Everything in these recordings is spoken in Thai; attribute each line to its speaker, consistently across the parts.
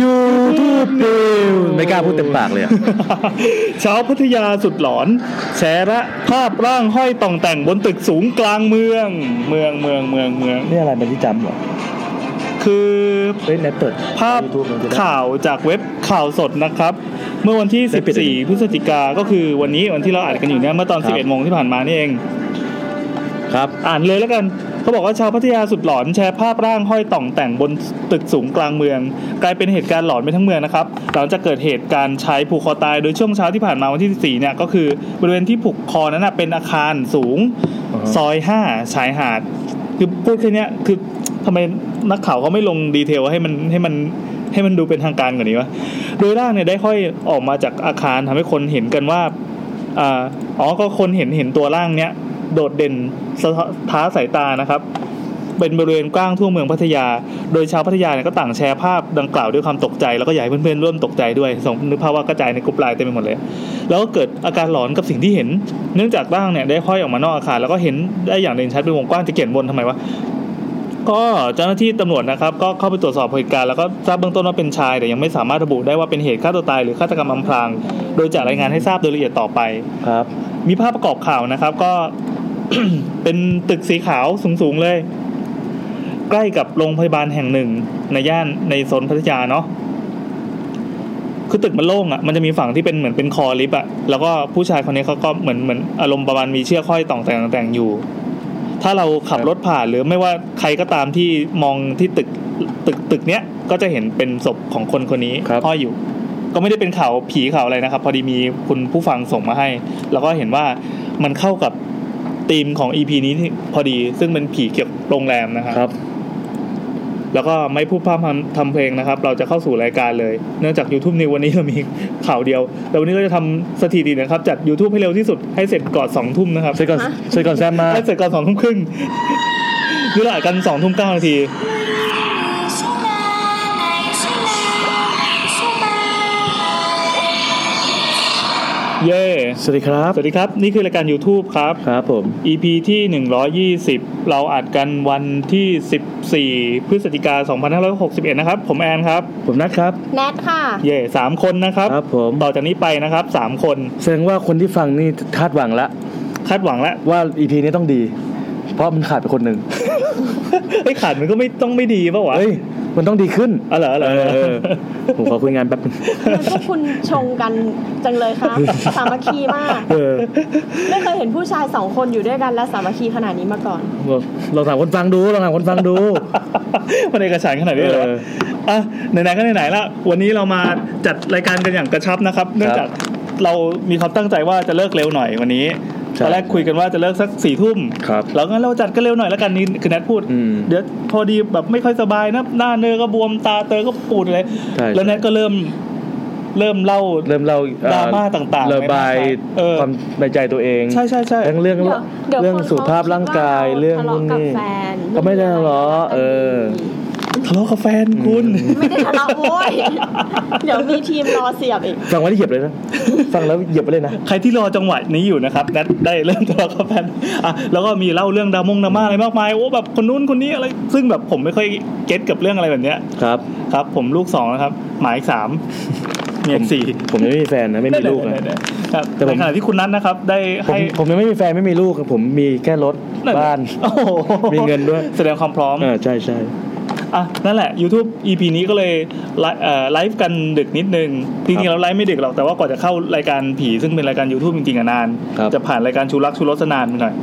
Speaker 1: YouTube News ไม่กล้าพูดเต็มปากเลยอะ
Speaker 2: เช้าพัทยาสุดหลอน แชระภาพร่างห้อยต่องแต่งบนตึกสูงกลางเมือง เมืองเมืองเมืองเมือง
Speaker 3: นี่อะไรเป็นที่จำเหรอ
Speaker 2: คือ
Speaker 3: เฮ้ยแนทเปิด
Speaker 2: ภาพ
Speaker 3: YouTube มันจะได้
Speaker 2: ข่าวจากเว็บข่าวสดนะครับ เมื่อวันที่
Speaker 3: ได้ปิดอันนี้
Speaker 2: 14 พฤศจิกาก็คือวันนี้วันที่เราอ่านกันอยู่เนี่ยเมื่อตอน
Speaker 1: ครับ
Speaker 2: 11โมงที่ผ่านมานี่เอง
Speaker 1: ครับ
Speaker 2: อ่านเลยแล้วกันเขาบอกว่าชาวพัทยาสุดหลอนแชร์ภาพร่างห้อยต่องแต่งบนตึกสูงกลางเมือง กลายเป็นเหตุการณ์หลอนไปทั้งเมืองนะครับหลังจากเกิดเหตุการณ์ชายผูกคอตายโดยช่วงเช้าที่ผ่านมาวันที่14เนี่ยก็คือบริเวณที่ผูกคอนั้นนะเป็นอาคารสูง
Speaker 3: อ่าฮะ
Speaker 2: ซอยห้าชายหาด คือพูดแค่เนี้ยคือทำไมนักข่าวเขาไม่ลงดีเทลให้มันให้มันให้มันดูเป็นทางการกว่านี้วะโดยร่างเนี่ยได้ห้อยออกมาจากอาคารทำให้คนเห็นกันว่า อ่าอ๋อก็คนเห็นเห็นตัวร่างเนี้ยโดดเด่นสะท้อท้าสายตานะครับ เป็นบริเวณกว้างทั่วเมืองพัทยา โดยชาวพัทยาเนี่ยก็ต่างแชร์ภาพดังกล่าวด้วยความตกใจ แล้วก็อยากให้เพื่อนๆร่วมตกใจด้วยสมนึกภาพว่ากระจายในกลุ่มไลน์เต็มไปหมดเลย แล้วก็เกิดอาการหลอนกับสิ่งที่เห็น เนื่องจากร่างเนี่ยได้ห้อยออกมานอกอาคารแล้วก็เห็นได้อย่างเด่นชัดเป็นวงกว้างจะเขียนบนทำไมวะ ก็เจ้าหน้าที่ตำรวจนะครับก็เข้าไปตรวจสอบเหตุการณ์แล้วก็ทราบเบื้องต้นว่าเป็นชายแต่ยังไม่สามารถระบุได้ว่าเป็นเหตุฆ่าตัวตายหรือฆาตกรรมอำพราง โดยจะรายงานให้ทราบโดยละเอียดต่อไป
Speaker 3: ครับ
Speaker 2: มีภาพประกอบข่าวนะครับก็ เป็นตึกสีขาวสูงๆเลย ใกล้กับโรงพยาบาลแห่งหนึ่ง ในย่านในโซนพัทยาเนาะคือตึกมันโล่งอะ่ะมันจะมีฝั่งที่เป็นเหมือนเป็นคอลิฟต์อะ่ะแล้วก็ผู้ชายคนนี้เขาก็เหมือนเหมือนอารมณ์ประมาณมีเชือกห้อยต่องแต่งแต่งอยู่ ถ้าเราขับรถผ่านหรือไม่ว่าใครก็ตามที่มองที่ตึกตึกตึกเนี้ยก็จะเห็นเป็นศพของคนคนนี้
Speaker 1: ครับ
Speaker 2: ห้อยอยู่ ก็ไม่ได้เป็นข่าวผีข่าวอะไรนะครับ พอดีมีคุณผู้ฟังส่งมาให้ แล้วก็เห็นว่ามันเข้ากับธีมของ EP นี้ที่พอดี ซึ่งเป็นผีเกี่ยวกับโรงแรมนะครับ
Speaker 1: ครับ
Speaker 2: แล้วก็ไม่พูดพร่ำทำเพลงนะครับ เราจะเข้าสู่รายการเลย เนื่องจาก YouTube ในวันนี้เรามีข่าวเดียว แต่วันนี้เราจะทำสถิตินะครับ จัด YouTube ให้เร็วที่สุดให้เสร็จก่อนสองทุ่มนะครับ
Speaker 1: ช่วยก่อนช่วยก่อนแซมมา
Speaker 2: ให้เสร็จก่อนสองทุ่มครึ่ง นี่เราอัดกันสองทุ่มเก้านาที เย้
Speaker 1: สวัสดีครับ
Speaker 2: สวัสดีครับ นี่คือรายการ YouTube ครับ
Speaker 1: ครับผม
Speaker 2: EP ที่ 120 เราอัดกันวันที่ 14 พฤศจิกา2561 นะครับ ผมแอนครับ
Speaker 1: ผมนัดครับ
Speaker 4: แนทค่ะ
Speaker 2: เย่สามคนนะครับ
Speaker 1: ครับผม
Speaker 2: ต่อจากนี้ไปนะครับสามคน
Speaker 1: แสดงว่าคนที่ฟังนี่คาดหวังละ
Speaker 2: คาดหวังแล้ว
Speaker 1: ว่า EP นี้ต้องดี เพราะมันขาดไปคนหนึ่ง
Speaker 2: ไอ้ยขาดมันก็ไม่ต้องไม่ดีป่าวะ
Speaker 1: เฮ้ย มันต้องดีขึ้น
Speaker 2: อ๋อเหรอเหรอ
Speaker 1: เออเออ ผมขอคุยงานแป๊บนึง
Speaker 4: พวกคุณชงกันจังเลยค่ะ สามัคคีมาก
Speaker 1: เออ
Speaker 4: ไม่เคยเห็นผู้ชายสองคนอยู่ด้วยกันและสามัคคีขนาดนี้มาก่อน
Speaker 1: ลองถามคนฟังดูลองถามคนฟังดู
Speaker 2: มันเอกฉันท์ขนาดนี้เลยเหรอ
Speaker 1: เออ
Speaker 2: อ่ะไหนๆก็ไหนๆละวันนี้เรามาจัดรายการกันอย่างกระชับนะครับ เนื่องจากเรามีความตั้งใจว่าจะเลิกเร็วหน่อยวันนี้
Speaker 1: ใช่
Speaker 2: ตอนแรกคุยกันว่าจะเลิกสักสี่ทุ่ม
Speaker 1: ครับ
Speaker 2: แล้วงั้นเราจัดกันเร็วหน่อยแล้วกันนี่คือแนทพูด
Speaker 1: อืม
Speaker 2: เดี๋ยวพอดีแบบไม่ค่อยสบายนะหน้าเนื้อก็บวมตาเตอก็ปูดอะไร
Speaker 1: ใช่
Speaker 2: แล้วแนทก็เริ่ม เริ่มเล่า
Speaker 1: เริ่มเราเอ่อ
Speaker 2: ดราม่าต่างๆ
Speaker 1: ระบาย
Speaker 2: เออ
Speaker 1: ความในใจตัวเอง
Speaker 2: ใช่ใช่ใช่
Speaker 1: ทั้งเรื่อง
Speaker 4: เดี๋ยวเดี๋ยว
Speaker 1: เรื่อง
Speaker 4: คน
Speaker 1: สุขภาพร่างกาย
Speaker 4: ขคิดว่
Speaker 1: เรื่องนู่นนี่
Speaker 4: ทะเลาะกับแฟน
Speaker 1: ก็ไม่ได้ทะเลาะเออ
Speaker 2: ทะเลาะกับแฟนคุณ
Speaker 4: ไม่ได้ทะเลาะโว้ย เดี๋ยวมีทีมรอเสียบอีก
Speaker 1: ฟังไว้ที่เหยียบเลยนะ ฟังแล้วเหยียบไปเลยนะ
Speaker 2: ใครที่รอจังหวะนี้อยู่นะครับแนทได้เริ่มทะเลาะกับแฟนอ่ะแล้วก็มีเล่าเรื่องดรามงดราม่าอะไรมากมายโอ้แบบคนนู้นคนนี้อะไร ซึ่งแบบผมไม่ค่อยเก็ตกับเรื่องอะไรแบบเนี้ย
Speaker 1: ครับ
Speaker 2: ครับ ผมลูกสองนะครับ หมายอีกสามเมียอีกสี่
Speaker 1: ผมยังไม่มีแฟนนะไม่มีลูกนะ
Speaker 2: ได้ๆๆครับ
Speaker 1: แต่ผม
Speaker 2: ในขณะที่คุณนัทนะครับ ได้
Speaker 1: ผม
Speaker 2: ให้
Speaker 1: ผมยังไม่มีแฟนไม่มีลูกครับผมมีแค่รถบ้าน
Speaker 2: โอ้โห
Speaker 1: มีเงินด้วย
Speaker 2: แสดงความพร้อม
Speaker 1: เออใช่ใช่
Speaker 2: อ่ะ นั่นแหละ YouTube EP นี้ก็เลยไลฟ์เอ่อไลฟ์กันดึกนิดนึง จริงๆเราไลฟ์ไม่ดึกหรอก แต่ว่ากว่อนจะเข้ารายการผีซึ่งเป็นรายการ YouTube จริงๆอะนาน
Speaker 1: ครับ
Speaker 2: จะผ่านรายการชูรักชูรสนานไปหน่อย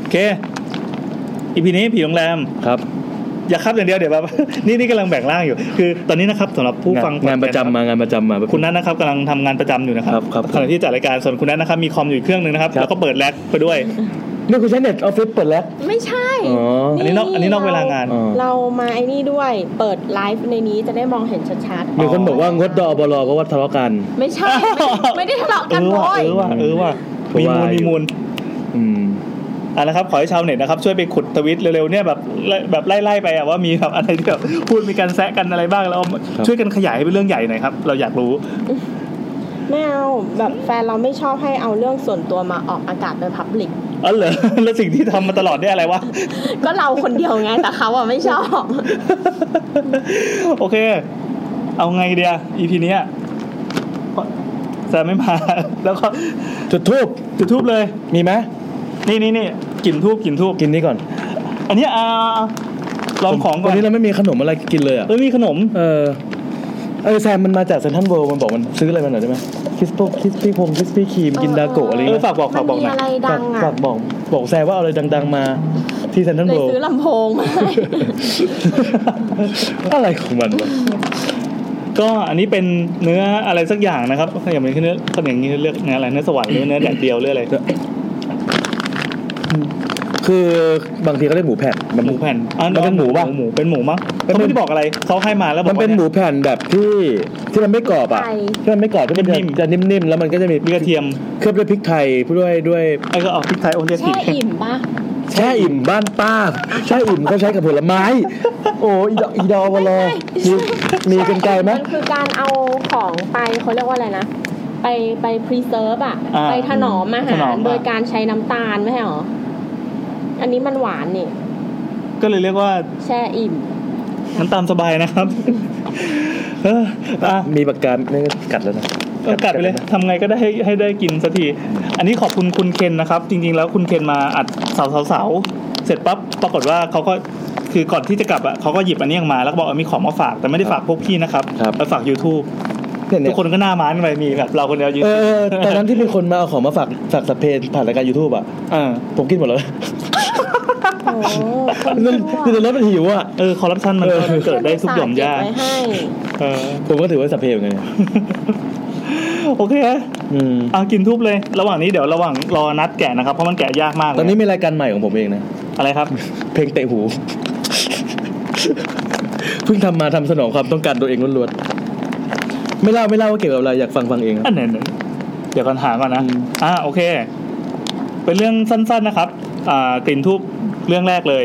Speaker 2: โอเค EP นี้ผีโรงแรม
Speaker 1: ครับ
Speaker 2: อย่าครับอย่างเดียวเดี๋ยวแบบ นี่นี่กำลังแบ่งร่างอยู่ คือตอนนี้นะครับสำหรับผู้ฟัง
Speaker 1: งานประจำมางานประจำมา
Speaker 2: คุณนัทนะครับกำลังทำงานประจำอยู่นะค
Speaker 1: ครั
Speaker 2: รับบ
Speaker 1: ครับ
Speaker 2: ขณะที่จัดรายการส่วนคุณนัทนะครับมีคอมอยู่อีกเครื่องหนึ่งนะครับแล้วก็เปิดแล็กไปด้วย
Speaker 1: นี่คุณใช้เน็ตออฟฟิศเปิดแล้ว
Speaker 4: ไม่ใช่
Speaker 1: อ๋อ
Speaker 2: อันนี้นอกอันนี้นอกเวลางาน
Speaker 1: อ๋อ
Speaker 4: เรามาไอ้นี่ด้วย เปิดไลฟ์ในนี้จะได้มองเห็นชัด
Speaker 1: มีคนบอกว่างดดอบลเพราะว่าทะเลาะกัน
Speaker 4: ๆ ไม่ใช่ ไม่ได้ทะเลาะกัน
Speaker 2: เออ
Speaker 4: โว้
Speaker 2: ว่ะ
Speaker 4: ย
Speaker 2: เออว่ะเออว่ะ
Speaker 1: เพราะ
Speaker 2: มี
Speaker 1: ว่า
Speaker 2: มูล
Speaker 1: อยู่
Speaker 2: มีมูล
Speaker 1: อืม
Speaker 2: อ่ะนะครับขอให้ชาวเน็ตนะครับ ช่วยไปขุดทวิตเร็วๆเนี่ยแบบไล่แบบไล่ๆไปอะว่ามีแบบอะไรที่แบบพูดมีการแซะกันอะไรบ้างแล้วเอา
Speaker 1: ครับ
Speaker 2: ช่วยกันขยายให้เป็นเรื่องใหญ่หน่อยครับ เราอยากรู้
Speaker 4: ไม่เอาแบบแฟนเราไม่ชอบให้เอาเรื่องส่วนตัวมาออกอากาศเป็นพับลิก
Speaker 2: อ๋อเหร อ แล้วสิ่งที่ทำมาตลอดเนี่ยอะไรว ะ
Speaker 4: ก็เราคนเดียวไงแต่เขาอ่ะไม่ชอบ
Speaker 2: โอเค เอาไงเดียอีพีเนี้ยแซมไม่มา แล้วก็
Speaker 1: จุดทูบ
Speaker 2: จุดทูบเลย
Speaker 1: มีไหม
Speaker 2: นี่นี่นี่กลิ่นทูบกลิ่นทูบ
Speaker 1: กินนี่ก่อน
Speaker 2: อันเนี้ยอ่าลองของก่อ
Speaker 1: วัน นนี้เราไม่มีขนมอะไรกินเลยอ่ะ
Speaker 2: เอ้ยมีขน ม
Speaker 1: เออเออแซมมันมาจากเซนทรัลเวิลด์มันบอกมันซื้ออะไรมาหน่อยได้ไหมคิสโปคิสปี้พงคิสปี้ครีมกินดาโกะอะไร
Speaker 2: เออ
Speaker 1: เงี้ย
Speaker 2: ฝากบอก
Speaker 4: มั
Speaker 2: ฝากบอก
Speaker 4: มี
Speaker 2: หน่อย
Speaker 4: อะไรดั
Speaker 1: ฝาก
Speaker 4: งอ่ะ
Speaker 1: ฝากบอกบอกแซมว่าเอาอะไรดัง ๆ มาที่เซนทรัล
Speaker 4: เล
Speaker 1: เวิล
Speaker 4: ย
Speaker 1: ด์
Speaker 4: ซื้อลำโพงมา
Speaker 1: อะไรของมันวะ
Speaker 2: ก็อันนี้เป็นเนื้ออะไรสักอย่างนะครับอย่างเป็นเนื้อขนอย่างนี้เลือกเนื้ออะไรเนื้อสวรรค์หรือเนื้อแดดเดียวหรืออะไร
Speaker 1: คือบางทีก็เรียกหมูแผ่นมัน
Speaker 2: หมูแผ่นอ่ะ
Speaker 1: มันเป็นหมูปะ
Speaker 2: หมูเป็นหมูมั้ง
Speaker 1: มัน
Speaker 2: เขา
Speaker 1: เป็น
Speaker 2: ไม่ได้บอกอะไรเขาให้มาแล้วบอก
Speaker 1: มันเป็น
Speaker 2: ว่า
Speaker 1: หมูแผ่นแบบที่ที่มันไม่กรอบอ่ะที่มันไม่กรอบที่มันจะ
Speaker 2: นิ่มๆ
Speaker 1: จะนิ่มๆแล้วมันก็จะมี
Speaker 2: มีกระเทียม
Speaker 1: เคลือบด้วยพริกไทยด้วยด้วย
Speaker 2: ไอ้ก็เอาพริกไทยโอเลี้ยงผิ
Speaker 4: แช่
Speaker 2: ด
Speaker 4: อิ่มปะ
Speaker 1: แช่อิ่มบ้านป้าแช่อิ่มเขาใช้กับผลไม้ โอ้อีดอกอีดอวลอมีมีกันไกลไหม
Speaker 4: มันคือการเอาของไปเขาเรียกว่าอะไรนะ ไปไป preserve อ่ะ
Speaker 2: า
Speaker 4: ไปถนอมอา
Speaker 2: ถ
Speaker 4: หาน
Speaker 2: อ
Speaker 4: ร
Speaker 2: มอะ
Speaker 4: โดยการใช้น้ำตาลไม่ใช่หรอ อันนี้มันหวานนี่
Speaker 2: ก็เลยเรียกว่า
Speaker 4: แช่อิ่ม
Speaker 2: น้ำตามสบาย นะครับ เอออ่ะ
Speaker 1: มีปากกาไม่งั้นกัดแล้วนะ
Speaker 2: เอากลัดไปเลยทำไงก็ได้ให้ให้ได้กินสักที อันนี้ขอบคุณคุณเคนนะครับ จริง ๆ แล้วคุณเคนมาอัดเสาเสาเสาเสร็จปั๊บปรากฏว่าเขาก็คือก่อนที่จะกลับอ่ะเขาก็หยิบอันนี้ออกมาแล้วก็บอกเออมีของมาฝากแต่ไม่ได้ฝากพวกพี่นะครับ
Speaker 1: ครับ
Speaker 2: ไปฝาก YouTube
Speaker 1: เนี่ย
Speaker 2: ทุ
Speaker 1: เนี่ย
Speaker 2: กคนก็หน้าม้านไปมีแบบเราคนเดียวยืน
Speaker 1: เออตอนนั้นที่มีคนมาเอาของมาฝากฝากสัพเพผ่านรายการ YouTube อ่ะ
Speaker 2: เออ
Speaker 1: ผมกินหมดแล้ว
Speaker 4: โอ้คน
Speaker 1: นั่น
Speaker 4: ชั่ว
Speaker 1: คือรถมันหิวอ่ะ
Speaker 2: เออคอร์รัปชันมันก็เกิดได้ทุกหย่อมย่า
Speaker 4: เก็บไว้ให้
Speaker 2: เออ
Speaker 1: ผมก็ถือว่าสัพเพเหมือนกันเนี่ย
Speaker 2: โอเค
Speaker 1: อืม
Speaker 2: เอากินทุบเลย ระหว่างนี้เดี๋ยวระหว่างรอนัดแกะนะครับ เพราะมันแกะยากมากเลย
Speaker 1: ตอนนี้มีรายการใหม่ของผมเองนะ
Speaker 2: อะไรครับ
Speaker 1: เพลงเตะหู เพิ่งทำมาทำสนองความต้องการตัวเองล้วนๆ ไม่เล่าไม่เล่าว่าเกี่ยวกับอะไรอยากฟังฟังเองครับ
Speaker 2: อันไหนเดี๋ยวก่อนหาก่อนนะ
Speaker 1: อืม
Speaker 2: อ่าโอเค เป็นเรื่องสั้นๆนะครับ อ่ากลิ่นทูบเรื่องแรกเลย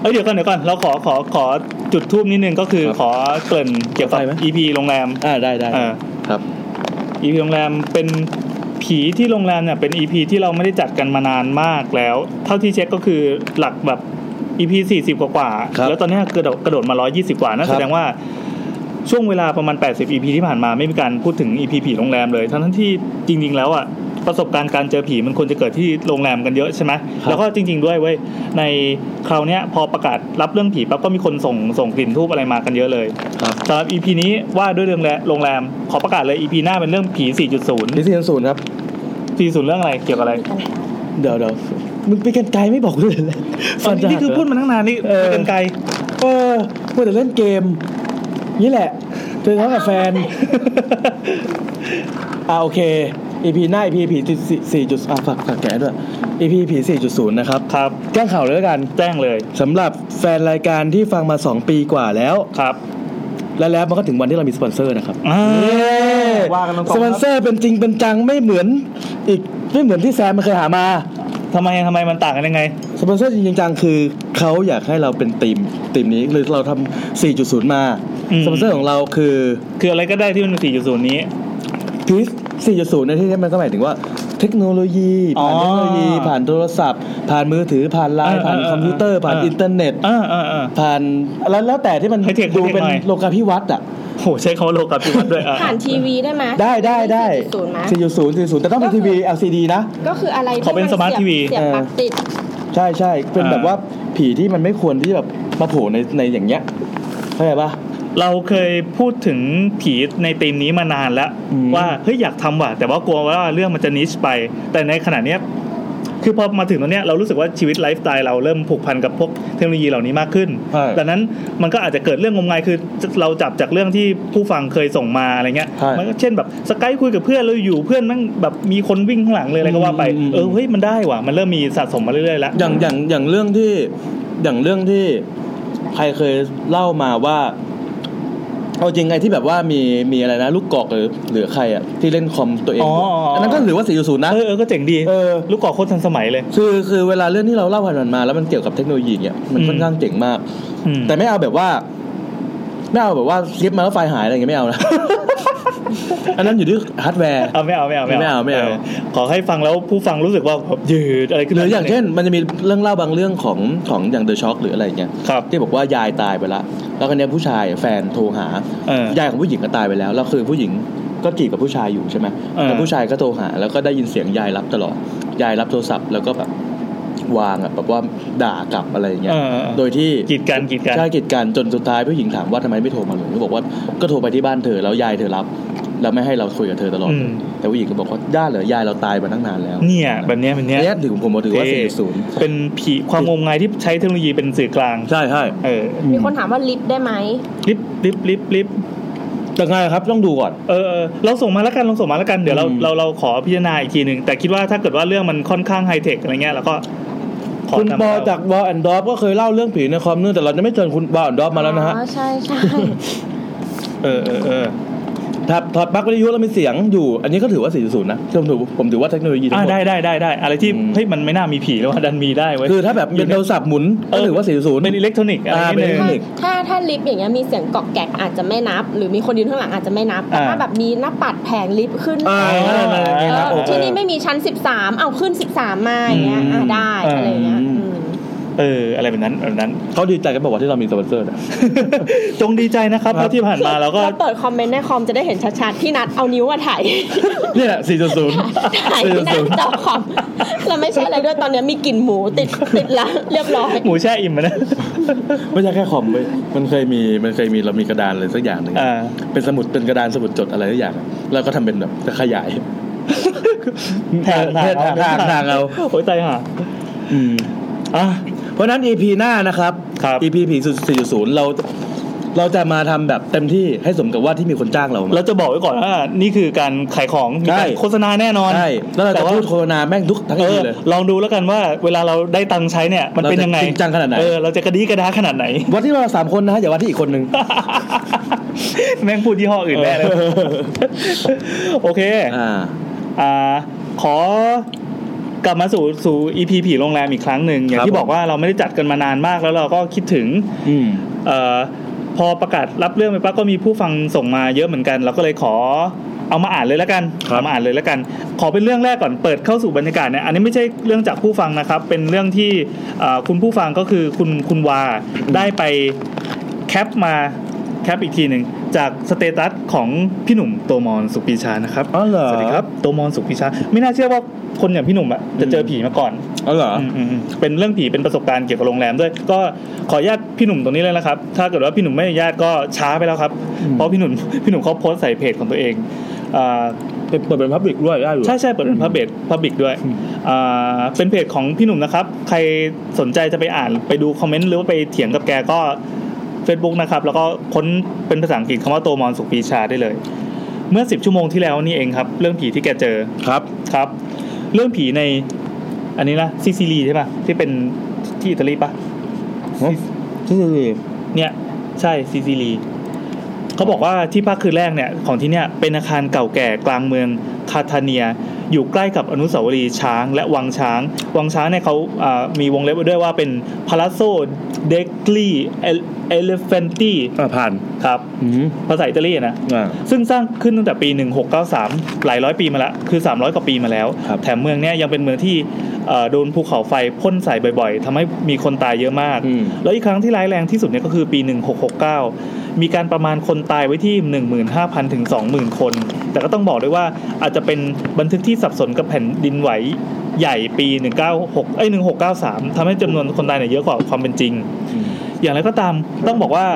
Speaker 2: เอ้ยเดี๋ยวก่อนเดี๋ยวก่อนเราขอขอขอจุดทูบนิดนึงก็คือขอเกริ่นเกี่ยวกับ EP โรงแรม
Speaker 1: อ่าได้ได้
Speaker 2: เออ
Speaker 1: ครับ
Speaker 2: EP โรงแรมเป็นผีที่โรงแรมเนี่ยเป็น EP ที่เราไม่ได้จัดกันมานานมากแล้ว เท่าที่เช็คก็คือหลักแบบ EP สี่สิบกว่าๆ
Speaker 1: ครับ
Speaker 2: แล้วตอนเนี้ยกระโดดกระโดดมาร้อยี่สิบกว่านั่น
Speaker 1: ครับ
Speaker 2: แสดงว่าช่วงเวลาประมาณ 80 EP ที่ผ่านมาไม่มีการพูดถึง EP ผีโรงแรมเลย ทั้งๆที่จริง ๆ แล้วอ่ะประสบการณ์การเจอผีมันควรจะเกิดที่โรงแรมกันเยอะใช่ไหมแล้วก็จริง ๆ ด้วยเว้ยในคราวเนี้ยพอประกาศรับเรื่องผีปั๊บก็มีคนส่งส่งกลิ่นทูบอะไรมากันเยอะเลย
Speaker 1: ครับ
Speaker 2: สำหรับ EP นี้ว่าด้วยเรื่องแรโรงแรมขอประกาศเลย EP หน้าเป็นเรื่องผี 4.0
Speaker 1: นี่สี่ศูนย์ครับ
Speaker 2: ตีศูนย์เรื่องอะไรเกี่ยวกับอะไร
Speaker 1: เดี๋ยวเดี๋ยวมึงไปกันไกลไม่บอกเลย เลยฟันจะหัก
Speaker 2: นี่คือ
Speaker 1: เหร
Speaker 2: พูดมาตั้งนานนี่
Speaker 1: เออ
Speaker 2: ไปกันไกล
Speaker 1: เออพูดแต่เล่นเกม นี่แหละโดยเฉพาะกับแฟ น อ่าโอเค EP หน้า EP ผีสี่จุดอ่ะฝากฝากแกะด้วย EP ผีสี่จุดศูนย์นะครับ
Speaker 2: ครับ
Speaker 1: แจ้งข่าวเลยแล้วกัน
Speaker 2: แจ้งเลย
Speaker 1: สำหรับแฟนรายการที่ฟังมา 2 ปีกว่าแล้ว
Speaker 2: ครับ
Speaker 1: และแล้วมันก็ถึงวันที่เรามีสปอนเซอร์นะครับ
Speaker 2: อ่า
Speaker 1: เย้
Speaker 2: ว่ากันตรงๆครับ
Speaker 1: สปอนเซอร์เป็นจริงเป็นจังไม่เหมือน อีกไม่เหมือนที่แซมมันเคยหามา
Speaker 2: ทำไมทำไมมันต่างกันยังไง
Speaker 1: สปอนเซอร์จริงๆจังๆคือเขาอยากให้เราเป็นทีมทีมนี้หรือเราทำ4.0 มา
Speaker 2: อืม
Speaker 1: สปอนเซอร์ของเราคือ
Speaker 2: คืออะไรก็ได้ที่มันเป็น4.0 นี้
Speaker 1: พีซ4.0 ในที่นี้มันก็หมายถึงว่าเทคโนโลยี
Speaker 2: อ๋อ
Speaker 1: ผ่านเทคโนโลยี ผ่านโทรศัพท์ ผ่านมือถือผ่านไล
Speaker 2: เอ
Speaker 1: น์
Speaker 2: อ
Speaker 1: ผ่าน
Speaker 2: เออ
Speaker 1: คอมพิวเตอร์ผ่าน
Speaker 2: เอออิ
Speaker 1: อินเทอร์เน็ต
Speaker 2: อ่าอ่าอ่า
Speaker 1: ผ่านแล้วแล้วแต่ที่มัน
Speaker 2: ให้เทค
Speaker 1: ดู
Speaker 2: ให้เทค
Speaker 1: เป็น
Speaker 2: หน่อย
Speaker 1: โลกาภิวัตน์อ่ะ
Speaker 2: โหใช้เขาโลกับพิวัตรด้วยอ่า
Speaker 4: ผ่านทีวีได้ไหม
Speaker 1: ได้ได้ได้
Speaker 4: ศูนย์ไหม
Speaker 1: 4.0 4.0 แต่ต้องเป็น
Speaker 4: ก็คื
Speaker 1: ที
Speaker 4: อ
Speaker 1: วี LCD นะ
Speaker 4: ก็คืออะไรที่
Speaker 2: ขอเป็น
Speaker 4: มั
Speaker 2: สมาร์ท
Speaker 4: ยบ
Speaker 2: ทีวี
Speaker 4: เสียบปลั๊กติด
Speaker 1: ใช่ใช่เป็นแบบ
Speaker 2: อ่า
Speaker 1: ว่าผีที่มันไม่ควรที่จะแบบมาโผล่ในในอย่างเงี้ยเข้าใจปะ
Speaker 2: เราเคยพูดถึงผีในธีมนี้มานานแล้ว
Speaker 1: อืม
Speaker 2: ว่าเฮ้ยอยากทำว่ะ แต่ว่ากลัวว่าเรื่องมันจะนิชไป แต่ในขณะเนี้ยคือพอมาถึงตรงเนี้ยเรารู้สึกว่าชีวิตไลฟ์สไตล์เราเริ่มผูกพันกับพวกเทคโนโลยีเหล่านี้มากขึ้น
Speaker 1: ใช่
Speaker 2: ดังนั้นมันก็อาจจะเกิดเรื่องงมงายคือเราจับจากเรื่องที่ผู้ฟังเคยส่งมาอะไรเงี้ย
Speaker 1: ใช่
Speaker 2: มันก็เช่นแบบสกายคุยกับเพื่อนแล้วอยู่เพื่อนแมันแบบมีคนวิ่งข้างหลังเลยอะไรก็ว่าไป
Speaker 1: อืม
Speaker 2: เออเฮ้ยมันได้ว่ะมันเริ่มมีสะสมมาเรื่อยๆแล้ว
Speaker 1: อย่างอย่างอย่างเรื่องที่อย่างเรื่องที่ใครเคยเล่ามาว่าเอาจริงไงที่แบบว่ามีมีอะไรนะลูกกอกหรือหรือใครอ่ะที่เล่นคอมตัวเอง
Speaker 2: อ๋ออ๋ออ๋ออั
Speaker 1: นนั้นก็ถือว่า4.0นะ
Speaker 2: เออเออก็เจ๋งดี
Speaker 1: เออ
Speaker 2: ลูกกอกโคตรทันสมัยเลย
Speaker 1: คือคือเวลาเรื่องที่เราเล่าผ่านๆมา แล้วมันเกี่ยวกับเทคโนโลยีเนี่ยมัน
Speaker 2: อืม
Speaker 1: ค่อนข้างเจ๋งมาก
Speaker 2: อืม
Speaker 1: แต่ไม่เอาแบบว่า ไม่เอาแบบว่าคลิปมาแล้วไฟล์หายอะไรอย่างเงี้ยไม่เอานะ อันนั้นอยู่ที่ฮาร์ดแวร์
Speaker 2: เอาไม่เอาไม่เอา
Speaker 1: ไม่เอาไม่เอา
Speaker 2: ขอให้ฟังแล้วผู้ฟังรู้สึกว่าแบบยืดอะไรขึ้น
Speaker 1: ห
Speaker 2: ม
Speaker 1: รืออย่างเช่น มันจะมีเรื่องเล่าบางเรื่องของของอย่างเดอะช็อคหรืออะไรอย่างเงี้ย
Speaker 2: ครับ
Speaker 1: ที่บอกว่ายายตายไปละ แล้วคนนี้ยผู้ชายแฟนโทรหา
Speaker 2: เออย
Speaker 1: ายของผู้หญิงก็ตายไปแล้วแล้วคือผู้หญิงก็จีบกับผู้ชายอยู่ใช่ไหม
Speaker 2: เออ
Speaker 1: แล้วผู้ชายก็โทรหา แล้วก็ได้ยินเสียงยายรับตลอดยายรับโทรศัพท์แล้วก็แบบวางอะแบบว่าด่ากลับอะไรอย่างเงี้ย
Speaker 2: เออ
Speaker 1: โดยที่
Speaker 2: กีดกันกีดกัน
Speaker 1: ใช่กีดกันจนสุดท้ายผู้หญิงถามว่าทำไมไม่โทรมาเลยก็บอกว่าก็โทรไปที่บ้านเธอแล้วยายเธอรับ แล้วไม่ให้เราคุยกับเธอตลอด
Speaker 2: อืม
Speaker 1: แต่ผู้หญิงก็บอกว่าย่าเหรอยายเราตายมาตั้งนานแล้ว
Speaker 2: เนี่ย แบบเนี้ยแบบเนี้ย
Speaker 1: เนี่ยถือผมว่าถือว่า
Speaker 2: เท่
Speaker 1: สี่ศูนย์
Speaker 2: เป็นผีความงมงายที่ใช้เทคโนโลยีเป็นสื่อกลาง
Speaker 1: ใช่ใช่
Speaker 2: เออ
Speaker 4: มีคนถามว่าลิฟต์ได้ไหม
Speaker 2: ลิบลิบลิบลิบ
Speaker 1: แต่ไงครับต้องดูก่อน
Speaker 2: เออเออเราส่งมาแล้วกันเราส่งมาแล้วกันเดี๋ยวเรา
Speaker 1: อืม
Speaker 2: เราเราขอพิจารณาอีกทีหนึ่งแต่คิดว่าถ้าเกิดว่าเรื่องมันค่อนข้างไฮเทคอะไรเงี้ยเราก็ข
Speaker 1: คุณ
Speaker 2: นำ
Speaker 1: ปอ
Speaker 2: เล่
Speaker 1: จากวอลแอนดอฟก็เคยเล่าเรื่องผีในคอมเนื่องแต่เราจะไม่เชิญคุณวอลแอนดอฟมาแล้วนะฮะ
Speaker 4: อ๋อใช่ใช่
Speaker 2: เออเออเออ
Speaker 1: ถ้าถอดปลั๊กวิทยุแล้วมีเสียงอยู่ อันนี้ก็ถือว่าสี่ศูนย์นะผมถือผมถือว่าเทคโนโลยีทั้ง
Speaker 2: อ่ะ
Speaker 1: หมด
Speaker 2: ได้ได้ได้ได้อะไรที่
Speaker 1: อืม
Speaker 2: เฮ้ยมันไม่น่ามีผีแล้วว่าดันมีได้เว้ย
Speaker 1: คือถ้าแบบเป็นโทรศัพท์หมุน
Speaker 2: เอ
Speaker 1: ก็
Speaker 2: อ
Speaker 1: ถือว่าสี่ศูนย์
Speaker 2: เป็นอิเล็กทรอนิกส์อะไร
Speaker 1: อ่า
Speaker 2: นิดนึง
Speaker 1: เป็น
Speaker 4: ถ้าถ้าลิฟต์อย่างเงี้ยมีเสียงกอกแกกอาจจะไม่นับ หรือมีคนยืนข้างหลังอาจจะไม่นับ แต่
Speaker 2: อ่า
Speaker 4: ถ้าแบบมีหน้าปัดแผงลิฟต์ขึ้น
Speaker 1: อ่า
Speaker 2: เออ
Speaker 1: อะไร
Speaker 4: เอ
Speaker 1: นะ
Speaker 4: อ
Speaker 1: โอเค
Speaker 4: ที่นี่ไม่มีชั้น 13 เอาขึ้น 13 มาอย่างเงี้ย
Speaker 2: อืม
Speaker 4: อ่ะได้
Speaker 2: เอออ
Speaker 4: อะไรเงี้ย
Speaker 1: อืม
Speaker 4: อืม
Speaker 2: เอออะไรแบบนั้นแบบนั้น
Speaker 1: เขาดีใจกันบอกว่าที่เรามีสปอนเซอร์นะ
Speaker 2: จงดีใจนะครับ
Speaker 1: ค
Speaker 2: เพ
Speaker 1: รับ
Speaker 2: ราะที่ผ่านมาเราก็
Speaker 4: เราเปิดคอมเมนต์ในคอมจะได้เห็นชัดๆ ที่นัดเอานิ้วมาถ่าย
Speaker 1: เนี่ยสี่ศูนย์ศูนย์
Speaker 4: ถ่ายที่หน้าจอคอมแล้วไม่ใช่อะไรด้วยตอนเนี้ยมีกลิ่นหมูติดติดละเรียบร้อย
Speaker 2: หมูแช่อิ่มอะนะ
Speaker 1: ไม่ใช่แค่คอมเว้ยมันเคยมีมันเคยมีเรามีกระดานอะไรสักอย่างหนึ่ง
Speaker 2: อ่า
Speaker 1: เป็นสมุดเป็นกระดานสมุดจดอะไรสักอย่างอะแล้วก็ทำเป็นแบบจะขยาย
Speaker 2: ทางทาง
Speaker 1: ทางทางทางเอา
Speaker 2: โอ้ยใจห่า
Speaker 1: อืม
Speaker 2: อ่ะ
Speaker 1: เพราะฉะนั้น EP หน้านะครับ
Speaker 2: ครับ
Speaker 1: EP ผีสี่ศูนย์เรา เราจะมาทำแบบเต็มที่ให้สมกับว่าที่มีคนจ้างเรามา
Speaker 2: เราจะบอกไว้ก่อนว่านี่คือการขายของมี
Speaker 1: ใช่
Speaker 2: การโฆษณาแน่นอน
Speaker 1: ใช่แล้วเราจะพูดโฆษณาแม่งทุกทั้ง
Speaker 2: เอ
Speaker 1: EP
Speaker 2: อ
Speaker 1: เลย
Speaker 2: ลองดูแล้วกันว่า เวลาเราได้ตังค์ใช้เนี่ย มันเป็นยังไง
Speaker 1: เราจะจริงจังขนาดไหน
Speaker 2: เออเราจะกระดีกระดาข นาดไหน
Speaker 1: วัดที่เราสามคนนะฮะอย่าวัดที่อีกคนนึง
Speaker 2: แม่งพูดยี่ห้ออื่นแน่เลย
Speaker 1: เออ
Speaker 2: โอเค
Speaker 1: อ่า
Speaker 2: อ่าขอกลับมาสู่สู่ EP ผีโรงแรมอีกครั้งหนึ่งอย่าง
Speaker 1: ครับ
Speaker 2: ที่
Speaker 1: ผม
Speaker 2: บอกว่าเราไม่ได้จัดกันมานานมากแล้วเราก็คิดถึง
Speaker 1: อืม
Speaker 2: เออพอประกาศรับเรื่องไปปั๊บก็มีผู้ฟังส่งมาเยอะเหมือนกัน เราก็เลยขอเอามาอ่านเลยแล้วกัน
Speaker 1: ครับ
Speaker 2: เอามาอ่านเลยแล้วกัน ขอเป็นเรื่องแรกก่อนเปิดเข้าสู่บรรยากาศเนี่ยอันนี้ไม่ใช่เรื่องจากผู้ฟังนะครับ เป็นเรื่องที่เอ่อคุณผู้ฟังก็คือคุณคุณวาได้ไปแคปมาแคปอีกทีหนึ่งจากสเตตัสของพี่หนุ่มตัวมอนสุปีชานะครับ
Speaker 1: อ๋อเหรอ
Speaker 2: สวัสดีครับโตมอนสุขพิชาไม่น่าเชื่อว่าคนอย่างพี่หนุ่มอะจะเจอผีมาก่อน
Speaker 1: อ๋อเหรออ
Speaker 2: มอืมอืมเป็นเรื่องผีเป็นประสบการณ์เกี่ยวกับโรงแรมด้วย ก็ขออนุญาตพี่หนุ่มตรงนี้เลยนะครับ ถ้าเกิดว่าพี่หนุ่มไม่อนุญาตก็ช้าไปแล้วครับ
Speaker 1: อืม
Speaker 2: เพราะพี่หนุ่ม พี่หนุ่มเขาโพสต์ใส่เพจของตัวเองอ่า
Speaker 1: เปิดเป็นพับบิกด้วยได้อยู่
Speaker 2: ใช่ใช่เปิดเป็นพับเบดพับบิกด้วย
Speaker 1: อืม
Speaker 2: อ่าเป็นเพจของพี่หนุ่มนะครับ ใครสนใจจะไปอ่านไปดูคอมเมนต์หรือว่าไปเถียงกับแกก็ Facebook นะครับ แล้วก็ค้นเป็นภาษาอังกฤษคำว่าโตมอนสุขปีชาได้เลย เมื่อ 10 ชั่วโมงที่แล้วนี่เองครับ เรื่องผีที่แกเจอ
Speaker 1: ครับ
Speaker 2: ครับ เรื่องผีใน อันนี้นะซิซิลีใช่ป่ะ ที่เป็นที่อิตาลีป่ะ
Speaker 1: ที่นี่
Speaker 2: เนี่ยใช่ซิซิลีเขาบอกว่าที่พักคืนแรกเนี่ยของที่เนี่ยเป็นอาคารเก่าแก่กลางเมืองคาทาเนีย อยู่ใกล้กับอนุสาวรีย์ช้าง และวังช้าง วังช้างเนี่ยเขาอ่ามีวงเล็บไว้ด้วยว่าเป็นพาราโซเดกลีเอเลเฟนตี
Speaker 1: อ่าผ่าน
Speaker 2: ครับ
Speaker 1: อืม
Speaker 2: ภาษาอิตาลีนะ
Speaker 1: อ่า
Speaker 2: ซึ่งสร้างขึ้นตั้งแต่ปี 1693 หลายร้อยปีมาละคือ 300 กว่าปีมาแล้ว
Speaker 1: ครับ
Speaker 2: แถมเมืองเนี้ยยังเป็นเมืองที่เอ่อโดนภูเขาไฟพ่นใส่บ่อยๆ ทำให้มีคนตายเยอะมาก
Speaker 1: อืม
Speaker 2: แล้วอีกครั้งที่ร้ายแรงที่สุดเนี่ยก็คือปี 1669 มีการประมาณคนตายไว้ที่ 15,000 ถึง 20,000 คน แต่ก็ต้องบอกด้วยว่าอาจจะเป็นบันทึกที่สับสนกับแผ่นดินไหวใหญ่ปี 196เอ้ย1693ทำให้จำนวนคนตายเนี่ยเยอะกว่าความเป็นจริง อย่างไรก็ตามต้องบอกว่า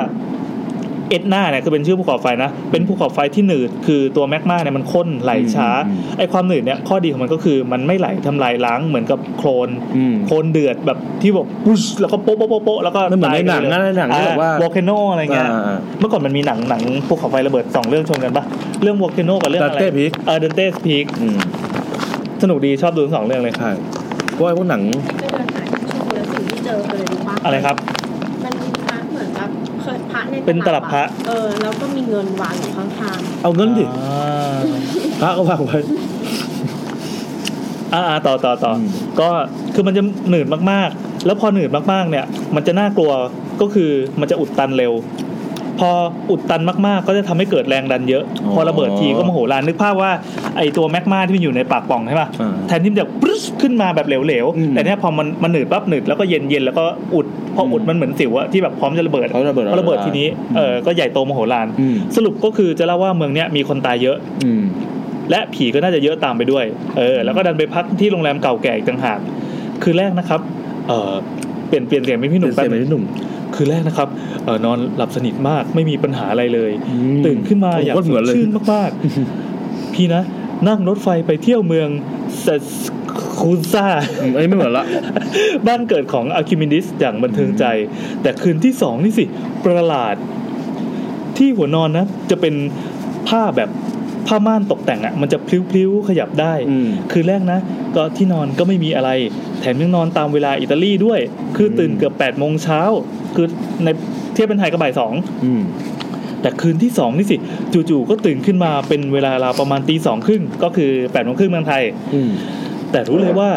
Speaker 2: เอ็ดนาเนี่ยคือเป็นชื่อภูเขาไฟนะ เป็นภูเขาไฟที่หนืดคือตัวแมกมาเนี่ยมันข้นไหลช้า
Speaker 1: อืมอืม
Speaker 2: ไอความหนืดเนี่ยข้อดีของมันก็คือมันไม่ไหลทำลายล้างเหมือนกับโคลน
Speaker 1: อืม
Speaker 2: โคลนเดือดแบบที่แบบปุ๊ชแล้วก็โป๊ะโป๊ะโป๊ะโป๊ะแล้วก็
Speaker 1: มันเหมือนในหนังนะในหนังที่แบบว่า
Speaker 2: วอลเคนโนอะไรเงี้ย
Speaker 1: อ่า
Speaker 2: เมื่อก่อนมันมีหนังหนังภูเขาไฟระเบิดสองเรื่องชนกันปะเรื่องวอลเคนโนกับเรื่องอะไร
Speaker 1: Dante Peak
Speaker 2: เออเดนเต้พีค
Speaker 1: อืม
Speaker 2: สนุกดีชอบดูทั้งสองเรื่องเลย
Speaker 1: ใช่เพราะว่าพวกหนัง
Speaker 4: ไปเดินหาทิชชู่แล้วสิ่งที่เจอคืออะไรรู้ปะ
Speaker 2: อะไรครับ
Speaker 4: มันมีพระเหมือนกับเคยพระใน
Speaker 2: เป็นตลับพระ
Speaker 4: เออ แล้วก็มีเงินวางอยู่ข้าง
Speaker 1: เอาเงินดิ
Speaker 2: อ่า
Speaker 1: พระก็วางไว้
Speaker 2: อ่าอ่าต่อต่อต่ออ
Speaker 1: ม
Speaker 2: ก็คือมันจะหนืดมากๆ แล้วพอหนืดมากๆเนี่ย มันจะน่ากลัวก็คือมันจะอุดตันเร็ว พออุดตันมากๆ ก็จะทำให้เกิดแรงดันเยอะ
Speaker 1: อ๋อ
Speaker 2: พอระเบิดทีก็โมโหลานนึกภาพว่าไอตัวแมกมาที่มันอยู่ในปากป่องใช่ป่ะ
Speaker 1: อ่า
Speaker 2: แทนที่มันจะปรึ๊ดขึ้นมาแบบเหลว
Speaker 1: อืม
Speaker 2: ๆแต่เนี่ยพอมันมันหนืดปั๊บหนืดแล้วก็เย็นเย็นแล้วก็อุดพออุด
Speaker 1: อืม
Speaker 2: มันเหมือนสิวอะที่แบบพร้อมจะระเบิด
Speaker 1: พร้อมระเบิด
Speaker 2: พอระเบิดทีนี้เออก็ใหญ่โตโมโหลาน
Speaker 1: อืม
Speaker 2: สรุปก็คือจะเล่าว่าเมืองเนี้ยมีคนตายเยอะ
Speaker 1: อืม
Speaker 2: และผีก็น่าจะเยอะตามไปด้วย เออ แล้วก็ดันไปพักที่โรงแรมเก่าแก่อีกต่างหาก คืนแรกนะครับ เออเปลี่ยนเปลี่ยนเสียงเป็นพี่หนุ่ม
Speaker 1: เปลี่ยนเสียงเป็นพี่หนุ่ม
Speaker 2: คืนแรกนะครับ เออนอนหลับสนิทมาก ไม่มีปัญหาอะไรเลย
Speaker 1: อืม
Speaker 2: ตื่นขึ้นมาอยาก
Speaker 1: โโห
Speaker 2: ส
Speaker 1: เหมือ
Speaker 2: ด
Speaker 1: นเลย
Speaker 2: ชื่นมาก ๆ พี่นะ นั่งรถไฟไปเที่ยวเมืองเซสคูซ่า
Speaker 1: อืมอันนี้ไม่เหมือนละ
Speaker 2: บ้านเกิดของอะคิมินิสอย่างบันเทิงใจ แต่คืนที่สองนี่สิ ประหลาด ที่หัวนอนนะ จะเป็นผ้าแบบผ้าม่านตกแต่งอะ่ะ มันจะพลิ้วๆ ขยับได้
Speaker 1: อืม
Speaker 2: คืนแรกนะ ก็ที่นอนก็ไม่มีอะไร แถมยังนอนตามเวลาอิตาลีด้วย คือตื่นเกือบ8ปดโมงเช้า คือในเทียบเป็นไทยก็บ่ายสอง
Speaker 1: อืม
Speaker 2: แต่คืนที่สองนี่สิ จู่ๆ ก็ตื่นขึ้นมาเป็นเวลาราวประมาณตีสองครึ่ง ก็คือ8ปดโมงครึ่งเมืองไทย
Speaker 1: อืม
Speaker 2: แต่รู้เลยว่า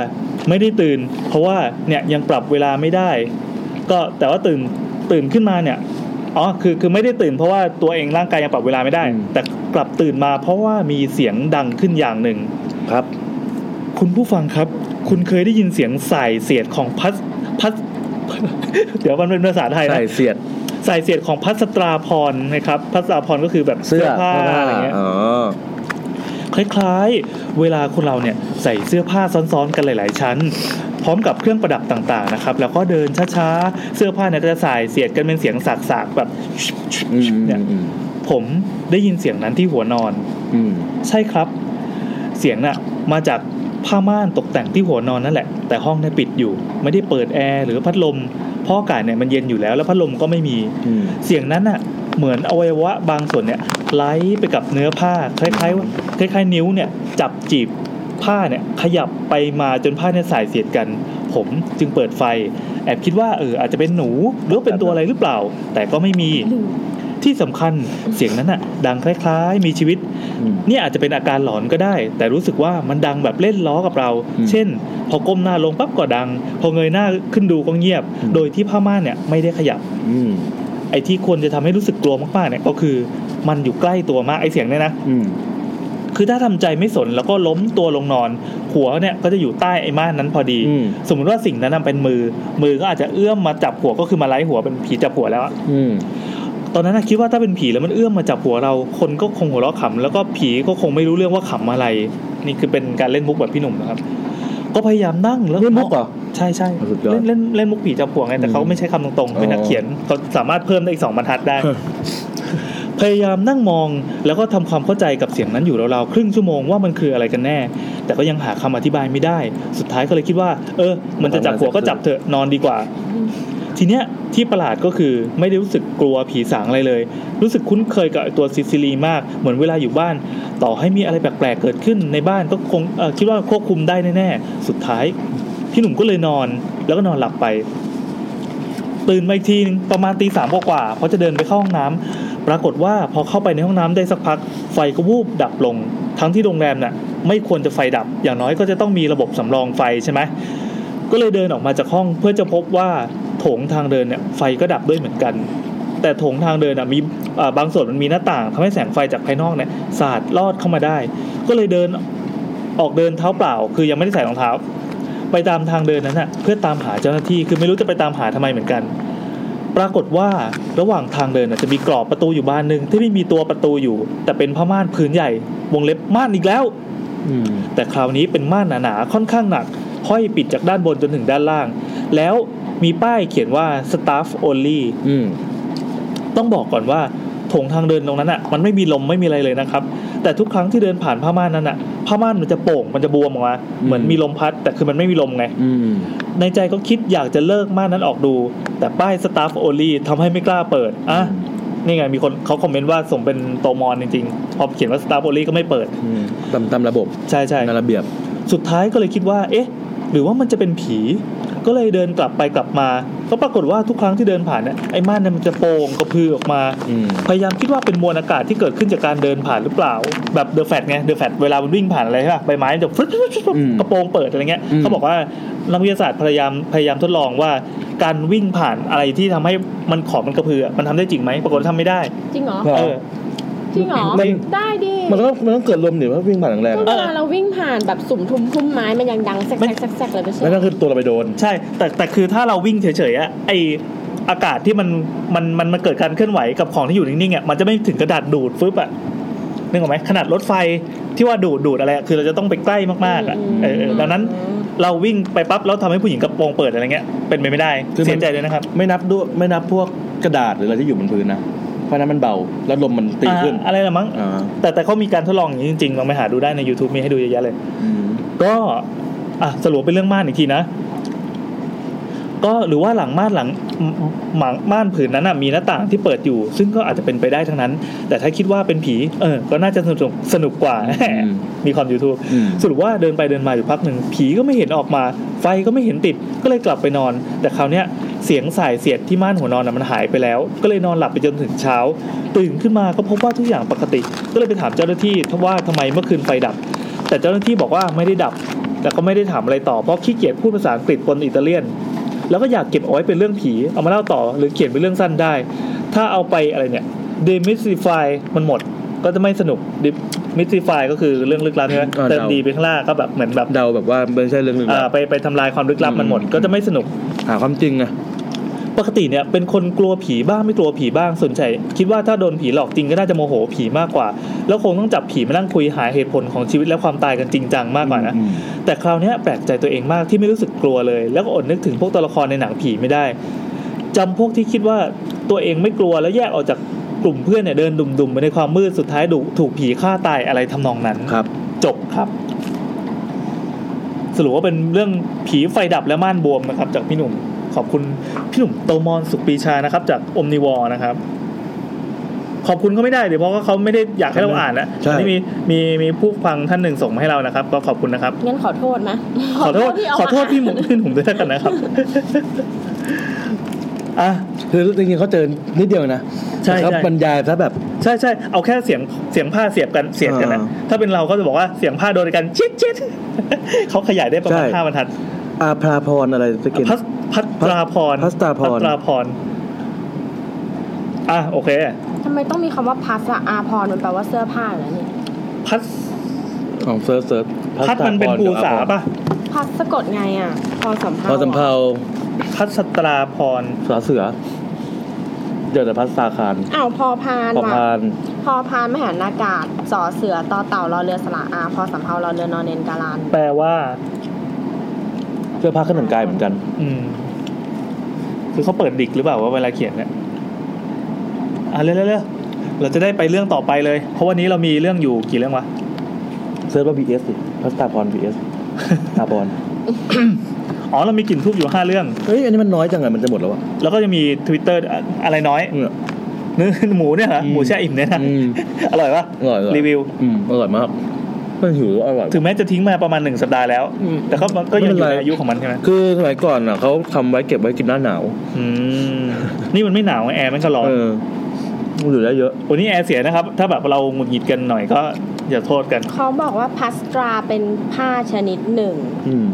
Speaker 2: ไม่ได้ตื่น เพราะว่าเนี่ยยังปรับเวลาไม่ได้ ก็แต่ว่าตื่นตื่นขึ้นมาเนี่ยอ๋อคือคือไม่ได้ตื่นเพราะว่าตัวเองร่างกายยังปรับเวลาไม่ได้
Speaker 1: อืม
Speaker 2: แต่กลับตื่นมาเพราะว่ามีเสียงดังขึ้นอย่างหนึ่ง
Speaker 1: ครับ
Speaker 2: คุณผู้ฟังครับ คุณเคยได้ยินเสียงสายเสียดของพัสพัส เดี๋ยวมันเป็นภาษาไทยนะ
Speaker 1: ใส่เสียด
Speaker 2: สายเสียดของพัสตราพรนะครับพัสตราพรก็คือแบบ
Speaker 1: เสื้อ
Speaker 2: ผ้าอะไรเงี้ย
Speaker 1: อ๋อ
Speaker 2: คล้ายๆ เวลาคนเราเนี่ยใส่เสื้อผ้าซ้อนๆ กันหลาย ๆ ชั้น พร้อมกับเครื่องประดับต่างๆนะครับ แล้วก็เดินช้าๆ เสื้อผ้าเนี่ยก็จะสายเสียดกันเป็นเสียงสากๆแบบ
Speaker 1: อืม
Speaker 2: เนี่ย
Speaker 1: อืม
Speaker 2: ผมได้ยินเสียงนั้นที่หัวนอน
Speaker 1: อืม
Speaker 2: ใช่ครับ เสียงน่ะมาจากผ้าม่านตกแต่งที่หัวนอนนั่นแหละ แต่ห้องเนี่ยปิดอยู่ ไม่ได้เปิดแอร์หรือพัดลมเพราะอากาศเนี่ยมันเย็นอยู่แล้วแล้วพัดลมก็ไม่มี
Speaker 1: อืม
Speaker 2: เสียงนั้นน่ะเหมือนอวัยวะบางส่วนเนี่ยไหลไปกับเนื้อผ้าคล้ายๆว่าคล้าย ๆ นิ้วเนี่ยจับจีบผ้าเนี่ยขยับไปมาจนผ้าเนี่ยสายเสียดกัน ผมจึงเปิดไฟ แอบคิดว่าเอออาจจะเป็นหนูหรือว่าเป็นตัวอะไรหรือเปล่า แต่ก็ไม่มีที่สำคัญเสียงนั้นน่ะดังคล้ายๆ มีชีวิต
Speaker 1: อืม
Speaker 2: เนี่ยอาจจะเป็นอาการหลอนก็ได้ แต่รู้สึกว่ามันดังแบบเล่นล้อกับเรา
Speaker 1: อืม
Speaker 2: เช่น พอก้มหน้าลงปั๊บก็ดัง พอเงยหน้าขึ้นดูก็เงียบ
Speaker 1: อืม
Speaker 2: โดยที่ผ้าม่านเนี่ยไม่ได้ขยับ
Speaker 1: อืม
Speaker 2: ไอ้ที่ควรจะทำให้รู้สึกกลัวมากๆเนี่ยก็คือมันอยู่ใกล้ตัวมากไอ้เสียงเนี่ยนะ
Speaker 1: อืม
Speaker 2: คือถ้าทำใจไม่สนแล้วก็ล้มตัวลงนอน หัวเนี่ยก็จะอยู่ใต้ไอ้ม่านนั้นพอดี
Speaker 1: อืม
Speaker 2: สมมติว่าสิ่งนั้นนะเป็นมือ มือก็อาจจะเอื้อมมาจับหัวก็คือมาไล่หัวเป็นผีจับหัวแล้วอะ
Speaker 1: อืม
Speaker 2: ตอนนั้นนะคิดว่าถ้าเป็นผีแล้วมันเอื้อมมาจับหัวเรา คนก็คงหัวเราะขำแล้วก็ผีก็คงไม่รู้เรื่องว่าขำอะไร นี่คือเป็นการเล่นมุกแบบพี่หนุ่มนะครับ ก็พยายามนั่งแล้ว
Speaker 1: เล่นมุกเหรอ
Speaker 2: ใช่ใช่
Speaker 1: สุดยอด
Speaker 2: เล่นเล่นเล่นมุกผีจับหัวไงแต่เขาไม่ใช่คำตรงๆเป็นนักเขียนเขาสามารถเพิ่มได้อีกสองบรรทัดได้
Speaker 1: เออ
Speaker 2: พยายามนั่งมองแล้วก็ทำความเข้าใจกับเสียงนั้นอยู่ราวๆครึ่งชั่วโมงว่ามันคืออะไรกันแน่ แต่ก็ยังหาคำอธิบายไม่ได้ สุดท้ายก็เลยคิดว่า เออ มันจะจับหัวก็จับเถอะนอนดีกว่า ทีเนี้ยที่ประหลาดก็คือไม่ได้รู้สึกกลัวผีสางอะไรเลย รู้สึกคุ้นเคยกับตัวซิซิลีมาก เหมือนเวลาอยู่บ้าน ต่อให้มีอะไรแปลกๆเกิดขึ้นในบ้านก็คงเอ่อคิดว่าควบคุมได้แน่ๆสุดท้าย พี่หนุ่มก็เลยนอนแล้วก็นอนหลับไป ตื่นมาอีกทีนึงประมาณตีสามกว่าๆเพราะจะเดินไปเข้าห้องน้ำปรากฏว่าพอเข้าไปในห้องน้ำได้สักพัก ไฟก็วูบดับลง ทั้งที่โรงแรมน่ะ ไม่ควรจะไฟดับ อย่างน้อยก็จะต้องมีระบบสำรองไฟใช่ไหมก็เลยเดินออกมาจากห้องเพื่อจะพบว่าโถงทางเดินเนี่ยไฟก็ดับด้วยเหมือนกัน แต่โถงทางเดินน่ะมีเอ่อบางส่วนมันมีหน้าต่างทำให้แสงไฟจากภายนอกเนี่ยสาดลอดเข้ามาได้ ก็เลยเดินออกเดินเท้าเปล่า คือยังไม่ได้ใส่รองเท้า ไปตามทางเดินนั้นน่ะเพื่อตามหาเจ้าหน้าที่คือไม่รู้จะไปตามหาทำไมเหมือนกัน ปรากฏว่าระหว่างทางเดินน่ะจะมีกรอบประตูอยู่บานหนึ่งที่ไม่มีตัวประตูอยู่ แต่เป็นผ้าม่านผืนใหญ่ วงเล็บม่านอีกแล้ว
Speaker 1: อืม
Speaker 2: แต่คราวนี้เป็นม่านหนาๆค่อนข้างหนักห้อยปิดจากด้านบนจนถึงด้านล่าง แล้วมีป้ายเขียนว่า staff only
Speaker 1: อืม
Speaker 2: ต้องบอกก่อนว่าโถงทางเดินตรงนั้นอ่ะมันไม่มีลมไม่มีอะไรเลยนะครับ แต่ทุกครั้งที่เดินผ่านผ้าม่านนั้นอ่ะผ้าม่านมันจะโป่งมันจะบวมออกมาเหมือน
Speaker 1: อืม
Speaker 2: มีลมพัด แต่คือมันไม่มีลมไง
Speaker 1: อืม
Speaker 2: ในใจก็คิดอยากจะเลิกม่านนั้นออกดู แต่ป้าย staff only ทำให้ไม่กล้าเปิดอ่ะ
Speaker 1: อืม
Speaker 2: นี่ไงมีคนเขาคอมเมนต์ว่าสมเป็นโตมอนจริงๆพอเขียนว่า staff only ก็ไม่เปิด
Speaker 1: อืมตามตามระบบ
Speaker 2: ใช่ใช่
Speaker 1: ตามระเบียบ
Speaker 2: สุดท้ายก็เลยคิดว่า เอ๊ะ หรือว่ามันจะเป็นผี ก็เลยเดินกลับไปกลับมา ก็ปรากฏว่าทุกครั้งที่เดินผ่านเนี่ยไอ้ม่านเนี่ยมันจะโป่งกระพือออกมา
Speaker 1: อืม
Speaker 2: พยายามคิดว่าเป็นมวลอากาศที่เกิดขึ้นจากการเดินผ่านหรือเปล่า แบบเดอะแฟตไงเดอะแฟตเวลามันวิ่งผ่านอะไรใช่ป่ะใบไม้มันจะฟึ๊ดฟึ๊ดฟึ๊ดฟึ๊ด
Speaker 1: อืม
Speaker 2: กระโปรงเปิดอะไรเงี้ย
Speaker 1: อืม
Speaker 2: เขาบอกว่านักวิทยาศาสตร์พยายามพยายามทดลองว่าการวิ่งผ่านอะไรที่ทำให้มันขอบมันกระเพืออะมันทำได้จริงไหมปรากฏว่าทำไม่ได้
Speaker 4: จริงเหรอ
Speaker 3: หรอ
Speaker 2: เออ
Speaker 4: จริงเหรอ
Speaker 3: มัน
Speaker 4: ได้ดิ
Speaker 1: มันต้องมันต้องเกิดลมหรือว่าวิ่งผ่านแรง
Speaker 4: ก็
Speaker 1: ๆ
Speaker 4: เวลาเราวิ่งผ่านแบบสุ่มทุ่มพุ่มไม้มันยังดังแซก
Speaker 2: ไม่
Speaker 4: แซกแซกแซกเลยไม่ใช่
Speaker 1: แล้วนั่นคือตัวเราไปโดน
Speaker 2: ใช่แต่แต่คือถ้าเราวิ่งเฉยๆอะไออากาศที่มันมันมันมันเกิดการเคลื่อนไหวกับของที่อยู่นิ่งๆอะมันจะไม่ถึงกระดาษดูดฟึบอะนึกออกไหมขนาดรถไฟที่ว่าดูดดูดอะไรอะคือเราจะต้องไปใกล้มากๆอะเออเออดังนั้น เราวิ่งไปปั๊บแล้วทำให้ผู้หญิงกระโปรงเปิดอะไรเงี้ยเป็นไปไม่ได้
Speaker 1: คือมัน
Speaker 2: เสียใจเลยนะครับ
Speaker 1: ไม่นับด้วยไม่นับพวกกระดาษหรืออะไรที่อยู่บนพื้นนะเพราะนั้นมันเบาแล้วลมมันตีขึ้น
Speaker 2: อ่าอะไรละมั้ง
Speaker 1: อ่า
Speaker 2: แต่แต่เขามีการทดลองอย่างนี้จริงๆลองไปหาดูได้ใน YouTube มีให้ดูเยอะแยะเลย
Speaker 1: อืม
Speaker 2: ก็อ่ะสรุปเป็นเรื่องม่านอีกทีนะ ก็หรือว่าหลังม่านหลังหมังม่านผืนนั้นน่ะมีหน้าต่างที่เปิดอยู่ ซึ่งก็อาจจะเป็นไปได้ทั้งนั้น แต่ถ้าคิดว่าเป็นผีเออก็น่าจะสนุกสนุกกว่า
Speaker 1: อืม
Speaker 2: มีความ YouTube
Speaker 1: อืม
Speaker 2: สรุปว่าเดินไปเดินมาอยู่พักหนึ่งผีก็ไม่เห็นออกมา ไฟก็ไม่เห็นติดก็เลยกลับไปนอน แต่คราวเนี้ยเสียงสายเสียดที่ม่านหัวนอนน่ะมันหายไปแล้ว ก็เลยนอนหลับไปจนถึงเช้า ตื่นขึ้นมาก็พบว่าทุกอย่างปกติ ก็เลยไปถามเจ้าหน้าที่ว่าทำไมเมื่อคืนไฟดับ แต่เจ้าหน้าที่บอกว่าไม่ได้ดับ แต่ก็ไม่ได้ถามอะไรต่อเพราะขี้เกียจพูดภาษาอังกฤษปนอิตาเลียน แล้วก็อยากเก็บเอาไว้เป็นเรื่องผีเอามาเล่าต่อหรือเขียนเป็นเรื่องสั้นได้ ถ้าเอาไปอะไรเนี่ย demystify มันหมดก็จะไม่สนุก demystify ก็คือเรื่องลึกลับใช่ไหม
Speaker 1: อ่า
Speaker 2: เติม
Speaker 1: เดา
Speaker 2: ดีไปข้างล่างก็แบบเหมือนแบบ
Speaker 1: เดาแบบว่าไม่ใช่เรื่องลึก
Speaker 2: อ่า
Speaker 1: ลับ
Speaker 2: ไปไปทำลายความลึกลับมันหมด
Speaker 1: อืม
Speaker 2: ก็จะไม่สนุก
Speaker 1: หาความจริงอะ
Speaker 2: ปกติเนี่ยเป็นคนกลัวผีบ้างไม่กลัวผีบ้างส่วนใหญ่คิดว่าถ้าโดนผีหลอกจริงก็น่าจะโมโหผีมากกว่า แล้วคงต้องจับผีมานั่งคุยหาเหตุผลของชีวิตและความตายกันจริงจังมากกว่านะ
Speaker 1: อืม
Speaker 2: แต่คราวเนี้ยแปลกใจตัวเองมากที่ไม่รู้สึกกลัวเลย แล้วก็อดนึกถึงพวกตัวละครในหนังผีไม่ได้จำพวกที่คิดว่าตัวเองไม่กลัวแล้วแยกออกจากกลุ่มเพื่อนเนี่ยเดินดุ่มๆไปในความมืดสุดท้ายดุถูกผีฆ่าตายอะไรทำนองนั้น
Speaker 1: ครับ
Speaker 2: จบครับ สรุปว่าเป็นเรื่องผีไฟดับและม่านบวมนะครับ จากพี่หนุ่มขอบคุณพี่หนุ่มโตมอนสุขปรีชานะครับ จากอมนิวอนะครับ ขอบคุณเขาไม่ได้เดี๋ยวเพราะว่าเขาไม่ได้อยากให้เราอ่านนะ
Speaker 1: ใช่
Speaker 2: อันนี้มีมีมีผู้ฟังท่านหนึ่งส่งมาให้เรานะครับ ก็ขอบคุณนะครับ
Speaker 4: งั้นขอโทษนะ
Speaker 2: ขอโทษ
Speaker 4: ที่เา
Speaker 2: ขอโทษ
Speaker 4: มา
Speaker 2: พี่หมุพี่หนุ่มด้วยแล้วกันนะครับ อ่ะ
Speaker 1: คือจริงๆเขาเจอนิดเดียวนะ
Speaker 2: ใช่
Speaker 1: แต่เขา
Speaker 2: ใช่
Speaker 1: บรรยายซะแบบ
Speaker 2: ใช่ใช่เอาแค่เสียงเสียงผ้าเสียบกันเสียบกันนะ
Speaker 1: อ่า
Speaker 2: ถ้าเป็นเราก็จะบอกว่าเสียงผ้าโดนกันชิดชิด เขาขยายได้ประมาณ
Speaker 1: ใช่
Speaker 2: ห้าบรรทัด
Speaker 1: อาภราพรอะไรสักกิน
Speaker 2: พัสพัตราพร
Speaker 1: พัสตราพร
Speaker 2: พัสตราพรอ่ะโอเค
Speaker 4: ทำไมต้องมีคำว่าพัสอะอาพรมันแปลว่าเสื้อผ้าเหรอเนี่ย
Speaker 2: พัส
Speaker 1: ของเซิร์ชเซิร์ช
Speaker 2: พัสมันเป็นภูษาป่ะ
Speaker 4: พัสสะกดไงอ่ะพอสัมภา
Speaker 1: พอสำเพา
Speaker 2: พัสตราพร
Speaker 1: สาเสือ เดี๋ยวแต่พัสตาคาร
Speaker 4: อ้าวพอพาน
Speaker 1: ปอ
Speaker 4: ว่ะ
Speaker 1: พาน
Speaker 4: พอพานมหานากาศสอเสือต่อเต่ารอเรือสละอาพอสำเภารอเรือนอนเนนการัน
Speaker 2: แปลว่า
Speaker 1: เสื้อผ้าเครื่องแต่งกายเหมือนกัน
Speaker 2: อืม คือเขาเปิดดิกหรือเปล่าว่าเวลาเขียนเนี่ยอ่ะเร็วๆเร็วๆเราจะได้ไปเรื่องต่อไปเลย เพราะวันนี้เรามีเรื่องอยู่กี่เรื่องวะ
Speaker 1: เซิร์ชว่า BS สิพัสตาพร BS ตาพร
Speaker 2: อ๋อเรามีกลิ่นทูบอยู่ห้าเรื่อง
Speaker 1: เฮ้ย อันนี้มันน้อยจังเลยมันจะหมดแล้วอะ
Speaker 2: แล้วก็จะมี Twitter อะอะไรน้อย
Speaker 1: เนี่ย
Speaker 2: เนื้อหมูเนี่ยเหรอ
Speaker 1: อืม
Speaker 2: หมูแช่อิ่มเนี่ยนะ
Speaker 1: อืม
Speaker 2: อร่อยปะ
Speaker 1: อร่อยออย
Speaker 2: รีวิว
Speaker 1: อืมอร่อยมากมันหิวอร่อย
Speaker 2: ถึงแม้จะทิ้งมาประมาณหนึ่งสัปดาห์แล้ว
Speaker 1: อืม
Speaker 2: แต่ก็มันก็ยังอยู่
Speaker 1: ไม่เป็นไร
Speaker 2: ในอายุของมันใช่ไหม
Speaker 1: คือสมัยก่อนอ่ะเขาทำไว้เก็บไว้กินหน้าหนาว
Speaker 2: อืม นี่มันไม่หนาวไงแอร์มันก็ร้อน
Speaker 1: เออมันอยู่ได้เยอะ
Speaker 2: วันนี้แอร์เสียนะครับ ถ้าแบบเราหงุดหงิดกันหน่อยก็อย่าโทษกัน
Speaker 4: เขาบอกว่าพัสตราเป็นผ้าชนิดหนึ่ง
Speaker 1: อืม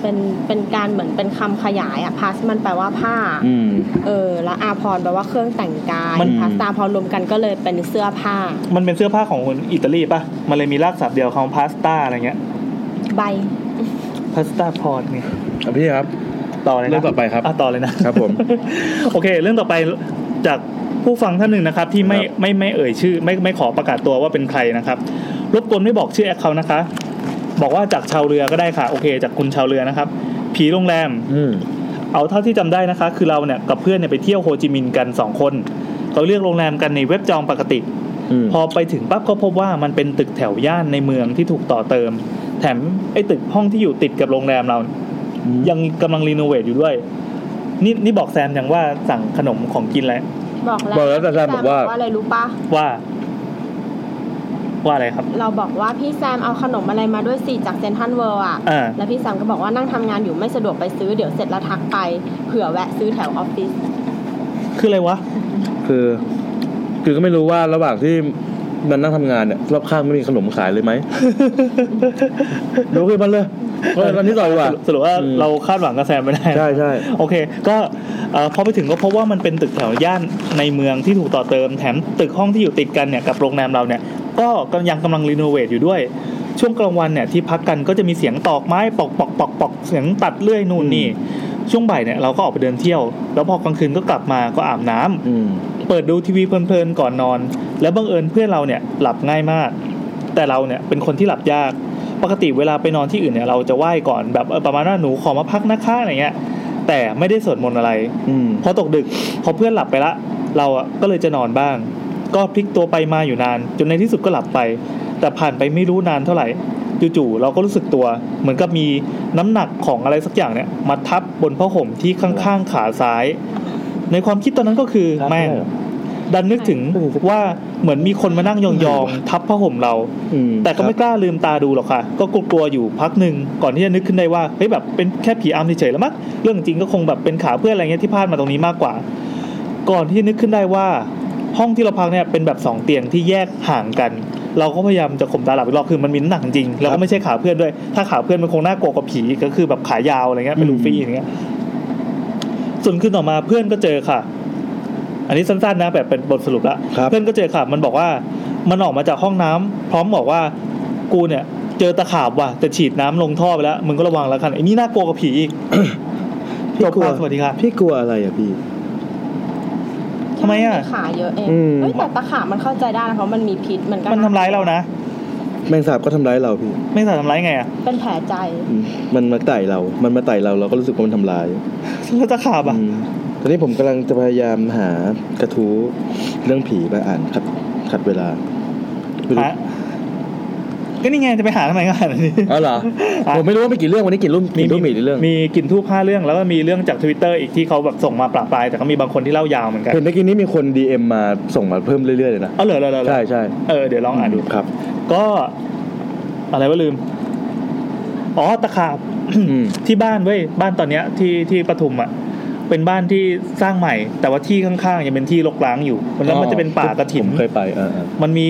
Speaker 4: เป็นเป็นการเหมือนเป็นคำขยายอะพัสมันแปลว่าผ้า
Speaker 1: อืม
Speaker 4: เออ แล้วอาพรแปลว่าเครื่องแต่งกาย
Speaker 1: มัน
Speaker 4: พัสตราพอรวมกันก็เลยเป็นเสื้อผ้า
Speaker 2: มันเป็นเสื้อผ้าของคนอิตาลีป่ะ มันเลยมีรากศัพท์เดียวคำพาสต้าอะไรเงี้ย
Speaker 4: ใบ
Speaker 2: พาสต้าพอดนี่
Speaker 1: อ่ะพี่ครับ
Speaker 2: ต่อเลยนะ
Speaker 1: เรื่องต่อไปครับ
Speaker 2: อ่ะต่อเลยนะครับ
Speaker 1: ผม
Speaker 2: โอเค เรื่องต่อไปจากผู้ฟังท่านหนึ่งนะครับ ที่ไม่
Speaker 1: ครับ
Speaker 2: ไม่ไม่เอ่ยชื่อ ไม่ไม่ขอประกาศตัวว่าเป็นใครนะครับ รบกวนไม่บอกชื่อแอคเคาท์นะคะ บอกว่าจากชาวเรือก็ได้ค่ะ โอเค จากคุณชาวเรือนะครับ ผีโรงแรม
Speaker 1: อืม
Speaker 2: เอาเท่าที่จำได้นะคะ คือเราเนี่ยกับเพื่อนเนี่ยไปเที่ยวโฮจิมินห์กันสองคนเราเลือกโรงแรมกันในเว็บจองปกติ
Speaker 1: อืม
Speaker 2: พอไปถึงปั๊บก็พบว่ามันเป็นตึกแถวย่านในเมืองที่ถูกต่อเติม แถมไอ้ตึกห้องที่อยู่ติดกับโรงแรมเรา ยังกำลังรีโนเวทอยู่ด้วย นี่นี่บอกแซมยังว่าสั่งขนมของกินอะไร
Speaker 4: บอก
Speaker 1: บอก
Speaker 4: แล้ว
Speaker 1: แล้วแต่แซมบอกว่า
Speaker 4: อะไรรู้ปะ
Speaker 2: ว่า ว่าอะไรครับ
Speaker 4: เราบอกว่าพี่แซมเอาขนมอะไรมาด้วยสิจากเซนทรันเวิร์อ่ะ
Speaker 2: อ่า
Speaker 4: แล้วพี่แซมก็บอกว่านั่งทำงานอยู่ไม่สะดวกไปซื้อเดี๋ยวเสร็จแล้วทักไปเผื่อแวะซื้อแถวออฟฟิศ
Speaker 2: คืออะไรวะ
Speaker 1: คือ คือก็ไม่รู้ว่าระหว่างที่มันนั่งทำงานเนี่ยรอบข้างไม่มีขนมขาย เลยไหม รู้ขึ้นมันเลยเพราะ วันนี้ต่อดีกว่า
Speaker 2: สรุปว่า
Speaker 1: อืม
Speaker 2: เราคาดหวังกับแซมไม่ได้นะ
Speaker 1: ใช่ใช่
Speaker 2: โอเค ก็เอ่อพอไปถึงก็พบว่ามันเป็นตึกแถวย่านในเมืองที่ถูกต่อเติมแถมตึกห้องที่อยู่ติดกันเนี่ยกับโรงแรมเราเนี่ย ก็กำยังกำลังรีโนเวทอยู่ด้วย ช่วงกลางวันเนี่ยที่พักกันก็จะมีเสียงตอกไม้ปอกปอกปอกปอกเสียงตัดเลื่อยนู่นนี่ ช่วงบ่ายเนี่ยเราก็ออกไปเดินเที่ยว แล้วพอกลางคืนก็กลับมาก็อาบน้ำ
Speaker 1: อืม
Speaker 2: เปิดดูทีวีเพลินๆก่อนนอน แล้วบังเอิญเพื่อนเราเนี่ยหลับง่ายมาก แต่เราเนี่ยเป็นคนที่หลับยาก ปกติเวลาไปนอนที่อื่นเนี่ยเราจะไหว้ก่อนแบบเออประมาณว่าหนูขอมาพักนะคะอะไรเงี้ย แต่ไม่ได้สวดมนต์อะไร
Speaker 1: อืม
Speaker 2: พอตกดึกพอเพื่อนหลับไปละ เราอ่ะก็เลยจะนอนบ้าง ก็พลิกตัวไปมาอยู่นาน จนในที่สุดก็หลับไป แต่ผ่านไปไม่รู้นานเท่าไหร่จู่ๆเราก็รู้สึกตัว เหมือนกับมีน้ำหนักของอะไรสักอย่างเนี่ยมาทับบนผ้าห่มที่ข้างๆขาซ้าย ในความคิดตอนนั้นก็คือแม่ง ดันนึกถึงว่าเหมือนมีคนมานั่งยองๆ ทับผ้าห่มเรา
Speaker 1: อืม
Speaker 2: แต่ก็ไม่กล้าลืมตาดูหรอกค่ะ ก็กลัวๆอยู่พักหนึ่งก่อนที่จะนึกขึ้นได้ว่าเฮ้ยแบบเป็นแค่ผีอำเฉยๆแล้วมั้งเรื่องจริงก็คงแบบเป็นขาเพื่อนอะไรเงี้ยที่พลาดมาตรงนี้มากกว่า ก่อนที่จะนึกขึ้นได้ว่า ห้องที่เราพักเนี่ยเป็นแบบสองเตียงที่แยกห่างกัน เราก็พยายามจะข่มตาหลับอีกรอบคือมันมีน้ำหนักจริงแล้วก็ไม่ใช่ขาเพื่อนด้วย ถ้าขาเพื่อนมันคงน่ากลัวกว่าผีก็คือแบบขายาวอะไรเงี้ยเป็นลูฟี่อย่างเงี้ย ส่วนคืนต่อมาเพื่อนก็เจอค่ะ อันนี้สั้นๆนะแบบเป็นบทสรุปละ
Speaker 1: ครับ
Speaker 2: เพื่อนก็เจอค่ะ มันบอกว่ามันออกมาจากห้องน้ำพร้อมบอกว่ากูเนี่ยเจอตะขาบว่ะแต่ฉีดน้ำลงท่อไปแล้วมึงก็ระวังแล้วกันไอ้นี่น่ากลัวกว่าผี อีก
Speaker 3: พี่
Speaker 2: จบ
Speaker 3: กลัว
Speaker 2: ครับสวัสดีครับ
Speaker 3: พี่กลัวอะไรอ่ะพี่
Speaker 2: ทำไมอะ
Speaker 4: ขาเยอะเอง
Speaker 3: อืม
Speaker 4: เฮ้ยแต่ตะขาบมันเข้าใจได้นะเพราะมันมีพิษมันก็
Speaker 2: มันทำร้ายเรานะ
Speaker 1: แมงสาบก็ทำร้ายเราพี่
Speaker 2: ไม่สามารถทำร้ายไงอ่ะ
Speaker 4: เป็นแผลใจ
Speaker 1: อืมมันมาไต่เรา มันมาไต่เราเราก็รู้สึกว่ามันทำร้าย
Speaker 2: แล้วตะขาบอ่ะ
Speaker 1: อืมตอนนี้ผมกำลังจะพยายามหากระทู้เรื่องผีมาอ่านขัดขัดเวลาไม่รู้
Speaker 2: หาก็นี่ไงจะไปหาทำไมก็หาอันนี้
Speaker 1: อ๋อเหรอ
Speaker 2: อ่ะ
Speaker 1: ผมไม่รู้ว่ามีกี่เรื่องวันนี้กี่รุ่มกี่รุ่มมีกี่เรื่อง
Speaker 2: มีกลิ่นทูบห้าเรื่องแล้วก็มีเรื่องจากทวิตเตอร์อีกที่เขาแบบส่งมาปราปรายแต่ก็มีบางคนที่เล่ายาวเหมือนกัน
Speaker 1: เห็นเมื่อกี้นี้มีคน DM มาส่งมาเพิ่มเรื่อยๆเลยนะ
Speaker 2: เอาเหรอเหรอเหรอเหรอ
Speaker 1: ใช่ใช่
Speaker 2: เออเดี๋ยวลองอ่านดู
Speaker 1: ครับ
Speaker 2: ก็อะไรวะลืม อ๋อตะขาบ
Speaker 1: อืม
Speaker 2: ที่บ้านเว้ยบ้านตอนเนี้ยที่ที่ปทุมอ่ะเป็นบ้านที่สร้างใหม่ แต่ว่าที่ข้างๆยังเป็นที่รกร้างอยู่มันแล้วมันจะเป็นป่ากระถิ่น
Speaker 1: ผมเคยไปเออเออ
Speaker 2: มันมี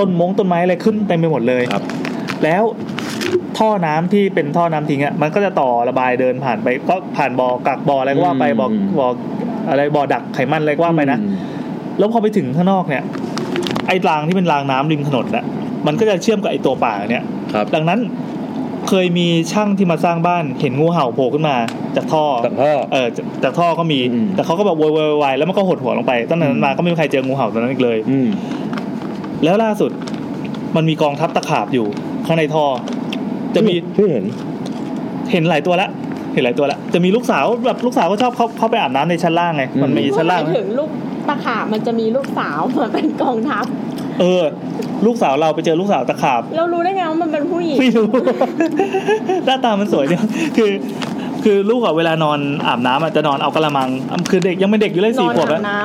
Speaker 2: ต้นมงต้นไม้อะไรขึ้นเต็มไปหมดเลย
Speaker 1: ครับ
Speaker 2: แล้วท่อน้ำที่เป็นท่อน้ำทิ้งอ่ะมันก็จะต่อระบายเดินผ่านไปก็ผ่านบ่อกักบ่ออะไรก็ว่าไปบ่อบ่ออะไรบ่อดักไขมันอะไรก็ว่าไปนะ
Speaker 1: อืม
Speaker 2: แล้วพอไปถึงข้างนอกเนี่ย ไอ้รางที่เป็นรางน้ำริมถนนน่ะมันก็จะเชื่อมกับไอ้ตัวป่าเนี่ย
Speaker 1: ครับ
Speaker 2: ดังนั้นเคยมีช่างที่มาสร้างบ้านเห็นงูเห่าโผล่ขึ้นมาจากท่อ
Speaker 1: จากพ่อ
Speaker 2: เออจากจากท่อก็มี
Speaker 1: อืม
Speaker 2: แต่เขาก็แบบโวยวายโวยวายแล้วมันก็หดหัวลงไปตั้งแต่นั้นมาก็ไม่มีใครเจองูเห่าตัวนั้นอีกเลย
Speaker 1: อืม
Speaker 2: แล้วล่าสุดมันมีกองทัพตะขาบอยู่ ข้างในท่อ จะมี
Speaker 1: ที่เห็น
Speaker 2: เห็นหลายตัวละเห็นหลายตัวละจะมีลูกสาวแบบลูกสาวก็ชอบเข้าเข้าไปอาบน้ำในชั้นล่างไงมันมี
Speaker 4: พู
Speaker 2: ชั้
Speaker 4: ด
Speaker 2: น
Speaker 4: ไป
Speaker 2: ล่าง
Speaker 4: ถึงลูกตะขาบมันจะมีลูกสาวมาเป็นกองทัพ
Speaker 2: เออ ลูกสาวเราไปเจอลูกสาวตะขาบ
Speaker 4: เรารู้ได้ไงว่ามันเป็นผู้หญิง
Speaker 2: ไม่รู้ หน้าตามันสวยเนี่ย คือ คือลูกอะเวลานอนอาบน้ำอะจะนอนเอากระมังคือเด็กยังเป็นเด็กอยู่เลย
Speaker 4: นอ
Speaker 2: สี่
Speaker 4: น
Speaker 2: ขวบ
Speaker 4: อา
Speaker 2: อะ
Speaker 4: บน้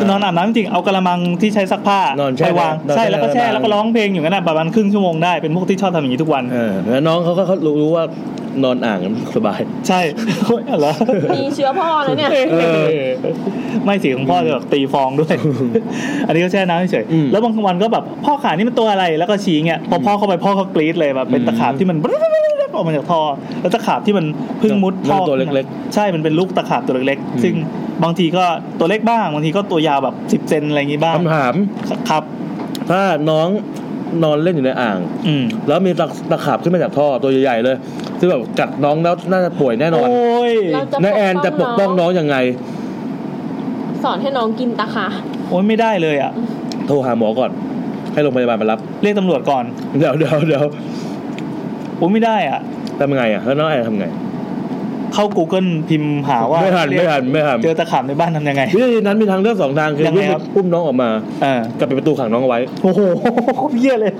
Speaker 2: คือนอนอาบน้ำจริงๆเอากระมังที่ใช้ซักผ้าน
Speaker 1: อนแช่
Speaker 2: ไปวาง
Speaker 1: นอนแช่
Speaker 2: ใช่แล้วก็แช่
Speaker 1: ในกระมัง
Speaker 2: แล้วก็ร้องเพลงอยู่งั้นอะประมาณครึ่งชั่วโมงได้เป็นพวกที่ชอบทำอย่างนี้ทุกวัน
Speaker 1: เออแล้วน้องเขาก็เขารู้รู้ว่านอนอ่างสบาย
Speaker 2: ใช่ โอ๊ยอะไร
Speaker 4: ำมีเชื้อพ่อแล้วเนี่ย
Speaker 2: เออไม่สิของพ่อจะแบบตีฟองด้วย อันนี้ก็แช่น้ำเฉยๆ
Speaker 1: อืม
Speaker 2: แล้วบางวันก็แบบพ่อขานี่มันตัวอะไรแล้วก็ชี้เงี้ยพอพ่อเข้าไปพ่อเขากรี๊ดเลยแบบเป็น
Speaker 1: อืม
Speaker 2: ตะขาบที่มัน ออกมาจากท่อแล้วตะขาบที่มันเพึ่งมุดท่อ
Speaker 1: มันเป็นตัวเล็ก
Speaker 2: ๆใช่มันเป็นลูกตะขาบตัวเล็ก
Speaker 1: อืม
Speaker 2: ๆ ซึ่งบางทีก็ตัวเล็กบ้างบางทีก็ตัวยาวแบบสิบเซนอะไรอย่างงี้บ้าง
Speaker 1: คำถาม
Speaker 2: ครับ
Speaker 1: ถ้าน้องนอนเล่นอยู่ในอ่าง
Speaker 2: อืม
Speaker 1: แล้วมีตะตะขาบขึ้นมาจากท่อตัวใหญ่ๆเลยซึ่งแบบกัดน้องแล้วน่าจะป่วยแน่นอน
Speaker 2: โอ้ย
Speaker 4: เราจะ
Speaker 1: น้าแอนจะปกป้องน้องยังไง
Speaker 4: สอนให้น้องกินตะขาบ
Speaker 2: โอ้ยไม่ได้เลยอ่ะ
Speaker 1: โทรหาหมอก่อน ให้โรงพยาบาลมารับ
Speaker 2: เรียกตำรวจก่อน
Speaker 1: เดี๋ยวเดี๋ยวเดี๋ยว
Speaker 2: โอ้ยไม่ได้อ่ะ
Speaker 1: ทำไงอ่ะแล้วน้องแอนทำไง
Speaker 2: เข้า Google พิมพ์หาว่า
Speaker 1: ไม่ทันไม่ทันไม่ทัน
Speaker 2: เจอตะขาบในบ้านทำยังไง
Speaker 1: วิธีนั้นมีทางเลือกสองทางคือ
Speaker 2: ยังไง
Speaker 1: วิ่ง
Speaker 2: ครับ
Speaker 1: ไปอุ้มน้องออกมา
Speaker 2: เอ่า
Speaker 1: กับปิดประตูขังน้องเอาไว้
Speaker 2: โอ้โหโคตรเยี่ย เลย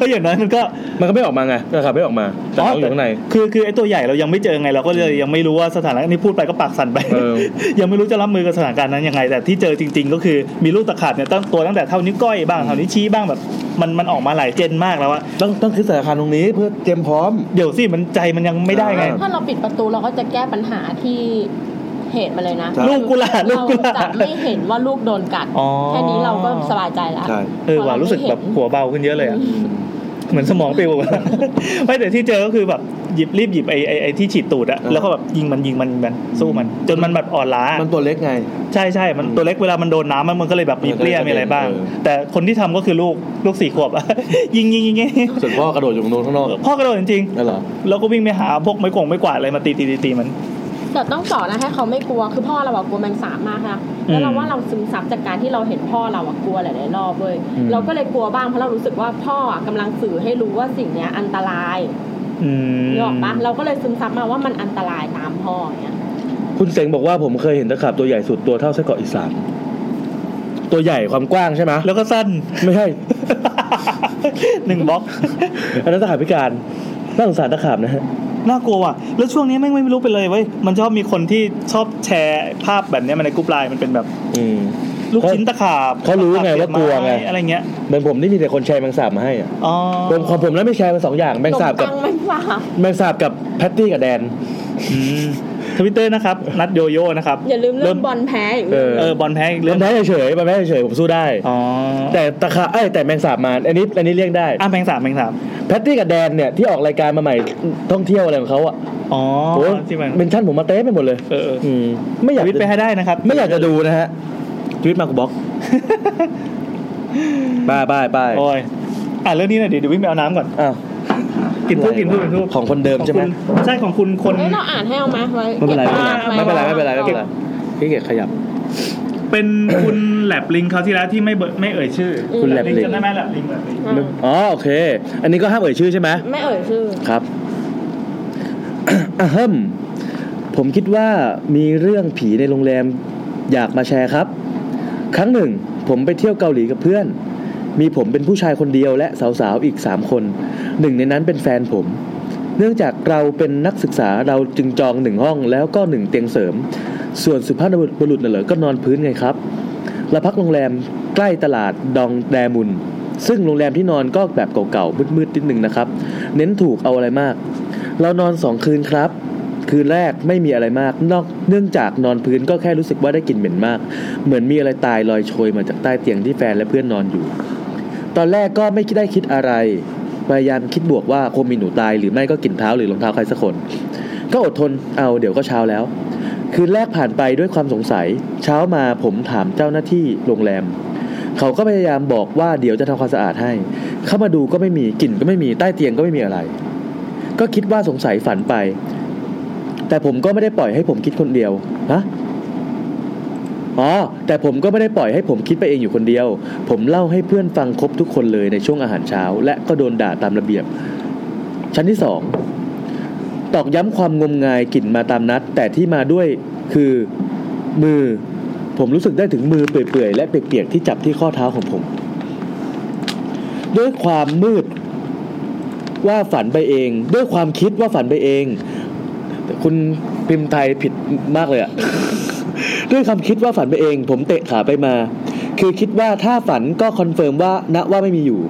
Speaker 2: เอ้ยอย่างนั้นมันก็
Speaker 1: มันก็ไม่ออกมาไงนะครับไม่ออกมาแต่น้องอยู่ข้างใน
Speaker 2: คือคือไอ้ตัวใหญ่เรายังไม่เจอไงเราก็เลยยังไม่รู้ว่าสถานะนี่พูดไปก็ปากสั่นไป
Speaker 1: เออ
Speaker 2: ยังไม่รู้จะรับมือกับสถานการณ์นั้นยังไง แต่ที่เจอจริง ๆ ก็คือมีลูกตะขาบเนี่ยตั้งตัวตั้งแต่เท่านิ้วก้อยบ้างเท่านิ้วชี้บ้างแบบ มันมันออกมาหลายเจนมากแล้วอะ
Speaker 1: ต้องต้องคิดสถานการณ์ตรงนี้เพื่อเตรียมพร้อม
Speaker 2: เดี๋ยวสิมันใจมันยังไม่ได้ไง
Speaker 1: อ่
Speaker 4: ถ้าเราปิดประตูเราก็จะแก้ปัญหาที่เหตุมาเลยนะ
Speaker 1: ใช่
Speaker 2: ลูกกุหลาบลูกกุหลาบ
Speaker 4: เรจะไม่เห็นว่าลูกโดนกัด
Speaker 2: อ๋อ
Speaker 4: แค่นี้เราก็สบายใจแล้ว
Speaker 1: ใช่
Speaker 2: เออว่ะรู้สึกแบบหัวเบาขึ้นเยอะเลยอะ เหมือนสมองปลิว ไม่แต่ที่เจอก็คือแบบหยิบรีบหยิบไอ้ไอ้ไอ้ที่ฉีดตูดอะแล้วก็แบบยิงมันยิงมันยิงมันสู้มัน จนมันแบบอ่อนล้า
Speaker 1: มันตัวเล็กไง
Speaker 2: ใช่ใช่มันตัวเล็กเวลามันโดนน้ำมันมันก็เลยแบบมีเปรี้ยมีอะไรบ้าง
Speaker 1: เออ
Speaker 2: แต่คนที่ทำก็คือลูกลูกสี่ขวบอะ ยิงยิงยิงยิง
Speaker 1: ส่วนพ่อกระโดดอยู่ตรงนู้นข้างนอก
Speaker 2: พ่อกระโดดจริง
Speaker 1: นั่นเหรอ
Speaker 2: ๆแล้วก็วิ่งไปหาพวกไม้กวงไม้กวาดอะไรมาตีตีตีตีมัน
Speaker 4: แต่ต้องสอนนะให้เขาไม่กลัว คือพ่อเราอะกลัวแมงสาบมากนะแล้วเรา
Speaker 2: อืม
Speaker 4: ว่าเราซึมซับจากการที่เราเห็นพ่อเราอะกลัวหลายๆรอบเว้ย
Speaker 3: อืม
Speaker 4: เราก็เลยกลัวบ้างเพราะเรารู้สึกว่าพ่ออะกำลังสื่อให้รู้ว่าสิ่งเนี้ยอันตราย
Speaker 2: อืม
Speaker 4: นึกออกปะเราก็เลยซึมซับมาว่ามันอันตรายตามพ่ออย่างเงี้ย
Speaker 1: คุณเสงบอกว่าผมเคยเห็นตะขาบตัวใหญ่สุดตัวเท่าไส้กรอกอีสานตัวใหญ่ความกว้างใช่ไหม
Speaker 2: แล้วก็สั้น
Speaker 1: ไม่ใช่
Speaker 2: หนึ่งบล็อก
Speaker 1: อันนั้นตะขาบพิการน่าสงสารตะขาบนะฮะ
Speaker 2: น่ากลัวว่ะ แล้วช่วงนี้แม่งไม่รู้ไปเลยเว้ย มันชอบมีคนที่ชอบแชร์ภาพแบบเนี้ยมาในกรุ๊ปไลน์มันเป็นแบบ
Speaker 1: อืม
Speaker 2: ลูกชิ้นตะขาบ
Speaker 1: เขารู้ไง
Speaker 2: ตะขบ
Speaker 1: ว่ากลัวไง
Speaker 2: เสียบม้อะไรเงี้ย
Speaker 1: เหมือนผมที่มีแต่คนแชร์แมงสาบมาให้อะ
Speaker 2: อ๋อ
Speaker 1: ผมของผมแล้วไม่แชร์เป็นสองอย่างแมงสาบกับ
Speaker 4: ขนมปังแมงสาบ
Speaker 1: แมงสาบกับแพตตี้กับแดน
Speaker 2: ทวิตเตอร์นะครับ นัดโยโย่นะครับ
Speaker 4: อย่าลืม
Speaker 2: เริ่
Speaker 4: เริ่
Speaker 2: ม
Speaker 4: มบอลแพ้อีก
Speaker 1: เออ
Speaker 2: เออบอลแพ้อีก
Speaker 1: เริ่
Speaker 2: เรื่อง
Speaker 1: มแพ้เฉยๆมันแพ้เฉยๆผมสู้ได้
Speaker 2: อ๋อแต่
Speaker 1: แต่ตะขาบเอ้ยแต่แมงสาบมาอันนี้อันนี้เลี่ยงได้
Speaker 2: อ่ะแมงสาบแมงสาบ
Speaker 1: แพตตี้กับแดนเนี่ยที่ออกรายการมาใหม่ท่องเที่ยวอะไรของเขาอ่ะ
Speaker 2: อ๋อ
Speaker 1: โอ้โห
Speaker 2: ที่มัน
Speaker 1: เป็นชั้นผมมาเต้ไปหมดเลย
Speaker 2: เออ
Speaker 1: อืมไม่อ
Speaker 2: ท
Speaker 1: ยาก
Speaker 2: วิตไปให้
Speaker 1: จะ
Speaker 2: ได้นะครับ
Speaker 1: ไม่อยากจะดูนะฮะทวิตมากูบล็อกบายบายบาย
Speaker 2: โอ้ยอ่ะเรื่องนี้หน่อยดิเดี๋ยววิ่งไปเอาน้ำก่อน
Speaker 1: อ้าว
Speaker 2: กินทูบกินทูบกินทูบ
Speaker 1: ของคนเดิมใช่
Speaker 2: ข
Speaker 1: ไหม
Speaker 2: องคุณใช่ของคุณคน
Speaker 4: เอ้ยเราอ่านให้เอาไหมไว้
Speaker 1: ไม่เป็นไรไม่เป็นไรไม่เป็นไรไม่เป็นไรไม่เป็นไร
Speaker 4: ก็บว้
Speaker 1: พี่เกดขยับ
Speaker 2: เป็นคุณแลบลิงเขาวที่แล้วที่ไม่เบิไม่เอ่ยชื่อ
Speaker 1: คุณแลบลิง
Speaker 2: จำได้ไหมแลบลิงแลบลิง
Speaker 4: อ่ะ
Speaker 1: อ๋อโอเค อันนี้ก็ห้ามเอ่ยชื่อใช่ไหม
Speaker 4: ไม่เอ่ยชื่อ
Speaker 1: ครับ อะเฮิมผมคิดว่ามีเรื่องผีในโรงแรมอยากมาแชร์ครับ ครั้งหนึ่ง ผมไปเที่ยวเกาหลีกับเพื่อน มีผมเป็นผู้ชายคนเดียวและสาวๆอีกสามคน หนึ่งในนั้นเป็นแฟนผม เนื่องจากเราเป็นนักศึกษาเราจึงจองหนึ่งห้องแล้วก็หนึ่งเตียงเสริม ส่วนสุภาพบุรุษน่ะเหรอก็นอนพื้นไงครับเราพักโรงแรมใกล้ตลาดดองแดมุน ซึ่งโรงแรมที่นอนก็แบบเก่าๆมืดๆนิดนึงนะครับ เน้นถูกเอาอะไรมาก เรานอนสองคืนครับ คืนแรกไม่มีอะไรมาก นอกเนื่องจากนอนพื้นก็แค่รู้สึกว่าได้กลิ่นเหม็นมาก เหมือนมีอะไรตายลอยโชยมาจากใต้เตียงที่แฟนและเพื่อนนอนอยู่ ตอนแรกก็ไม่ได้คิดอะไร พยายามคิดบวกว่าคงมีหนูตายหรือไม่ก็กลิ่นเท้าหรือรองเท้าใครสักคน ก็อดทนเอาเดี๋ยวก็เช้าแล้ว คืนแรกผ่านไปด้วยความสงสัย เช้ามาผมถามเจ้าหน้าที่โรงแรม เขาก็พยายามบอกว่าเดี๋ยวจะทำความสะอาดให้ เข้ามาดูก็ไม่มีกลิ่นก็ไม่มีใต้เตียงก็ไม่มีอะไร ก็คิดว่าสงสัยฝันไป แต่ผมก็ไม่ได้ปล่อยให้ผมคิดคนเดียวนะอ๋อแต่ผมก็ไม่ได้ปล่อยให้ผมคิดไปเองอยู่คนเดียว ผมเล่าให้เพื่อนฟังครบทุกคนเลยในช่วงอาหารเช้า และก็โดนด่าตามระเบียบ ชั้นที่สองตอกย้ำความงมงายกลิ่นมาตามนัด แต่ที่มาด้วยคือมือ ผมรู้สึกได้ถึงมือเปื่อยๆ และเปียกๆที่จับที่ข้อเท้าของผม ด้วยความมืด ว่าฝันไปเอง ด้วยความคิดว่าฝันไปเอง คุณพิมพ์ไทยผิดมากเลยอะ ด้วยความคิดว่าฝันไปเอง ผมเตะขาไปมา คือคิดว่าถ้าฝันก็คอนเฟิร์มว่าณว่าไม่มีอยู่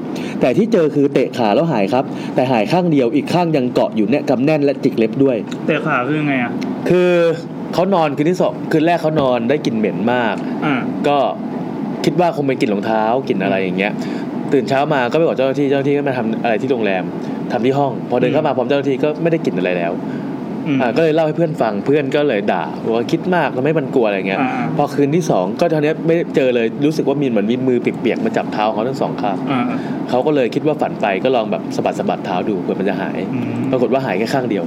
Speaker 1: แต่ที่เจอคือเตะขาแล้วหายครับ แต่หายข้างเดียวอีกข้างยังเกาะอยู่เนี่ยกำแน่นและจิกเล็บด้วย
Speaker 2: แต่ขาคือยังไงอ่ะ
Speaker 1: คือเขานอนคืนที่สองคืนแรกเขานอนได้กลิ่นเหม็นมาก
Speaker 2: อ่า
Speaker 1: ก็คิดว่าคงเป็นกลิ่นรองเท้ากลิ่นอะไรอย่างเงี้ย ตื่นเช้ามาก็ไปบอกเจ้าหน้าที่เจ้าหน้าที่ก็มาทำอะไรที่โรงแรมทำที่ห้อง พอเดินเข้ามาพร้อมเจ้าหน้าที่ก็ไม่ได้กลิ่นอะไรแล้ว
Speaker 2: อืม
Speaker 1: อ่าก็เลยเล่าให้เพื่อนฟังเพื่อนก็เลยด่าว่าคิดมากทำให้มันกลัวอะไรเงี้ย
Speaker 2: อ่า
Speaker 1: พอคืนที่สองก็เท่านี้ไม่เจอเลยรู้สึกว่ามีเหมือนมีมือเปียกๆมาจับเท้าเขาทั้งสองข้าง
Speaker 2: อ่า
Speaker 1: เขาก็เลยคิดว่าฝันไปก็ลองแบบสะบัดสะบัดเท้าดูเผื่อมันจะหาย
Speaker 2: อืม
Speaker 1: ปรากฏว่าหายแค่ข้างเดียว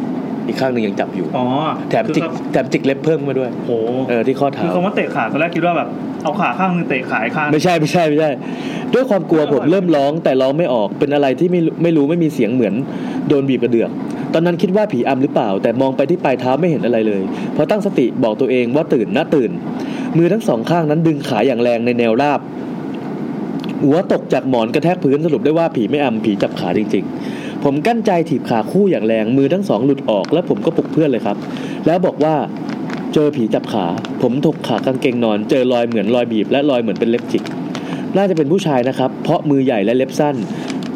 Speaker 1: อีกข้างหนึ่งยังจับอยู่
Speaker 2: อ๋อ
Speaker 1: แถมจิก
Speaker 2: คือ
Speaker 1: แถมจิกเล็บเพิ่มมาด้วย
Speaker 2: โห
Speaker 1: เออที่ข้อเท้า
Speaker 2: คือคำว่าเตะขาตอนแรกคิดว่าแบบเอาขาข้างนึงเตะขาอีกข้าง
Speaker 1: ไม่ใช่ไม่ใช่ไม่ใช่ ด้วยความกลัวผมเริ่มร้องแต่ร้องไม่ออกเป็นอะไรที่ไม่รู้ไม่รู้ไม่มีเสียงเหมือนโดนบีบกระเดือก ตอนนั้นคิดว่าผีอำหรือเปล่า แต่มองไปที่ปลายเท้าไม่เห็นอะไรเลยพอตั้งสติบอกตัวเองว่าตื่นนะตื่น มือทั้งสองข้างนั้นดึงขาอย่างแรงในแนวราบ หัวตกจากหมอนกระแทกพื้นสรุปได้ว่าผีไม่อำผีจับขาจริง ๆ ผมกั้นใจถีบขาคู่อย่างแรงมือทั้งสองหลุดออก แล้วผมก็ปลุกเพื่อนเลยครับ แล้วบอกว่า เจอผีจับขา ผมถกขากางเกงนอน เจอรอยเหมือนรอยบีบและรอยเหมือนเป็นเล็บจิก น่าจะเป็นผู้ชายนะครับ เพราะมือใหญ่และเล็บสั้น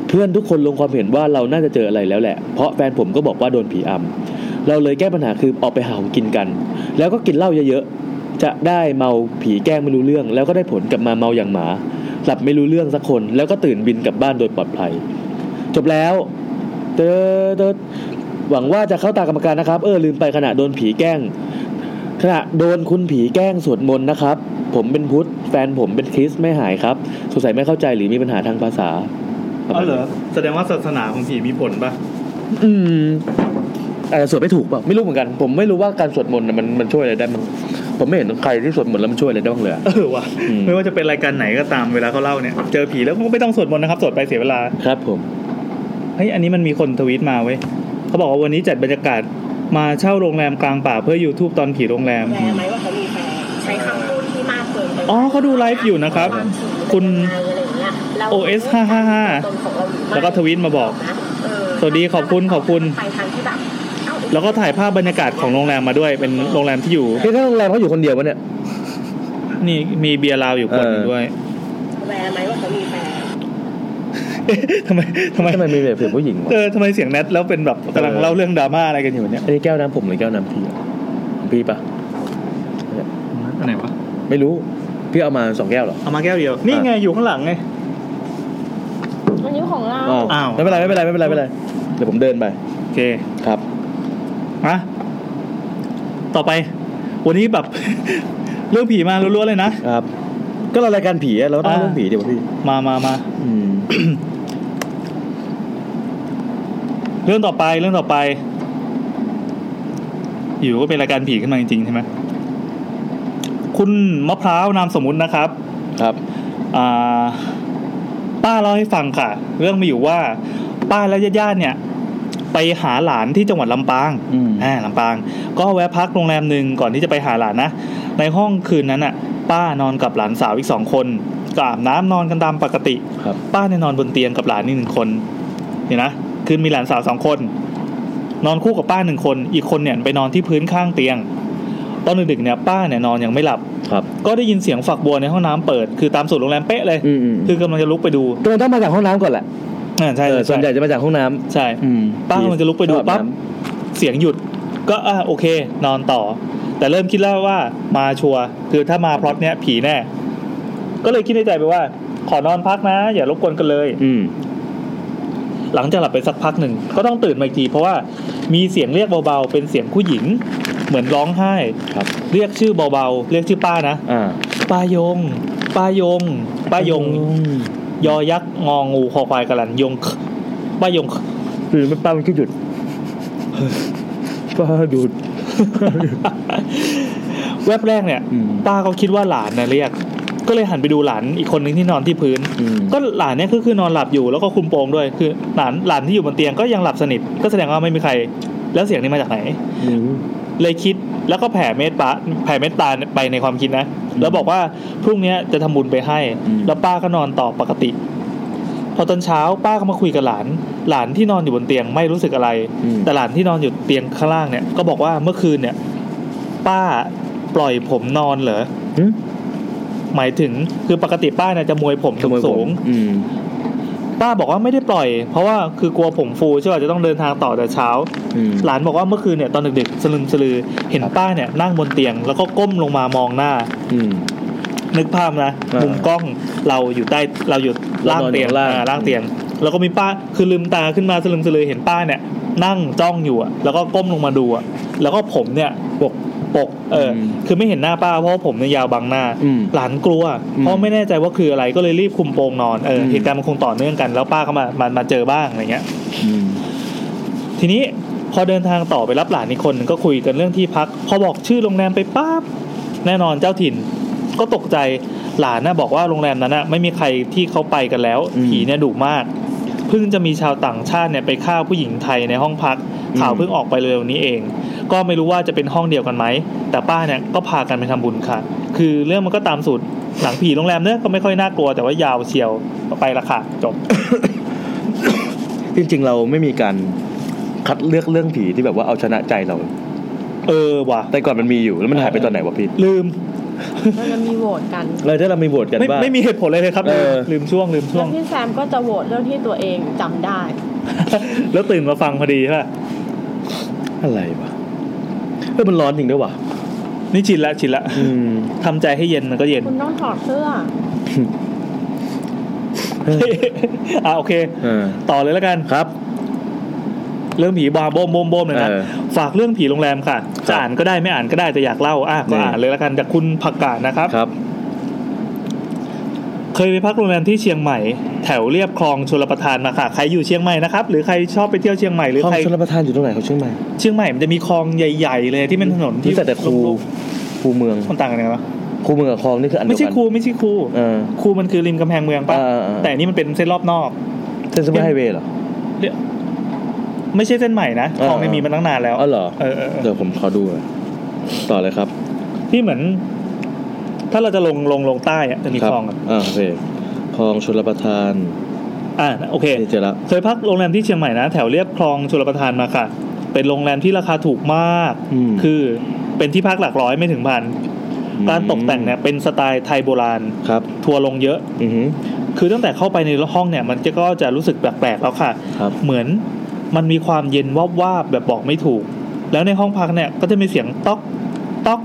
Speaker 1: เพื่อนทุกคนลงความเห็นว่าเราน่าจะเจออะไรแล้วแหละ เพราะแฟนผมก็บอกว่าโดนผีอำเราเลยแก้ปัญหาคือออกไปหาของกินกัน แล้วก็กินเหล้าเยอะๆ จะได้เมาผีแกล้งไม่รู้เรื่อง แล้วก็ได้ผลกลับมาเมาอย่างหมา หลับไม่รู้เรื่องสักคน แล้วก็ตื่นบินกลับบ้านโดยปลอดภัย จบแล้วเตดเตดหวังว่าจะเข้าตากรรมการนะครับ เออลืมไปขณะโดนผีแกล้ง ขณะโดนคุณผีแกล้งสวดมนต์นะครับ ผมเป็นพุทธแฟนผมเป็นคริสต์ไม่หายครับ สงสัยไม่เข้าใจหรือมีปัญหาทางภาษาประ
Speaker 2: อ๋
Speaker 1: มา
Speaker 2: อ
Speaker 1: ณ
Speaker 2: เหร
Speaker 1: นี้
Speaker 2: อแสดงว่าศาสนาของผีมีผลป่ะ
Speaker 1: อืมอาจจะสวดไม่ถูกเปล่าไม่รู้เหมือนกัน ผมไม่รู้ว่าการสวดมนต์น่ะมันมันช่วยอะไรได้บ้างผมไม่เห็นใครที่สวดมนต์แล้วมันช่วยอะไรได้บ้างเลยอะ
Speaker 2: เออว่ะ
Speaker 1: อืม
Speaker 2: ไม่ว่าจะเป็นรายการไหนก็ตามเวลาเขาเล่าเนี่ย เจอผีแล้วก็ไม่ต้องสวดมนต์นะครับสวดไปเสียเวลา
Speaker 1: ครับผม
Speaker 2: เฮ้ยอันนี้มันมีคนทวีตมาเว้ยเขาบอกว่าวันนี้จัดบรรยากาศมาเช่าโรงแรมกลางป่าเพื่อ YouTube ตอนผีโรงแรม
Speaker 4: แฟนไหมว่าเขามีแฟนใช้คำพูดที่มากเกินไป
Speaker 2: อ๋อเขาดูไลฟ์อยู่นะครับคุณ OS 555 แล้วก็ทวีตมาบอก สวัสดีขอบคุณขอบคุณ
Speaker 4: ไปทางที่แบบเอ้า
Speaker 2: แล้วก็ถ่ายภาพบรรยากาศของโรงแรมมาด้วยเป็นโรงแรมที่อยู่
Speaker 1: นี่ถ้าโรงแรมเขาอยู่คนเดียววะเนี่ย
Speaker 2: นี่มีเบียร์ลาวอยู่คนหนึ่ง
Speaker 1: เออ
Speaker 2: ด้วย
Speaker 4: แวร์ไหมว่าเขามีแฟน
Speaker 2: ทำไมทำไม
Speaker 1: ทำไมมีแบบเสียงผู้หญิงวะ
Speaker 2: เออทำไมเสียงแนทแล้วเป็นแบบกำลัง
Speaker 1: เออ
Speaker 2: เล่าเรื่องดราม่าอะไรกันอยู่เนี่ย
Speaker 1: อันนี้แก้วน้ำผมหรือแก้วน้ำพี่อะของพี่ปะ
Speaker 2: อันไหนวะ
Speaker 1: ไม่รู้พี่เอามาสองแก้วเหรอ
Speaker 2: เอามาแก้วเดียวนี่ไงอยู่ข้างหลังไง
Speaker 4: อันนี้ของเรา
Speaker 2: อ้าว
Speaker 1: ไม่เป็นไรไม่เป็นไรไม่เป็นไรไม่เป็นไรเดี๋ยวผมเดินไป
Speaker 2: โอเค
Speaker 1: ครับ
Speaker 2: อะต่อไป วันนี้แบบ เรื่องผีมาล้วนๆเลยนะ
Speaker 1: ครับ ก็เรารายการผีอะเราก็ต้องเรื่องผีเดี๋ยวะพี่
Speaker 2: มามามา
Speaker 1: อืม
Speaker 2: เรื่องต่อไปเรื่องต่อไป อยู่ก็เป็นรายการผีขึ้นมาจริงๆใช่ไหมคุณมะพร้าวนามสมมุตินะครับ
Speaker 1: ครับ
Speaker 2: อ่าป้าเล่าให้ฟังค่ะ เรื่องมีอยู่ว่า ป้าและญาติๆเนี่ย ไปหาหลานที่จังหวัดลำปาง
Speaker 1: อืม
Speaker 2: อ่าลำปาง ก็แวะพักโรงแรมหนึ่งก่อนที่จะไปหาหลานนะในห้องคืนนั้นอ่ะ ป้านอนกับหลานสาวอีกสองคนก็อาบน้ำนอนกันตามปกติ
Speaker 1: ครับ
Speaker 2: ป้าเนี่ยนอนบนเตียงกับหลานนี่หนึ่งคนเนี่ยนะคืนมีหลานสาวสองคน นอนคู่กับป้าหนึ่งคน อีกคนเนี่ยไปนอนที่พื้นข้างเตียง ตอนดึกๆเนี่ยป้าเนี่ยนอนยังไม่หลับ
Speaker 1: ครับ
Speaker 2: ก็ได้ยินเสียงฝักบัวในห้องน้ำเปิด คือตามสูตรโรงแรมเป๊ะเลย
Speaker 1: อืมอืม
Speaker 2: คือกำลังจะลุกไปดู
Speaker 1: ตัวต้องมาจากห้องน้ำก่อนแหละ
Speaker 2: อ่าใช่
Speaker 1: เออ
Speaker 2: ใช่
Speaker 1: ส่วนใหญ่จะมาจากห้องน้ำ
Speaker 2: ใช่
Speaker 1: อืม
Speaker 2: ป้ากำลังจะลุกไปดูปั๊บ เสียงหยุด ก็อ่ะโอเค นอนต่อ แต่เริ่มคิดแล้วว่ามาชัวร์คือถ้ามาพล็อตเนี้ยผีแน่ ก็เลยคิดในใจไปว่า ขอนอนพักนะ อย่ารบกวนกันเลย
Speaker 1: อืม
Speaker 2: หลังจากหลับไปสักพักหนึ่ง ก็ต้องตื่นมาอีกที เพราะว่ามีเสียงเรียกเบาๆ เป็นเสียงผู้หญิง เหมือนร้องไห้
Speaker 1: ครับ
Speaker 2: เรียกชื่อเบาๆ เรียกชื่อป้านะ
Speaker 1: อ่า
Speaker 2: ป้ายง ป้ายง ป้ายง ยอยักษ์งองูคอควายกระลันยงค์ป้ายง ค์
Speaker 1: คือมันป้ามันก็หยุดป้าหยุด
Speaker 2: แวบแรกเนี่ย
Speaker 1: อืม
Speaker 2: ป้าก็คิดว่าหลานนะเรียก ก็เลยหันไปดูหลานอีกคนนึงที่นอนที่พื้น
Speaker 1: อืม
Speaker 2: ก็หลานเนี่ยคือคือนอนหลับอยู่แล้วก็คลุมโปงด้วยคือหลานหลานที่อยู่บนเตียงก็ยังหลับสนิท ก็แสดงว่าไม่มีใคร แล้วเสียงนี้มาจากไหน
Speaker 1: อืม
Speaker 2: เลยคิดแล้วก็แผ่เมตตาแผ่เมตตาไปในความคิดนะ แล้วบอกว่าพรุ่งเนี้ยจะทำบุญไปให้
Speaker 1: อืม
Speaker 2: แล้วป้าก็นอนต่อปกติ พอตอนเช้าป้าก็มาคุยกับหลาน หลานที่นอนอยู่บนเตียงไม่รู้สึกอะไร
Speaker 1: อืม
Speaker 2: แต่หลานที่นอนอยู่เตียงข้างล่างเนี่ยก็บอกว่าเมื่อคืนเนี่ย ป้าปล่อยผมนอนเหรอ
Speaker 1: หึ
Speaker 2: หมายถึงคือปกติป้าเนี่ยจะมวยผม
Speaker 1: ขโมยผ
Speaker 2: สู
Speaker 1: ม
Speaker 2: ง
Speaker 1: อืม
Speaker 2: ๆป้าบอกว่าไม่ได้ปล่อย เพราะว่าคือกลัวผมฟูใช่ป่ะจะต้องเดินทางต่อแต่เช้า
Speaker 1: อืม
Speaker 2: หลานบอกว่าเมื่อคืนเนี่ยตอนดึกๆสลึมสลือเห็นป้าเนี่ยนั่งบนเตียง แล้วก็ก้มลงมามองหน้า
Speaker 1: อืม
Speaker 2: นึกภาพนะ
Speaker 1: อ่ามุ
Speaker 2: มุมกล้องเราอยู่ใต้เราอยู่ล่างเตียง
Speaker 1: เรานอนอยู่ข้างล่าง
Speaker 2: อ่าล่างเตียง แล้วก็มีป้าคือลืมตาขึ้นมาสลึมสลือเห็นป้าเนี่ย นั่งจ้องอยู่อะแล้วก็ก้มลงมาดูอะแล้วก็ผมเนี่ย
Speaker 1: ปก
Speaker 2: ปกเอออ
Speaker 1: ม
Speaker 2: คือไม่เห็นหน้าป้าเพราะว่าผมเนี่ยยาวบังหน้า
Speaker 1: อืม
Speaker 2: หลานกลัว
Speaker 1: อืม
Speaker 2: เพราะไม่แน่ใจว่าคืออะไรก็เลยรีบคุมโปงนอนเอออ
Speaker 1: ม
Speaker 2: เหตุการณ์มันคงต่อเนื่องกัน แล้วป้าก็มามามาเจอบ้างอะไรเงี้ย
Speaker 1: อืม
Speaker 2: ทีนี้พอเดินทางต่อไปรับหลานอีกคนหนึ่งก็คุยกันเรื่องที่พัก พอบอกชื่อโรงแรมไปปั๊บแน่นอนเจ้าถิ่น ก็ตกใจหลานน่ะบอกว่าโรงแรมนั้นน่ะไม่มีใครที่เขาไปกันแล้ว
Speaker 1: อืม
Speaker 2: ผีเนี่ยดุมาก เพิ่งจะมีชาวต่างชาติเนี่ยไปฆ่าผู้หญิงไทยในห้องพัก
Speaker 1: อืม
Speaker 2: ข่าวเพิ่งออกไปเร็วนี้เอง ก็ไม่รู้ว่าจะเป็นห้องเดียวกันไหมแต่ป้าเนี่ยก็พากันไปทำบุญค่ะ คือเรื่องมันก็ตามสูตรหนังผีโรงแรมเนี่ยก็ไม่ค่อยน่ากลัวแต่ว่ายาวเชียวไปละค่ะจบ
Speaker 1: จริงๆ เราไม่มีการคัดเลือกเรื่องผีที่แบบว่าเอาชนะใจเรา
Speaker 2: เออว่ะ
Speaker 1: แต่ก่อนมันมีอยู่แล้วมันหายไปตอนไหนวะพี่
Speaker 2: ลืม
Speaker 4: เราจะมีโหวตกัน
Speaker 1: เราจะเรามีโหวตกัน
Speaker 2: ไม่
Speaker 1: ว่า
Speaker 2: ไม่มีเหตุผลเลยเลยครับ
Speaker 1: เออ
Speaker 2: ลืมช่วงลืมช่ว
Speaker 4: แล้
Speaker 2: ง
Speaker 4: วพี่แซมก็จะโหวตเรื่องที่ตัวเองจำได้
Speaker 2: แล้วตื่นมาฟังพอดีใช่ป่ะ
Speaker 1: อะไรวะเออมันร้อนจริงด้วยวะ
Speaker 2: นี่ชินละชินละ
Speaker 1: อืม
Speaker 2: ทำใจให้เย็นมันก็ เย็น
Speaker 4: คุณต้องถอดเสื้อ
Speaker 2: อ่ะโอเค
Speaker 1: เออ
Speaker 2: ต่อเลยแล้วกัน
Speaker 1: ครับ
Speaker 2: เรื่องผีบาร์โบมโบมโบมเลยนะ
Speaker 1: เออ
Speaker 2: ฝากเรื่องผีโรงแรมค่ะ
Speaker 1: ครับ
Speaker 2: จะอ่านก็ได้ไม่อ่านก็ได้แต่อยากเล่าอ่ะก็
Speaker 1: นี่
Speaker 2: อ่านเลยแล้วกันจากคุณผักกาดนะครับ
Speaker 1: ครับ
Speaker 2: เคยไปพักโรงแรมที่เชียงใหม่ แถวเรียบคลองชลประทานมาค่ะใครอยู่เชียงใหม่นะครับหรือใครชอบไปเที่ยวเชียงใหม่หรือ
Speaker 1: ห้อง
Speaker 2: ใคร
Speaker 1: ชลประทานอยู่ตรงไหนเขาเชียงใหม่
Speaker 2: เชียงใหม่มันจะมีคลองใหญ่ๆเลยที่เป็นถนน
Speaker 1: ที่
Speaker 2: ที่
Speaker 1: แต่แต่ครู
Speaker 2: ลูก
Speaker 1: ครูเมือง
Speaker 2: ๆมันต่างกันยังไงวะ
Speaker 1: ครูเมืองกับคลองนี่คืออันเดี
Speaker 2: ไม่
Speaker 1: ยว
Speaker 2: ใช่
Speaker 1: กัน
Speaker 2: ครูไม่ใช่ครู
Speaker 1: เออ
Speaker 2: ครูมันคือริมกำแพงเมืองปะ
Speaker 1: อ่าอ่าอ่า
Speaker 2: แต่อันนี่มันเป็นเส้นรอบนอก
Speaker 1: เส้นสมายไฮเวย์เหรอ
Speaker 2: ไม่ใช่เส้นใหม่นะ
Speaker 1: เออ
Speaker 2: คลองเนี่ยมีมาตั้งนานแล้ว
Speaker 1: อ๋อเหรอ
Speaker 2: เออเออเออ
Speaker 1: เดี๋ยวผมขอดูหน่อยต่อเลยครับ
Speaker 2: ที่เหมือน ถ้าเราจะลงลงลงใต้อะจะมี
Speaker 1: รับ
Speaker 2: คลองอะ
Speaker 1: อ่าโอเคคลองชลประทาน
Speaker 2: อ่าโอเค
Speaker 1: นี่เจอละ
Speaker 2: เคยพักโรงแรมที่เชียงใหม่นะ แถวเรียบคลองชลประทานมาค่ะ เป็นโรงแรมที่ราคาถูกมาก
Speaker 1: ม
Speaker 2: คือเป็นที่พักหลักร้อยไม่ถึงพัน
Speaker 1: ม
Speaker 2: การตกแต่งเนี่ยเป็นสไตล์ไทยโบราณ
Speaker 1: ครับ
Speaker 2: ทัวร์ลงเยอะ
Speaker 1: อือหือ
Speaker 2: คือตั้งแต่เข้าไปในห้องเนี่ย มันก็จะรู้สึกแปลกๆแล้วค่ะ
Speaker 1: ครับ
Speaker 2: เหมือนมันมีความเย็นวาบวาบๆแบบบอกไม่ถูก แล้วในห้องพักเนี่ยก็จะมีเสียงต๊อกต๊อก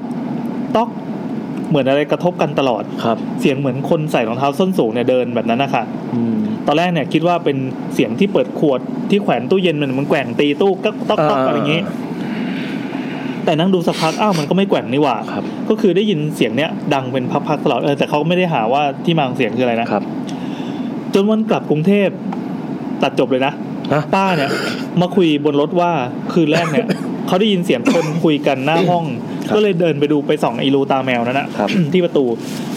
Speaker 2: ต๊อก เหมือนอะไรกระทบกันตลอด
Speaker 1: ครับ
Speaker 2: เสียงเหมือนคนใส่รองเท้าส้นสูงเนี่ยเดินแบบนั้นนะคะ
Speaker 1: อืม
Speaker 2: ตอนแรกเนี่ยคิดว่าเป็นเสียงที่เปิดขวดที่แขวนตู้เย็นมันมันแกว่งตีตู้ก็ต๊อกต๊อกอะไรอย่างงี้ แต่นั่งดูสักพักอ้าวมันก็ไม่แกว่งนี่หว่า
Speaker 1: ครับ
Speaker 2: ก็คือได้ยินเสียงเนี้ยดังเป็นพักๆตลอดเออแต่เขาก็ไม่ได้หาว่าที่มาของเสียงคืออะไรนะครับ จนวันกลับกรุงเทพตัดจบเลยนะ
Speaker 1: ฮะ
Speaker 2: ป้าเนี่ย มาคุยบนรถว่าคืนแรกเนี่ย เขาได้ยินเสียงคนคุยกันหน้าห้อง
Speaker 1: ครับ
Speaker 2: ก็เลยเดินไปดูไปส่องไอรูตาแมวนั่นนะครับ ที่ประตู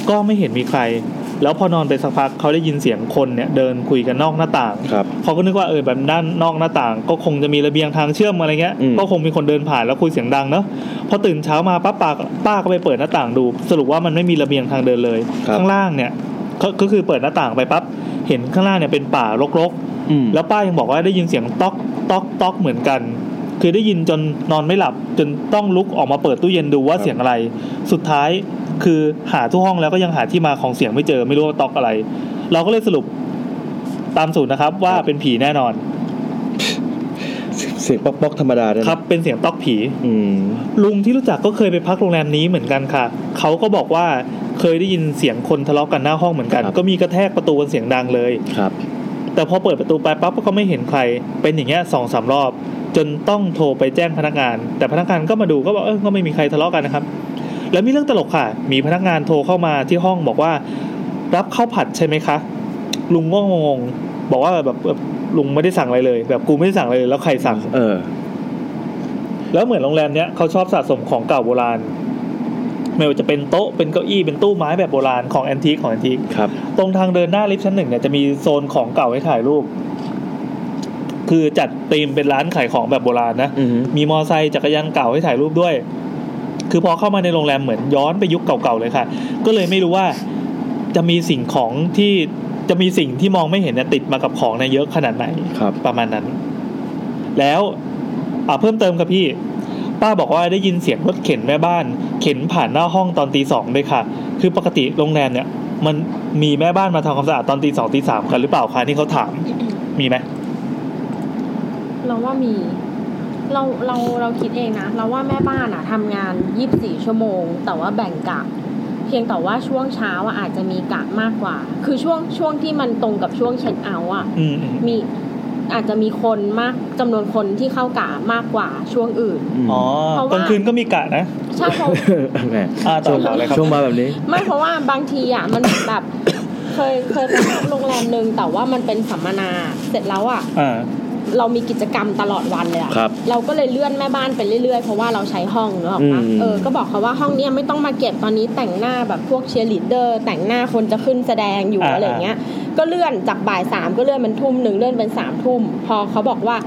Speaker 2: ก็ไม่เห็นมีใคร แล้วพอนอนไปสักพักเขาได้ยินเสียงคนเนี่ย เดินคุยกันนอกหน้าต่าง
Speaker 1: ครับ
Speaker 2: เขาก็นึกว่าเออแบบด้านนอกหน้าต่าง ก็คงจะมีระเบียงทางเชื่อมอะไรเงี้ย
Speaker 1: อืม
Speaker 2: ก็คงมีคนเดินผ่านแล้วคุยเสียงดังเนาะพอตื่นเช้ามาป้าปาป้าก็ไปเปิดหน้าต่างดู สรุปว่ามันไม่มีระเบียงทางเดินเลย
Speaker 1: ครับ
Speaker 2: ข้างล่างเนี่ยก็ก็คือเปิดหน้าต่างไปปั๊บเห็นข้างล่างเนี่ยเป็นป่ารก
Speaker 1: อืม
Speaker 2: ๆ แล้วป้ายังบอกว่าได้ยินเสียงต๊อกต๊อกต๊อกเหมือนกัน คือได้ยินจนนอนไม่หลับ จนต้องลุกออกมาเปิดตู้เย็นดูว่าเสียงอะไร สุดท้ายคือหาทุกห้องแล้วก็ยังหาที่มาของเสียงไม่เจอไม่รู้ว่าต๊อกอะไร เราก็เลยสรุปตามสูตรนะครับ ว่า
Speaker 1: ครับ
Speaker 2: เป็นผีแน่นอน
Speaker 1: เสียงป๊อกป๊อกธรรมดาด้วยนะครับ
Speaker 2: เป็นเสียงต๊อกผี
Speaker 1: อืม
Speaker 2: ลุงที่รู้จักก็เคยไปพักโรงแรมนี้เหมือนกันค่ะ เขาก็บอกว่าเคยได้ยินเสียงคนทะเลาะกันหน้าห้องเหมือนกัน
Speaker 1: ครับ
Speaker 2: ก็มีกระแทกประตูกันเสียงดังเลย
Speaker 1: ครับ
Speaker 2: แต่พอเปิดประตูไปปั๊บก็ไม่เห็นใคร เป็นอย่างเงี้ยสองสามรอบ จนต้องโทรไปแจ้งพนักงาน แต่พนักงานก็มาดูก็บอกเออก็ไม่มีใครทะเลาะกันนะครับ แล้วมีเรื่องตลกค่ะ มีพนักงานโทรเข้ามาที่ห้องบอกว่า รับข้าวผัดใช่ไหมคะ ลุงก็งงๆบอกว่าแบบแบบลุงไม่ได้สั่งอะไรเลย แบบกูไม่ได้สั่งอะไรเลยแล้วใครสั่ง
Speaker 1: เออ
Speaker 2: แล้วเหมือนโรงแรมเนี้ยเขาชอบสะสมของเก่าโบราณ ไม่ว่าจะเป็นโต๊ะเป็นเก้าอี้เป็นตู้ไม้แบบโบราณของแอนทิคของแอนทิค
Speaker 1: ครับ
Speaker 2: ตรงทางเดินหน้าลิฟท์ชั้นหนึ่งเนี่ยจะมีโซนของเก่าให้ถ่ายรูป คือจัดธีมเป็นร้านขายของแบบโบราณนะ
Speaker 1: อือหือ
Speaker 2: มีมอไซค์จักรยานเก่าให้ถ่ายรูปด้วย คือพอเข้ามาในโรงแรมเหมือนย้อนไปยุคเก่าๆเลยค่ะ ก็เลยไม่รู้ว่าจะมีสิ่งของที่จะมีสิ่งที่มองไม่เห็นเนี่ยติดมากับของเนี่ยเยอะขนาดไหน
Speaker 1: ครับ
Speaker 2: ประมาณนั้น แล้วอ่ะเพิ่มเติมครับพี่ ป้าบอกว่าได้ยินเสียงรถเข็นแม่บ้าน เข็นผ่านหน้าห้องตอนตีสองด้วยค่ะ คือปกติโรงแรมเนี่ย มันมีแม่บ้านมาทำความสะอาดตอนตีสองตีสามกันหรือเปล่าคะนี่เขาถาม มีไหม
Speaker 4: เราว่ามี เราเราเราคิดเองนะ เราว่าแม่บ้านอะทำงาน 24 ชั่วโมง แต่ว่าแบ่งกะ เพียงแต่ว่าช่วงเช้าอะอาจจะมีกะมากกว่า คือช่วงช่วงที่มันตรงกับช่วงเช็คเอาท์อะ
Speaker 2: อืมอืม
Speaker 4: มีอาจจะมีคนมากจำนวนคนที่เข้ากะมากกว่าช่วงอื่น
Speaker 2: อ๋อ
Speaker 4: เพราะว่า
Speaker 2: กลางคืนก็มีกะนะ
Speaker 4: ใช่เพราะ
Speaker 1: แหม
Speaker 2: อ่าต่
Speaker 1: ช่
Speaker 2: อ
Speaker 1: วง
Speaker 2: ต่อเลยครับ
Speaker 1: ช่วงมาแบบนี้
Speaker 4: ไม่เพราะว่าบางทีอ่ะมันเหมือนแบบ เคยเคยไปพักโรงแรมหนึ่งแต่ว่ามันเป็นสัมมนา เสร็จแล้วอ่ะ
Speaker 2: อ่า
Speaker 4: เรามีกิจกรรมตลอดวันเลยอะ
Speaker 1: ครับ
Speaker 4: เราก็เลยเลื่อนแม่บ้านไปเรื่อยๆ เพราะว่าเราใช้ห้องเนกอะปะ
Speaker 1: อืม
Speaker 4: เออ ก็บอกเขาว่าห้องเนี้ยไม่ต้องมาเก็บตอนนี้แต่งหน้าแบบพวกเชียร์ลีดเดอร์ แต่งหน้าคนจะขึ้นแสดงอยู่
Speaker 2: อ่า
Speaker 4: อะไรอย่างเงี้ย ก็เลื่อนจากบ่ายสามก็เลื่อนเป็นทุ่มหนึ่งเลื่อนเป็นสามทุ่ม พอเขาบอกว่า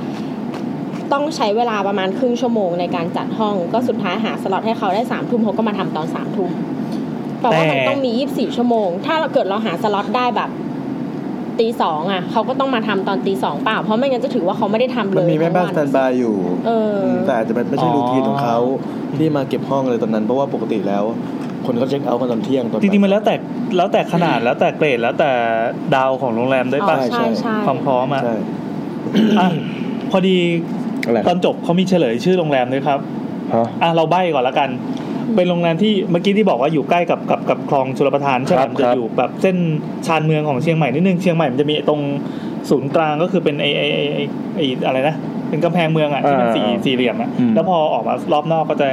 Speaker 4: ต้องใช้เวลาประมาณครึ่งชั่วโมงในการจัดห้อง ก็สุดท้ายหาสล็อตให้เขาได้สามทุ่มเขาก็มาทำตอนสามทุ่มแต่ว่ามันต้องมียี่สิบสี่ชั่วโมง ถ้าเราเกิดเราหาสล็อตได้แบบ ตีสองอ่ะเขาก็ต้องมาทำตอนตีสองเปล่า เพราะไม่งั้นจะถือว่าเขาไม่ได้ทำเลย
Speaker 3: มันมีแม่บ้านส
Speaker 4: ทั้ง
Speaker 3: แต
Speaker 4: วัน
Speaker 3: บายอยู่
Speaker 4: เออ
Speaker 3: มแต่อาจจะไม่ใช่
Speaker 2: อ๋อ
Speaker 3: รูทีนของเขาที่มาเก็บห้องอะไรตอนนั้น เพราะว่าปกติแล้ว
Speaker 5: คนเขาเช็คเอาท์กันตอนเที่ยงตอน
Speaker 2: จริงๆมันแล้วแต่แล้วแต่ขนาดแล้วแต่เกรดแล้วแต่ดาวของโรงแรมด้วย
Speaker 4: อ๋อ
Speaker 2: ป่ะ
Speaker 4: ใช่ใช่
Speaker 2: ความพร้อมอ่ะ
Speaker 5: ใช่
Speaker 2: อ่ะพอดี
Speaker 1: อะไร
Speaker 2: ตอนจบเขามีเฉลยชื่อโรงแรมด้วยครับ
Speaker 1: ฮะ
Speaker 2: อ่ะเราใบ้ก่อนละกัน เป็นโรงแรมที่เมื่อกี้ที่บอกว่าอยู่ใกล้กับกับกับคลองชลประทานใช่ไหม
Speaker 1: ครับ
Speaker 2: มันจะ
Speaker 1: ครับ
Speaker 2: อยู่แบบเส้นชานเมืองของเชียงใหม่นิดนึงเชียงใหม่มันจะมีไอ้ตรงศูนย์กลางก็คือเป็นไอไอไอ้ไอ้ไอ้อะไรนะเป็นกำแพงเมืองอ่ะที่เป็นสี่สี่เหลี่ยมอ่ะแล้วพอออกมารอบนอกก็จะ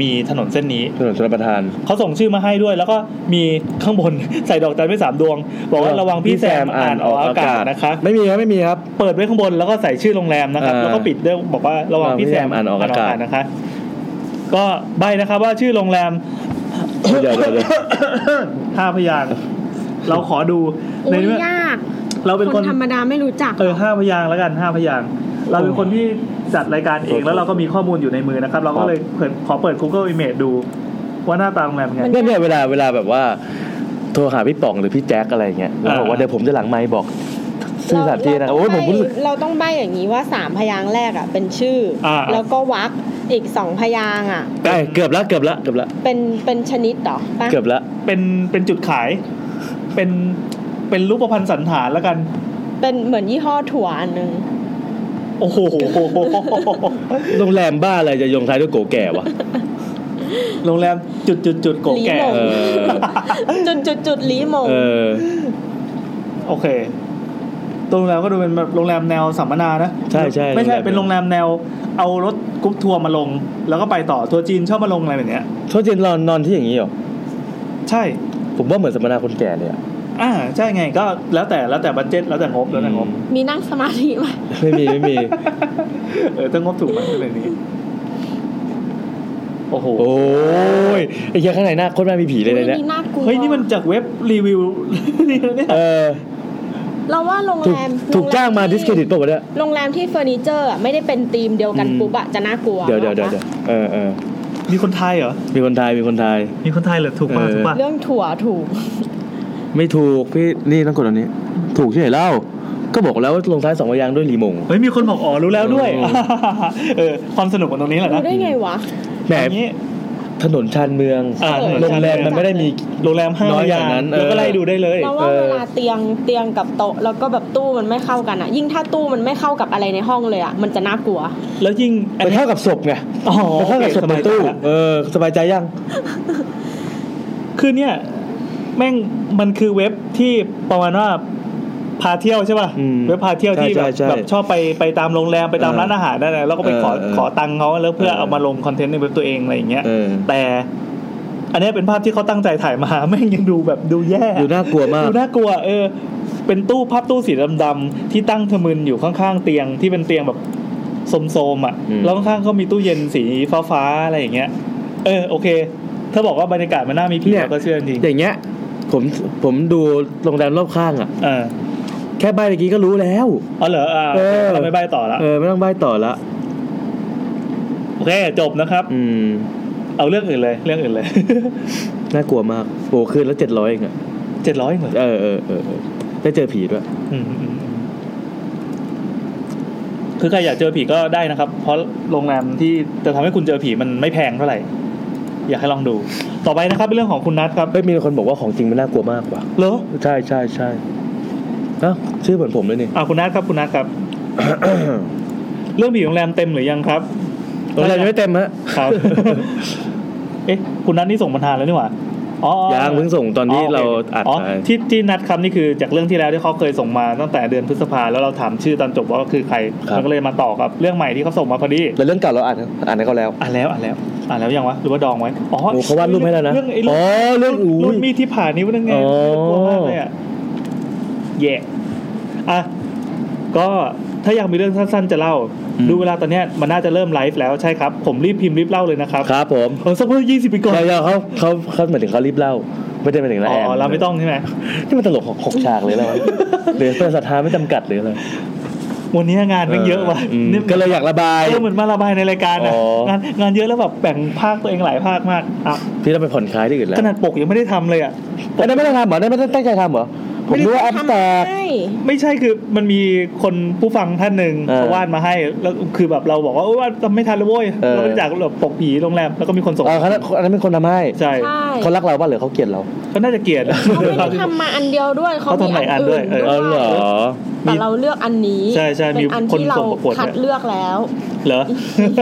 Speaker 2: มีถนนเส้นนี้
Speaker 1: ถนนชลประทาน
Speaker 2: เขาส่งชื่อมาให้ด้วย แล้วก็มีข้างบน ใส่ดอกจันไม่สามดวง บอกว่าระวังพี่แซมอ่านออกอากาศนะคะ
Speaker 1: ไม่มีครับไม่มีครับ
Speaker 2: เปิดไว้ข้างบนแล้วก็ใส่ชื่อโรงแรมนะครับ
Speaker 1: อ่า
Speaker 2: แล้วก็ปิดด้วยบอกว่าระวังพี่แซม
Speaker 1: อ่านออกอากาศ
Speaker 2: นะคะ ก็ใบนะครับว่าชื่อโรงแรม
Speaker 1: เดี๋ยวเดี๋ยวเดี๋ยว
Speaker 2: ห้าพยางค์เราขอดูใน
Speaker 4: อุ้ย
Speaker 2: เมื่อย
Speaker 4: าก
Speaker 2: เราเป็น
Speaker 4: ค
Speaker 2: คน น
Speaker 4: ธรรมดาไม่รู้จัก
Speaker 2: เออห้าพยางค์แล้วกันห้าพยางค์เราเป็นคนที่จัดรายการเองแล้วเราก็มีข้อมูลอยู่ในมือนะครับ เราก็เลยเปิดขอเปิด Google Image ดู ว่าหน้าตาโรงแรมเป็นไง
Speaker 1: เนี่ยเนี่ยเวลาเวลาแบบว่า โทรหาพี่ป๋องหรือพี่แจ็คอะไรอย่างเงี้ยแล้วบอกว่า
Speaker 2: อ่า
Speaker 1: เดี๋ยวผมจะหลังไมค์บอกซื่อสัตย์ที่นะโอ้ยผม
Speaker 4: เรา
Speaker 1: พูด
Speaker 4: ต้องใบ้เราต้องใบอย่างนี้ว่าสามพยางค์แรกอ่ะ เป็นชื่ออา แล้วก็วักอีกสองพยางค์อ่ะ
Speaker 1: ได้เกือบละเกือบละเกือบละ
Speaker 4: เป็นเป็นชนิดเหรอปะ
Speaker 1: เกือบละ
Speaker 2: เป็นเป็นจุดขาย เป็นเป็นรูปพรรณสันฐานแล้วกัน
Speaker 4: เป็นเหมือนยี่ห้อถั่วอันหนึง
Speaker 2: โอ้โห
Speaker 1: โรงแรมบ้าอะไรจะยงท้ายด้วยโกแก่วะ
Speaker 2: โรงแรมจุดจุดจุดโก
Speaker 4: ลี
Speaker 2: แก่
Speaker 4: หมง
Speaker 1: เออ
Speaker 4: จุดจุดจุดลีหมง
Speaker 1: เออ
Speaker 2: โอเคตัวโรงแรมก็ดูเป็นแบบโรงแรมแนวสัมมนานะ
Speaker 1: ใช่ใช่
Speaker 2: ไม่ใช่
Speaker 1: โรงแรม
Speaker 2: เป็นโรงแรมแนว เอารถกรุ๊ปทัวร์มาลง แล้วก็ไปต่อทัวร์จีนชอบมาลงอะไรแบบเนี้ย
Speaker 1: โทษเจนนอนนอนที่อย่างนี้เหรอ
Speaker 2: ใช่
Speaker 1: ผมว่าเหมือนสัมมนาคนแก่เลยอะ
Speaker 2: อ่าใช่ไงก็แล้วแต่แล้วแต่บัตเจ็ตแล้วแต่งบแล้วแต่งบ
Speaker 4: มีนั่งสมาธิไหม
Speaker 1: ไม่มีไม่มี
Speaker 2: เออถ้างบถูกมันก็เป็นอย่างนี้ โอ้โห
Speaker 1: โอ้ยไอ้เหี้ยข้างในหน้าโคตรแม่งมีผีเลย
Speaker 4: อุ๊
Speaker 1: เนี่ย ย
Speaker 4: นี่น่ากลัว
Speaker 2: เฮ้ยนี่มันจากเว็บรีวิว นี่นะเนี่ย
Speaker 1: เออ
Speaker 4: เราว่าโรง
Speaker 1: ถู
Speaker 4: แร
Speaker 1: ก
Speaker 4: ม
Speaker 1: ถูกจ้างมา
Speaker 4: โรแร
Speaker 1: ดิสเครดิตป่าวะเนี่ย
Speaker 4: โรงแรมที่เฟอร์นิเจอร์อะไม่ได้เป็นธีมเดียวกัน
Speaker 1: อืม
Speaker 4: ปุ๊บอะจะน่ากลัว
Speaker 1: เดี๋ยวเดี๋ยวเดี๋ยวเดี๋ยวเออเออ
Speaker 2: มีคนไทยเหรอ
Speaker 1: มีคนทายมีคนทาย
Speaker 2: มีคนไทยเหรอถูกป่ะ
Speaker 1: เออ
Speaker 2: ถูกป่ะ
Speaker 4: เรื่องถั่วถูก
Speaker 1: ไม่ถูกพี่นี่ต้องกดอันนี้ ถูกที่ไหนเล่า ก็บอกแล้วว่าลงท้ายสองพยางค์ด้วยลีมง
Speaker 2: เฮ้ยมีคนบอกอ๋อ รู้แล้วด้วย
Speaker 1: เออ
Speaker 2: เออความสนุกของตรงนี้แหละนะ
Speaker 4: รู้ได้ไงวะ
Speaker 1: แหม
Speaker 2: อย่างนี้
Speaker 1: ถนนชานเมือง
Speaker 2: อ่าถนน
Speaker 1: โรง
Speaker 2: ชานเมื
Speaker 1: แร
Speaker 2: อง
Speaker 1: มมันไม่ได้มี
Speaker 2: โรงแรมห้า
Speaker 1: น้อย
Speaker 2: อก ย่า
Speaker 1: ว่างนั้
Speaker 2: นั้น
Speaker 1: น
Speaker 2: แล้วก็
Speaker 1: เออ
Speaker 2: ไล่ดูได้เลย
Speaker 4: เราว่า
Speaker 1: เออ
Speaker 4: เวลาเตียงเตียงกับโต๊ะแล้วก็แบบตู้มันไม่เข้ากันอะยิ่งถ้าตู้มันไม่เข้ากับอะไรในห้องเลยอะมันจะน่ากลัว
Speaker 2: แล้วยิ่งอัน
Speaker 1: ไป
Speaker 2: นี้
Speaker 1: เท่ากับศพไง
Speaker 2: อ๋อ
Speaker 1: ไปเท่ากับศพในตู้
Speaker 2: โอเคสบายใจละ
Speaker 1: เออสบายใจยัง
Speaker 2: คือเนี่ย แม่งมันคือเว็บที่ประมาณว่าพาเที่ยวใช่ป่ะ
Speaker 1: อืม
Speaker 2: เว็บพาเที่ยวที่
Speaker 1: ใช่
Speaker 2: แบบ
Speaker 1: ใช่ใช่
Speaker 2: แบบชอบไปไปตามโรงแรมไปตาม
Speaker 1: เออ
Speaker 2: ร้านอาหารนั่นแหละแล้วก็ไป
Speaker 1: เออ
Speaker 2: ขอ
Speaker 1: เออ
Speaker 2: ขอตังค์เขาแล้วเพื่อ
Speaker 1: เออ
Speaker 2: เอามาลงคอนเทนต์ในเว็บตัวเองอะไรอย่างเงี้ย
Speaker 1: เออ
Speaker 2: แต่ อันเนี้ยเป็นภาพที่เขาตั้งใจถ่าย มา แม่งยังดูแบบดูแย่
Speaker 1: ดูน่ากลัวมาก
Speaker 2: ดูน่ากลัวเออ เป็นตู้ภาพตู้สีดำๆที่ตั้งทะมึนอยู่ข้างๆเตียงที่เป็นเตียงแบบโสมๆอ่ะ
Speaker 1: อืม
Speaker 2: แล้วข้างๆก็มีตู้เย็นสีฟ้าๆอะไรอย่างเงี้ย เออโอเค ถ้าบอกว่าบรรยากาศมันน่ามีผีเราก็เชื่อจริง
Speaker 1: อย่างเงี้ย ผมผมดูโรงแรมรอบข้างอ่ะ
Speaker 2: เออ
Speaker 1: แค่ใบเมื่อกี้ก็รู้แล้ว
Speaker 2: อ๋อเหรออ่า
Speaker 1: เออ
Speaker 2: เราไม่ใบต่อละ
Speaker 1: เออไม่ต้องใบต่อละ
Speaker 2: โอเคจบนะครับ
Speaker 1: อืม
Speaker 2: เอาเรื่องอื่นเลยเรื่องอื่นเลย
Speaker 1: น่ากลัวมากโอ้คืนละเจ็ดร้อยเองอะ
Speaker 2: เจ็ดร้อยเหมือน
Speaker 1: เออเออเออเออได้เจอผีด้วย
Speaker 2: คือใครอยากเจอผีก็ได้นะครับ เพราะโรงแรมที่จะทำให้คุณเจอผีมันไม่แพงเท่าไหร่ อยากให้ลองดู ต่อไปนะครับเป็นเรื่องของคุณนัทครับ
Speaker 1: เฮ้ยมีคนบอกว่าของจริงมันน่ากลัวมากกว่า
Speaker 2: เหรอ
Speaker 1: ใช่ใช่ใช่เอ้าชื่อเหมือนผมเลย นี่
Speaker 2: อ่าคุณนัทครับคุณนัทครับ เรื่องผีโรงแรมเต็มหรือยังครับ
Speaker 1: โรงแรมยังไม่เต็มฮะ
Speaker 2: ครับ เอ๊ะ คุณนัทนี่ส่งปัญหานแล้วนี่หว่าอ๋ออ๋อ
Speaker 1: ยังเพิ่งส่งตอนที่เราอัด
Speaker 2: อ๋อ
Speaker 1: ไป
Speaker 2: ที่ที่นัดครับนี่คือจากเรื่องที่แล้วที่เขาเคยส่งมาตั้งแต่เดือนพฤษภาแล้วเราถามชื่อตอนจบว่าคือใคร
Speaker 1: ครับ
Speaker 2: มันก็เลยมาต่อกับเรื่องใหม่ที่เขาส่งมาพอดี
Speaker 1: แต่เรื่องเก่าเราอ่านอ่านให้เขาแล้ว
Speaker 2: อ่านแล้วอ่านแล้วอ่านแล้วยังวะหรือว่าดองไว้อ๋อ
Speaker 1: โอ้เขาวาดรูปให้แล้วนะ
Speaker 2: เรื่องไอ้
Speaker 1: อ๋
Speaker 2: เรื่
Speaker 1: อเรื่องอุ้
Speaker 2: รุ่
Speaker 1: ย
Speaker 2: นมีดที่ผ่านิ้วนั่นไง
Speaker 1: อ๋อ
Speaker 2: กลัวมากเลยอ่ะแย่อ่ะก็ถ้าอยากมีเรื่องสั้น ๆ จะเล่า ดูเวลาตอนเนี้ยมันน่าจะเริ่มไลฟ์แล้วใช่ครับ ผมรีบพิมพ์รีบเล่าเลยนะครับ
Speaker 1: ครับผม
Speaker 2: เออสักพักยี่สิบปีก่อน
Speaker 1: เราเราเขาเขาเขาหมายถึงเขารีบเล่า ไม่ได้หมายถึงละ
Speaker 2: อ๋
Speaker 1: แอน
Speaker 2: อเราไม่ต้องใช่ไหม
Speaker 1: นี่มันตลกหกหกฉากเลยแล้วะ หรือเป็นศรัทธาไม่จำกัดหรืออะไร
Speaker 2: วันนี้งานแมันเยอะว่ะ
Speaker 1: ม
Speaker 2: นี่มัน
Speaker 1: ก็เลยอยากระบาย
Speaker 2: เออเหมือนมาระบายในรายการนะ
Speaker 1: อ๋อ
Speaker 2: งานงานเยอะแล้วแบบแบ่งภาคตัวเองหลายภาคมากอ่ะ
Speaker 1: พี่เราไปผ่อนคลายที่อื่นแล้ว
Speaker 2: ขนาดปกยังไม่ได้ทำเลยอ่ะ
Speaker 1: อันนั้นไม่ได้ทำเหรออันนั้นไม่ได้ตั้งใจทำเหรอ
Speaker 2: ผ
Speaker 3: ผมรู้ว่าอัพแตก
Speaker 4: ใช่
Speaker 2: ไม่ใช่คือมันมีคนผู้ฟังท่านหนึ่ง
Speaker 3: เออ
Speaker 2: เขาวาดมาให้แล้วคือแบบเราบอกว่าโอ้ยว่าดไม่ทันแล้วเว้ย
Speaker 3: เออ
Speaker 2: เราไปจากแบบปกผีโรงแรมแล้วก็มีคนส่ง
Speaker 3: เออเขาอันนั้นเป็นคนทำให้
Speaker 2: ใช่
Speaker 4: ใช่
Speaker 3: เขารักเราป่ะหรือเขาเกลียดเรา
Speaker 2: ก็น่าจะเกลียด
Speaker 4: เขาไม่ได้ทำมาอันเดียวด้วยเขา
Speaker 2: เขา
Speaker 4: มี
Speaker 2: ทำหลายอั
Speaker 4: อั
Speaker 2: น
Speaker 4: น
Speaker 2: ด้
Speaker 4: อื่
Speaker 2: วย
Speaker 4: น
Speaker 2: เออ
Speaker 4: ด้วย
Speaker 2: มี
Speaker 4: แต่เราเลือกอันนี้
Speaker 2: ใช่ใช่มี
Speaker 4: เป็นอัน
Speaker 2: คน
Speaker 4: ที่เรา
Speaker 2: ส่งประกวด
Speaker 4: คัดเลือกแล้ว
Speaker 2: เหรอ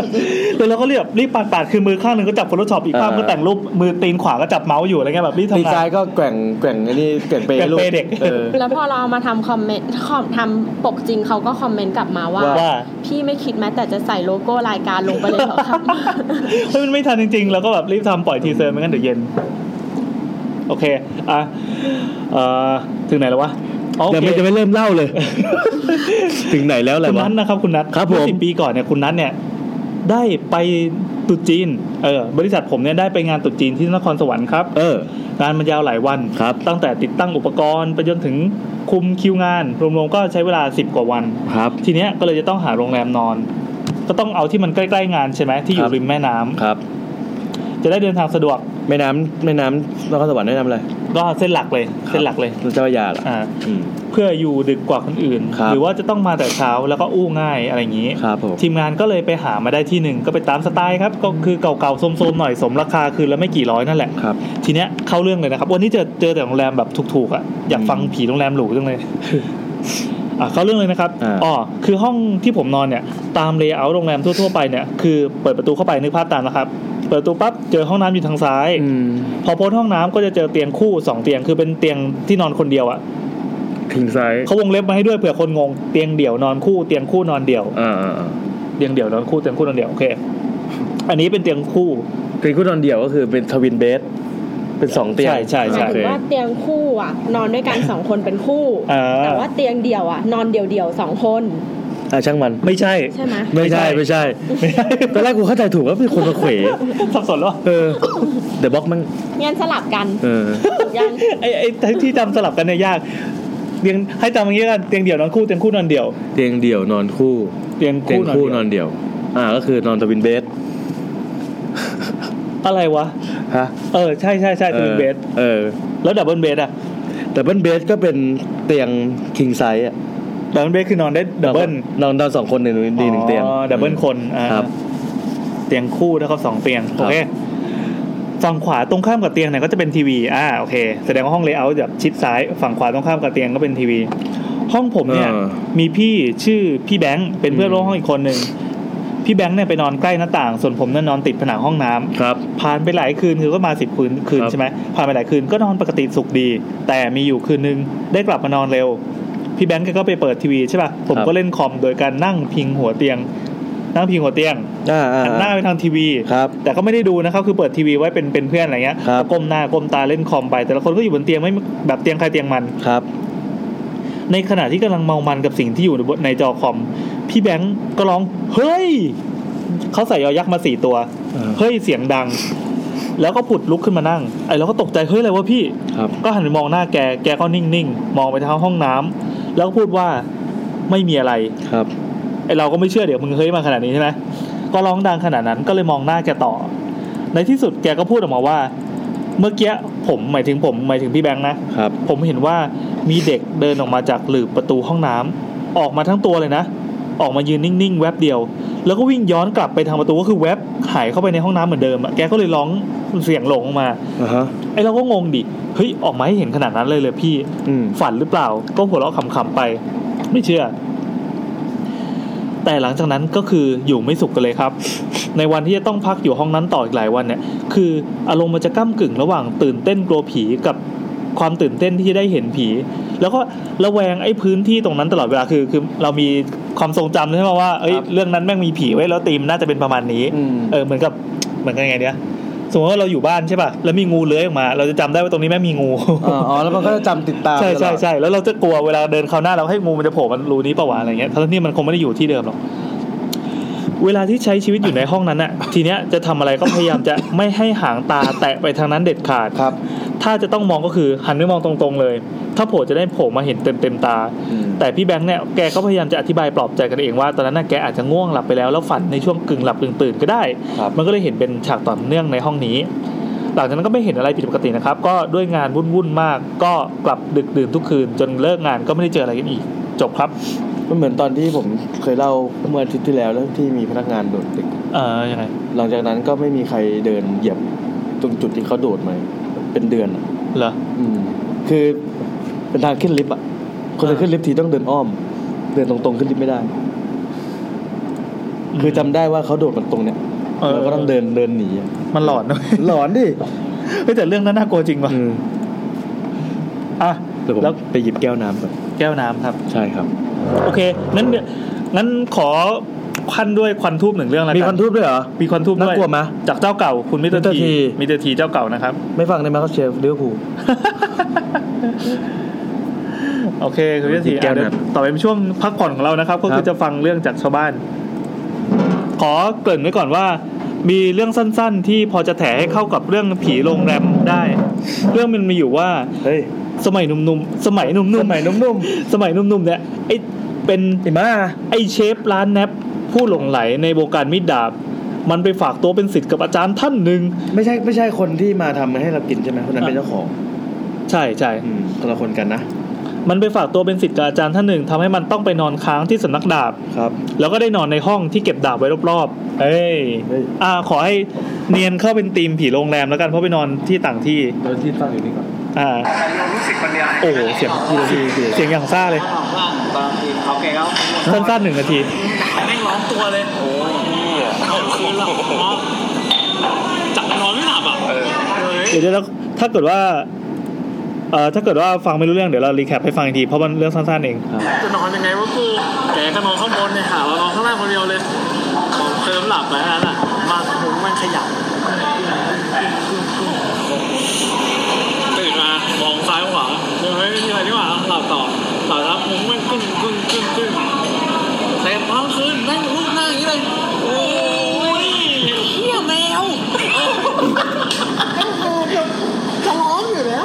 Speaker 2: แล้วเราก็เรียบรีบปาดปาดคือมือข้างหนึ่งก็จับโฟโต้ช็อปอีกข้างก็แต่งรูปมือตีนขวาก็จับเมาส์อยู่อะไรเงี้ยแบบรีบ
Speaker 3: ดี
Speaker 2: ทำ
Speaker 3: ไซ
Speaker 2: งาน
Speaker 3: น์ก็แกว่งแกว่งไอ้นี่แกว่งเป
Speaker 2: แกว่ง
Speaker 3: ลูก
Speaker 2: เปเด็ก
Speaker 3: เออ
Speaker 4: แล้วพอเราเอามาทำคอมเมนต์คอมทำปกจริงเขาก็คอมเมนต์กลับมาว่า
Speaker 2: ว่า
Speaker 4: พี่ไม่คิดแม้แต่จะใส่โลโก้รายการลงไปเลยเหรอครับ
Speaker 2: เฮ้ยมันไม่ทันจริงๆ แล้วก็แบบรีบทำปล่อยทีเซอร์ไม่งั้นเดี๋ยวเย็น โอเค อ่ะเอ่อถึงไหนแล้ววะอ๋อโอ
Speaker 1: ยัง
Speaker 2: เค
Speaker 1: ไม่จะไม่เริ่มเล่า เลย ถึงไหนแล้วอะไร
Speaker 2: คุณ
Speaker 1: วะ
Speaker 2: นัทนะครับคุณนัท
Speaker 1: ครับผม
Speaker 2: เอสิบปีก่อนเนี่ยคุณนัทเนี่ย ได้ไปตรุษจีน เออ บริษัทผมเนี่ยได้ไปงานตรุษจีนที่นครสวรรค์ครับ
Speaker 1: เออ
Speaker 2: งานมันยาวหลายวัน
Speaker 1: ครับ
Speaker 2: ตั้งแต่ติดตั้งอุปกรณ์ไปจนถึงคุมคิวงาน รวมๆก็ใช้เวลา 10 กว่าวัน
Speaker 1: ครับ
Speaker 2: ทีเนี้ยก็เลยจะต้องหาโรงแรมนอน ก็ต้องเอาที่มันใกล้ๆงานใช่ไหมที่อ
Speaker 1: ค
Speaker 2: ยู่
Speaker 1: รับ
Speaker 2: ริมแม่น้ำ
Speaker 1: ครับ
Speaker 2: จะได้เดินทางสะดวก
Speaker 1: แม่น้ำแม่น้ำนครสวรรค์แม่น้ำอะไร
Speaker 2: ก็เส้นหลักเลยเส้นหลักเลย
Speaker 1: เจ้าพระยาเหรอ
Speaker 2: อ่า
Speaker 1: อืม
Speaker 2: เพื่ออยู่ดึกกว่าคนอื่น
Speaker 1: ครับ
Speaker 2: หรือว่าจะต้องมาแต่เช้าแล้วก็อู้ง่ายอะไรอย่างนี้
Speaker 1: ครับผม
Speaker 2: ทีมงานก็เลยไปหามาได้ที่หนึ่งก็ไปตามสไตล์ครับ ก็คือเก่าๆโซมๆหน่อยสมราคาคืนละไม่กี่ร้อยนั่นแหละ
Speaker 1: ครับ
Speaker 2: ทีเนี้ยเข้าเรื่องเลยนะครับ วันนี้เจอเจอแต่โรงแรมแบบถูกๆอ่ะอยากฟังผีโรงแรมหรูจังเลย อ่ะเข้าเรื่องเลยนะครับ
Speaker 1: อ่า
Speaker 2: อคือห้องที่ผมนอนเนี่ย ตามเลเยอร์โรงแรมทั่วๆไปเนี่ยคือเปิดประตูเข้าไปนึกภาพตามนะครับ เปิดประตูปั๊บเจอห้องน้ำอยู่ทางซ้าย
Speaker 1: อืม
Speaker 2: พอพ้นห้องน้ำก็จะเจอเตียงคู่สองเตียงคือเป็นเตียงที่นอนคนเดียวอะ่ะ
Speaker 1: ทิ้งซ้าย
Speaker 2: เขาวงเล็บมาให้ด้วยเผื่อคนงงเตียงเดี่ยวนอนคู่เตียงคู่นอนเดี่ยว
Speaker 1: อ่าอ่าอ่า
Speaker 2: เตียงเดี่ยวนอนคู่เตียงคู่นอนเดี่ยวโอเค อันนี้เป็นเตียงคู่
Speaker 1: เตียงคู่นอนเดี่ยวก็คือเป็นทวินเบดเป็นสองเตียง
Speaker 2: ใช่ใช่
Speaker 4: ห
Speaker 2: ใช่
Speaker 4: มาย
Speaker 1: โอ
Speaker 4: ถึ
Speaker 1: เค
Speaker 4: งว่าเตียงคู่อ่ะ นอนด้วยกันสองคนเป็นคู่
Speaker 2: เออ
Speaker 4: แต่ว่าเตียงเดี่ยวอ่ะ นอนเดี่ยวๆสองคน
Speaker 1: อ่ะช่างมัน
Speaker 2: ไม่ใช่
Speaker 4: ใช่ไหม
Speaker 1: ไม่ใช่
Speaker 2: ไม่
Speaker 1: ไม่
Speaker 2: ใช่
Speaker 1: ใช่ตอนแรกกูเข้าใจถูกว่าเป็นคนมาเขว
Speaker 2: สับสนแล้ว
Speaker 1: เออ เดอะบ็อกมัน
Speaker 4: งั้นสลับกัน
Speaker 1: เออ
Speaker 4: ถูกยัง
Speaker 2: ไอ้ไอ้ที่จำสลับกันเนี่ยยากเตียงให้จำอย่างนี้กันเตียงเดี่ยวนอนคู่เตียงคู่นอนเดี่ยว
Speaker 1: เตียงเดี่ยวนอนคู่
Speaker 2: เตียง
Speaker 1: เตียง
Speaker 2: คู่นอน
Speaker 1: คู่
Speaker 2: เดี่ย
Speaker 1: นอ
Speaker 2: วน
Speaker 1: เดี่ยว อ่าก็คือนอนทวินเบด
Speaker 2: อะไรวะ
Speaker 1: ฮะ
Speaker 2: เออใช่ใช่ใช่เป็นเบส
Speaker 1: เออ
Speaker 2: แล้วดับเบิลเบสอ่ะ
Speaker 1: แต่เบิลเบดก็เป็นเตียงคิงไซส์อ่ะ
Speaker 2: ดับเบิลเบสคือนอนได้ดับเบิล
Speaker 1: นอนนอนสองคนในหนึ่งดีหนึ่งเตียง
Speaker 2: อ๋อดับเบิลคนอ่า
Speaker 1: ครับ
Speaker 2: เตียงคู่เท่ากับสองเตียง
Speaker 1: ครั
Speaker 2: โอบ เค ฝั่งขวาตรงข้ามกับเตียงเนี่ยก็จะเป็นทีวี อ่า โอเค แสดงว่าห้องเลเยอร์แบบชิดซ้าย ฝั่งขวาตรงข้ามกับเตียงก็เป็นทีวี ห้องผมเนี่ย
Speaker 1: เออ
Speaker 2: มีพี่ชื่อพี่แบงค์เป็นเพื่อนร่วมห้องอีกคนหนึ่ง พี่แบงค์เนี่ยไปนอนใกล้หน้าต่าง ส่วนผมเนี่ยนอนติดผนังห้องน้ำ
Speaker 1: ครับ
Speaker 2: ผ่านไปหลายคืนคือก็มาสิบคืนคืน
Speaker 1: ครับ
Speaker 2: ใช่ไหมผ่านไปหลายคืนก็นอนปกติสุขดี แต่มีอยู่คืนนึงได้กลับมานอนเร็ว พี่แบงค์แกก็ไปเปิดทีวีใช่ป่ะผมก็เล่นคอมโดยการนั่งพิงหัวเตียง นั่งพิงหัวเตียง
Speaker 1: อ่าอ่า
Speaker 2: หันหน้าไปทางทีวี
Speaker 1: ครับ
Speaker 2: แต่ก็ไม่ได้ดูนะครับคือเปิดทีวีไว้เป็นเป็นเพื่อนอะไรเงี้ย
Speaker 1: ครับ
Speaker 2: ก้มหน้าก้มตาเล่นคอมไป แต่ละคนก็อยู่บนเตียงไม่แบบเตียงใครเตียงมัน
Speaker 1: ครับ
Speaker 2: ในขณะที่กำลังเมามันกับสิ่งที่อยู่ในบนในจอคอม พี่แบงค์ก็ร้อง เฮ้ย เขาใส่ยอยักษ์มาสี่ตัว
Speaker 1: อ่า
Speaker 2: เฮ้ยเสียงดัง แล้วก็ผุดลุกขึ้นมานั่ง ไอ้เราก็ตกใจเฮ้ยอะไรวะพี่
Speaker 1: ครับ
Speaker 2: ก็หันไปมองหน้าแก แกก็นิ่งๆ มองไปทางห้องน้ำแล้วก็พูดว่าไม่มีอะไร
Speaker 1: ครับ
Speaker 2: ไอ้เราก็ไม่เชื่อเดี๋ยวมึงเฮ้ยมาขนาดนี้ใช่ไหมก็ร้องดังขนาดนั้นก็เลยมองหน้าแกต่อ ในที่สุดแกก็พูดออกมาว่า เมื่อกี้ผมหมายถึงผมหมายถึงพี่แบงค์นะ
Speaker 1: ครับ
Speaker 2: ผมเห็นว่ามีเด็กเดินออกมาจากหลืบประตูห้องน้ำออกมาทั้งตัวเลยนะ ออกมายืนนิ่งๆ แวบเดียว แล้วก็วิ่งย้อนกลับไปทางประตูก็คือแวบหายเข้าไปในห้องน้ำเหมือนเดิมอะแกก็เลยร้องเสียงหลงออกมา
Speaker 1: อ่าฮะ
Speaker 2: ไอ้เราก็งงดิเฮ้ยออกมาให้เห็นขนาดนั้นเลยเลยพี่
Speaker 1: อืม
Speaker 2: ฝันหรือเปล่า ก็หัวเราะขำๆไป ไม่เชื่อ แต่หลังจากนั้นก็คืออยู่ไม่สุขกันเลยครับ ในวันที่จะต้องพักอยู่ห้องนั้นต่ออีกหลายวันเนี่ย คืออารมณ์มันจะก้ากึ่งระหว่างตื่นเต้นกลัวผีกับความตื่นเต้นที่จะได้เห็นผี แล้วก็ระแวงไอ้พื้นที่ตรงนั้นตลอดเวลาคือคือเรามีความทรงจำใช่ไหมว่าเอ้ยเรื่องนั้นแม่งมีผีไว้แล้วตีมน่าจะเป็นประมาณนี้
Speaker 1: อืม
Speaker 2: เออเหมือนกับเหมือนกันไงเนี่ยสมมติว่าเราอยู่บ้านใช่ป่ะแล้วมีงูเลื้อยออกมา เราจะจำได้ว่าตรงนี้แม่งมีงู
Speaker 3: าอ๋อแล้วมันก็จะจำติดตาม
Speaker 2: ใช่
Speaker 3: ต
Speaker 2: ใช่
Speaker 3: ลอด
Speaker 2: ใช่แล้วเราจะกลัวเวลาเดินเข้าวหน้าเราให้งูมันจะโผล่มันรูนี้ปะวะอะไรเงี้ยทั้งที่มันคงไม่ได้อยู่ที่เดิมหรอกเวลาที่ใช้ชีวิตอยู่ในห้องนั้นอะทีเนี้ยจะทำอะไรก็พยายามจะ ไม่ให้หางตาแตะไปทางนั้นเด็ดขาด
Speaker 3: ครับ
Speaker 2: ถ้าจะต้องมองก็คือหันไปมองตรงๆเลย ถ้าโผล่จะได้โผล่มาเห็นเต็มๆตา
Speaker 3: อืม
Speaker 2: แต่พี่แบงค์เนี่ยแกก็พยายามจะอธิบายปลอบใจกันเองว่าตอนนั้นน่ะแกอาจจะง่วงหลับไปแล้วแล้วฝันในช่วงกึ่งหลับกึ่งตื่นก็ได้
Speaker 3: ครับ
Speaker 2: มันก็เลยเห็นเป็นฉากต่อเนื่องในห้องนี้ หลังจากนั้นก็ไม่เห็นอะไรผิดปกตินะครับ ก็ด้วยงานวุ่นๆมาก ก็กลับดึกดื่นทุกคืน จนเลิกงานก็ไม่ได้เจออะไรกันอีก จบครับ
Speaker 1: มันเหมือนตอนที่ผมเคยเล่าเมื่ออาทิตย์ที่แล้วแล้วที่มีพนักงานโดดตึก
Speaker 2: เออยังไง
Speaker 1: หลังจากนั้นก็ไม่มีใครเดินเหยียบตรงจุดที่เขาโดดมาเป็นเดือนอะ
Speaker 2: เหรอ
Speaker 1: อืม คือเป็นทางขึ้นลิฟต์อ่ะ คนจะ
Speaker 2: อ่า
Speaker 1: ขึ้นลิฟต์ทีต้องเดินอ้อม เดินตรงๆขึ้นลิฟต์ไม่ได้ คือจำได้ว่าเขาโดดมันตรงเนี้ย
Speaker 2: เออ
Speaker 1: แล้วก็ต้องเดินเดินหนีอะ
Speaker 2: มันหลอนนะ
Speaker 1: หลอนดิ
Speaker 2: เฮ้ยแต่เรื่องนั้นน่ากลัวจริงว่ะ
Speaker 1: อืม
Speaker 2: อ่ะ
Speaker 1: เดี๋ยวผม
Speaker 2: แล้ว
Speaker 1: ไปหยิบแก้วน้ำก่อน
Speaker 2: แก้วน้ำครับ
Speaker 1: ใช่ครับ
Speaker 2: โอเคงั้นเดี๋ยวงั้นขอควันด้วยควันทูบหนึ่งเรื่องแล้ว
Speaker 1: มี
Speaker 2: กั
Speaker 1: ควันทูบด้วยเหรอ
Speaker 2: มีควันทูบด้วย
Speaker 1: น่ากลัวไหม
Speaker 2: จากเจ้าเก่าคุณมิสเตอร์
Speaker 1: มิสเตอร์ที
Speaker 2: ทีมิสเตอร์ทีเจ้าเก่านะครับ
Speaker 1: ไม่ฟังในมาเขาเชฟเลี้ยวผูล
Speaker 2: โอเคคุณมิสเตอร์ที
Speaker 1: หยิบแก้ว
Speaker 2: อ่ะเดี๋ยว
Speaker 1: น้ำ
Speaker 2: ต่อไปเป็นช่วงพักผ่อนของเรานะครับ ก็
Speaker 1: ค
Speaker 2: คื
Speaker 1: รั
Speaker 2: อบ จะฟังเรื่องจากชาวบ้าน ขอเกริ่นไว้ก่อนว่า มีเรื่องสั้น ๆ ที่พอจะแถให้เข้ากับเรื่องผีโรงแรมได้ เรื่องมันมีอยู่ว่า
Speaker 1: เฮ้ย
Speaker 2: สมัยหนุ่มๆสมัยหนุ่
Speaker 1: ส
Speaker 2: ม
Speaker 1: มัยหนุ่ม
Speaker 2: ๆสมัยหนุ่มๆเนี่ยไอเป็น
Speaker 1: ๆไอ้มา
Speaker 2: ไอเชฟร้านแนบผู้หลงไหลในวงการมิดดาบ มันไปฝากตัวเป็นสิทธิ์กับอาจารย์ท่านหนึ่ง
Speaker 1: ไม่ใช่ไม่ใช่คนที่มาทำให้เรากินใช่ไหมคนนั้นเป็นเจ้าของ
Speaker 2: ใช่ใช่
Speaker 1: อืมคนละคนกันนะ
Speaker 2: มันไปฝากตัวเป็นสิทธิ์กับอาจารย์ท่านหนึ่งทำให้มันต้องไปนอนค้างที่สำนักดาบ
Speaker 1: ครับ
Speaker 2: แล้วก็ได้นอนในห้องที่เก็บดาบไว้รอบๆเอ้ย
Speaker 1: เฮ้ย
Speaker 2: อ่าขอให้เนียนเข้าเป็นทีมผีโรงแรมแล้วกันเพราะไปนอนที่ต่างที่
Speaker 1: โดยที่ฟังอยู่นี่ก่อน
Speaker 2: อ่าโอ้โหเสียงเสียงอย่างซ่าเลย
Speaker 6: ถ้าของว่างตอนทีเขาแกก็
Speaker 2: สั้นๆหนึ่งนาที
Speaker 6: แม่งร้อนตัวเลย โอ้ยคือหลับเนาะจับนอนไม่หลับอ่ะ
Speaker 2: เดี๋ยวเดี๋ยวแล้วถ้าเกิดว่าเอ่อถ้าเกิดว่าฟังไม่รู้เรื่องเดี๋ยวเรารีแคปให้ฟังอีกทีเพราะมันเรื่องสั้นๆเอง
Speaker 6: จะนอนยังไงวะกูแกก็นอนข้างบนเนี่ยหาเรานอนข้างล่างคนเดียวเลยผมเพิ่มหลับไปแล้วน่ะมาหูมันขยับตื่นมามองซ้ายขวาเดี๋ยวเฮ้ยไม่มีอะไรนี่หว่าหลับต่อหลับแล้วหูมันกึ้งกึ้งกึ้งกึ้งเสร็จทั้งคืนนั่งลูกหน้าอย่างนี้เลยโอ้ยเหี้ยแมว
Speaker 7: จะร้อนอยู่แล้ว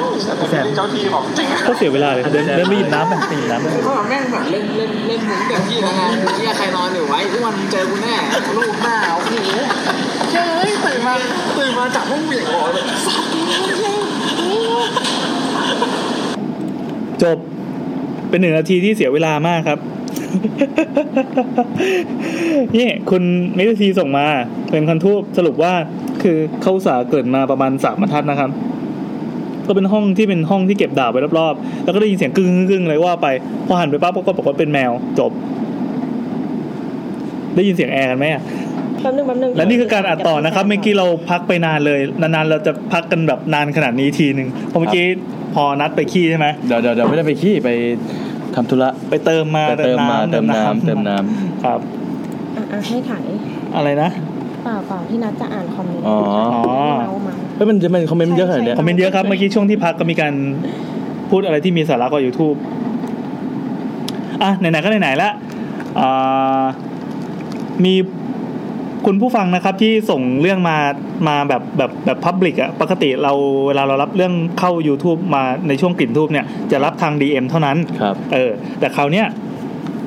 Speaker 2: แสนเจ้าทีบอกก็เสียเวลาเลยเดินเดินไปหยิบน้ำไปหยิบน้ำไป
Speaker 6: ก็แม่งแบบเล่นเล่นเล่นมึงเต็มที่แล้วไงมึงเนี่ยใครนอนอยู่ไว้ทุกวันมึงเจอกูแน่ลูกหน้าโอ้โห
Speaker 7: เจ้ยตื่นมา
Speaker 6: มาตื่นมาจากห้องเหวี่ยงหัวเลย
Speaker 2: จบเป็นหนึ่งนาทีที่เสียเวลามากครับ นี่คุณมิตรทีส่งมา เป็นคันทูบสรุปว่าคือเขาอุตสาห์เกิดมาประมาณสามบรรทัดนะครับ ก็เป็นห้องที่เป็นห้องที่เก็บดาบไว้รอบๆ แล้วก็ได้ยินเสียงกึ้งกึ้งๆเลยว่าไปพอหันไปปั๊บก็บอกว่าเป็นแมว จบ ได้ยินเสียงแอร์กันไหมอะ
Speaker 4: แป๊บนึงแป๊บนึง
Speaker 2: และนี่คือการอัดต่อนะครับเมื่อกี้เราพักไปนานเลย นานๆเราจะพักกันแบบนานขนาดนี้ทีหนึ่งเพราะเมื่อกี้พอนัดไปขี้ใช่ไหม
Speaker 1: เดี๋ยวเดี๋ยวเดี๋ยวไม่ได้ไปขี้ไปทำธุระ
Speaker 2: ไปเติมมา
Speaker 1: ไปเติมมาเติมน้ำเติมน้
Speaker 2: ครับ
Speaker 4: อ่ะอ่ะให้ถ่าย
Speaker 2: อะไรนะ
Speaker 4: เปล่าเปล่าที่นัดจะอ่านคอมเมนต์
Speaker 1: อ๋อ
Speaker 4: ที่
Speaker 2: อ๋อ
Speaker 4: เมาส์มา
Speaker 1: เฮ้ยมันจะมันคอมเมนต์เยอะขนาดเนี้ย
Speaker 2: คอมเมนต์เยอะครับเมื่อกี้ช่วงที่พักก็มีการพูดอะไรที่มีสาระกว่า YouTube อ่ะไหนๆก็ไหนๆละอ่ามีคุณผู้ฟังนะครับที่ส่งเรื่องมามาแบบแบบแบบพับลิกอะปกติเราเวลาเรารับเรื่องเข้า YouTube มาในช่วงกลิ่นทูบเนี่ยจะรับทาง DM เท่านั้น
Speaker 1: ครับ
Speaker 2: เออ แต่คราวเนี้ย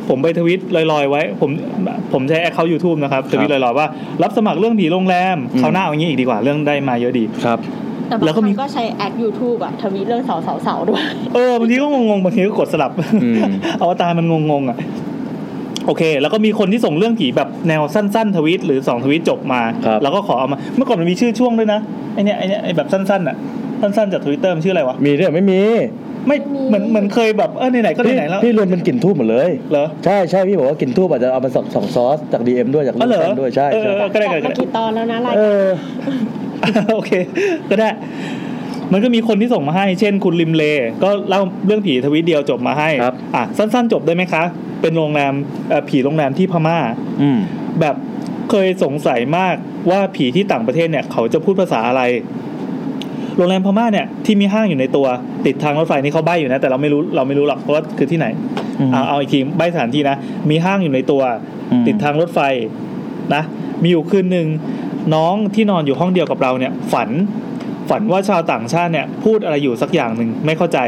Speaker 2: ผมไปทวิตลอยๆไว้ ผมผมใช้แอคเคาท์ YouTube นะครับทวิตลอยๆว่า รับสมัครเรื่องผีโรงแรม
Speaker 1: อืม
Speaker 2: คราวหน้าเอาอย่างนี้อีกดีกว่าเรื่องได้มาเยอะดี
Speaker 1: ครับ
Speaker 4: แต่บาง
Speaker 2: แล้ว
Speaker 4: ค
Speaker 2: ก็มี
Speaker 4: รั้งก็ใช้แอด YouTube อะทวีตเรื่องเสาเสาเสาด้วย
Speaker 2: เออบางทีก็งงๆบางทีก็กดสลับ
Speaker 1: อืม
Speaker 2: อวตารมันงงๆอ่ะ โอเค แล้วก็มีคนที่ส่งเรื่องผีแบบแนวสั้นๆ ทวิตหรือสองทวิตจบมา
Speaker 1: ครับ
Speaker 2: แล้วก็ขอเอามา เมื่อก่อนมันมีชื่อช่วงด้วยนะไอเนี้ยไอเนี้ยไอแบบสั้นๆอ่ะ สั้นๆจากทวิตเตอร์มันชื่ออะไรวะ
Speaker 1: มีเรื่องไม่มี
Speaker 2: ไม่เหมือนเหมือนเคยแบบเออไหนๆก็
Speaker 1: พี่
Speaker 2: ไหนๆแล้ว
Speaker 1: พี่รวมเป็นกลิ่นทูบหมดเลย
Speaker 2: เหรอ
Speaker 1: ใช่ใช่พี่บอกว่ากลิ่นทูบอาจจะเอามาสองสองซอสจาก DM ด้วยจาก
Speaker 2: อ๋อเหรอ
Speaker 1: นั้นด้วยใช่
Speaker 2: เออ
Speaker 1: ใช่
Speaker 2: เออก็ได้ก็
Speaker 4: จัดมา
Speaker 2: ได้
Speaker 4: กี่ตอนแล้วนะราย
Speaker 1: เอ
Speaker 4: การ
Speaker 1: อ
Speaker 2: โอเค ก็ได้ มันก็มีคนที่ส่งมาให้ เช่น คุณริมเล ก็เล่าเรื่องผีทวิตเดียวจบมาให้
Speaker 1: ครับ
Speaker 2: อ่ะสั้นๆ จบได้ไหมคะ เป็นโรงแรมเอ่อผีโรงแรมที่พม่า
Speaker 1: อืม
Speaker 2: แบบเคยสงสัยมากว่าผีที่ต่างประเทศเนี่ย เขาจะพูดภาษาอะไร โรงแรมพม่าเนี่ยที่มีห้างอยู่ในตัว ติดทางรถไฟนี่เขาใบ้อยู่นะ แต่เราไม่รู้เราไม่รู้หรอกว่าคือที่ไหน
Speaker 1: อืม
Speaker 2: เอาเอาอีกทีใบ้สถานที่นะ มีห้างอยู่ในตัว
Speaker 1: อืม
Speaker 2: ติดทางรถไฟนะ มีอยู่คืนหนึ่งน้องที่นอนอยู่ห้องเดียวกับเราเนี่ย ฝัน ฝันว่าชาวต่างชาติเนี่ย พูดอะไรอยู่สักอย่างหนึ่งไม่เข้าใจ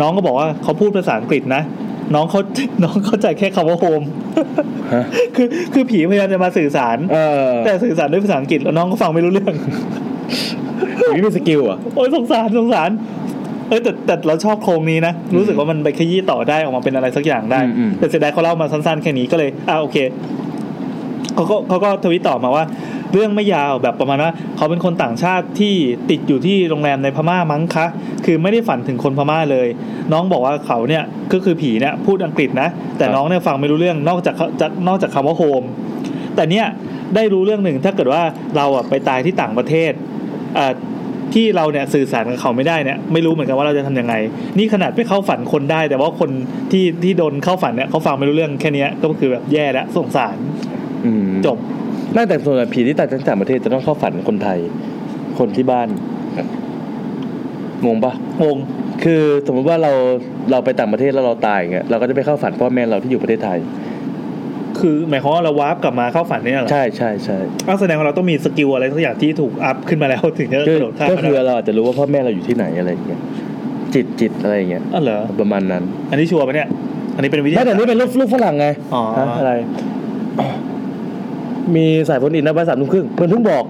Speaker 2: น้องก็บอกว่าเขาพูดภาษาอังกฤษนะ น้องเขา น้องเข้าใจแค่คำว่าโฮม
Speaker 1: ฮะ
Speaker 2: คือคือผีพยายามจะมาสื่อสาร
Speaker 1: เออ
Speaker 2: แต่สื่อสารด้วยภาษาอังกฤษแล้วน้องก็ฟังไม่รู้เรื่อง
Speaker 3: อย่างนี้มีสกิลเหรอ่ะ
Speaker 2: โอ้ยสงสารสงสาร เอ้ยแต่แต่เราชอบโครงนี้นะ รู้สึกว่ามันไปขยี้ต่อได้ออกมาเป็นอะไรสักอย่างได้ แต่เสียดายเขาเล่ามาสั้นๆแค่นี้ก็เลยอ่าโอเคเขาก็เขาก็ทวิตต่อมาว่า เรื่องไม่ยาวแบบประมาณว่าเขาเป็นคนต่างชาติที่ติดอยู่ที่โรงแรมในพม่ามั้งคะ คือไม่ได้ฝันถึงคนพม่าเลย น้องบอกว่าเขาเนี่ยก็คือผีเนี่ยพูดอังกฤษนะ แต่น้องเนี่ยฟังไม่รู้เรื่องนอกจากจากนอกจากคำว่าโฮม แต่เนี่ยได้รู้เรื่องหนึ่งถ้าเกิดว่าเราอ่ะไปตายที่ต่างประเทศอ่าที่เราเนี่ยสื่อสารกับเขาไม่ได้เนี่ยไม่รู้เหมือนกันว่าเราจะทำยังไง นี่ขนาดไปเข้าฝันคนได้ แต่ว่าคนที่ที่โดนเข้าฝันเนี่ยเขาฟังไม่รู้เรื่องแค่เนี้ยก็คือแบบแย่แล้วสงสาร
Speaker 3: อืม
Speaker 2: จบ
Speaker 1: ไม่แต่ส่วนใหญ่ผีที่ตายจากต่างประเทศจะต้องเข้าฝันคนไทย คนที่บ้านงงปะ
Speaker 2: งง
Speaker 1: คือสมมติว่าเราเราไปต่างประเทศแล้วเราตายอย่างเงี้ยเราก็จะไปเข้าฝันพ่อแม่เราที่อยู่ประเทศไทย
Speaker 2: คือหมายความว่าเราวาร์ปกลับมาเข้าฝันเนี่ยเหรอ
Speaker 1: ใช่ใช่ใช่
Speaker 2: ก็แสดงว่าเราต้องมีสกิลอะไรสักอย่างที่ถูกอัพขึ้นมาแล้วถึงจะ
Speaker 1: คื
Speaker 2: ก
Speaker 1: อ
Speaker 2: ระโดดข้าม
Speaker 1: ก็
Speaker 2: มา
Speaker 1: คือ
Speaker 2: ได้
Speaker 1: เราอาจจะรู้ว่าพ่อแม่เราอยู่ที่ไหนอะไรอย่างเงี้ยจิตจิตอะไรอย่างเงี้ย
Speaker 2: อ๋อเหรอ
Speaker 1: ประมาณนั้น
Speaker 2: อันนี้ชัวร์ปะเนี่ย อันนี้เป็นวิทยา
Speaker 1: ไม่แต่นี่เป็นลูกลูกฝรั่งไง
Speaker 2: อ๋อ
Speaker 1: ฮะอะไร มีสายโฟนอินนะบ่ายสามทุ่มครึ่งเพื่อนเพิ่งบอก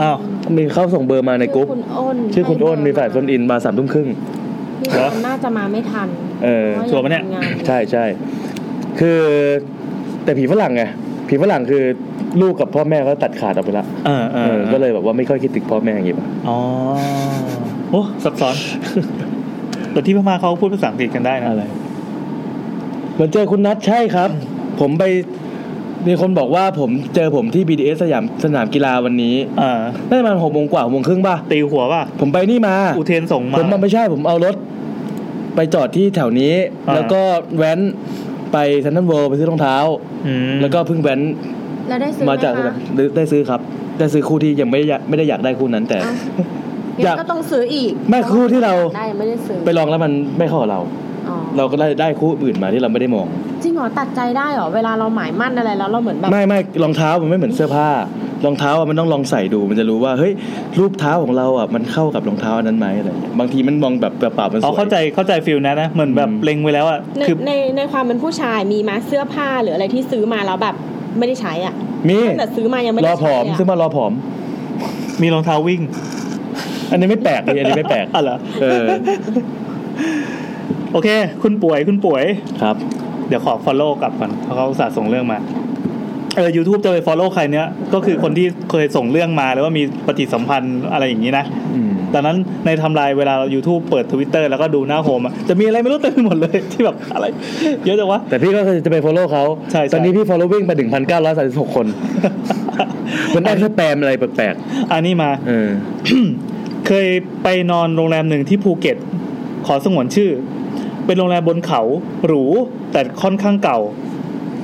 Speaker 2: อ้าว
Speaker 1: มีเข้าส่งเบอร์มาในกรุ๊ป
Speaker 4: ชื่อคุณอ้น
Speaker 1: ชื่อคุณอ้นมีสายโฟนอินมาสามทุ่มครึ่ง
Speaker 4: พี่
Speaker 2: เหรอ
Speaker 4: คนน่าจะมาไม่ทัน
Speaker 1: เออ
Speaker 4: พา
Speaker 2: ชัวร์ปะเนี่ย
Speaker 4: งทำงาอ
Speaker 1: ใช่ใช่คือแต่ผีฝรั่งไงผีฝรั่งคือลูกกับพ่อแม่ก็ตัดขาดออกไปละ
Speaker 2: เออเอ
Speaker 1: เอ
Speaker 2: อ
Speaker 1: อก็เลยแบบว่าไม่ค่อยคิดถึงพ่อแม่อย่างงี้ป่ะ
Speaker 2: อ๋อโอ้ซับซ้อน แต่ที่พม่าเขาพูดภาษาอังกฤษกันได้นะ
Speaker 1: อะไรเหมือนเจอคุณนัทใช่ครับ ผมไปมีคนบอกว่าผมเจอผมที่ BDS สยามสนามกีฬาวันนี้
Speaker 2: เออ
Speaker 1: น่าจะประมาณหกโมงกว่าหกโมงครึ่งป่ะ
Speaker 2: ตีหัวป่ะ
Speaker 1: ผมไปนี่มา
Speaker 2: อุเทนส่งมา
Speaker 1: ผมมันไม่ใช่ผมเอารถ ไปจอดที่แถวนี้
Speaker 2: อ่า
Speaker 1: แล้วก็แว้นไปเซันทันเวิลด์ไปซื้อรองเท้า
Speaker 2: อืม
Speaker 1: แล้วก็เพิ่งแว้น
Speaker 4: แล้วได้ซื้อไห
Speaker 1: มาจาก
Speaker 4: คะ
Speaker 1: ได้ได้ซื้อครับ ได้ซื้อคู่ที่ยังไม่ได้อยากไม่ได้อยากได้คู่นั้นแต่ อ
Speaker 4: อ
Speaker 1: าย
Speaker 4: ยาก กก็ต้องซื้ออีก
Speaker 1: แม่คู่ที่เรา
Speaker 4: ได้ไม่ได้ซื้อ
Speaker 1: ไปลองแล้วมันไม่เข้ากับเรา
Speaker 4: อ๋อ
Speaker 1: เราก็ได้ได้คู่อื่นมาที่เราไม่ได้มอง
Speaker 4: จริงเหรอตัดใจได้เหรอเวลาเราหมายมั่นอะไรแล้วเราเหมือนแบบ
Speaker 1: ไม่ไม่รองเท้ามันไม่เหมือนเสื้อผ้ารองเท้าอะมันต้องลองใส่ดู มันจะรู้ว่าเฮ้ยรูปเท้าของเราอ่ะมันเข้ากับรองเท้าอันนั้นไหมอะไรอย่างเงี้ยบางทีมันมองแบบเปล่าๆมันส
Speaker 2: อ๋อ
Speaker 1: วย
Speaker 2: เข้าใจเข้าใจฟิลนะนะเหมือนแบบ
Speaker 1: อืม
Speaker 2: เล็งไว้แล้วอ่ะ
Speaker 4: ใน
Speaker 2: คือ
Speaker 4: ในในความเป็นผู้ชายมีมาเสื้อผ้าหรืออะไรที่ซื้อมาแล้วแบบไม่ได้ใช้อ่ะ
Speaker 1: มี
Speaker 4: ตั้งแต่ซื้อมายังไม่
Speaker 1: ร
Speaker 4: ได้
Speaker 1: อผ
Speaker 4: ใช้
Speaker 1: อม
Speaker 4: อะ
Speaker 1: ซึ่งมารอผอม
Speaker 2: มีรองเท้าวิ่ง
Speaker 1: อันนี้ไม่แปลกนี่อันนี้ไม่แปลก
Speaker 2: อ๋อเหรอ
Speaker 1: เออ
Speaker 2: โอเค คุณป่วยคุณป่วย
Speaker 1: ครับ
Speaker 2: เดี๋ยวขอ follow กลับก่อนเพราะเขาอุตสาห์ส่งเรื่องมาเออ YouTube จะไป follow ใครเนี้ยก็คือคนที่เคยส่งเรื่องมาแล้วว่ามีปฏิสัมพันธ์อะไรอย่างนี้นะ
Speaker 1: อืม
Speaker 2: ดังนั้นในไทำลายเวลา YouTube เปิด Twitter แล้วก็ดูหน้าโฮมอะจะมีอะไรไม่รู้เต็มไปหมดเลย ที่แบบอะไร เยอะจังวะ
Speaker 1: แต่พี่ก็คือจะไป follow เขา
Speaker 2: ใช่ใช่
Speaker 1: ตอนนี้พี่ following ไป 1,936 คน มันได้แค่แปมอะไรแปลก
Speaker 2: อันนี้มา
Speaker 1: ๆเออ
Speaker 2: เคยไปนอนโรงแรมหนึ่งที่ภูเก็ต ขอสงวนชื่อ เป็นโรงแรมบนเขาหรูแต่ค่อนข้างเก่า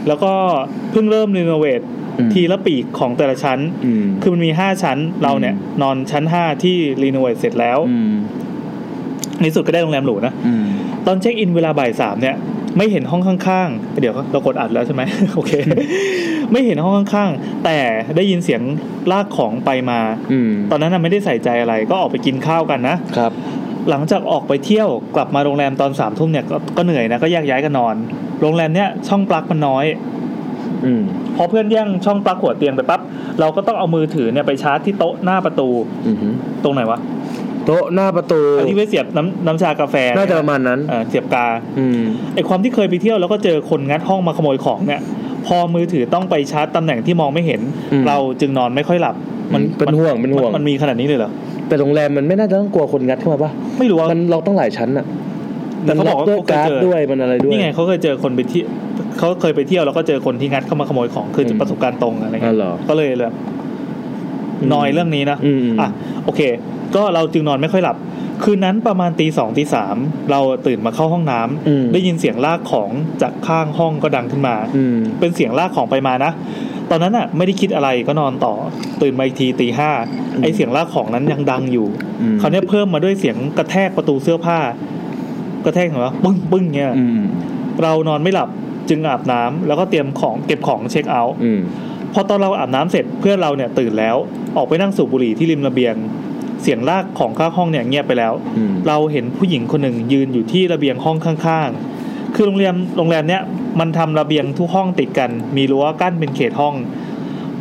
Speaker 2: แล้วก็เพิ่งเริ่มรีโนเวท
Speaker 1: อืม
Speaker 2: ทีละปีกของแต่ละชั้น
Speaker 1: อืม
Speaker 2: คือมันมีห้าชั้นเราเนี่ยนอนชั้นห้าที่รีโนเวทเสร็จแล้ว
Speaker 1: อืม
Speaker 2: ในที่สุดก็ได้โรงแรมหรูนะ
Speaker 1: อืม
Speaker 2: ตอนเช็คอินเวลาบ่ายสามเนี่ยไม่เห็นห้องข้างๆ เดี๋ยวเรากดอัดแล้วใช่ไหม โอเค ไม่เห็นห้องข้างๆ แต่ได้ยินเสียงลากของไปมา
Speaker 1: อืม
Speaker 2: ตอนนั้นน่ะไม่ได้ใส่ใจอะไรก็ออกไปกินข้าวกันนะ
Speaker 1: ครับ
Speaker 2: หลังจากออกไปเที่ยวกลับมาโรงแรมตอนสามทุ่มเนี่ยก็ก็เหนื่อยนะก็แยกย้ายกันนอน โรงแรมเนี่ยช่องปลั๊กมันน้อย
Speaker 1: อืม
Speaker 2: พอเพื่อนแย่งช่องปลั๊กหัวเตียงไปปั๊บเราก็ต้องเอามือถือเนี่ยไปชาร์จที่โต๊ะหน้าประตู
Speaker 1: อือหือ
Speaker 2: ตรงไหนวะ
Speaker 1: โต๊ะหน้าประตู
Speaker 2: อันนี้ไว้เสียบน้ำน้ำชากาแฟ
Speaker 1: น่าจะประมาณนั้น
Speaker 2: เอ่อเสียบกา
Speaker 1: อืม
Speaker 2: ไอความที่เคยไปเที่ยวแล้วก็เจอคนงัดห้องมาขโมยของเนี่ย พอมือถือต้องไปชาร์จตำแหน่งที่มองไม่เห็น
Speaker 1: อืม
Speaker 2: เราจึงนอนไม่ค่อยหลับ
Speaker 1: อืมเป็นห่วงเป็นห่วง
Speaker 2: มันมีขนาดนี้เลยเหรอ
Speaker 1: แต่โรงแรมมันไม่น่าจะต้องกลัวคนงัดเข้ามาปะ
Speaker 2: ไม่รู้ว่า
Speaker 1: มันล็อกตั้งหลายชั้นอ่ะ
Speaker 2: แต่เขาบอกว่า
Speaker 1: มันล็ด้
Speaker 2: เขาเคย
Speaker 1: วยการ์ด
Speaker 2: เจอ
Speaker 1: ด้วยมันอะไรด้วย
Speaker 2: นี่ไงเขาเคยเจอคนไปเที่ยวเขาเคยไปเที่ยวแล้วก็เจอคนที่งัดเข้ามาขโมยของคืออ
Speaker 1: ม
Speaker 2: ประสบการณ์ตรงอะไร
Speaker 1: อ๋
Speaker 2: เงี้
Speaker 1: อย เหรอ
Speaker 2: ก็เลยแบบ
Speaker 1: อืม
Speaker 2: นอยเรื่องนี้นะ
Speaker 1: อืมอืม
Speaker 2: อ่ะโอเค ก็เราจึงนอนไม่ค่อยหลับ คืนนั้นประมาณตีสองตีสามเราตื่นมาเข้าห้องน้ำ
Speaker 1: อืม
Speaker 2: ได้ยินเสียงลากของจากข้างห้องก็ดังขึ้นมา
Speaker 1: อืม
Speaker 2: เป็นเสียงลากของไปมานะ ตอนนั้นอ่ะ ไม่ได้คิดอะไรก็นอนต่อ ตื่นมาอีกทีตีห้าไอเสียงลากของนั้นยังดังอยู่
Speaker 1: อืม
Speaker 2: เขาวเนี้ยเพิ่มมาด้วยเสียงกระแทกประตูเสื้อผ้า กระแทกเหรอปึ้งปึ้งเงี้ย
Speaker 1: อืม
Speaker 2: เรานอนไม่หลับจึงอาบน้ำแล้วก็เตรียมของเก็บของเช็คเอาท์
Speaker 1: อืม
Speaker 2: พอตอนเราอาบน้ำเสร็จเพื่อนเราเนี่ยตื่นแล้ว ออกไปนั่งสูบบุหรี่ที่ริมระเบียง เสียงลากของข้างห้องเนี่ยเงียบไปแล้ว
Speaker 1: อืม
Speaker 2: เราเห็นผู้หญิงคนหนึ่งยืนอยู่ที่ระเบียงห้องข้างๆ คือโรงแรมโรงแรมเนี่ยมันทำระเบียงทุกห้องติดกัน มีรั้วกั้นเป็นเขตห้อง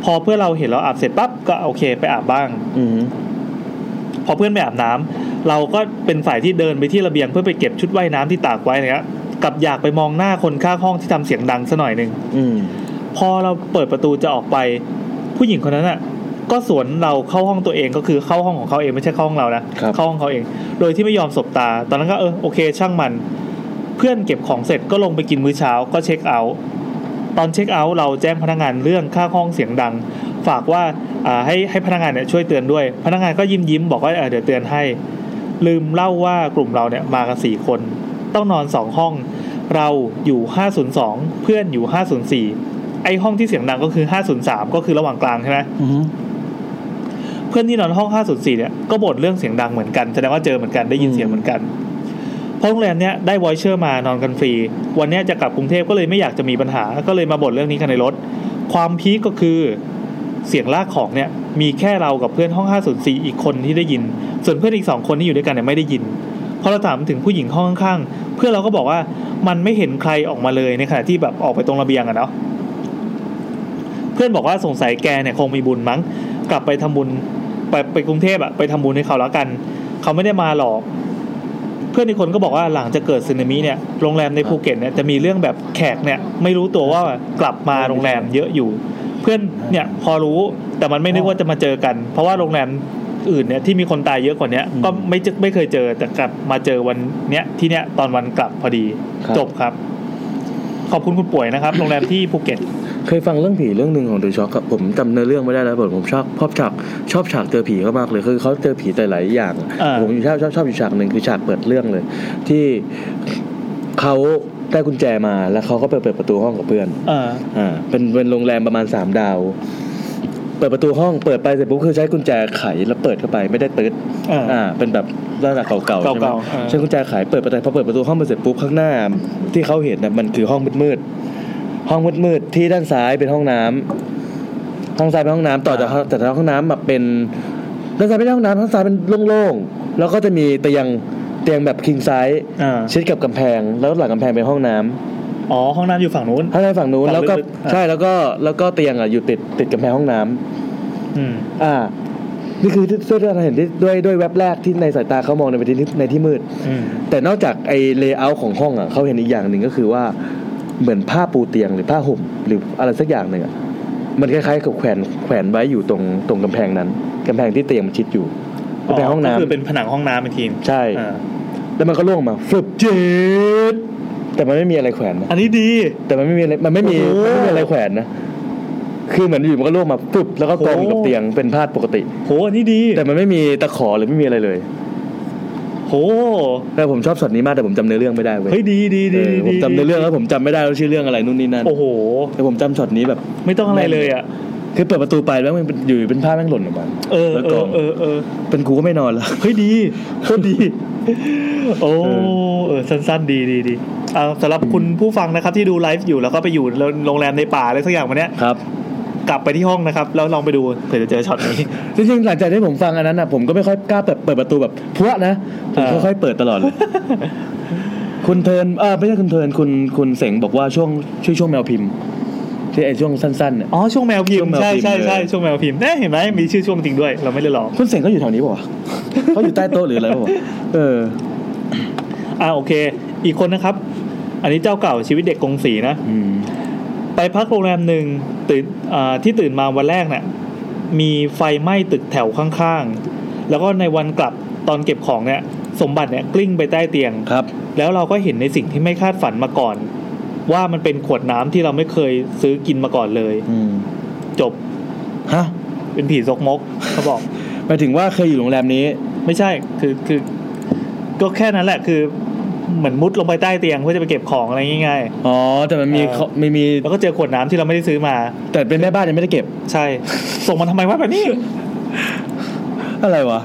Speaker 2: พอเพื่อนเราเห็นเราอาบเสร็จปั๊บก็โอเคไปอาบบ้าง
Speaker 1: อืม
Speaker 2: พอเพื่อนไปอาบน้ำเราก็เป็นฝ่ายที่เดินไปที่ระเบียงเพื่อไปเก็บชุดว่ายน้ำที่ตากไว้อะไรเงี้ยกลับอยากไปมองหน้าคนข้างห้องที่ทำเสียงดังซะหน่อยหนึ่ง
Speaker 3: อืม
Speaker 2: พอเราเปิดประตูจะออกไป ผู้หญิงคนนั้นอ่ะ ก็สวนเราเข้าห้องตัวเองก็คือเข้าห้องของเขาเองไม่ใช่เข้าห้องเรานะครับ เข้าห้องเขาเอง โดยที่ไม่ยอมสบตา ตอนนั้นก็เออโอเค ช่างมัน เพื่อนเก็บของเสร็จก็ลงไปกินมื้อเช้าก็เช็คเอาท์ตอนเช็คเอาท์เราแจ้งพนักงานเรื่องค่าห้องเสียงดัง ฝากว่าอ่าให้ให้พนักงานเนี่ยช่วยเตือนด้วย พนักงานก็ยิ้มยิ้มๆบอกว่าเออเดี๋ยวเตือนให้ ลืมเล่าว่ากลุ่มเราเนี่ยมากันสี่คน ต้องนอนสองห้อง เราอยู่ 502 เพื่อนอยู่ 504 ไอห้องที่เสียงดังก็คือ 503 ก็คือระหว่างกลางใช่ไหม
Speaker 3: อืม
Speaker 2: เพื่อนที่นอนห้อง 504 เนี่ยก็บ่นเรื่องเสียงดังเหมือนกันแสดงว่าเจอเหมือนกันได้ยินเสียงเหมือนกันเพราะโรงแรมเนี่ยได้วอยเชอร์มานอนกันฟรี วันเนี้ยจะกลับกรุงเทพก็เลยไม่อยากจะมีปัญหา ก็เลยมาบ่นเรื่องนี้กันในรถ ความพีคก็คือเสียงลากของเนี่ยมีแค่เรากับเพื่อนห้อง 504 อีกคนที่ได้ยิน ส่วนเพื่อนอีกสองคนที่อยู่ด้วยกันเนี่ยไม่ได้ยิน พอเราถามถึงผู้หญิงห้องข้างๆ เพื่อนเราก็บอกว่ามันไม่เห็นใครออกมาเลยในขณะที่แบบออกไปตรงระเบียงอะเนาะ เพื่อนบอกว่าสงสัยแกเนี่ยคงมีบุญมั้ง กลับไปทำบุญไปไปกรุงเทพอะไปทำบุญให้เขาแล้วกัน เขาไม่ได้มาหรอก เพื่อนอีกคนก็บอกว่าหลังจากเกิดสึนามิเนี่ยโรงแรมในภูเก็ตเนี่ยจะมีเรื่องแบบแขกเนี่ยไม่รู้ตัวว่ากลับมาโรงแรมเยอะอยู่ เพื่อนเนี่ยพอรู้แต่มันไม่นึกว่าจะมาเจอกัน เพราะว่าโรงแรมอื่นเนี่ยที่มีคนตายเยอะกว่าเนี้ยก็ไม่เจอไม่เคยเจอแต่กลับมาเจอวันเนี้ยที่เนี้ยตอนวันกลับพอดี
Speaker 1: ครับ
Speaker 2: จบครับ ขอบคุณคุณป่วย นะครับ โรงแรมที่ภูเก็ต
Speaker 1: เคยฟังเรื่องผีเรื่องหนึ่งของเดอะช็อคครับผมจำเนื้อเรื่องไม่ได้แล้วผมผมชอบชอบฉากชอบฉากเจอผีเขามากเลยคือเขาเจอผีแต่หลายอย่าง
Speaker 2: เออ
Speaker 1: ผมชอบชอบชอบอยู่ฉากหนึ่งคือฉากเปิดเรื่องเลย ที่เขาได้กุญแจมาแล้วเขาก็ไปเปิดประตูห้องกับเพื่อน
Speaker 2: เออ
Speaker 1: อ่าเป็นเป็นโรงแรมประมาณสามดาว เปิดประตูห้องเปิดไปเสร็จปุ๊บคือใช้กุญแจไขแล้วเปิดเข้าไปไม่ได้ตืด
Speaker 2: เอออ่
Speaker 1: อ่า เป็นแบบลักษณะเก่าๆใช่ไหม
Speaker 2: เก่าๆเออ
Speaker 1: ใช้กุญแจไขเปิดประตูพอเปิดประตูห้องไปเสร็จปุ๊บข้างหน้า ที่เขาเห็นนะมันคือห้องมืดๆห้องมืดๆที่ด้านซ้ายเป็นห้องน้ำห้องซ้ายเป็นห้องน้ำต่อจากห้องแต่จากห้องน้ำแบบเป็นด้านซ้ายเป็นห้องน้ำห้างซ้ายเป็นโล่งๆแล้วก็จะมีเตียงเตียงแบบคิงไซส์
Speaker 2: เออ
Speaker 1: ชิดกับกำแพง แล้วหลังกำแพงเป็นห้องน้ำ
Speaker 2: อ๋อห้องน้ำอยู่ฝั่งนู้น
Speaker 1: ข้างในฝั่งนู้น
Speaker 2: ฝั่ง
Speaker 1: แล้วก็
Speaker 2: ลึกๆอ่ะ
Speaker 1: ใช่แล้วก็แล้วก็เตียงอ่ะอยู่ติดติดกับแพงห้องน้ำ
Speaker 2: อืม
Speaker 1: อ่า นี่คือที่ที่เราเห็นที่ด้วยด้วยแว็บแรกที่ในสายตาเขามองในไปที่ในที่มืด
Speaker 2: อืม
Speaker 1: แต่นอกจากไอเลเยอร์ของห้องอ่ะเขาเห็นอีกอย่างหนึ่งก็คือว่าเหมือนผ้าปูเตียงหรือผ้าห่มหรืออะไรสักอย่างหนึ่งอ่ะมันคล้ายๆกับแขวนแขวนไว้อยู่ตรงตรงกำแพงนั้นกำแพงที่เตียงมันชิดอยู่กำแพงห้อง
Speaker 2: ก็คือ
Speaker 1: น้ำ
Speaker 2: เป็นผนังห้องน้ำอีกที
Speaker 1: ใช่
Speaker 2: อ่า
Speaker 1: แล้วมันก็ล่วงมาฟลุบเจ็ดแต่มันไม่มีอะไรแขวนนะ
Speaker 2: อันนี้ดี
Speaker 1: แต่มันไม่มีอะไรมันไม่มี
Speaker 2: โอ้โห
Speaker 1: มันไม่มีอะไรแขวนนะ คือเหมือนอยู่มันก็ล่วงมาปุ๊บแล้วก็กองอยู่กับ
Speaker 2: โอ้
Speaker 1: เตียงเป็นพาดปกติ
Speaker 2: โหอันนี้ดี
Speaker 1: แต่มันไม่มีตะขอหรือไม่มีอะไรเลย
Speaker 2: โห
Speaker 1: แต่ผมชอบช็อตนี้มากแต่ผมจำเนื้อเรื่องไม่ได้เว้ย
Speaker 2: เฮ้ยดีดี
Speaker 1: เอ
Speaker 2: ดี
Speaker 1: อ
Speaker 2: ดี
Speaker 1: ผมจำเนื้อเรื่อง
Speaker 2: ดี
Speaker 1: แล้วผมจำไม่ได้ว่าชื่อเรื่องอะไรนู่นนี่นั่น
Speaker 2: โอ้โห
Speaker 1: แต่ผมจำช็อตนี้แบบ
Speaker 2: ไม่ต้องอะไรเลยอ่ะ
Speaker 1: คือเปิดประตูไปแล้วมันเป็นอยู่เป็นผ้าแม่งหล่นออกมา
Speaker 2: เออ
Speaker 1: แล้ว
Speaker 2: เอก
Speaker 1: อ
Speaker 2: อง เออเออ
Speaker 1: เป็นกูก็ไม่นอนละ
Speaker 2: เฮ้ยดีโคตรดี โอ้เออสั้นๆ ดีดีดีเอาสำหรับคุณผู้ฟังนะครับที่ดูไลฟ์อยู่แล้วก็ไปอยู่โรงแรมในป่าอะไรสักอย่างวันเนี้ย
Speaker 1: ครับ
Speaker 2: กลับไปที่ห้องนะครับ แล้วลองไปดูเผื่อจะเจอช็อตนี้
Speaker 1: จริงๆหลังจากที่ผมฟังอันนั้นอ่ะผมก็ไม่ค่อยกล้าเปิดเปิดประตูแบบพรวดนะผม
Speaker 2: เออ
Speaker 1: ค่อยๆเปิดตลอดเลย คุณเทิร์นเออไม่ใช่คุณเทิร์นคุณคุณเสงบอกว่าช่วงช่วยช่วงแมวพิมพ์ ที่ไอช่วงสั้นๆเนี่ย
Speaker 2: อ๋อช่วงแมวพิม
Speaker 1: ช่ว
Speaker 2: พ์
Speaker 1: งแมว
Speaker 2: ใช่
Speaker 1: พิมพ์
Speaker 2: ใช่ใช่
Speaker 1: เลย
Speaker 2: ช่วงแมวพิมพ์เอ๊ะเห็นไหมมีชื่อช่วงจริงด้วย เราไม่ได้หลอก
Speaker 1: คุณเสงก็อยู่แถวนี้ป่าวะ เขาอยู่ใต้โต๊ะหรืออะไรป่าวะเออ
Speaker 2: อ่าโอเค อีกคนนะครับ อันนี้เจ้าเก่าชีวิตเด็กกงสีนะ
Speaker 1: อืม
Speaker 2: ไปพักโรงแรมหนึ่งตื่นอ่าที่ตื่นมาวันแรกเนะี่ยมีไฟไหม้ตึกแถวข้างๆ แล้วก็ในวันกลับตอนเก็บของเนี่ย สมบัติเนี่ยกลิ้งไปใต้เตียง
Speaker 1: ครับ
Speaker 2: แล้วเราก็เห็นในสิ่งที่ไม่คาดฝันมาก่อน ว่ามันเป็นขวดน้ำที่เราไม่เคยซื้อกินมาก่อนเลย
Speaker 1: อืม
Speaker 2: จบ
Speaker 1: ฮะ
Speaker 2: เป็นผีซกมกเขาบอก
Speaker 1: หมายถึงว่าเคยอยู่โรงแรมนี้
Speaker 2: ไม่ใช่คือคือ ก็แค่นั้นแหละคือเหมือนมุดลงไปใต้เตียงเพื่อจะไปเก็บของอะไรง่าย
Speaker 1: อ๋อ แต่มันมี
Speaker 2: เออ
Speaker 1: เขาไม่มี
Speaker 2: ๆแล้วก็เจอขวดน้ำที่เราไม่ได้ซื้อมา
Speaker 1: แต่เป็นแม่บ้านยังไม่ได้เก็บ
Speaker 2: ใช่ ส่งมาทำไมวะแบบนี้
Speaker 1: อะไรวะ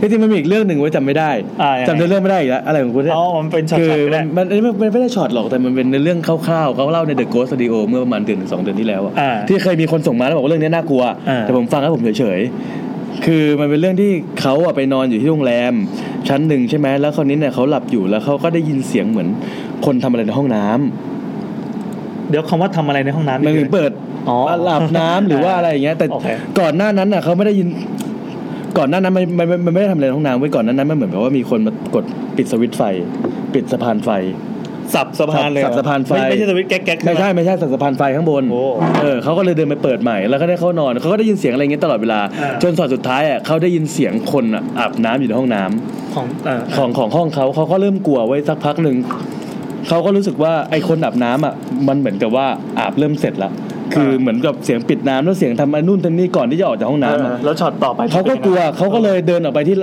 Speaker 1: จริงๆมันมีอีกเรื่องหนึ่งไว้ยจำไม่ได้
Speaker 2: อ่ายังไง
Speaker 1: จำเนื้อเรื่องไม่ได้อีกแล้วอะไรของคุณเนี่ย
Speaker 2: อ๋อ มันเป็นช็อต
Speaker 1: คือ
Speaker 2: ๆก็
Speaker 1: มั
Speaker 2: ได้
Speaker 1: นมันอันนี้มันมันไม่ได้ช็อตหรอกแต่มันเป็นในเรื่องคร่าวๆเขาเล่าใน The Ghost Studio เมื่อประมาณเดือนหรือสองเดือนที่แล้วอะ
Speaker 2: อ่า
Speaker 1: ที่เคยมีคนส่งมาแล้วบอกว่าเรื่องนี้น่ากลัว
Speaker 2: อ่า
Speaker 1: แต่ผมฟังแล้วผมเฉยๆ คือมันเป็นเรื่องที่เขาอะไปนอนอยู่ที่โรงแรม ชั้นหนึ่งใช่ไหมแล้วคราวนี้เนี่ยเขาหลับอยู่แล้วเขาก็ได้ยินเสียงเหมือน คนทำอะไรในห้องน้ำ
Speaker 2: เดี๋ยวคำว่าทำอะไรในห้องน้ำ
Speaker 1: มันถึ
Speaker 2: นี่
Speaker 1: ง
Speaker 2: คือ
Speaker 1: เปิด
Speaker 2: อ๋อ
Speaker 1: หลับน้ำหรือว่าอะไรอย่างเงี้ยแต่
Speaker 2: โอเค
Speaker 1: ก่อนหน้านั้นน่ะเขาไม่ได้ยิน ก่อนหน้านั้นมันมันมันมันไม่ได้ทำอะไรในห้องน้ำไว้ยก่อนหน้านั้นมันเหมือนแบบว่ามีคนมากดปิดสวิตช์ไฟ ปิดสะพานไฟ
Speaker 2: สับสะพานเลยเหรอ
Speaker 1: สับสะพานไฟ
Speaker 2: ม่ไม่ใช่สวิตช์แก๊กแก๊ก
Speaker 1: ไม่
Speaker 2: ใช่
Speaker 1: ใช่
Speaker 2: ไหม
Speaker 1: ไม่ใช่สับสะพานไฟข้างบน
Speaker 2: โอ้
Speaker 1: เออเขาก็เลยเดินไปเปิดใหม่แล้วก็ได้เข้านอนเขาก็ได้ยินเสียงอะไรอย่างเงี้ยตลอดเวลา
Speaker 2: อ่า
Speaker 1: จนสอดสุดท้ายอ่ะเขาได้ยินเสียงคนอะอาบน้ำอยู่ในห้องน้ำ
Speaker 2: ของเอ่อ
Speaker 1: ของของห้องเขาเขาก็เริ่มกลัวไว้สักพักหนึ่งเขาก็รู้สึกว่าไอ้คนอาบน้ำอ่ะมันเหมือนกับว่าอาบเริ่มเสร็จแล้วคือเหมือนกับเสียงปิดน้ำแล้วเสียงทำอันนู่นทำนี่ก่อนที่จะออกจากห้องน้ำอะ
Speaker 2: แล้วช็อตต่อไป
Speaker 1: เขาก็กลัวเขาก็เลยเดินออกไปที่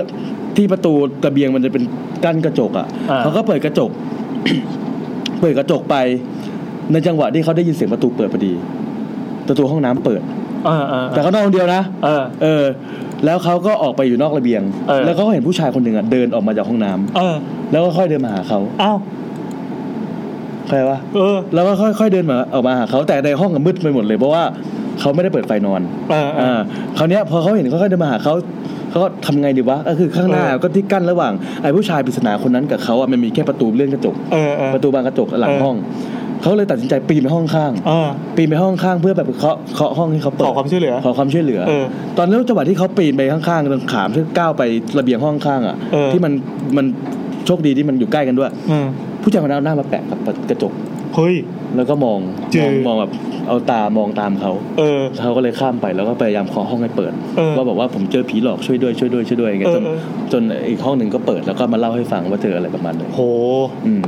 Speaker 1: ที่ประตูกระเบียงมันจะเป็นกั้นกระจกอ่ะ
Speaker 2: า
Speaker 1: เขาก็เปิดกระจก เปิดกระจกไป ในจังหวะที่เขาได้ยินเสียงประตูเปิดพอดี ประตูห้องน้ำเปิด
Speaker 2: เออเออ
Speaker 1: แต่เขานอนคนเดียวนะ
Speaker 2: เออ
Speaker 1: เออ แล้วเขาก็ออกไปอยู่นอกระเบียง
Speaker 2: เออ
Speaker 1: แล้วเขาก็เห็นผู้ชายคนหนึ่งอ่ะเดินออกมาจากห้องน้ำ
Speaker 2: เออ
Speaker 1: แล้วก็ค่อยเดินมาหาเขา
Speaker 2: เอ้าว
Speaker 1: เข้าใจปะ
Speaker 2: เออ
Speaker 1: แล้วก็ค่อยๆเดินมาออกมาหาเขาแต่ในห้องอะมืดไปหมดเลยเพราะว่าเขาไม่ได้เปิดไฟนอน
Speaker 2: เออเออ
Speaker 1: อ่าคราวเนี้ยพอเขาเห็นค่อยๆเดินมาหาเขาเขาก็ทำไงดีวะก็คือข้างหน้า
Speaker 2: เออ
Speaker 1: ก็ที่กั้นระหว่างไอ้ผู้ชายปริศนาคนนั้นกับเขาอ่ะมันมีแค่ประตูเลื่อนกระจก
Speaker 2: เออเออ
Speaker 1: ประตูบานกระจกหลัง
Speaker 2: เออ
Speaker 1: ห้องเขาเลยตัดสินใจปีนไปห้องข้าง
Speaker 2: เออ
Speaker 1: ปีนไปห้องข้างเพื่อแบบเคาะเคาะห้องให้เขาเปิด
Speaker 2: ขอความช่วยเหลือ
Speaker 1: ขอความช่วยเหลือ
Speaker 2: เออ
Speaker 1: ตอนนั้นจังหวะที่เขาปีนไปข้างๆตรงขามที่ก้าวไประเบียงห้องข้างอ่ะ
Speaker 2: เออ
Speaker 1: ที่มันมันโชคดีที่มันอยู่ใกล้กันด้วย
Speaker 2: เออ
Speaker 1: ผู้ชายคนนั้นเอาหน้ามาแปะกับกระจก
Speaker 2: เฮ้ย
Speaker 1: แล้วก็มอง
Speaker 2: เจ
Speaker 1: ม
Speaker 2: อ
Speaker 1: องมองแบบเอาตามองตามเขา
Speaker 2: เออ
Speaker 1: เขาก็เลยข้ามไปแล้วก็พยายามเคาะห้องให้เปิด
Speaker 2: เออ
Speaker 1: ว่าบอกว่าผมเจอผีหลอกช่วยด้วยช่วยด้วยช่วยด้วยอย่างเงี้ยจน
Speaker 2: เออเออ
Speaker 1: จนอีกห้องหนึ่งก็เปิดแล้วก็มาเล่าให้ฟังว่าเจออะไรประมาณนี้
Speaker 2: โห
Speaker 1: อืม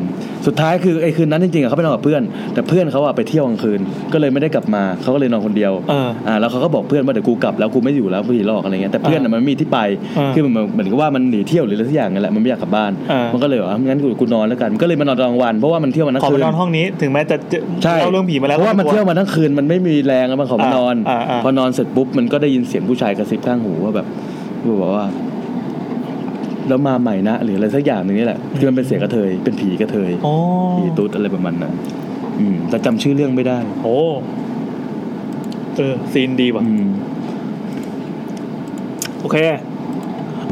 Speaker 1: สุดท้ายคือไอ้คืนนั้นจริงๆอะเขาไปนอนกับเพื่อน แต่เพื่อนเขาอะไปเที่ยวกลางคืน ก็เลยไม่ได้กลับมาเขาก็เลยนอนคนเดียว
Speaker 2: เออ
Speaker 1: อ่าแล้วเขาก็บอกเพื่อนว่าเดี๋ยวกูกลับแล้วกูไม่อยู่แล้วผีหลอกอะไรเงี้ยแต่เพื่อนอะ
Speaker 2: อ่ามั
Speaker 1: มันไม่มีที่ไป
Speaker 2: เออ
Speaker 1: คือเหมือนเหมือนกับว่ามันหนีเที่ยวหรืออะไรสักอย่างนั่นแหละมันไม่อยากกลับบ้าน
Speaker 2: เออ
Speaker 1: มันก็เลยบอกว่างั้นกูกูนอนแล้วกันก็เลยมานอนตอนกลางวันเพราะว่ามันเที่ยวมันทั้ง
Speaker 2: ขอ
Speaker 1: คื
Speaker 2: ไป
Speaker 1: น
Speaker 2: นอนห้องนี้ถึงแม้จะเจอ
Speaker 1: ใช่
Speaker 2: เล่าเรื่องผีมาแล้ว
Speaker 1: เพราะว่ามันเที่ยวมาทั้งคืนมันไม่มีแรงแล้วมันขอมานอน
Speaker 2: อ่าอ่า
Speaker 1: พอนอนเสร็จปุ๊บมันก็ได้ยินเสียงผู้ชายกระซิบข้างหูว่าแบบบอกว่า แล้วมาใหม่นะหรืออะไรสักอย่างหนึ่งนี่แหละคือมันเป็นเสียงกระเทยเป็นผีกระเทย
Speaker 2: โอ้
Speaker 1: ผีตุ๊ดอะไรประมาณนั้นอืมแต่จำชื่อเรื่องไม่ได้
Speaker 2: โหเออซีนดีว่ะ
Speaker 1: อืม
Speaker 2: โอเค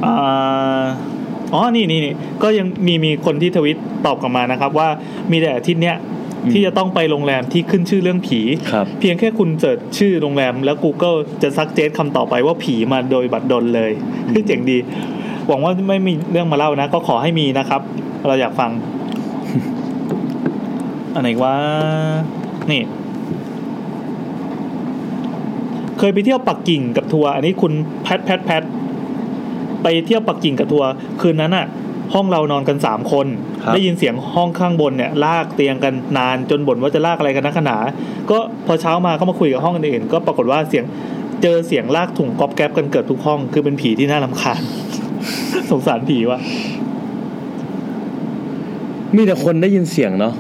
Speaker 2: อ่า อ๋อ นี่นี่นี่ ก็ยังมีมีคนที่ทวิตตอบกลับมานะครับ ว่ามีแต่อาทิตย์เนี้ยที่จะต้องไปโรงแรมที่ขึ้นชื่อเรื่องผี
Speaker 1: ครับ
Speaker 2: เพียงแค่คุณเสิร์ชชื่อโรงแรม แล้ว Google จะซักเจสคำต่อไปว่าผีมาโดยบัตรดลเลยที่เจ๋งดี หวังว่าไม่มีเรื่องมาเล่านะ ก็ขอให้มีนะครับ เราอยาก ฟัง อันไหนว่า นี่ เคยไปเที่ยวปักกิ่งกับทัวร์อันนี้คุณแพทแพทแพทไปเที่ยวปักกิ่งกับทัวร์คืนนั้นอะห้องเรานอนกันสามคน
Speaker 1: ครับ
Speaker 2: ได้ยินเสียงห้องข้างบนเนี่ย ลากเตียงกันนานจนบ่นว่าจะลากอะไรกันนักขนา ก็พอเช้ามาก็มาคุยกับห้องอื่นๆก็ปรากฏว่าเสียงเจอเสียงลากถุงก๊อบแก๊บกันเกิดทุกห้อง คือเป็นผีที่น่ารำ คาญ สงสารผีว่ะ
Speaker 1: มีแต่คนได้ยินเสียงเนาะ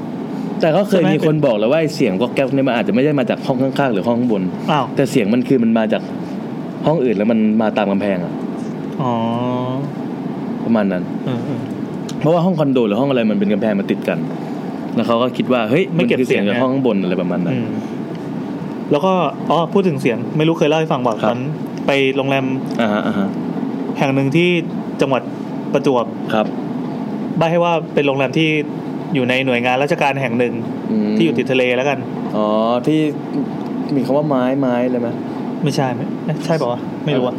Speaker 1: แต่ก็เคย
Speaker 2: ใช่ไหม
Speaker 1: มีคนบอกแล้วว่าไอ้เสียงก็แก๊กเนี่ยมันอาจจะไม่ได้มาจากห้องข้างๆหรือห้องข้างบน
Speaker 2: อ้าว
Speaker 1: แต่เสียงมันคือมันมาจากห้องอื่นแล้วมันมาตามกำแพงอะ
Speaker 2: อ๋อ
Speaker 1: ประมาณนั้น
Speaker 2: เออเออ
Speaker 1: เพราะว่าห้องคอนโดหรือห้องอะไรมันเป็นกำแพงมันติดกัน แล้วเขาก็คิดว่าเฮ้ย
Speaker 2: ไม่เก็บ
Speaker 1: นคือ
Speaker 2: เสียง
Speaker 1: จาก
Speaker 2: ไง
Speaker 1: ห้องข้างบนอะไรประมาณนั้น
Speaker 2: อืมแล้วก็อ๋อพูดถึงเสียง ไม่รู้เคยเล่าให้ฟังบอก
Speaker 1: ค
Speaker 2: ต
Speaker 1: รับ
Speaker 2: อนไปโรงแรม
Speaker 1: อ่าฮะอ่าฮะ
Speaker 2: แห่งหนึ่งที่จังหวัดประจวบ
Speaker 1: ครับ
Speaker 2: ใบ้ให้ว่าเป็นโรงแรมที่อยู่ในหน่วยงานราชการแห่งหนึ่ง
Speaker 1: ม
Speaker 2: ที่อยู่ติดทะเลแล้วกัน
Speaker 1: อ๋อที่มีคำว่าไม้ไม้เลยไหม
Speaker 2: ไม่ใช่ไหมเอ๊ะใช่ป่าวะไม่รู้อะ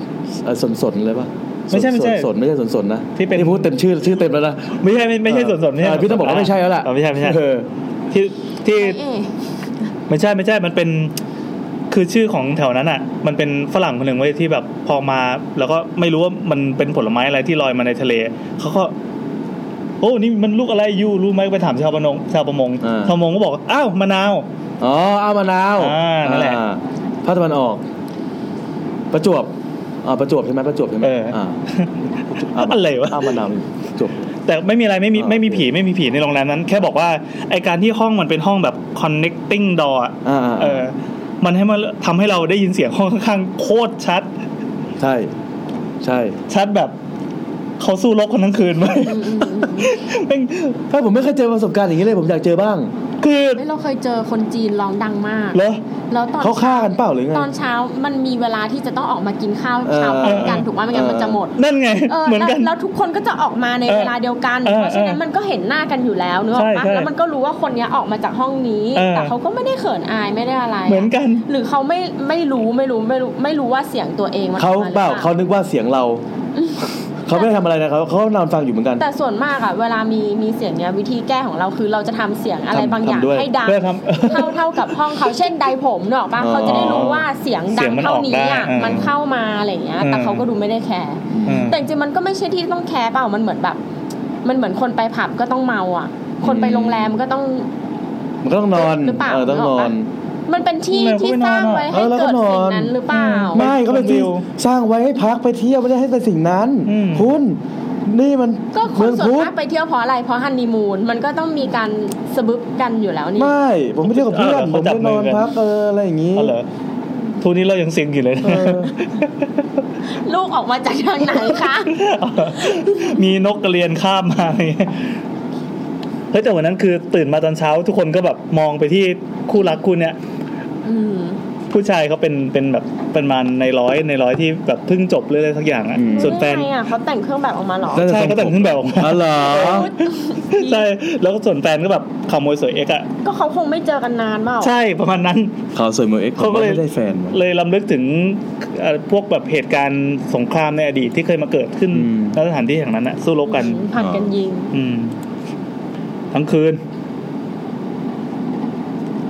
Speaker 1: สนสนๆเลยปะ
Speaker 2: ไม่ใช่ไม่ใช่
Speaker 1: สนๆไม่ใช่สนสนๆนะ
Speaker 2: ที่เป็น
Speaker 1: พูดเต็มชื่อชื่อเต็มแล้วนะ
Speaker 2: ไม่ใช่ไม่ไม่ใช่สวนสนไม่ใช่
Speaker 1: เออพี่ต้องบอกว่าไม่ใช่แล้วล่ะ
Speaker 2: เออไม่ใช่ไม่ใช่
Speaker 1: เออ
Speaker 2: ที่ที่
Speaker 4: เอ๊ะ
Speaker 2: ไม่ใช่ไม่ใช่ มันเป็นคือชื่อของแถวนั้นอ่ะ มันเป็นฝรั่งคนหนึ่งเว้ยที่แบบพอมา แล้วก็ไม่รู้ว่ามันเป็นผลไม้อะไรที่ลอยมาในทะเล เขาก็ โอ้นี่มันลูกอะไรอยูรู้ไหมไปถามชาวประมงชาวประมงชาวประมงก็บอกอ้าวมะนาว
Speaker 1: อ๋อเอามะนาว
Speaker 2: อ่านั่นแหละ
Speaker 1: อ่าภาคตะวันออก ประจวบอ่าประจวบใช่ไหมประจวบใช่ไหม
Speaker 2: เอออ่
Speaker 1: า
Speaker 2: อะไรวะ
Speaker 1: เอามะนาวประจวบ
Speaker 2: แต่ไม่มีอะไรไม่มี
Speaker 1: อ่า
Speaker 2: ไม่มีผีไม่มีผีในโรงแรมนั้น แค่บอกว่าไอการที่ห้องมันเป็นห้องแบบ connecting door อะ
Speaker 1: อ่าอ่า
Speaker 2: เออ มันให้มันทำให้เราได้ยินเสียงห้อง ข้างๆโคตรชัด
Speaker 1: ใช่ใช่
Speaker 2: ชัดแบบเขาสู้รบคนทั้งคืน ไหมเป็น
Speaker 1: ถ้าผมไม่เคยเจอประสบการณ์อย่างนี้เลยผมอยากเจอบ้าง
Speaker 2: คือ
Speaker 4: เฮ้ยเราเคยเจอคนจีนร้องดังมาก
Speaker 2: เหรอ
Speaker 4: แล้วตอน
Speaker 1: เขาฆ่ากันเปล่าหรือไง
Speaker 4: ตอนเช้ามันมีเวลาที่จะต้องออกมากินข้าวเช้าพร้อมกัน
Speaker 2: เออ
Speaker 4: ถูกไหมไม่งั้นมันจะหมด
Speaker 2: นั่นไง
Speaker 4: เออ
Speaker 2: เหมือน
Speaker 4: แล้ว
Speaker 2: กัน
Speaker 4: แล้วทุกคนก็จะออกมาใน
Speaker 2: เออ
Speaker 4: เวลาเดียวกัน
Speaker 2: เออ
Speaker 4: เพราะฉะนั้
Speaker 2: เอ
Speaker 4: น
Speaker 2: อ
Speaker 4: มันก็เห็นหน้ากันอยู่แล้วเนกออก
Speaker 2: ใช่
Speaker 4: ปะ
Speaker 2: ใช่
Speaker 4: แล้วมันก็รู้ว่าคนเนี้ยออกมาจากห้องนี้
Speaker 2: เออ
Speaker 4: แต่เขาก็ไม่ได้เขินอายไม่ได้อะไร
Speaker 2: เหมือนกัน
Speaker 4: หรือเขาไม่ไม่รู้ไม่รู้ไม่รู้ไม่รู้ว่าเสียงตัวเองมัน
Speaker 1: เขา
Speaker 4: ออกมหรือ
Speaker 1: เปล่าเขานึกว่าเสียงเรา เขาไม่ได้ทำอะไรนะครับเขานอนฟังอยู่เหมือนกัน
Speaker 4: แต่ส่วนมากอะเวลามีมีเสียงเนี้ยวิธีแก้ของเราคือเราจะทำเสียงอะไร
Speaker 1: ทำ
Speaker 4: บางอย่าง
Speaker 1: ทำด้วย
Speaker 4: ให้ดัง
Speaker 2: เพื่อทำ
Speaker 4: เท่าเท่ากับห้องเขาเช่นไดผมเนกอะปะ
Speaker 1: อ๋อ
Speaker 4: เขาจะได้รู้ว่าเสียง
Speaker 2: เสี
Speaker 4: ดั
Speaker 2: ย
Speaker 4: ง
Speaker 2: งมัน
Speaker 4: เท่า
Speaker 2: ออก
Speaker 4: นี้อะ
Speaker 2: ได้อ่ามั
Speaker 4: มันเข้ามาอะไรอย่างเงี้ย แต่
Speaker 2: อืม
Speaker 4: เขาก็ดูไม่ได้แคร์
Speaker 2: อืม
Speaker 4: แต่จริงๆมันก็ไม่ใช่ที่ต้องแคร์เปล่ามันเหมือนแบบ มันเหมือนคนไปผับก็ต้องเมาอะคนไปโรงแรมก็ต้อง
Speaker 1: มันก็ต้องนอน
Speaker 4: หรือเปล่า
Speaker 1: เออต้องนอน
Speaker 4: หรือเปล่า มันเป็นที่
Speaker 2: โรงแรมก็
Speaker 4: ที่
Speaker 2: ไม่
Speaker 4: ส
Speaker 2: นอ
Speaker 4: ร้าน ง
Speaker 2: อะ
Speaker 4: ไว้
Speaker 1: เอ
Speaker 4: ให้
Speaker 1: อแล้วก็
Speaker 4: เกิด
Speaker 1: น
Speaker 4: สิ่ง
Speaker 1: อน
Speaker 4: นั้นหรือเปล่า
Speaker 2: อื
Speaker 1: ไม่ก็เป็นที่
Speaker 2: วิว
Speaker 1: สร้างไว้ให้พักไปเที่ยวไม่ได้ให้เป็นสิ่งนั้น
Speaker 2: อืม
Speaker 1: คุณนี่มัน
Speaker 4: ก็ค
Speaker 1: เมื
Speaker 4: น
Speaker 1: อง
Speaker 4: ส่วน
Speaker 1: พุทธ
Speaker 4: มากไปเที่ยวเพราะอะไร เพราะฮันนีมูน มันก็ต้องมีการสะบึบกันอยู่แล้วนี่
Speaker 1: ไม่ ผมไม่เที่ยวกับเพื่
Speaker 2: เอ
Speaker 1: อน
Speaker 2: อ
Speaker 1: ผ
Speaker 2: เขา
Speaker 1: ม
Speaker 2: จับ
Speaker 1: ไม่นอน
Speaker 2: มือกัน
Speaker 1: พักเอออะไรอย่างนี้
Speaker 2: อ๋อเหรอทุกนี้เรายังเสียงอยู่เลยนะ
Speaker 1: เออ
Speaker 4: ลูกออกมาจากทางไหนคะ
Speaker 2: มีนกกระเรียนข้ามมาอะไรเงี้ยเฮ้ยแต่วันนั้นคือตื่นมาตอนเช้า ทุกคนก็แบบมองไปที่คู่รักคู่เนี้ย
Speaker 4: อืม
Speaker 2: ผู้ชายเขาเป็นเป็นแบบเป็นมาในร้อยในร้อยที่แบบเพิ่งจบเรื่อยๆสักอย่างอ่ะ
Speaker 1: อืม
Speaker 2: ส่วนแฟน
Speaker 4: รู้ได้ไงอ่ะเขาแต่งเครื่องแบบออกมาเหรอ
Speaker 2: ใช่เขาแต่งเครื่องแบบออกมา
Speaker 1: อ๋อเหรอ
Speaker 2: ใช่แล้วก็ส่วนแฟนก็แบบขาวมวยสวยเอ็กซ์อ่ะ
Speaker 4: ก็เขาคงไม่เจอกันนานเปล่า
Speaker 2: ใช่ประมาณนั้น
Speaker 1: เขาสวยเหมือนเอ็กซ์ผ
Speaker 2: เขา
Speaker 1: ม
Speaker 2: ก็
Speaker 1: ว่า
Speaker 2: เลย
Speaker 1: ไม่ได้แฟนว่ะ
Speaker 2: เลยลำลึกถึงเอ่อพวกแบบเหตุการณ์สงครามในอดีตที่เคยมาเกิดขึ้น
Speaker 1: อืม
Speaker 2: ณสถานที่แห่งนั้นอ่ะสู้รบกัน
Speaker 4: อืมผัดกันยิง
Speaker 2: อืม ทั้งคืน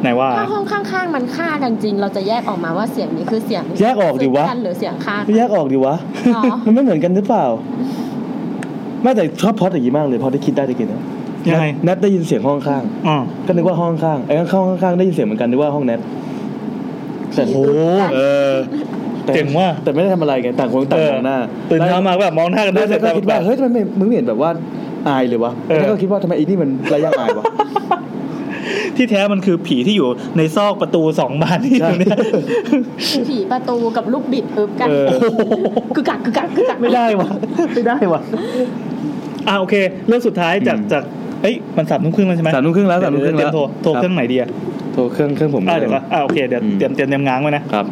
Speaker 2: ไหนว่า
Speaker 4: ถ้าห้องข้างๆ มันฆ่ากันจริง เราจะแยกออกมาว่าเสียงนี้คือเสียง
Speaker 1: แยกออกดิวะ
Speaker 4: ซึ่งนหรือเสียงฆ่ากั
Speaker 1: ไม่
Speaker 4: น
Speaker 1: แยกออกดีวะ
Speaker 4: หรอ
Speaker 1: มันไม่เหมือนกันหรือเปล่า ไม่แต่ชอบพล็อดอย่างนี้มากเลยพอได้คิดได้ได้กินนะ
Speaker 2: ยังไง
Speaker 1: แนทได้ยินเสียงห้องข้าง
Speaker 2: อ๋อ
Speaker 1: ก็นึกว่าห้องข้างไอ้ข้างห้องข้างได้ยินเสียงเหมือนกันนึกว่าห้องแนทแต่โห
Speaker 2: เออ
Speaker 1: แต่
Speaker 2: เจ๋งว่ะ
Speaker 1: แต่ไม่ได้ทำอะไรไงต่างคนต่างมองหน้า
Speaker 2: ตื่นเช้ามาก็แบบมองหน้ากันได้
Speaker 1: แล้ว
Speaker 2: แต่
Speaker 1: แต่ก็
Speaker 2: แบบ
Speaker 1: คิดว่าเฮ้ยทำไมมึงไม่เห็นแบบว่าอายเลยวะ
Speaker 2: เออ
Speaker 1: แล้วก็คิดว่าทำไมไอ้นี่มันระยะอายวะ
Speaker 2: ที่แท้มันคือผีที่อยู่ในซอกประตูสองบานที่อยู่เนี่ย
Speaker 4: ผีประตูกับลูกบิดอึบกัน
Speaker 2: เออ
Speaker 4: คือกักคือกักคือกัก
Speaker 1: ไม่ได้วะไม่ได้วะ
Speaker 2: อ่าโอเค เรื่องสุดท้ายจาก
Speaker 1: อืม
Speaker 2: จากเอ้ยมันสามทุ่มครึ่งแล้วใช่ไหม
Speaker 1: สามทุ่มครึ่งแล้วสามทุ่มครึ่งแล้ว
Speaker 2: เดี๋ยเตยโทรโทร
Speaker 1: ครับ
Speaker 2: เครื่องไหนดีอ่ะ
Speaker 1: โทรเครื่องเครื่องผม
Speaker 2: อ่าเดี๋ยวก่อนอ่าโอเคเดี๋ยวเตรียมเตรียมเตรียมง้างไว้นะ
Speaker 1: ครับ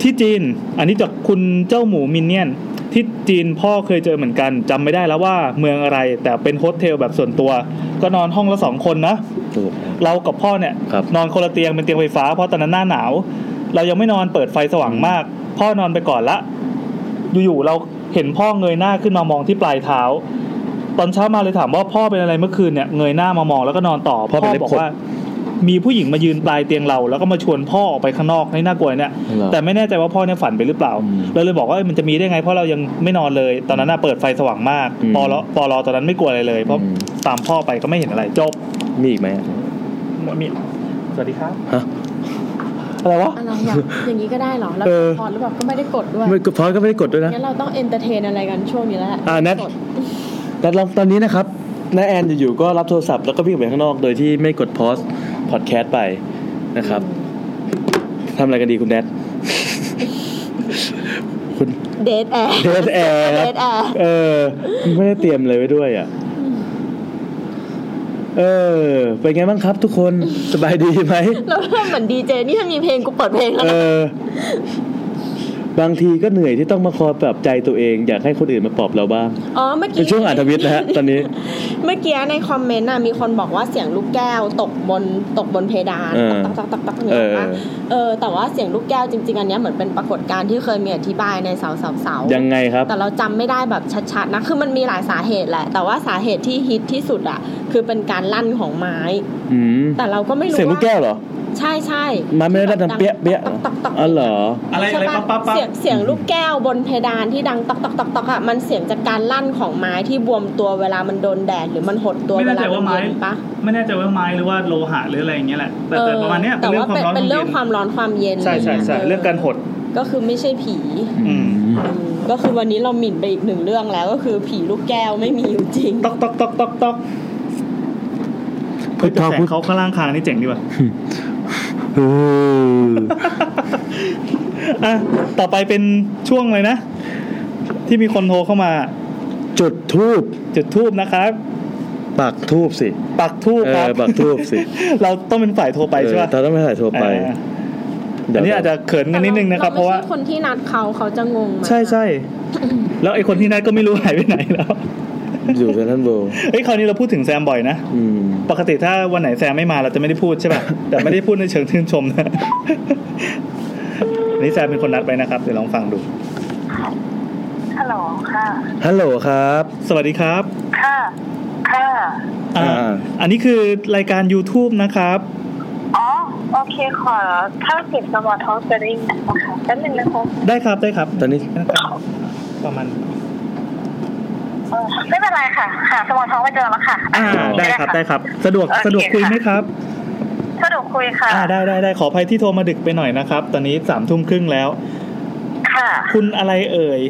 Speaker 2: ที่จีน อันนี้จากคุณเจ้าหมูมินเนี่ยน ที่จีนพ่อเคยเจอเหมือนกันจำไม่ได้แล้วว่าเมืองอะไร แต่เป็นโฮสเทลแบบส่วนตัว ก็นอนห้องละสองคนนะ เรากับพ่อเนี่ย
Speaker 1: ครับ
Speaker 2: นอนคนละเตียงเป็นเตียงไฟฟ้า เพราะตอนนั้นหน้าหนาว เรายังไม่นอนเปิดไฟสว่างมาก พ่อนอนไปก่อนละ อยู่ๆเราเห็นพ่อเงยหน้าขึ้นมามองที่ปลายเท้า ตอนเช้ามาเลยถามว่าพ่อเป็นอะไรเมื่อคืนเนี่ยเงยหน้ามามองแล้วก็นอนต่อ
Speaker 1: พ่อเป็นเล็บขบ
Speaker 2: บอกว่า มีผู้หญิงมายืนปลายเตียงเรา แล้วก็มาชวนพ่อออกไปข้างนอกให้น่ากลัวเนี่ย
Speaker 1: เหรอ
Speaker 2: แต่ไม่แน่ใจว่าพ่อเนี่ยฝันไปหรือเปล่า
Speaker 1: อืม
Speaker 2: เราเลยบอกว่าเอ้ยมันจะมีได้ไงเพราะเรายังไม่นอนเลย ตอนนั้นน่ะเปิดไฟสว่างมาก
Speaker 1: อืม
Speaker 2: ปอลปอลตอนนั้นไม่กลัวอะไรเลยเพราะ
Speaker 1: อืม
Speaker 2: ตามพ่อไปก็ไม่เห็นอะไรจบ
Speaker 1: มีอีกไหม
Speaker 2: หมวดมีสวัสดีครับ
Speaker 1: ฮะอะไรวะ
Speaker 4: อะไรอย่างอย่างนี้ก็ได้เหรอ แล้ว
Speaker 1: เออ
Speaker 4: พอหรือเปล่าก็ไม่ได้กดด้วย
Speaker 1: ไม่พอก็ไม่ได้กดด้วยนะ
Speaker 4: งั้นเราต้องเอนเตอร์เทนอะไรกันช่วงนี้แล้วแหละ
Speaker 1: อ่าแนท
Speaker 4: กด
Speaker 1: แต่เราตอนนี้นะครับน้าแอนอยู่ๆก็รับโทรศัพท์แล้วก็วิ่งออกไปข้างนอกโดยที่ไม่กดพอสพอดแคสต์ไปนะครับทำอะไรกันดีคุณแนท คุณ
Speaker 4: เดทแอร์
Speaker 1: เดทแอร์
Speaker 4: เดทแอร์
Speaker 1: เออ ไม่ได้เตรียมอะไรไว้ด้วยอ่ะ เออ เป็นไงบ้างครับทุกคนสบายดีไหม
Speaker 4: เราเริ่มเหมือนดีเจนี่ถ้ามีเพลงกูเปิดเพลงแล้ว
Speaker 1: เอ
Speaker 4: นะ
Speaker 1: อ บางทีก็เหนื่อยที่ต้องมาคอยปรับใจตัวเอง อยากให้คนอื่นมาปลอบเราบ้าง
Speaker 4: อ๋อเมื่อ
Speaker 1: เป็
Speaker 4: กี้
Speaker 1: นช่วงอ่านทวิตนะฮะตอนนี้
Speaker 4: เมื่อกี้ในคอมเมนต์น่ะมีคนบอกว่าเสียงลูกแก้วตกบนตกบนเพดาน
Speaker 1: เออ
Speaker 4: ตักตักตักตักเนี่ยนะ
Speaker 1: เออ
Speaker 4: เออแต่ว่าเสียงลูกแก้วจริง ๆ อันเนี้ยเหมือนเป็นปรากฏการณ์ที่เคยมีอธิบายในเสาเสาเสายั
Speaker 1: ยังไงครับ
Speaker 4: แต่เราจำไม่ได้แบบชัดๆนะ คือมันมีหลายสาเหตุแหละ แต่ว่าสาเหตุที่ฮิตที่สุดอ่ะ คือเป็นการลั่นของไม้
Speaker 1: อืม
Speaker 4: แต่เราก็ไม่รู้
Speaker 1: เสียงลูกแก้วเหรอ
Speaker 4: ว่าใช่ใช่
Speaker 1: มันไม่ได้ดังเปี้ยะเปี้ยะ
Speaker 4: ตักตักตัก
Speaker 1: อ๋อเหรอ
Speaker 2: อะไรอะไร
Speaker 4: ใช่ป
Speaker 2: ปั๊บปั๊บปั๊บ
Speaker 4: เสียงเสียงลูกแก้วบนเพดานที่ดังตอกตอกตอกตอกอ่ะ มันเสียงจากการลั่นของไม้ที่บวมตัวเวลามันโดนแดดหรือมันหดตัว
Speaker 2: ไม่
Speaker 4: เว
Speaker 2: แน่ใจ
Speaker 4: ลา
Speaker 2: ว่าไม้
Speaker 4: เย็นปะ
Speaker 2: ไม่แน่ใจว่าไม้หรือว่าโลหะหรืออะไรอย่างเงี้ยแหละ แต่แต่ประมาณเนี้ยเป็
Speaker 4: แต่
Speaker 2: นเรื่อง
Speaker 4: ว่า
Speaker 2: ความร้อน
Speaker 4: เป็นเป็นเรื่องค
Speaker 2: ข
Speaker 4: วามร้อนความเย็น
Speaker 2: ใช่ใช่ใช่
Speaker 4: ะไย่ย
Speaker 2: เรื่องการหด
Speaker 4: ก็คือไม่ใช่ผี
Speaker 2: อืม
Speaker 4: อืมก็คือวันนี้เราหมิ่นไปอีกหนึ่งเรื่องแล้วก็คือผีลูกแก้วไม่มีอยู่จริง
Speaker 2: ตอกตอกตอกตอกตอก
Speaker 1: พุทธะ
Speaker 2: แต่แสง
Speaker 1: พุทธะ
Speaker 2: เขาข้างล่างคางนี่เจ๋งดีว่ะ
Speaker 1: เออ
Speaker 2: อ่ะ ต่อไปเป็นช่วงเลยนะ ที่มีคนโทรเข้ามา
Speaker 1: จุดทูบ
Speaker 2: จุดทูบนะครับ
Speaker 1: ปักทูบสิ
Speaker 2: ปักทูบ
Speaker 1: เอ
Speaker 2: ครับ
Speaker 1: อปักทูบสิ
Speaker 2: เราต้องเป็นฝ่ายโทรไปใช่
Speaker 1: เอ
Speaker 2: ป่ะ
Speaker 1: อตอนนั้นไม่ถ่ายโทรไป
Speaker 2: อ่า
Speaker 1: เดี๋
Speaker 2: อั
Speaker 1: ย
Speaker 2: น
Speaker 1: ว
Speaker 2: นี้อาจจะเขินกันนิดนึงนะครับ เพราะว่า
Speaker 4: ไม่ใช่คนที่นัดเขาเขาจะงงไหม
Speaker 2: ใช่ ใช่ แล้วไอ้คนที่นัดก็ไม่รู้หายไปไหนแล้ว
Speaker 1: อยู่เซนทรัลเวิลด์
Speaker 2: เฮ้ยคราวนี้เราพูดถึงแซมบ่อยนะ
Speaker 1: อืม
Speaker 2: ปกติถ้าวันไหนแซมไม่มาเราจะไม่ได้พูดใช่ป่ะ แต่ไม่ได้พูดในเชิงชื่นชมนะ อันนี้แซมเป็นคนนัดไปนะครับ เดี๋ยวลองฟังดู
Speaker 8: ฮัลโหล
Speaker 9: ลโหลค่ะ
Speaker 1: ฮัลโหลครับ
Speaker 2: สวัสดีครับ
Speaker 9: ค่ะ ค่ะ
Speaker 2: อ่า
Speaker 1: อ่า
Speaker 2: อันนี้คือรายการ YouTube นะครับ
Speaker 9: อ๋อ โอเคขอถ้าเสียงสมอท้องจะได้ยินนะคะแป๊บนึงนะคะ
Speaker 2: ได้ครับได้ครับ
Speaker 1: ตอนนี้
Speaker 2: นะครับประมาณ
Speaker 9: เออไม่เป็นไรค่ะ หาสมอท้องไปเจอแล้วค่ะ
Speaker 2: อ่า ได้ครับได้ครับ สะดวก
Speaker 9: โอเค
Speaker 2: สะดวกคุย
Speaker 9: ค่ะ
Speaker 2: ไหมครับ
Speaker 9: สะดวกคุยค่ะ
Speaker 2: อ่า ได้ได้ได้ขออภัยที่โทรมาดึกไปหน่อยนะครับ ตอนนี้สามทุ่มครึ่งแล้ว
Speaker 9: ค่ะ
Speaker 2: คุณอะไรเอ่ย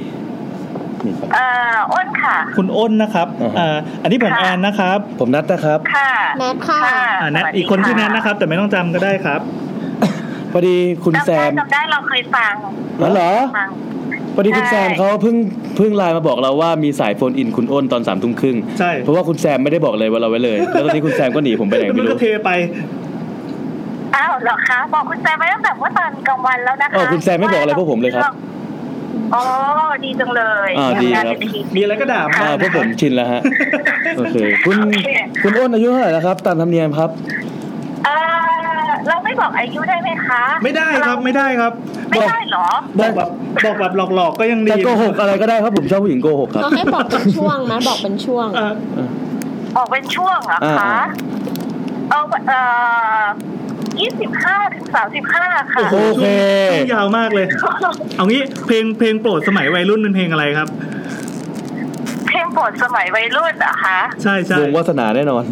Speaker 9: เอ่ออ้นค่ะ
Speaker 2: คุณอ้นนะครับ
Speaker 1: อ่าฮะ
Speaker 2: อ่า อันนี้ผมแอนนะครับ
Speaker 1: ผมนัดนะครับ
Speaker 9: ค่ะ
Speaker 4: แนทค่ะ
Speaker 9: ค่ะ
Speaker 2: อ่านัท
Speaker 9: สวัสดี
Speaker 2: อีกคนชื่อนัทนะครับ แต่ไม่ต้องจำก็ได้ครับ
Speaker 1: พอดีคุณแซ
Speaker 9: จำได้
Speaker 1: ม
Speaker 9: จำได้เราเคยฟัง
Speaker 1: นั่นเหรอ
Speaker 9: ฟัง
Speaker 1: พอดีคุณ
Speaker 9: ใช่
Speaker 1: แซมเขาเพิ่งเพิ่งไลน์มาบอกเราว่ามีสายโฟนอินคุณอ้นตอนสามทุ่มครึ่ง
Speaker 2: ใช่
Speaker 1: เพราะว่าคุณแซมไม่ได้บอกเลยว่าเราไว้เลย แล้วตอนนี้คุณแซมก็หนีผมไปไหน
Speaker 2: แล้วมั
Speaker 1: ไม่
Speaker 2: นก็
Speaker 1: รู้
Speaker 2: เทไป
Speaker 9: อ้าวเหรอคะ บอกคุณแซมไว้ตั้งแต่เมื่อตอนกลางวันแล้วนะคะ
Speaker 1: อ๋อคุณแซมไม่บอกอะไรพวกผมเลยครับ
Speaker 9: อ๋อ ดีจังเลย
Speaker 1: อ่าดีครับ
Speaker 9: ทำงานเป็นทีม
Speaker 2: มีอะไรก็ด่ามา
Speaker 1: อ่าพวกผมชินแล้วฮะโอเคคุณ
Speaker 9: โอเค
Speaker 1: คุณอ้นอายุเท่าไหร่แล้วครับตามธรรมเนียมครับ
Speaker 9: เอ่อเราไม่บอกอายุได้ไหมคะ
Speaker 2: ไม่ได้ครับไม่ได้ครับ
Speaker 9: ไม่ได้เหรอ
Speaker 2: บอกแบบบอกแบบหลอกๆก็ยังดี
Speaker 1: จะโกหกอะไรก็ได้ครับผมชอบผู้หญิงโกหกครับ
Speaker 4: เราให้บอกเป็นช่วงไหมบอกเป็นช่วง
Speaker 2: เอ่อ
Speaker 9: ออกเป็นช่วงเหรอ
Speaker 1: อ่า
Speaker 9: คะ เอาเอ่อยี่สิบห้าถึงสามสิบห้าค่ะ
Speaker 1: โอเค
Speaker 2: ช่วงยาวมากเลย เอางี้เพลงเพลงโปรดสมัยวัยรุ่นเป็นเพลงอะไรครับ
Speaker 9: เพลงโปรดสมัยวัยรุ่นเหรอะคะ
Speaker 2: ใช่ใช่
Speaker 1: วงวาสนาแน่นอน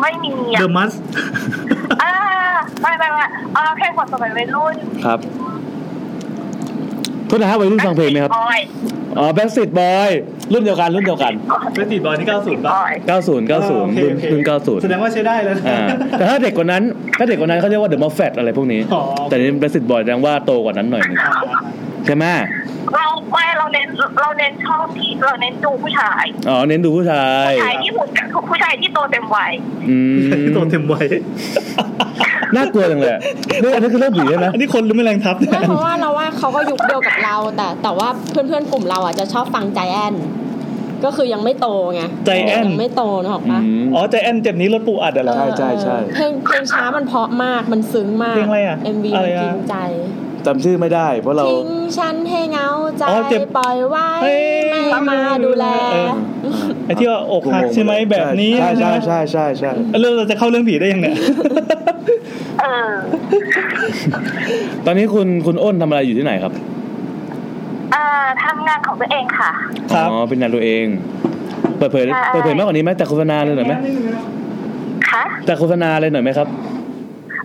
Speaker 9: ไม่มีอะ
Speaker 2: The Must
Speaker 9: อ่าไม่ไม่ไม่อ่าเพลงโปรดสมัยวัยรุ่น
Speaker 1: ครับโทษนะฮะวัยรุ่นฟังเพลงไหมครับ
Speaker 9: บอย
Speaker 1: อ๋อแบ็กซิตบอยรุ่นเดียวกันรุ่นเดียวกัน
Speaker 2: เ e สติบอลที่ 90
Speaker 9: บ
Speaker 2: ป่ะ
Speaker 9: อย
Speaker 1: 90
Speaker 2: อ่าโอเค
Speaker 1: 90รุ่น
Speaker 2: โอเค
Speaker 1: รุ่น
Speaker 2: แสดงว่าใช้ได้แล้วนะ
Speaker 1: 90อ่าแต่ถ้าเด็กกว่านั้น ถ้าเด็กกว่านั้นเขาเรียกว่าเดอะมอฟแฟตอะไรพวกนี้
Speaker 2: อ๋อโอเค
Speaker 1: แต่นี่แบ็กซิตบอยแสดงว่าโตกว่านั้นหน่อยหนึง
Speaker 2: อ่า
Speaker 1: ใช่ไหม
Speaker 9: เราไม่เราเน้นเราเน้นชอบที่เราเน้นดูผู้ชาย
Speaker 1: อ๋อเน้นดูผู้ชาย
Speaker 9: ผู้ชายที่หุ่นผู้ชายที่โตเต็มวัย
Speaker 1: อืม
Speaker 2: โตเต็มวัย
Speaker 1: น่ากลัวจังเลยอะนี่อันนี้คือเรื่องผีใช่ไหม
Speaker 2: อันนี้คนหรือแมลงทับเนี่ย
Speaker 4: ไม่เพราะว่าเราว่าเขาก็ยุคเดียวกับเรา แต่แต่ว่าเพื่อนๆกลุ่มเราอ่ะจะชอบฟังใจแอนก็คือยังไม่โตไง
Speaker 2: ใจแอน
Speaker 4: ยังไม่โตนะหรอกปะ
Speaker 1: อืม
Speaker 2: อ๋อใจแอนเจ็บนี้รถปูอัดอะเหรอ
Speaker 1: ใช่ใช่ใช่
Speaker 4: เออเพลงเพลงช้ามันเพราะมากมันซึ้งมาก
Speaker 2: เพลงอะไรอะ
Speaker 4: เอ็มวี
Speaker 2: อะไรอะ
Speaker 4: จริงใจ
Speaker 1: จำชื่อไม่ได้ เพราะเรา
Speaker 4: ทิ้งฉันให้เหงาใจ
Speaker 2: อ๋อเจ็บ
Speaker 4: ปล่อยไว้
Speaker 2: เฮ้ย
Speaker 4: ไม่มาดูแล
Speaker 2: เออ ไอ้ที่ว่าอกหักใช่ไหมแบบนี้
Speaker 1: ใช่ใช่
Speaker 2: นะ
Speaker 1: ใช่ใช่ใช่
Speaker 2: แล้วเราจะเข้าเรื่องผีได้ยังเนี่ย
Speaker 9: เออ
Speaker 1: ตอนนี้คุณคุณอ้นทำอะไรอยู่ที่ไหนครับ
Speaker 9: อ่าทำงานของตัวเองค่ะ
Speaker 2: ครับ
Speaker 1: อ๋อเป็นงานตัวเอง เปิดเผย
Speaker 9: ใช่
Speaker 1: เปิดเผยมากกว่านี้ไหมแต่โฆษณาเลยหน่อยไหม
Speaker 9: คะ
Speaker 1: แต่โฆษณาเลยหน่อยไหมครับ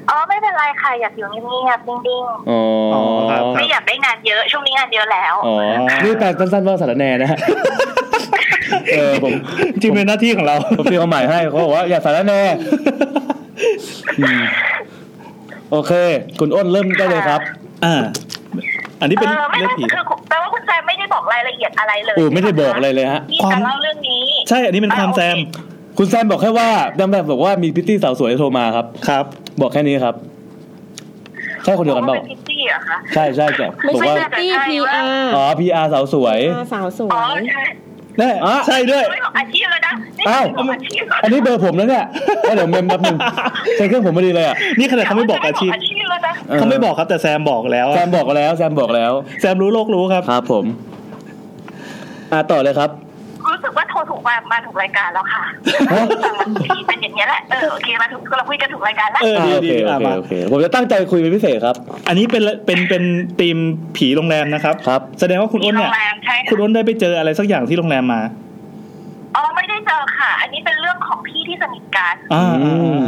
Speaker 9: อ๋อไม่เป็นไรค่ะอยากอยู่เงียบๆนิ่ง
Speaker 1: อ๋อ
Speaker 2: อ๋อครับ
Speaker 9: ๆ
Speaker 2: ครั
Speaker 9: ไม่
Speaker 2: บ
Speaker 9: อยากได้งานเยอะช่วงนี้งานเยอะแล้ว
Speaker 1: อ๋อนี่แปลสั้นๆว่าสารแหนนะฮะเออผม
Speaker 2: จริงเป็นหน้าที่ของเรา
Speaker 1: ผมตีความหมายให้เขาบอกว่าอย่าสารแหนอืมโอเค คุณอ้นเริ่มได้เลยครับ
Speaker 2: อ่า อันนี้
Speaker 9: เอ
Speaker 2: เป็น
Speaker 9: อไม่
Speaker 2: เรื่อง
Speaker 9: ไม่
Speaker 2: ผี
Speaker 9: คือแปลว่าคุณแซมไม่ได้บอกรายละเอียดอะไรเลย
Speaker 1: โอ้ไม่ได้บอกเลยเลยฮะ
Speaker 9: ที่
Speaker 2: ความ
Speaker 9: จะเล่าเรื่องนี้
Speaker 2: ใช่ อันนี้เป็นความแซม
Speaker 1: คุณแซมบอกแค่ว่าดัมแบบบอกว่ามีพิตตี้สาวสวยโทรมาครับ
Speaker 2: ครับ
Speaker 1: บอกแค่นี้ครับใช่คนเดียวกันเป
Speaker 9: เป
Speaker 1: ล่า
Speaker 9: ล่าพิตตี้เหรอะคะ
Speaker 1: ใช่ใช่แกะ
Speaker 4: ไม่
Speaker 1: บอก
Speaker 4: ใช่
Speaker 1: ว่า
Speaker 4: แพตตี้พีอาร์
Speaker 1: อ๋อพีอาร์สาวสวย
Speaker 4: สาวสว
Speaker 9: อ๋อย ใช่
Speaker 2: แน่
Speaker 1: อ่ะ
Speaker 2: ใช่ด้วย
Speaker 9: ไม่บอกอาชีพแล้วนะนี่
Speaker 1: อ้าว
Speaker 9: ไม่บอกอาชีพ
Speaker 1: อันนี้เบอร์ผมแล้วเนี่ยเอาเดี๋ยวเมมแป๊บนึงใช้เครื่องผมพอดีเลยอ่ะ
Speaker 2: นี่ขนาดเขาไม่บอกอาชีพ
Speaker 9: ไม่บอกอาชีพแล้วนะ
Speaker 2: เขาไม่บอกครับแต่แซมบอกแล้วอะ
Speaker 1: แซมบอกแล้วแซมบอกแล้ว
Speaker 2: แซมรู้โลกรู้ครับ
Speaker 1: ครับผม อ่าต่อเลยครับ
Speaker 9: รู้สึกว่าโทรถูกมามาถูกรายการแล้วค่ะ
Speaker 1: ฮะ
Speaker 9: เป็นอย่างนี้ยแหละเออโอเคมาถูกเราคุยกันถูกรายการแล้ว
Speaker 2: เออ
Speaker 1: อ่า
Speaker 2: ดี
Speaker 1: โอ
Speaker 2: ดี
Speaker 1: เคโอ
Speaker 2: อ่ะ
Speaker 1: เค
Speaker 2: มา
Speaker 1: โอเคผมจะตั้งใจคุยเป็นพิเศษครับ
Speaker 2: อันนี้เป็นเป็นเป็นธีมผีโรงแรมนะครับ
Speaker 1: ครับ
Speaker 2: แสดงว่าคุณ
Speaker 9: มี
Speaker 2: อ้น
Speaker 9: โร
Speaker 2: เนี่ย
Speaker 9: งแรมใช่
Speaker 2: คุณอ้นได้ไปเจออะไรสักอย่างที่โรงแรมมา
Speaker 9: อ๋อไม่ได้เจอค่ะ อันนี้เป็นเรื่องของพี่ที่สนิทกัน
Speaker 2: อ่า
Speaker 1: อืม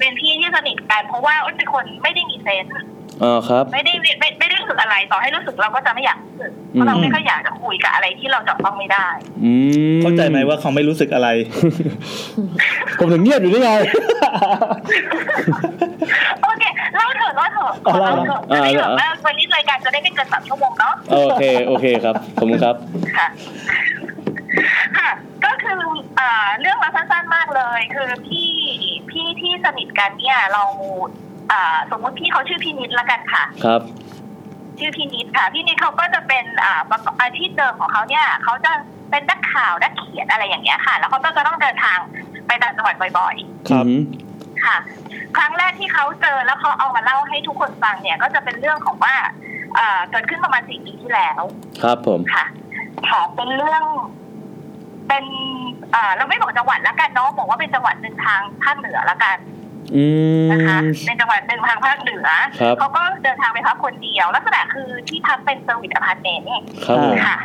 Speaker 9: เป็นพี่ที่สนิทกันเพราะว่าอ้นเป็นคนไม่ได้มีเซนส์
Speaker 1: อ่าครับ
Speaker 9: ไม่ได้ไม่ไม่ไม่ได้รู้สึกอะไรต่อให้รู้สึกเราก็จะไม่อยากรู้สึกเพ
Speaker 1: อื
Speaker 9: ราะ
Speaker 1: ม
Speaker 9: เราไม่ค่อยอยากจะคุยกับอะไรที่เราจับต้องไม่ได้
Speaker 1: อืม
Speaker 2: เข้าใจไหมว่าเขาไม่รู้สึกอะไร
Speaker 1: ผมถึงเงียบอยู่ได้ไง
Speaker 9: โอเคเล่าเถอะเล่าเถอะขอเล่าเถอะ
Speaker 1: เอาเล่า
Speaker 9: ไม่
Speaker 1: เหรอ
Speaker 9: เถอะว่าวันนี้รายการจะได้ไม่เกินสามชั่วโมงเนาะ
Speaker 1: โอเคโอเคครับขอบคุณครับ
Speaker 9: ค่ะค่ะ ก็คืออ่าเรื่องมันสั้นๆมากเลย คือพี่พี่ที่สนิทกันเนี่ยเราอ่าสมมติพี่เขาชื่อพี่นิดละกันค่ะ
Speaker 1: ครับ
Speaker 9: ชื่อพี่นิดค่ะพี่นิดเขาก็จะเป็นอ่าประกอบอาชีพเดิมของเขาเนี่ยเขาจะเป็นนักข่าวนักเขียนอะไรอย่างเงี้ยค่ะ แล้วเขาก็จะต้องเดินทางไปต่างจังหวัดบ่อย
Speaker 1: ครับ
Speaker 9: ๆ ค่ะ ครั้งแรกที่เขาเจอแล้วเขาเอามาเล่าให้ทุกคนฟังเนี่ย ก็จะเป็นเรื่องของว่า เอ่อเกิดขึ้นประมาณสี่ปีที่แล้ว
Speaker 1: ครับผม
Speaker 9: ค่ะค่ะเป็นเรื่อง เป็นเอ่อเราไม่บอกจังหวัดละกันเนาะบอกว่าเป็นจังหวัดหนึ่งทางภาคเหนือละกัน
Speaker 1: อืม
Speaker 9: นะคะ เป็นจังหวัดหนึ่งทางภาคเหนือ
Speaker 1: ครับ
Speaker 9: เขาก็เดินทางไปพักคนเดียว ลักษณะคือที่พักเป็นเซอร์วิสอพาร์ตเมนต์
Speaker 1: ครับผม
Speaker 9: ค่ะ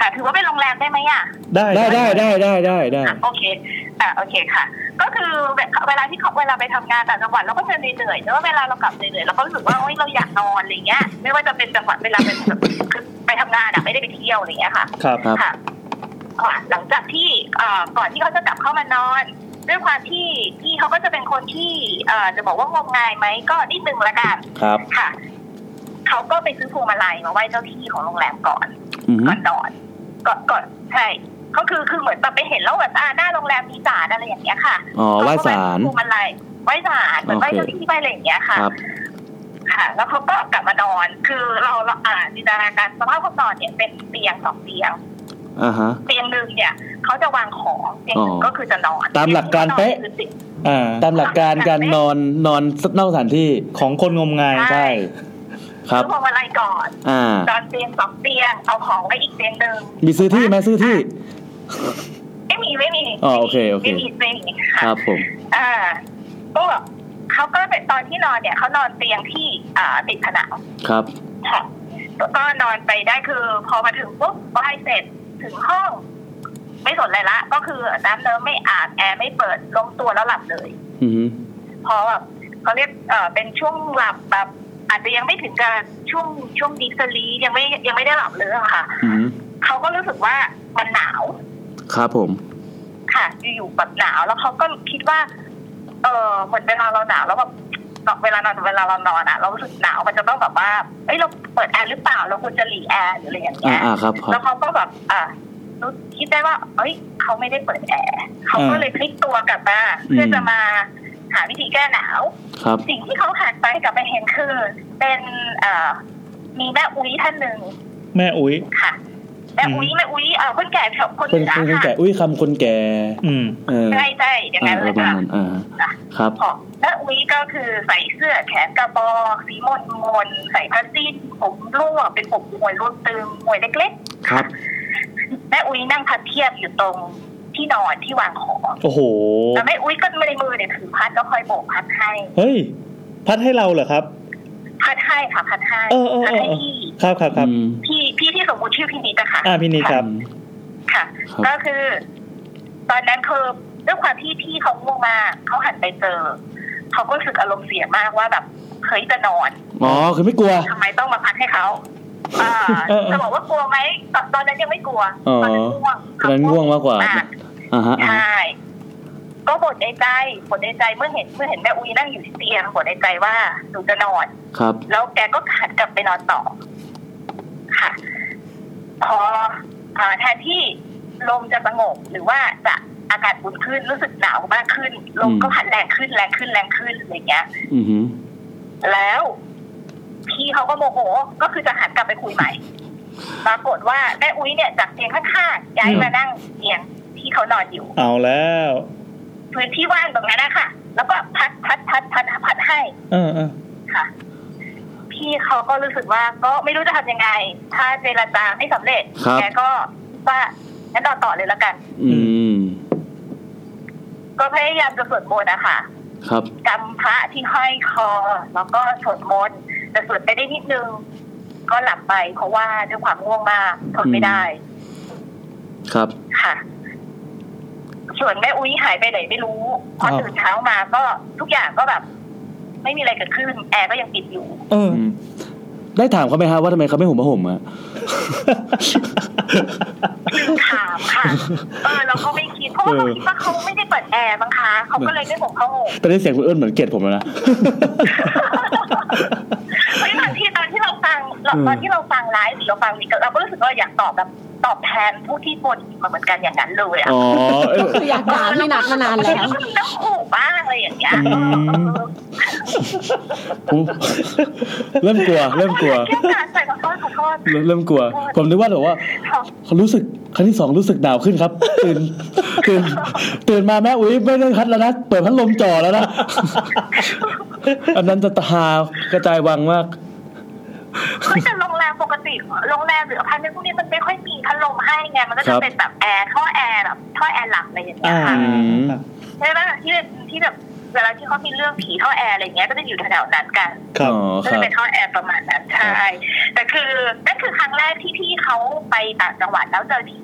Speaker 9: ค่ะ ถือว่าเป็นโรงแรมได้ไหมอ่ะ
Speaker 2: ได้
Speaker 1: ได้ได้ได้ได้ได้ได้
Speaker 9: อ่ะโอเคอ่ะโอเคค่ะ ก็คือเวเวลาที่เขาเวลาไปทำงานต่างจังหวัดเราก็จะเหนื่อยๆเนอะเวลาเรากลับเหนื่อยๆเราก็รู้สึกว่าเฮ้ยเราอยากนอนอะไรเงี้ย ไม่ว่าจะเป็นจังหวัดเวลาเป็นแบบคือไปทำงานอ่ะไม่ได้ไปเที่ยวอะไรเงี้ยค่ะ
Speaker 2: ครับ
Speaker 3: ครับ
Speaker 9: ค่ะค่ะหลังจากที่เอ่อก่อนที่เขาจะกลับเข้ามานอน ด้วยความที่พี่เขาก็จะเป็นคนที่เอ่อจะบอกว่างมงายไหมก็นิดนึงละกัน
Speaker 1: ครับ
Speaker 9: ค่ะเขาก็ไปซื้อพวงมาลัยมาไหว้เจ้าที่ของโรงแรมก่อน
Speaker 3: อืม
Speaker 9: ก่อนนอนก่อนก่อนใช่ก็คือคือเหมือนแบบไปเห็นแล้วแบบอ่าหน้าโรงแรมมีศาลอะไรอย่างเงี้ยค่ะ
Speaker 3: อ๋อไหว้ศาล
Speaker 9: พวงมาลัยไหว้ศาลเหมือนไหว้เจ้าที่ไหว้อะไรอย่างเงี้ยค่ะ
Speaker 3: ครับ
Speaker 9: ค่ะ แล้วเขาก็กลับมานอน คือเราเราอ่านจินตนาการสภาพเขานอนเนี่ยเป็นเตียงสองเตียง
Speaker 3: อ่าฮะ
Speaker 9: เตียงหนึ่งเนี่ยเขาจะวางของเตียงหนึ่ง
Speaker 3: อ๋อ
Speaker 9: ก็คือจะนอน
Speaker 1: ตามหลักการเป๊ะ
Speaker 2: อ่า
Speaker 1: ตามหลักการการนอนนอนนอกสถานที่
Speaker 2: ของคนงมงาย
Speaker 1: ใช่ ค
Speaker 9: ค
Speaker 1: รั
Speaker 9: รับบ พวงมาลัยก่อน
Speaker 1: อ่า
Speaker 9: นอนเตียงสองเตียงเอาของไปอีกเตียงหนึ่ง
Speaker 1: มีซื้อที่ไหมซื้อที่
Speaker 9: ไม่มีไม่มี
Speaker 1: อ๋อโอเคโอเค
Speaker 9: ไม่มีไม่มีค่ะ
Speaker 1: ครับผม
Speaker 9: อ่าก็เขาก็เป็นตอนที่นอนเนี่ยเขานอนเตียงที่อ่าติดผนัง
Speaker 1: ครับ
Speaker 9: ค่ะก็นอนไปได้คือ พอมาถึงปุ๊บก็ให้เสร็จถึงห้อง ไม่สนอะไรละ ก็คือน้ำเนิ้มไม่อาบแอร์ไม่เปิดลงตัวแล้วหลับเลย
Speaker 1: อืม
Speaker 9: เพราะแบบเขาเรียกเอ่อเป็นช่วงหลับแบบอาจจะยังไม่ถึงกับช่วงช่วงดีสลียังไม่ยังไม่ได้หลับเลยอะค่ะ
Speaker 3: อืม
Speaker 9: เขาก็รู้สึกว่ามันหนาว
Speaker 3: ครับผม
Speaker 9: ค่ะอยู่ๆแบบหนาวแล้วเขาก็คิดว่า เออเหมือนเวลาเราหนาวแล้วแบบเวลานอนเวลาเรานอนอ่ะ เรารู้สึกหนาวมันจะต้องแบบว่าเอ้ยเราเปิดแอร์หรือเปล่าเราควรจะหลีแอร์หรืออะไรอย่า
Speaker 3: อ่า
Speaker 9: งเงี้ย
Speaker 3: อ่าครับครั
Speaker 9: แล้
Speaker 3: บ
Speaker 9: วเขาก็แบบอ่ารู้คิดได้ว่า เอ้ยเขาไม่ได้เปิดแอร์เขาก็
Speaker 2: อ่า
Speaker 9: เลยพลิกตัวกลับมาเพื่ออ
Speaker 3: ม
Speaker 9: จะมาหาวิธีแก้หนาว
Speaker 3: ครับ
Speaker 9: สิ่งที่เขาหันไปกลับไปเห็นคือ เป็นเอ่อมีแม่อุ้ยท่านหนึ่ง
Speaker 2: แม่อุ้ย
Speaker 9: ค่ะแม่อุ้ย
Speaker 2: อืม
Speaker 9: แม่อุ้ยเอ่อคนแก่แถวคน
Speaker 1: คน
Speaker 9: เหนือ
Speaker 1: คนคน
Speaker 9: ค่ะ
Speaker 1: แก่ อุ้ยคำคนแก่
Speaker 2: อืม
Speaker 1: เออ
Speaker 9: ใช่ใช่อย่าง
Speaker 3: อ่า
Speaker 9: นั้
Speaker 3: อะ
Speaker 9: นเล
Speaker 3: ไร
Speaker 9: ย
Speaker 3: ประมาณ
Speaker 9: ค่ะ
Speaker 3: นั้นอ่าฮะครับ
Speaker 9: ของแม่อุ้ยก็คือใส่เสื้อแขนกระบอกสีมนมนๆใส่ผ้าสิ้นผมร่วงเป็นผมมวยรุ่นตึงมวยเล็ก
Speaker 3: ครับ
Speaker 9: ๆแม่อุ้ยนั่งพัดเทียบอยู่ตรงที่นอนที่วางของ
Speaker 2: โอ้โห
Speaker 9: แล้วแม่อุ้ยก็ไม่ได้มือเนี่ยถือพัดแล้วคอยโบกพัดให้
Speaker 2: เฮ้ย พัดให้เราเหรอครับ
Speaker 9: พัดให้ค่ะพัดให้
Speaker 2: เออเออ
Speaker 9: พัด
Speaker 2: เออ
Speaker 9: ให้
Speaker 2: เออ
Speaker 9: พี่
Speaker 2: ครับครับครับ
Speaker 3: อืม
Speaker 9: พี่พี่ที่สมมติชื่อพี่นิดนะคะ
Speaker 2: อ่าพี่นิดครับ
Speaker 9: ค่ะ
Speaker 3: ครับ
Speaker 9: ก็คือ ตอนนั้นคือด้วยความที่พี่เขาง่วงมากเขาหันไปเจอเขาก็รู้สึกอารมณ์เสียมากว่าแบบเฮ้ยจะนอน
Speaker 1: อ๋อ คือไม่กลัว
Speaker 9: ทำไมต้องมาพัดให้เขาอ่า
Speaker 2: เออเออ
Speaker 9: จะบอกว่ากลัวไหมตอนตอนนั้นยังไม่กลัว
Speaker 1: อ๋อ
Speaker 9: ตอนนั้นง่วง
Speaker 1: กำลังง่วงมากกว่า
Speaker 9: อ่ะ
Speaker 3: อ่าฮะอ่า
Speaker 9: ใช่ก็บ่นในใจบ่นในใจเมื่อเห็นเมื่อเห็นแม่อุ้ยนั่งอยู่ที่เตียงบ่นในใจว่าหนูจะนอน
Speaker 3: ครับ
Speaker 9: แล้วแกก็ขัดกลับไปนอนต่อ ค่ะ พออ่าแทนที่ลมจะสงบหรือว่าจะอากาศอุ่นขึ้นรู้สึกหนาวมากขึ้น ลมก็พัดแรงขึ้นแรงขึ้นแรงขึ้นอะไรอย่างเงี้ย
Speaker 3: อือหือ
Speaker 9: แล้วพี่เขาก็โมโหก็คือจะหันกลับไปคุยใหม่ ปรากฏว่าแม่อุ้ยเนี่ยจากเตียงข้างๆย้ายมานั่งเตียงที่เขานอนอยู่
Speaker 2: เอาแล้ว
Speaker 9: พื้นที่ว่างตรงนั้นนะคะแล้วก็พัดพัดพัดพัดพัดให้
Speaker 2: เออเออ
Speaker 9: ค่ะ พี่เขาก็รู้สึกว่าก็ไม่รู้จะทำยังไง ถ้าเจรจาไม่สำเร็จ
Speaker 3: ครับ
Speaker 9: แกก็ว่างั้นนอนต่อเลยละกัน
Speaker 3: อืม
Speaker 9: ก็พยายามจะสวดมนต์นะคะ
Speaker 3: ครับ
Speaker 9: กำพระที่ห้อยคอ แล้วก็สวดมนต์แต่สวดไปได้นิดนึง ก็หลับไปเพราะว่าด้วยความง่วงมากทนไม่ได้
Speaker 3: ครับ
Speaker 9: ค่ะ ส่วนแม่อุ้ยหายไปไหนไม่รู้ พอตื่นเช้ามาก็ทุกอย่างก็แบบ ไม่มีอะไรเกิดขึ้น แอร์ก็ยังปิดอยู่
Speaker 2: เออ
Speaker 3: อืม ได้ถามเขาไหมฮะว่าทำไมเขาไม่ห่มผ้าห่มอะ
Speaker 9: ลืมถาม ค่ะ เออเราก็ไม่คิดเพราะว่าเราคิดว่าเขาไม่ได้เปิดแอร์มั้งคะเขาก็เลยไม่ผมเขาห่ม
Speaker 3: แต่ได้เสียงคุณเอิญเหมือนเกลียดผมแล้วนะ
Speaker 9: เฮ้ยตอนที่ตอนที่เราฟังเราตอนที่เราฟังไลฟ์หรือเราฟังนี่ก็เราก็รู้สึกว่าอยากตอบแบบตอบแทนผู้ที่บ่นมาเหมือนกันอย่างนั้นเลยอะ
Speaker 3: อ๋อเอ้ย
Speaker 4: ก็คืออยากด่าพี่นัดมานานแล้ว
Speaker 9: ก็มีน้ำหูบ้างอะไรอย่างเงี้ย
Speaker 3: ผม เริ่มกลัว เริ่มกลัว
Speaker 9: เที่ยวการใส่ขอโทษขอโทษ
Speaker 3: เริ่มเริ่มกลัว ผมนึกว่าแบบว่า เขารู้สึกครั้งที่สองรู้สึกหนาวขึ้นครับ ตื่น ตื่นตื่นมาแม่อุ้ยไม่ได้พัดแล้วนะเปิดพัดลมจ่อแล้วนะ อันนั้นจะตากระจายวังมาก
Speaker 9: เฮ้ยแต่โรงแรมปกติโรงแรมหรืออพาร์ตเมนต์พวกนี้มันไม่ค่อยมีพัดลมให้ไงมันก็
Speaker 3: ครั
Speaker 9: จะ
Speaker 3: บ
Speaker 9: เป็นแบบแอร์ท่อแอร์แบบท่อแอร์หลักอะไรอย่างเงี้ยค่ะ
Speaker 3: อืม
Speaker 9: ใช่ไหมที่ที่แบบเวลาที่เขามีเรื่องผีท่อแอร์อะไรเงี้ยก็จะอยู่แถวๆนั้นกัน
Speaker 2: ครับ
Speaker 3: อ๋อค
Speaker 9: ก็จะ
Speaker 3: รับ
Speaker 9: เป็นท่อแอร์ประมาณนั้นใช่ แต่คือนั่นคือครั้งแรกที่พี่เขาไปต่างจังหวัดแล้วเจอผี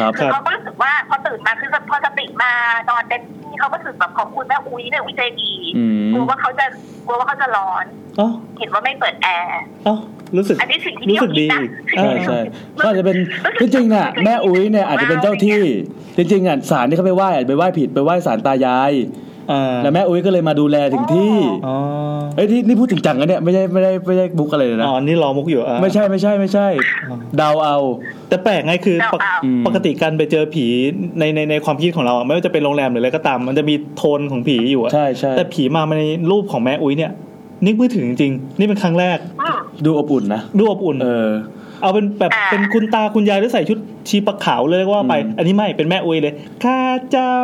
Speaker 3: ครับ
Speaker 9: คือเขาก็รู้สึกว่าพอตื่นมาคือพอสติมานอนเต็มที่เขาก็รู้สึกแบบขอบคุณแม่อุ้ยเนี่ยอุ้ยใจดี
Speaker 3: อืม
Speaker 9: กลัวว่าเขาจะกลัวว่าเขาจะร้อน
Speaker 2: เอ้า
Speaker 9: เห็นว่าไม่เปิดแอร์
Speaker 2: เอ้ารู้สึก
Speaker 9: อันนี้สิ่งที่
Speaker 2: รู้สึกดี
Speaker 9: พี่
Speaker 2: เอ
Speaker 3: ใช่
Speaker 2: อ
Speaker 3: ใช่ก็อาจจะเป็นจริงๆน่ะแม่อุ้ยเนี่ยอาจจะเป็นเจ้าที่ จริงๆอ่ะศาลที่เขาไปไหว้อาจจะไปไหว้ผิดไปไหว้ศาลตายาย
Speaker 2: อ่า
Speaker 3: แล้วแม่อุ้ยก็เลยมาดูแลถึงที่
Speaker 2: อ๋อ
Speaker 3: เอ้ยนี่นี่พูดจริงจังนะเนี่ยไม่ได้ไม่ได้ไม่ได้บุกอะไรเลยนะ
Speaker 2: อ๋อนี่รอมุกอยู่อ่ะ
Speaker 3: ไม่ใช่ไม่ใช่ไม่ใช่
Speaker 2: อ่า
Speaker 3: เดาเอา
Speaker 2: แต่แปลกไงคือปก
Speaker 9: เดาเอา
Speaker 2: ปกติการไปเจอผีในในในความคิดของเราอะไม่ว่าจะเป็นโรงแรมหรืออะไรก็ตาม มันจะมีโทนของผีอยู่อะ
Speaker 3: ใช่ใช่
Speaker 2: แต่ผีมาในรูปของแม่อุ้ยเนี่ยนึกไม่ถึงจริงๆนี่เป็นครั้งแรก
Speaker 9: อืม
Speaker 3: ดูอบอุ่นนะ
Speaker 2: ดูอบอุ่น
Speaker 3: เออ
Speaker 2: เอาเป็นแบบ
Speaker 9: อ่า
Speaker 2: เป็นคุณตาคุณยายที่ใส่ชุดชีปักขาวเลยก็ว่าไป
Speaker 3: อืม
Speaker 2: อันนี้ไม่เป็นแม่อุ้ยเลยข้าเจ้า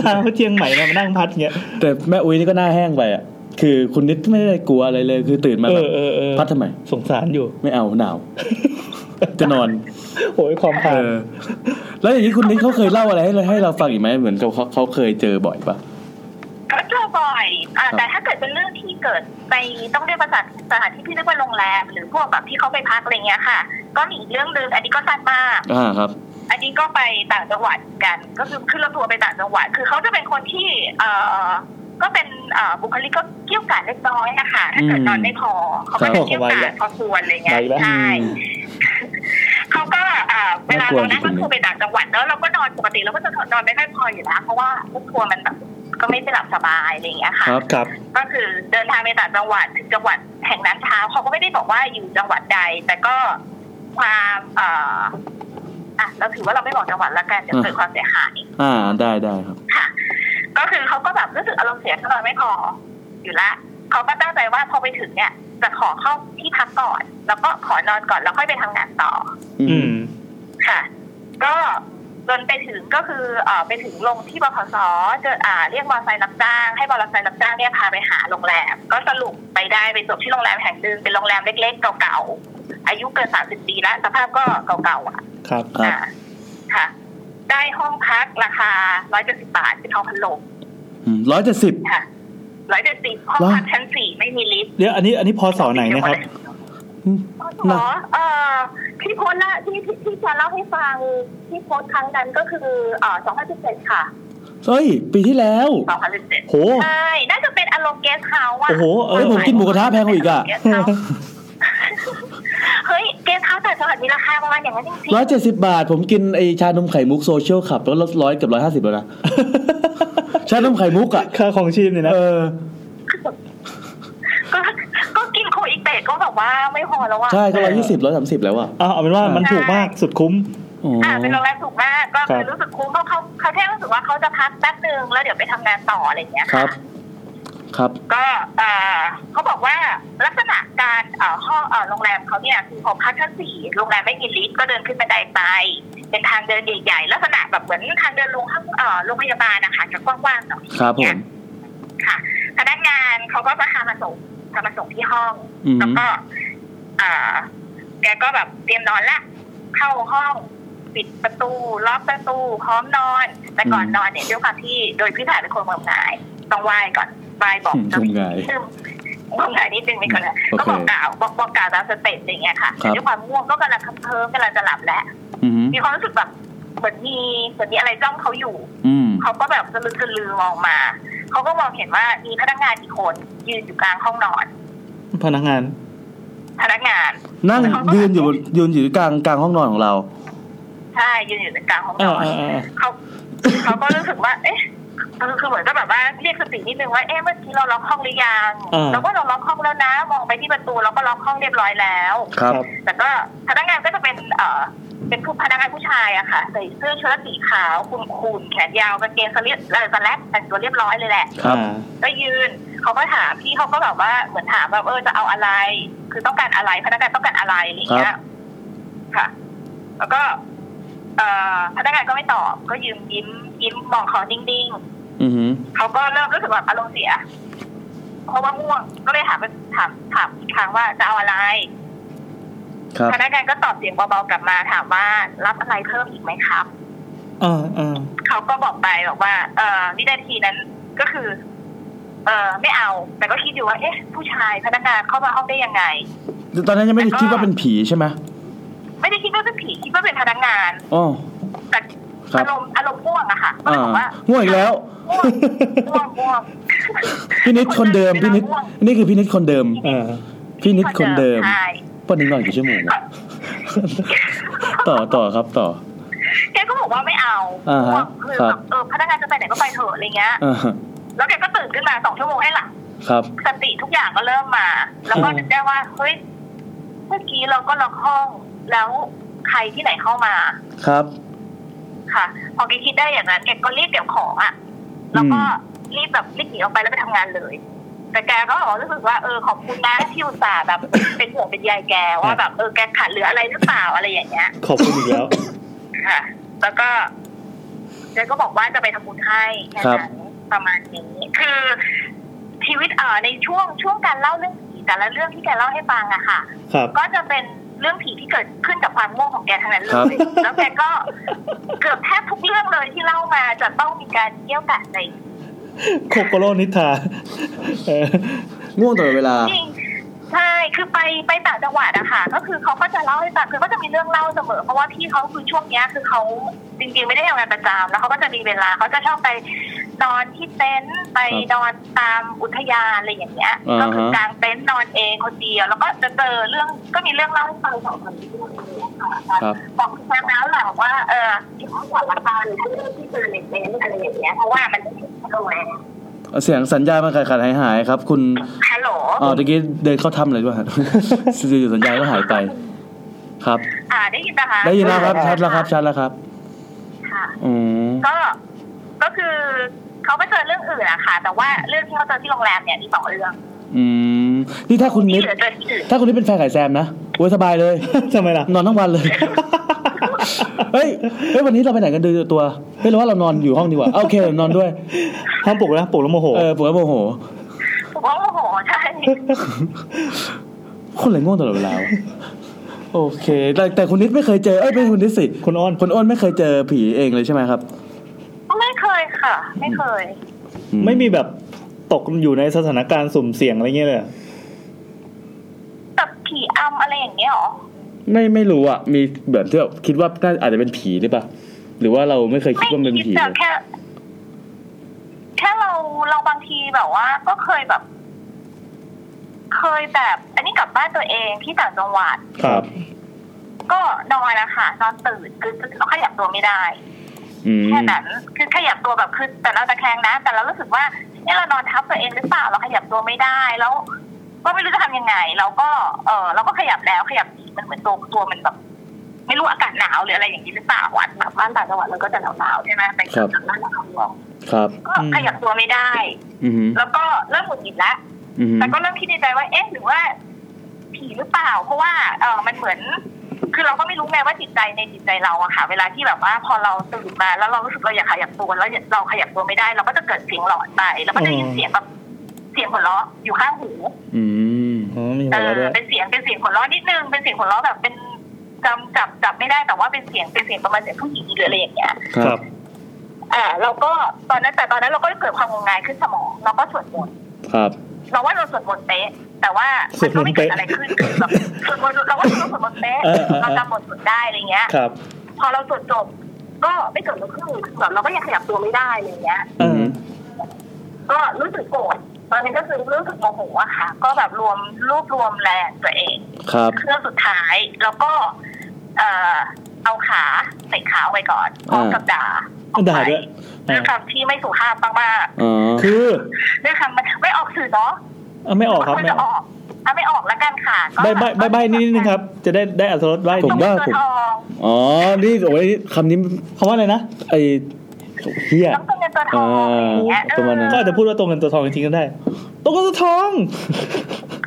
Speaker 2: สาวเชียงใหม่มานั่งพัดเงี้ย
Speaker 3: แต่แม่อุ้ยนี่ก็หน้าแห้งไปอ่ะคือคุณนิดไม่ได้กลัวอะไรเลย คือตื่นมา
Speaker 2: เอ
Speaker 3: แบ
Speaker 2: อบ เออเออ
Speaker 3: พัดทำไม
Speaker 2: สงสารอยู่
Speaker 3: ไม่เอาหนาว จะนอน
Speaker 2: โอ้ยความ
Speaker 3: เอ
Speaker 2: ผ่าน
Speaker 3: อ แล้วอย่างนี้คุณนิดเขาเคยเล่าอะไรให้เราให้เราฟังอีกไหมเหมือนกับเขาเขาเคยเจอบ่อยปะ
Speaker 9: ก็เจอบ่อยอ่า
Speaker 3: ครับ
Speaker 9: แต่ถ้าเกิดเป็นเรื่องที่เกิดไปต้องเรียกว่าสถานสถานที่ที่เรียกว่าโรงแรม หรือพวกแบบที่เขาไปพักอะไรเงี้ยค่ะ ก็มีอีกเรื่องหนึงอันนี้ก็สั้นมาก
Speaker 3: อ่าครับ
Speaker 9: อันนี้ก็ไปต่างจังหวัดกัน ก็คือขึ้นรถทัวร์ไปต่างจังหวัด คือเขาจะเป็นคนที่ เอ่อ ก็เป็นเอ่อบุคลิกก็เกี่ยวกาดเล็กน้อยนะคะถ้าเกิด
Speaker 3: อืม
Speaker 9: นอนไม่พอ เขาก็จะเกี่ยวกาดพอควรอะไร
Speaker 2: ไป
Speaker 9: เงี้ย
Speaker 2: แล้ว
Speaker 9: ใช่เขาก็เอ่อเวลาเรานั่งรถทัวร์ไปต่างจังหวัดแล้วเราก็นอนปกติเราก็จะนอนไม่ค่อยพออยู่แล้วเพราะว่ารถทัวร์มันแบบก็ไม่ได้หลับสบายอะไรเงี้ยค่ะ
Speaker 3: ครับ
Speaker 2: ครับ
Speaker 9: ก็คือเดินทางไปต่างจังหวัดถึงจังหวัดแห่งนั้นเช้าเขาก็ไม่ได้บอกว่าอยู่จังหวัดใด แต่ก็ความเอ่ออ่ะเราถือว่าเราไม่บอกจังหวัดละกันเดี๋ยวเกิดความเสียหาย
Speaker 3: อ่าได้ได้ครับ
Speaker 9: ค่ะ ก็คือเขาก็แบบรู้สึกอารมณ์เสียก็นอนไม่พออยู่ละเขาก็ตั้งใจว่าพอไปถึงเนี่ยจะขอเข้าที่พักก่อน แล้วก็ขอนอนก่อนแล้วค่อยไปทำงานต่อ
Speaker 2: อืม
Speaker 9: ค่ะ ก็จนไปถึงก็คือเอ่อไปถึงลงที่บขสเจออ่าเรียกมอเตอร์ไซค์รับจ้างให้มอเตอร์ไซค์รับจ้างเนี่ยพาไปหาโรงแรม ก็สรุปไปได้ไปจบที่โรงแรมแห่งหนึ่งเป็นโรงแรมเล็กๆเก่าๆอายุเกินสามสิบปีแล้วสภาพก็เก่าๆอ่ะ
Speaker 2: ครับ
Speaker 3: ครับ
Speaker 9: อ่าค่ะ ได้ห้องพักราคาร้อยเจ็ดสิบบาทเป็นห้องพัดลม
Speaker 3: ร้อยเจ็ดสิบ
Speaker 9: ค่ะร้อยเจ็ดสิบห้อง
Speaker 3: เหรอ
Speaker 9: พักชั้นสี่ไม่มีลิฟต์
Speaker 2: เดี๋ยวอันนี้อันนี้พอสอไหนนะครับ
Speaker 9: หมอเอ่อที่โพสต์ละที่ที่ที่จะเล่าให้ฟังที่โพสต์ครั้งนั้นก็คือเอ่อสองพันสิบเจ็ดค่ะ
Speaker 3: เฮ้ย ปีที่แล้ว
Speaker 9: 2017
Speaker 2: โห
Speaker 9: ใช่ น่าจะเป็นอารมณ์เกสเฮาส์อะ
Speaker 2: โอ้โหเออ
Speaker 3: เฮ้ยผมกินหมูกระทะแพงกว่าอีกอะ
Speaker 9: เสเฮาส์เฮ้ย เกสเฮาส์แต่จังหวัดมีราคาประมาณอย่างนั้นจริง
Speaker 3: ร้อยเจ็ดสิบาท ผมกินไอชานมไข่มุกโซเชียลขับแล้วลดร้อยเกือบร้อยห้าสิบแล้ว นะ ชานมไข่มุกอ่ะ
Speaker 2: ค่าของชีพเนี่ยนะ
Speaker 3: เออ
Speaker 9: ๆก็ก็กินโคอีเตะก็แบบว่าไม่พอแล้วอะ
Speaker 3: ใช่ก็ร้อยยี่สิบร้อยสามสิบแล้วอ่ะ
Speaker 2: อ่าเอาเป็นว่ามันถูกมากสุดคุ้ม
Speaker 3: อ๋อ
Speaker 9: อ่าเป็นโรงแรมถูกมากก็
Speaker 2: ค
Speaker 9: คื
Speaker 2: รั
Speaker 9: อบ รู้สึกคุ้มเพราะเขาเขาแค่รู้สึกว่าเขาจะพักแป๊บนึงแล้วเดี๋ยวไปทำงานต่ออะไรอย่างเงี้ย
Speaker 3: ค
Speaker 9: ค่ะ
Speaker 3: รับ ครับ
Speaker 9: ก็เอ่อเขาบอกว่าลักษณะการเอ่อห้องเอ่อโรงแรมเขาเนี่ยคือของพักชั้นสี่โรงแรมไม่มีลิฟต์ก็เดินขึ้นบันไดไป เป็นทางเดินใหญ่ๆลักษณะแบบเหมือนทางเดินลงห้องเอ่อโรงพยาบาลนะคะจะกว้างๆหน่อย
Speaker 3: ครับผม
Speaker 9: ค่ะพนักงานเขาก็มาพามาส่งพามาส่งที่ห้อง
Speaker 3: อืม
Speaker 9: แล้วก็อ่าแกก็แบบเตรียมนอนละ เข้าห้องปิดประตูล็อกประตู พร้อมนอน แต่ก่อน
Speaker 3: อืม
Speaker 9: นอนเนี่ยด้วยความที่โดยพื้นฐานเป็นคนงมงายต้องไหว้ก่อนไหว้บอกเจ้าที่
Speaker 3: งมงาย
Speaker 9: ซึ่งงมงายนิดนึงเป็นคนละ
Speaker 3: โอเค
Speaker 9: ก็บอกกล่าวบอกบอกกล่าวตามสเต็ปอย่างเงี้ยค่ะ
Speaker 3: ครับ
Speaker 9: ด้วยความง่วงก็กำลังเคลิ้มๆกำลังจะหลับแล้ว
Speaker 3: อืม
Speaker 9: มีความรู้สึกแบบเหมือนมีเหมือนมีอะไรจ้องเขาอยู่
Speaker 3: อืม
Speaker 9: เขาก็แบบสะลึกสะลือมองมา เขาก็มองเห็นว่ามีพนักงานอีกคน ยืนอยู่กลางห้องนอน
Speaker 2: พนักงาน
Speaker 9: พนักงาน
Speaker 3: นั่งยืนอยู่บนยืนอยู่กลางกลางห้องนอนของเรา
Speaker 9: ใช่ยืนอยู่กลางห้องน
Speaker 2: อ่าอ่า
Speaker 9: อน
Speaker 2: อ่า
Speaker 9: เขาเขาก็รู้สึกว่า เอ๊ะคือคือเหมือนก็แบบว่าเรียกสตินิดนึงว่าเอ๊ะเมื่อกี้เราล็อกห้องหรือยัง
Speaker 2: อ่า
Speaker 9: เราก็เราล็อกห้องแล้วนะ มองไปที่ประตูเราก็ล็อกห้องเรียบร้อยแล้ว
Speaker 3: ครับ
Speaker 9: แต่ก็พนักงานก็จะเป็นเอ่อเป็นผู้พนักงานผู้ชายอะค่ะใส่เสื้อเชิ้ตสีขาวคุมคุมแขนยาวกางเกงสลิปเอ่อสแลกแต่งตัวเรียบร้อยเลยแหละ
Speaker 3: ครับ
Speaker 2: อ่า
Speaker 9: ก็ยืนเขาก็ถามพี่เขาก็แบบว่าเหมือนถามแบบเออจะเอาอะไร คือต้องการอะไรพนักงานต้องการอะไรอะไรอย่างเงี้
Speaker 3: ครั
Speaker 9: ย
Speaker 3: บ
Speaker 9: ค่ะ แล้วก็เอ่อพนักงานก็ไม่ตอบก็ยืนยิ้มยิ้มมองเขานิ่ง
Speaker 3: อืม
Speaker 9: ๆเขาก็เริ่มรู้สึกแบบอารมณ์เสียเพราะว่าง่วงก็เลยถามไปถามถามอีกครั้งว่าจะเอาอะไร
Speaker 1: ครับ
Speaker 9: พนักงานก็ตอบเสียงเบาๆกลับมาถามว่ารับอะไรเพิ่มอีกไหมครับ
Speaker 2: อ่าอ่า
Speaker 9: เขาก็บอกไปบอกว่า เออวินาทีนั้นก็คือ เออไม่เอา แต่ก็คิดอยู่ว่า เอ๊ะ ผู้ชายพนักงานเข้ามาห้องได้ยังไง
Speaker 3: ตอนนั้นยังไม่ได้คิดว่าเป็นผีใช่ไหม
Speaker 9: ไม่ได้คิดว่าเป็นผีคิดว่าเป็นพนักงาน
Speaker 3: อ๋อ
Speaker 9: แต่
Speaker 3: ครับ
Speaker 9: อารมณ์อารมณ์ง่วงอะค่ะก็เลยบอกว่า
Speaker 3: ง่วงอีกแล้ว
Speaker 9: ง่วงง่วงง่วง
Speaker 3: พี่นิดคนเดิมพี่นิดนี่คือพี่นิดคนเดิม
Speaker 2: อ่า
Speaker 3: พี่นิดคนเดิม
Speaker 9: ใช่
Speaker 3: ป้นนิดหน่อยกี่ชั่วโมงอะต่อต่อครับต่อ
Speaker 9: แกก็บอกว่าไม่เอา
Speaker 3: อ่าฮะ
Speaker 9: ง่วงคือ
Speaker 3: ครั
Speaker 9: แบบ บเออพนักงานจะไปไหนก็ไปเถอะอะไรเงี้ย
Speaker 3: อ่าฮะ
Speaker 9: แล้วแกก็ตื่นขึ้นมาสองชั่วโมงให้หลัง
Speaker 3: ครับ
Speaker 9: สติทุกอย่างก็เริ่มมา แล้วก็นึกได้ว่า เฮ้ย เมื่อกี้เราก็ล็อกห้อง แล้วใครที่ไหนเข้ามา
Speaker 3: ครับ
Speaker 9: ค่ะ พอแกคิดได้อย่างนั้นแกก็รีบเก็บของอะแล้วก็รีบแบบรีบหนีออกไปแล้วไปทำงานเลย แต่แกก็บอกว่ารู้สึกว่าเออขอบคุณนะที่อุตส่าห์แบบ เป็นห่วงเป็นใยแกว่าแบบเออแกขาดเหลืออะไรหรือเปล่าอะไรอย่างเงี้ย
Speaker 2: ขอบคุณอีกแล้ว
Speaker 9: ค่ะ แล้วก็เจ๊ก็บอกว่าจะไปทำบุญให้แค่
Speaker 3: ครั
Speaker 9: นั้
Speaker 3: บ
Speaker 9: นประมาณนี้ คือชีวิตเอ่อในช่วงช่วงการเล่าเรื่องผีแต่ละเรื่องที่แกเล่าให้ฟังอะค่ะ
Speaker 2: ครับ
Speaker 9: ก็จะเป็นเรื่องผีที่เกิดขึ้นจากความโง่ของแกทั้งนั้นเล
Speaker 3: ครับ
Speaker 9: ย แล้วแกก็เกือบแทบทุกเรื่องเลยที่เล่ามาจะต้องมีการเกี่ยวกับใน
Speaker 2: โคโกโรนิทา เออ
Speaker 1: ง่วงตลอดเวลา
Speaker 9: จริงใช่คือไปไปต่างจังหวัดอะค่ะ ก็คือเขาก็จะเล่าให้ฟังคือก็จะมีเรื่องเล่าเสมอ เพราะว่าพี่เขาคือช่วงเนี้ยคือเขาจริงๆไม่ได้ทำงานประจำแล้วเขาก็จะมีเวลาเขาจะชอบไปนอนที่เต็นท์ไปนอนตามอุทยานอะไรอย่างเงี้ย
Speaker 3: อ่าฮะ
Speaker 9: ก็คือกางเต็นท์นอนเองคนเดียวแล้วก็จะเจอเรื่องก็มีเรื่องเล่าให้ฟังสองสามเรื่องเลยค่ะ
Speaker 3: ครับ
Speaker 9: บอกคุณแซมแล้วแหละว่าเออเดี๋ยวขอรับตาหรือเรื่องที่เจอในเต็นท์อะไรอย่างเงี้ยเพราะว่ามันไม่ใช่โรงแรม
Speaker 3: เสียงสัญญาณมันขาดขาดหายหายครับ คุณ
Speaker 9: ฮัลโหล
Speaker 3: อ๋อตะกี้เดินเข้าถ้ ำเลยด้วยฮะอยู่ๆสัญญาณก็หายไป ครับ
Speaker 9: อ่าได้ยินนะคะ
Speaker 3: ได้ยินแล้วครับ ชัดแล้วครับ ชัดแล้วครับ
Speaker 9: ค่ะ
Speaker 3: อืม
Speaker 9: ก็ก็คือเขาไปเจอเรื่องอื่นอะค่ะ แต่ว่าเรื่องที่เขาเจอที่โรงแรมเนี่ยมีสองเรื่อง
Speaker 3: อืมนี่ถ้าคุณนิด
Speaker 9: ที่เหลือเจอที่อื่น
Speaker 3: ถ้าคุณนิดเป็นแฟนไก่แซมนะโอ้ยสบายเลย
Speaker 2: ทำไมล่ะ
Speaker 3: นอนทั้งวันเลย เฮ้ย เฮ้ย วันนี้เราไปไหนกันดูตัว เฮ้ยหรือว่าเรานอนอยู่ห้องดีกว่าเอาโอเคน อนด้วย
Speaker 2: ห้ามปลุกนะปลุกแล้วโมโห
Speaker 3: เออปวดโมโห
Speaker 9: ผมว่าโอ้โหใช่
Speaker 3: คนเลยง่วงตลอดเว ลาวะโอเค แต่แต่คุณนิดไม่เคยเจอ เอ้ยไม่ใช่คุณนิดสิ
Speaker 2: คุณอ้น
Speaker 3: คุณอ้นไม่เคยเจอผีเองเลยใช่ไหมครับ
Speaker 9: ไม่เคยค่ะ ไม่เคย
Speaker 3: อื
Speaker 2: ไม่มีแบบตกอยู่ในสถานการณ์สุ่มเสี่ยงอะไรเงี้ยเลยเหรอ
Speaker 9: แต่ผีอำอะไรอย่างเงี้ยหรอ
Speaker 1: ไม่ไม่รู้อ่ะ มีแบบที่แบบคิดว่าน่าอาจจะเป็นผีหรือเปล่า หรือว่าเราไม่เคยคิด
Speaker 9: ไม่
Speaker 1: ว่ามันเป็น
Speaker 9: คิด
Speaker 1: ผี
Speaker 9: แต่
Speaker 1: เลย
Speaker 9: แค่แค่เราเราบางทีแบบว่า ก็เคยแบบ เคยแบบ อันนี้กลับบ้านตัวเองที่ต่างจังหวัด
Speaker 2: ครับ
Speaker 9: ก็นอนนะคะนอนตื่นคือเราขยับตัวไม่ได้
Speaker 1: อืม
Speaker 9: แค่นั้นคือขยับตัวแบบคือแต่เราตะแคงนะ แต่เรารู้สึกว่าเนี่ยเรานอนทับตัวเองหรือเปล่าเราขยับตัวไม่ได้แล้ว ก็ไม่รู้จะทำยังไง เราก็เออเราก็ขยับแล้วขยับอีกมันเหมือนตัวตัวมันแบบ ไม่รู้อากาศหนาวหรืออะไรอย่างนี้หรือเปล่าวัดแบบบ้านต่างจังหวัดเราก็จะหนาวๆใช่ไหมไปกลับบ้านหนาว
Speaker 1: ครับ
Speaker 9: ๆก็ขยับตัวไม่ได้
Speaker 1: อือหือ
Speaker 9: แล้วก็เริ่มหงุดหงิดแล้ว
Speaker 1: อือหือ
Speaker 9: แต่ก็เริ่มคิดในใจว่า เอ๊ะ หรือว่า ผีหรือเปล่า เพราะว่า เออมันเหมือน คือเราก็ไม่รู้ไงว่าจิตใจในจิตใจเราอะค่ะ เวลาที่แบบว่า พอเราตื่นมาแล้วเรารู้สึกเราอยากขยับตัวแล้วเราขยับตัวไม่ได้ เราก็จะเกิดเสียงหลอนไป แล้วก็ได้ยินเสียงแบบเสียงหัวเราะอยู่ข้างหู
Speaker 1: อืม
Speaker 2: อ๋อมี
Speaker 9: เอ
Speaker 2: หัวเราะด้
Speaker 9: อ
Speaker 2: วย
Speaker 9: เป็นเสียงเป็นเสียงหัวเราะนิดนึง เป็นเสียงหัวเราะแบบเป็นจำจับจับไม่ได้ แต่ว่าเป็นเสียงเป็นเสียงประมาณเสียงผู้หญิงหรืออะไรอย่างเงี้ย
Speaker 2: ค
Speaker 1: ครั
Speaker 2: รั
Speaker 1: บบ
Speaker 9: อ่าเราก็ตอนนั้นแต่ตอนนั้นเราก็เกิดความงมงายขึ้นสมอง เราก็สวดมนต์
Speaker 1: ครับ
Speaker 9: เราว่าเราสวดมนต์เป๊ะแต่ว่ามันก็ไม่เกิดอะไรขึ้นเราสวดมนต์เราว่าเราสวดมนต์เป๊ะ
Speaker 2: เออเออ
Speaker 9: เราจำบทสวดได้อะไรเงี้ย
Speaker 2: ครับ
Speaker 9: พอเราสวดจบ ก็ไม่เกิดอะไรขึ้นแบบเราก็ยังขยับตัวไม่ได้อะไรเงี้ย
Speaker 2: เออ
Speaker 9: ก็รู้สึกโกรธตอนนั้นก็คือรู้สึกโมโหอะค่ะ ก็แบบรวมรวบรวมแรงตัวเอง
Speaker 1: ครับ
Speaker 9: เครื่องสุดท้าย แล้วก็ เอ่อเอาขาใส่ขาไว้ก่อนพร้อมกับด่า
Speaker 2: ด่าด้วย
Speaker 9: ด้
Speaker 2: อ่า
Speaker 9: วยคำที่ไม่สุภาพมาก
Speaker 1: อ๋อ
Speaker 2: คือ
Speaker 9: ๆด้วยคำมันไม่ออกสื่อเนาะ
Speaker 2: อ่ะไม่ออกครับ
Speaker 9: ไม่
Speaker 2: ไม่
Speaker 9: จะออกอ่ะไม่ออกแล้วกันค่ะก็
Speaker 2: ใบใบใบใบนิดนึงครับ จะได้ได้อัตรสใบ
Speaker 1: ผมว่า
Speaker 9: ต้องเป็นตัวทอง
Speaker 1: อ๋อ นี่โอ้ยคำนี้
Speaker 2: คำว่าอะไรนะ
Speaker 1: ไอเฮีย
Speaker 9: ต้องเป็นเงินตัวทองอะไรอย่างเงี้ย
Speaker 1: อ่าประมาณนั้น
Speaker 2: ก็อาจจะพูดว่าตรงเงินตัวทองจริงๆก็ได้ตรงเงินตัวทอง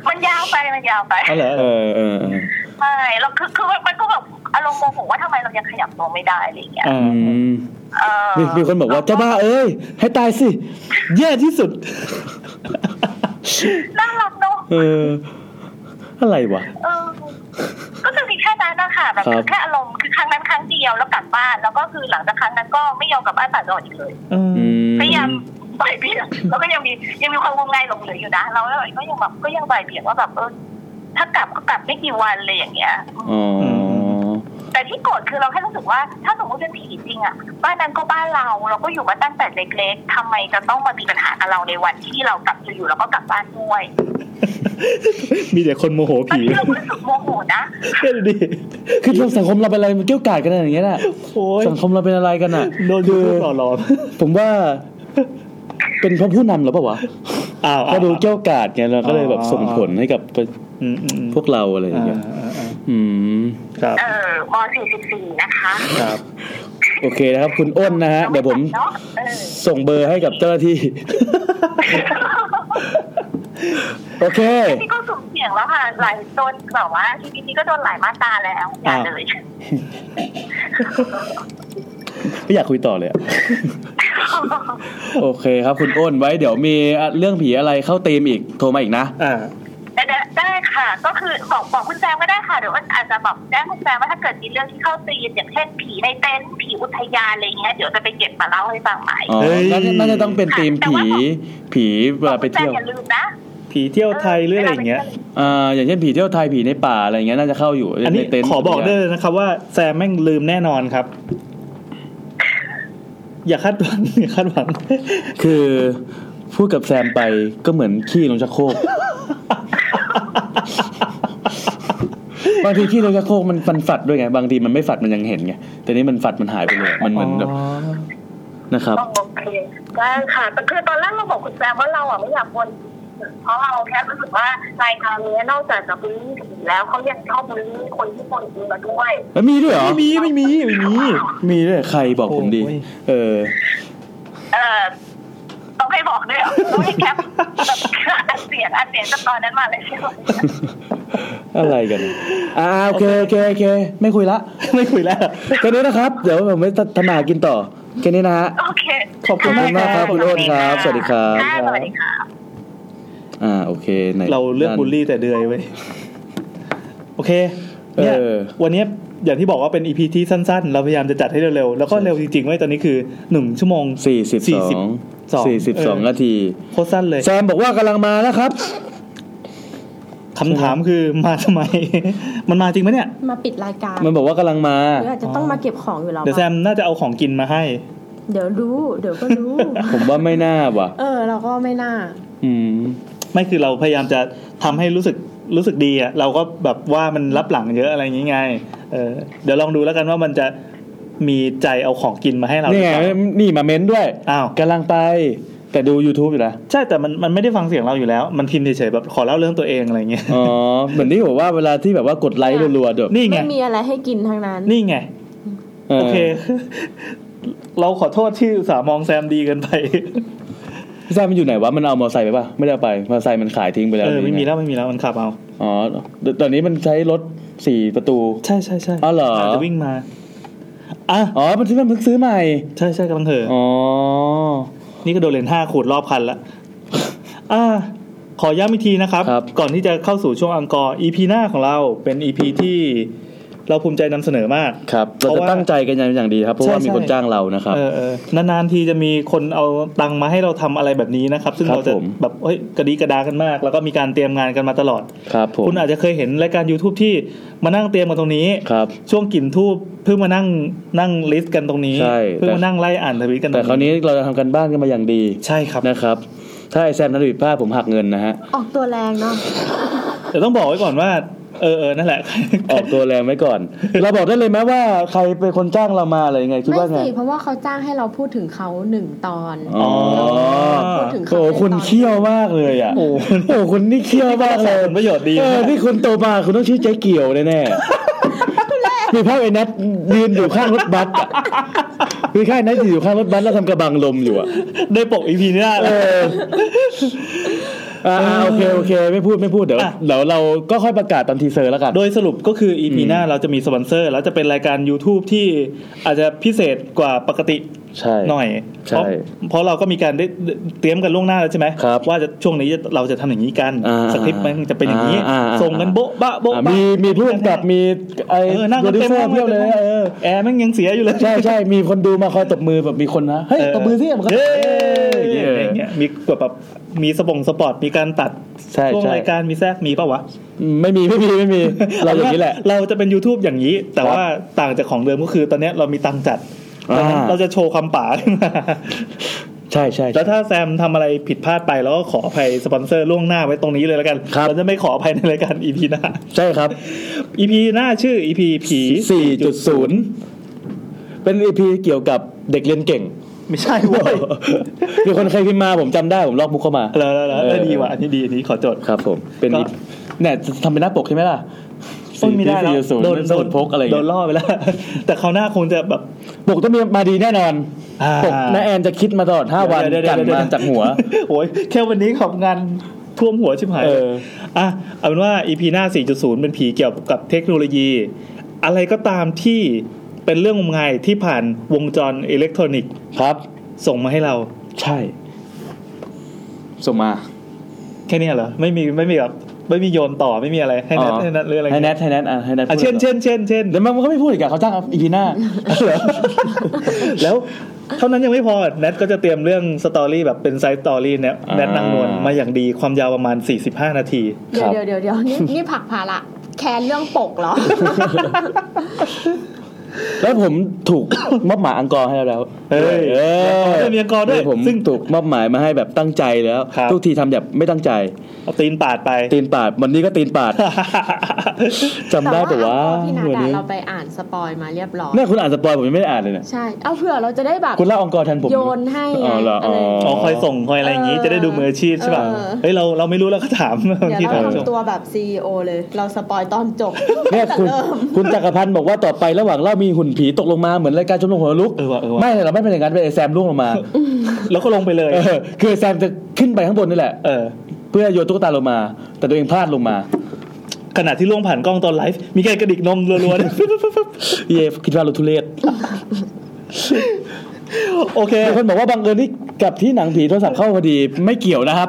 Speaker 9: มันยาวไปมันยาวไป
Speaker 2: อ๋อเหรอ
Speaker 1: เออเออเออ
Speaker 9: ใช่แล้วคือคือมันก็แบบอารมณ์โมโหว่าทำไมเรายังขยับตัวไม่ได้อะไรอย่างเงี้ย
Speaker 2: อ่า
Speaker 1: อืม
Speaker 9: เออ
Speaker 1: มีมีคนบอกว่าเจ้าบ้าเอ้ย ให้ตายสิ
Speaker 2: แย่ที่สุด
Speaker 9: น่ารักเนาะ
Speaker 1: เออ อะไรวะ
Speaker 9: เออก็จ มีแค่นั้นนะคะแบบ
Speaker 1: ครับ
Speaker 9: คือแค่อารมณ์คือครั้งนั้นครั้งเดียวแล้วกลับบ้าน แล้วก็คือหลังจากครั้งนั้นก็ไม่ยอมกลับบ้านต่างจังหวัดอีกเลย
Speaker 2: เออ
Speaker 10: อืม
Speaker 9: พยายาม บ่ายเบี่ยงแล้วก็ยังมียังมีความงมงายหลงเหลืออยู่นะเราก็ยังแบบก็ยังบ่ายเบี่ยงว่าแบบเออถ้ากลับก็กลับไม่กี่วันเลยอย่างเงี้ย
Speaker 10: อ๋อ
Speaker 9: แต่ที่โกรธคือเราแค่รู้สึกว่าถ้าสมมติเป็นผีจริงอะบ้านนั้นก็บ้านเราเราก็อยู่มาตั้งแต่เล็กๆทำไมจะต้องมามีปัญหากับเราในวันที่เรากลับจะอยู่แล้วก็กลับบ้านด้วย
Speaker 2: มีแต่คนโมโห
Speaker 9: ตอน
Speaker 2: ผี
Speaker 9: ที่เราก็รู้สึกโมโหนะ
Speaker 2: เล่นดิ
Speaker 1: คือสังคมเราเป็นอะไรมันเกี่ยวกาดกันอะไรอย่างเงี้ยน่ะ
Speaker 2: โอ้ย
Speaker 1: สังคมเราเป็นอะไรกันอ่ะ
Speaker 2: โดนดูต่อหลอม
Speaker 1: ผมว่า เป็นเพราะผู้นำหรือเปล่าวะ
Speaker 2: อ้าว
Speaker 1: ก็ดู
Speaker 2: จ้า
Speaker 1: เกี่ยวกาดไงเราก็เลยแบบ
Speaker 2: อ๋อ
Speaker 1: ส่งผลให้กับ
Speaker 2: อืมอืมอืม
Speaker 1: พวกเราอะไรอย่างเงี้ย
Speaker 2: อ่าอ่า
Speaker 1: อืม
Speaker 2: ครับ
Speaker 9: เออม .44 นะคะ
Speaker 2: ครับ
Speaker 1: โอเคนะครับ คุณอ้นนะฮะ เดี๋ยวผม
Speaker 9: เนาะเออ
Speaker 1: ส่งเบอร์ให้กับเจ้าหน้าที่ โอ เค
Speaker 9: นี่ก็สุ่มเสี่ยงแล้วค่ะหลายโดนแบบว่าทีพีนี้ก็โดนหลายมาตราแล้วอย่าเลย
Speaker 1: ไม่อยากคุยต่อเลยอะโอเคครับคุณอ้นไว้ เดี๋ยวมีเรื่องผีอะไรเข้าเตมอีกโทรมาอีกนะ
Speaker 2: อ่า
Speaker 9: ได้ได้ได้ค่ะ ก็คือบอกบอกคุณแซมก็ได้ค่ะเดี๋ยวอาจจะแบบแจ้งคุณแซมว่าถ้าเกิดมีเรื่องที่เข้าตีนอย่างเช่นผีในเต็นท์ผีอุทยานอะไรเงี้ยเดี๋ยวจะไปเก็บมาเล่าให้ฟังใหม่
Speaker 1: อ๋อ
Speaker 2: เฮ้ย
Speaker 1: น่าจะน่าจะต้องเป็นธีมผี ผีเวลาไปเที่ยว
Speaker 9: แต่อย่าลืมนะ
Speaker 2: ผีเที่ยวไทยหรืออะไรอย่างเงี้ย
Speaker 1: อ่า อย่างเช่นผีเที่ยวไทยผีในป่าอะไรอย่างเงี้ยน่าจะเข้าอยู่
Speaker 2: อันนี้
Speaker 1: ใเต็ท์
Speaker 2: ขอบอกได้เลยนะครับว่าแซมแม่งลืมแน่นอนครับ อย่าคาดหวัง อย่าคาดหวัง
Speaker 1: คือพูดกับแซมไปก็เหมือนขี้ลงชักโคร ก บางทีขี้ลงชักโครกมันมันฝัดด้วยไง บางทีมันไม่ฝัดมันยังเห็นไง แต่นี่มันฝัดมันหายไปเลย มันเหมือนแบบนะครับ
Speaker 9: โอเคได้ค่ะแต่คือตอนแรกเราบอกคุณแซมว่าเราอ่ะไม่อยากวนเพราะเราแค่รู้สึกว่ารายการนี้นอกจากจะบูลลี่ผีแล้วเขายังชอบบูลลี่คนที่คนอื่นมาด้วย
Speaker 1: แล้วมีด้วยเหรอ
Speaker 2: ไม่มีไม่มีไม่มี
Speaker 1: มีด้วยใครบอกผมดี
Speaker 2: โอ้ย
Speaker 1: เออ
Speaker 9: เออต้องให้บอกด้วยเหรอต้องให้แคปแบบ อัดเสียงอัดเสียงจากตอนนั้นมาเลยใช่ไหม
Speaker 1: อะไรกัน อ่าโอเคโอเคโอเค ไม่คุยละ
Speaker 2: ไม่คุยแล้ว
Speaker 1: แค่นี้นะครับ เดี๋ยวผมไปทำมาหากินต่อแค่นี้นะฮะ
Speaker 9: โอเค
Speaker 2: ขอบคุณมาก
Speaker 1: ครับคุณโรจน์ครับสวัสดีครับ
Speaker 9: ะสวัสดีค่ะ
Speaker 1: อ่าโอเคไหน
Speaker 2: เราเลือกบูลลี่แต่เดือยไว้ ยโอเคเนี่ย
Speaker 1: เออ
Speaker 2: วันเนี้ยอย่างที่บอกว่าเป็นอีพีที่สั้น ๆ เราพยายามจะจัดให้เร็วๆ แล้วก็เร็วจริงๆเว้ยตอนนี้คือหนึ่งชั่วโมง
Speaker 1: สี่สิบสอง
Speaker 2: 42
Speaker 1: สี่สิบสองนาที
Speaker 2: โคตรสั้นเลย
Speaker 1: แซมบอกว่ากำลังมาแล้วครับ
Speaker 2: คำถามคือ มาทำไม มันมาจริงไหมเนี่ย
Speaker 4: มาปิดรายการ
Speaker 1: มันบอกว่ากำลังมา
Speaker 4: หรืออาจจะต้องมาเก็บของอยู่แล้ว
Speaker 2: เดี๋ยวแซมน่าจะเอาของกินมาให้
Speaker 4: เดี๋ยวรู้ เดี๋ยวก็รู้
Speaker 1: ผมว่าไม่น่าว่ะ
Speaker 4: เออ เราก็ไม่น่า
Speaker 1: อืม
Speaker 2: ไม่คือเราพยายามจะทำให้รู้สึกรู้สึกดีอ่ะเราก็แบบว่ามันรับหลังเยอะอะไรอย่างงี้ไงเออเดี๋ยวลองดูแล้วกันว่ามันจะมีใจเอาของกินมาให้เราหรื
Speaker 1: นี่
Speaker 2: อ
Speaker 1: ไง
Speaker 2: เปล่า
Speaker 1: นี่มาเม้นด้วย
Speaker 2: อ้าว
Speaker 1: กำลังไป แต่ดู YouTube อยู่นะ
Speaker 2: ใช่แต่มันมันไม่ได้ฟังเสียงเราอยู่แล้ว มันพิมพ์เฉยๆแบบขอเล่าเรื่องตัวเองอะไรเงี้ย
Speaker 1: อ๋อ เหมือนที่บอกว่าเวลาที่แบบว่ากดไลค์รัวๆเดี๋ยว
Speaker 2: นี่ไง
Speaker 4: ไม่มีอะไรให้กินทั้งนั้น
Speaker 2: นี่ไง
Speaker 1: ออ
Speaker 2: โอเค เราขอโทษที่อุตสาห์มองแซมดีเกินไป
Speaker 1: พี่แซมมันอยู่ไหนวะ มันเอามอเตอร์ไซค์ไปป่ะ ไม่ได้เอาไป มอเตอร์ไซค์มันขายทิ้งไปแล้ว
Speaker 2: เออไม่มี
Speaker 1: หรือยังง
Speaker 2: แล้วไม่มีแล้วมันขับเอา
Speaker 1: อ๋อ ตอนนี้มันใช้รถสี่ประตู
Speaker 2: ใช่ใช่ใช่
Speaker 1: อ๋อเหรอ
Speaker 2: าจจะวิ่งมาอ่ะ
Speaker 1: อ๋อ มันที่มันเพิ่งซื้อใหม่
Speaker 2: ใช่ใช่กำลังเหอะ
Speaker 1: อ๋อ
Speaker 2: นี่ก็โดนเลนห้าขูดรอบคันละ อ่า ขอย้ำอีกทีนะครับ
Speaker 1: ครับ
Speaker 2: ก่อนที่จะเข้าสู่ช่วงอังกอร์ EP หน้าของเราเป็น EP ที่เราภูมิใจนำเสนอมาก
Speaker 1: ครับ เรา
Speaker 2: เพราะ
Speaker 1: จะ
Speaker 2: ว่า
Speaker 1: ตั้งใจกันอย่างดีครับ เพราะว่า
Speaker 2: ใช่
Speaker 1: มีคน
Speaker 2: ใช่
Speaker 1: จ้างเรานะครับ
Speaker 2: เออเออนานๆทีจะมีคนเอาตังค์มาให้เราทำอะไรแบบนี้นะครับ ซึ่ง
Speaker 1: ครับ
Speaker 2: เราจะ
Speaker 1: ผม
Speaker 2: แบบเฮ้ยกระดีกระดากันมาก แล้วก็มีการเตรียมงานกันมาตลอด
Speaker 1: ครับผม
Speaker 2: คุณอาจจะเคยเห็นรายการ YouTube ที่มานั่งเตรียมกันตรงนี้
Speaker 1: ครับ
Speaker 2: ช่วงกลิ่นทูบเพิ่งมานั่งนั่งลิสต์กันตรงนี้
Speaker 1: ใช่
Speaker 2: เพิ่ง
Speaker 1: แต่
Speaker 2: มานั่งไล่อ่านทวิตกันตร
Speaker 1: แต่
Speaker 2: ง
Speaker 1: คราวนี้เราจะทำกันบ้านกันมาอย่างดี
Speaker 2: ใช่ครับ
Speaker 1: นะครับ ถ้าไอแซมนัดผิดพลาดผมหักเงินนะฮะ
Speaker 4: ออกตัวแรงเนาะ
Speaker 2: แต่ต้องบอกไว้ก่อนว่า เออเออนั่นแหละ
Speaker 1: ออกตัวแรงไว้ ก่อน เราบอกได้เลยไหมว่าใครเป็นคนจ้างเรามาอะไรยังไงคิด
Speaker 4: ไม่
Speaker 1: ว่าไง
Speaker 4: สิ เพราะว่าเขาจ้างให้เราพูดถึงเขาหนึ่งตอน
Speaker 1: อ๋อ
Speaker 4: พูดถึงเขา
Speaker 1: โอ้
Speaker 4: เป็นตอน
Speaker 1: คุณเคี่ยวมากเลยอ่ะ
Speaker 2: โอ้
Speaker 1: โอ้คุณนี่เคี่ยวมากเลย
Speaker 2: ผลประโยชน์ดี
Speaker 1: เออ
Speaker 2: นะ
Speaker 1: ที่คุณโตมาคุณต้องชื่อเจ๊เกี่ยวแน่ๆมีภาพไอ้นัทยืนอยู่ข้างรถบัสอ่ะมีข้างไอ้นัทยืนอยู่ข้างรถบัสแล้วทำกระบังลมอยู่อ่ะ
Speaker 2: ได้ปกอีพีนี้
Speaker 1: เอ
Speaker 2: แล้ว
Speaker 1: ออ่าโอเคโอเค ไม่พูดไม่พูดเดี๋ยว
Speaker 2: อ่ะ
Speaker 1: เดี๋ยวเราก็ค่อยประกาศตอนทีเซอร์แล้วกัน
Speaker 2: โดยสรุปก็คืออี
Speaker 1: อื
Speaker 2: พี
Speaker 1: ม
Speaker 2: หน้าเราจะมีสปอนเซอร์ แล้วจะเป็นรายการ YouTube ที่อาจจะพิเศษกว่าปกติ
Speaker 1: ใช่
Speaker 2: หน่อย
Speaker 1: ใช่
Speaker 2: เพราะเพราะเราก็มีการได้ได้เตรียมกันล่วงหน้าแล้วใช่ไหม
Speaker 1: ครับ
Speaker 2: ว่าจะช่วงนี้เราจะทำอย่างนี้กัน
Speaker 1: อ่า
Speaker 2: สคริปต์มันจะเป็นอย่างนี้
Speaker 1: อ่าอ่า
Speaker 2: ส่งกันโบ๊ะบะโบ๊ะ
Speaker 1: อ่ะ
Speaker 2: บะ
Speaker 1: มีมีผู้กำกับมีไอ้
Speaker 2: เออนั่ง
Speaker 1: โปร
Speaker 2: กัน
Speaker 1: ดิว
Speaker 2: เต็ม
Speaker 1: เซอ
Speaker 2: ห้อ
Speaker 1: ร์
Speaker 2: ง
Speaker 1: เพียบเลย
Speaker 2: ต็มห้อง
Speaker 1: เออ
Speaker 2: แอร์แม่งยังเสียอยู่เลย
Speaker 3: ใช่ใช่มีคนดูมาคอยตบมือแบบมีคนนะเฮ้ยตบมือสิมันก็
Speaker 2: เอ
Speaker 3: เอ้
Speaker 2: อย อย่างเงี้ยอย่างเงี้ยมีกดแบบมีสปงสปอร์ตมีการตัด
Speaker 1: ใช่
Speaker 2: ช่วง
Speaker 1: ใช่
Speaker 2: รายการมีแทรกมีปะวะ
Speaker 1: ไม่มีไม่มีไม่ มี เราอย่างนี้แหละ
Speaker 2: เราจะเป็น YouTube อย่างนี้ แต่
Speaker 1: ครับ
Speaker 2: ว่าต่างจากของเดิมก็คือ ตอนเนี้ยเรามีตังค์จัด
Speaker 1: อ่า
Speaker 2: ดังนั้นเราจะโชว์ความป่าขึ้นมา
Speaker 1: ใช่ใช่
Speaker 2: แล้
Speaker 1: ใช่
Speaker 2: วถ้าแซมทำอะไรผิดพลาดไปเราก็ขออภัยสปอนเซอร์ล่วงหน้าไว้ตรงนี้เลยแล้วกัน
Speaker 1: ครับ
Speaker 2: เราจะไม่ขออภัยในรายการ EP หน้า
Speaker 1: ใช่ครับ
Speaker 2: EP หน้าชื่อ EP ผี
Speaker 1: 4.0 เป็นอีพีเกี่ยวกับเด็กเรียนเก่ง
Speaker 2: ไม่ใช่เว้ย
Speaker 1: มีคนเคยพิมพ์มาผมจำได้ ผมลอกบุ๊กเข้ามา
Speaker 2: แล้วแล้วแล้วเออดีว่ะอันนี้ดีอันนี้ขอจด
Speaker 1: ครับผมเป็น
Speaker 2: ก็
Speaker 3: เนี่ยจะทำเป็นหน้าปกใช่ไหมล่ะ
Speaker 2: โอ้ยไม่ได้แล้ว
Speaker 1: 4.0
Speaker 2: โดน
Speaker 1: โดนพกอะไร
Speaker 2: โด
Speaker 1: เงี้
Speaker 2: น
Speaker 1: ย
Speaker 2: ล่อไปแล้ว แต่คราวหน้าคงจะแบบ
Speaker 1: ปกต้องมีมาดีแน่นอน
Speaker 2: อ่า
Speaker 1: ปกน้าแอนจะคิดมาตลอด 5 วัน
Speaker 2: เดี๋ย
Speaker 1: กัน
Speaker 2: เดี๋ยเดี๋ย
Speaker 1: มา
Speaker 2: เดี๋ย
Speaker 1: จากหัว
Speaker 2: โอ้ยแค่วันนี้ของงานท่วมหัวชิบหาย
Speaker 1: เออ
Speaker 2: อ่ะเอาเป็นว่า EP หน้า 4.0 เป็นผีเกี่ยวกับเทคโนโลยี อะไรก็ตามที่เป็นเรื่องงมงายที่ผ่านวงจรอิเล็กทรอนิกส์
Speaker 1: ครับ
Speaker 2: ส่งมาให้เรา
Speaker 1: ใช่ ส่งมา
Speaker 2: แค่เนี้ยเหรอ ไม่มีไม่มีแบบไม่มีโยนต่อไม่มีอะไร ให้แนทให้แนทหรืออะไร
Speaker 1: ให้
Speaker 2: เงี้ย
Speaker 1: แนทให้แนทอ่ะให้แนท
Speaker 2: อ่ะเช่นเช่นเช่นเช่น
Speaker 3: เดี๋ยวมันก็ไม่พูดอีกอะเขาจ้างอีพีหน้า
Speaker 2: แล้วเท่านั้นยังไม่พอแนทก็จะเตรียมเรื่องสตอรี่แบบเป็นไซส์สตอรี่เนี่ยแนทนางนวลมาอย่างดีความยาวประมาณ 45 นาที
Speaker 4: เดี๋ยวเดี๋ยวเดี๋ยวเดี๋ยวนี่นี่ผลักภาระแคนเรื่องปกเหรอ
Speaker 1: แล้วผมถูก มอบหมายอังกอร์ให้แล้ว
Speaker 2: เฮ้ย
Speaker 1: เออ
Speaker 2: เดี๋ยวมีอังกอร์ด้วย
Speaker 1: ผม
Speaker 2: ซึ่ง
Speaker 1: ถูกมอบหมายมาให้แบบตั้งใจแล้ว
Speaker 2: ครับ
Speaker 1: ทุกทีทำแบบไม่ตั้งใจ
Speaker 2: เอาตีนปาดไป
Speaker 1: ตีนปาดวันนี้ก็ตีน ปาด จำได้แต่ว่า
Speaker 4: แต่พี่นัด
Speaker 1: วัน
Speaker 4: อะ
Speaker 1: นี้
Speaker 4: เราไปอ่านสปอยมาเรียบร้อย
Speaker 1: เนี่ยคุณอ่านสปอยผมยังไม่ได้อ่านเลยเนี่ย
Speaker 4: ใช่ เอาเผื่อเราจะได้แบบ
Speaker 1: คุณเล่าองค์กรแทนผม
Speaker 4: โยนให้ไง
Speaker 1: อ๋อเหรอ
Speaker 4: อะ
Speaker 1: อ๋อ
Speaker 4: ไร
Speaker 2: อ๋อคอยส่งคอยอะไรอย่างนี้
Speaker 4: เออ
Speaker 2: จะได้ดูมืออาชีพใช่ป่ะ
Speaker 4: เออ
Speaker 2: เฮ้ยเราเราไม่รู้เราก็ถาม บาง
Speaker 4: เดี๋ย
Speaker 2: ที
Speaker 4: วเรา
Speaker 2: ถามจบ
Speaker 4: ทำตัวแบบซีอเลย เราสปอยตอนจบ
Speaker 1: เนี่ย
Speaker 4: แต่
Speaker 1: คุณ
Speaker 4: เริ่ม
Speaker 1: คุณจักรพันธ์บอกว่าต่อไประหว่างเล่ามีหุ่นผีตกลงมาเหมือนรายการชมรมหัวลุก
Speaker 2: เออว่ะเออว่ะ
Speaker 1: ไม่เลยเราไม่เป็นอย่างนั้นเป็นไอ้แซมล่วงลงมา
Speaker 2: แล้วก็ลงไปเลย
Speaker 1: เออคือแซมจะขึ้นไปข้างบนนี่แหละ
Speaker 2: เออ
Speaker 1: เพื่อโยนตุ๊กตาลงมา แต่ตัวเองพลาดลงมา
Speaker 2: ขณะที่ล่วงผ่านกล้องตอนไลฟ์มีการกระดิกนมรัวๆเนี่ยฟึ๊บฟึ๊บฟึ๊บ
Speaker 1: เยคิดว่าเราทุเรศ
Speaker 2: โอเค
Speaker 1: มีคนบอกว่าบังเอิญที่กับที่หนังผีโทรศัพท์เข้าพอดีไม่เกี่ยวนะครับ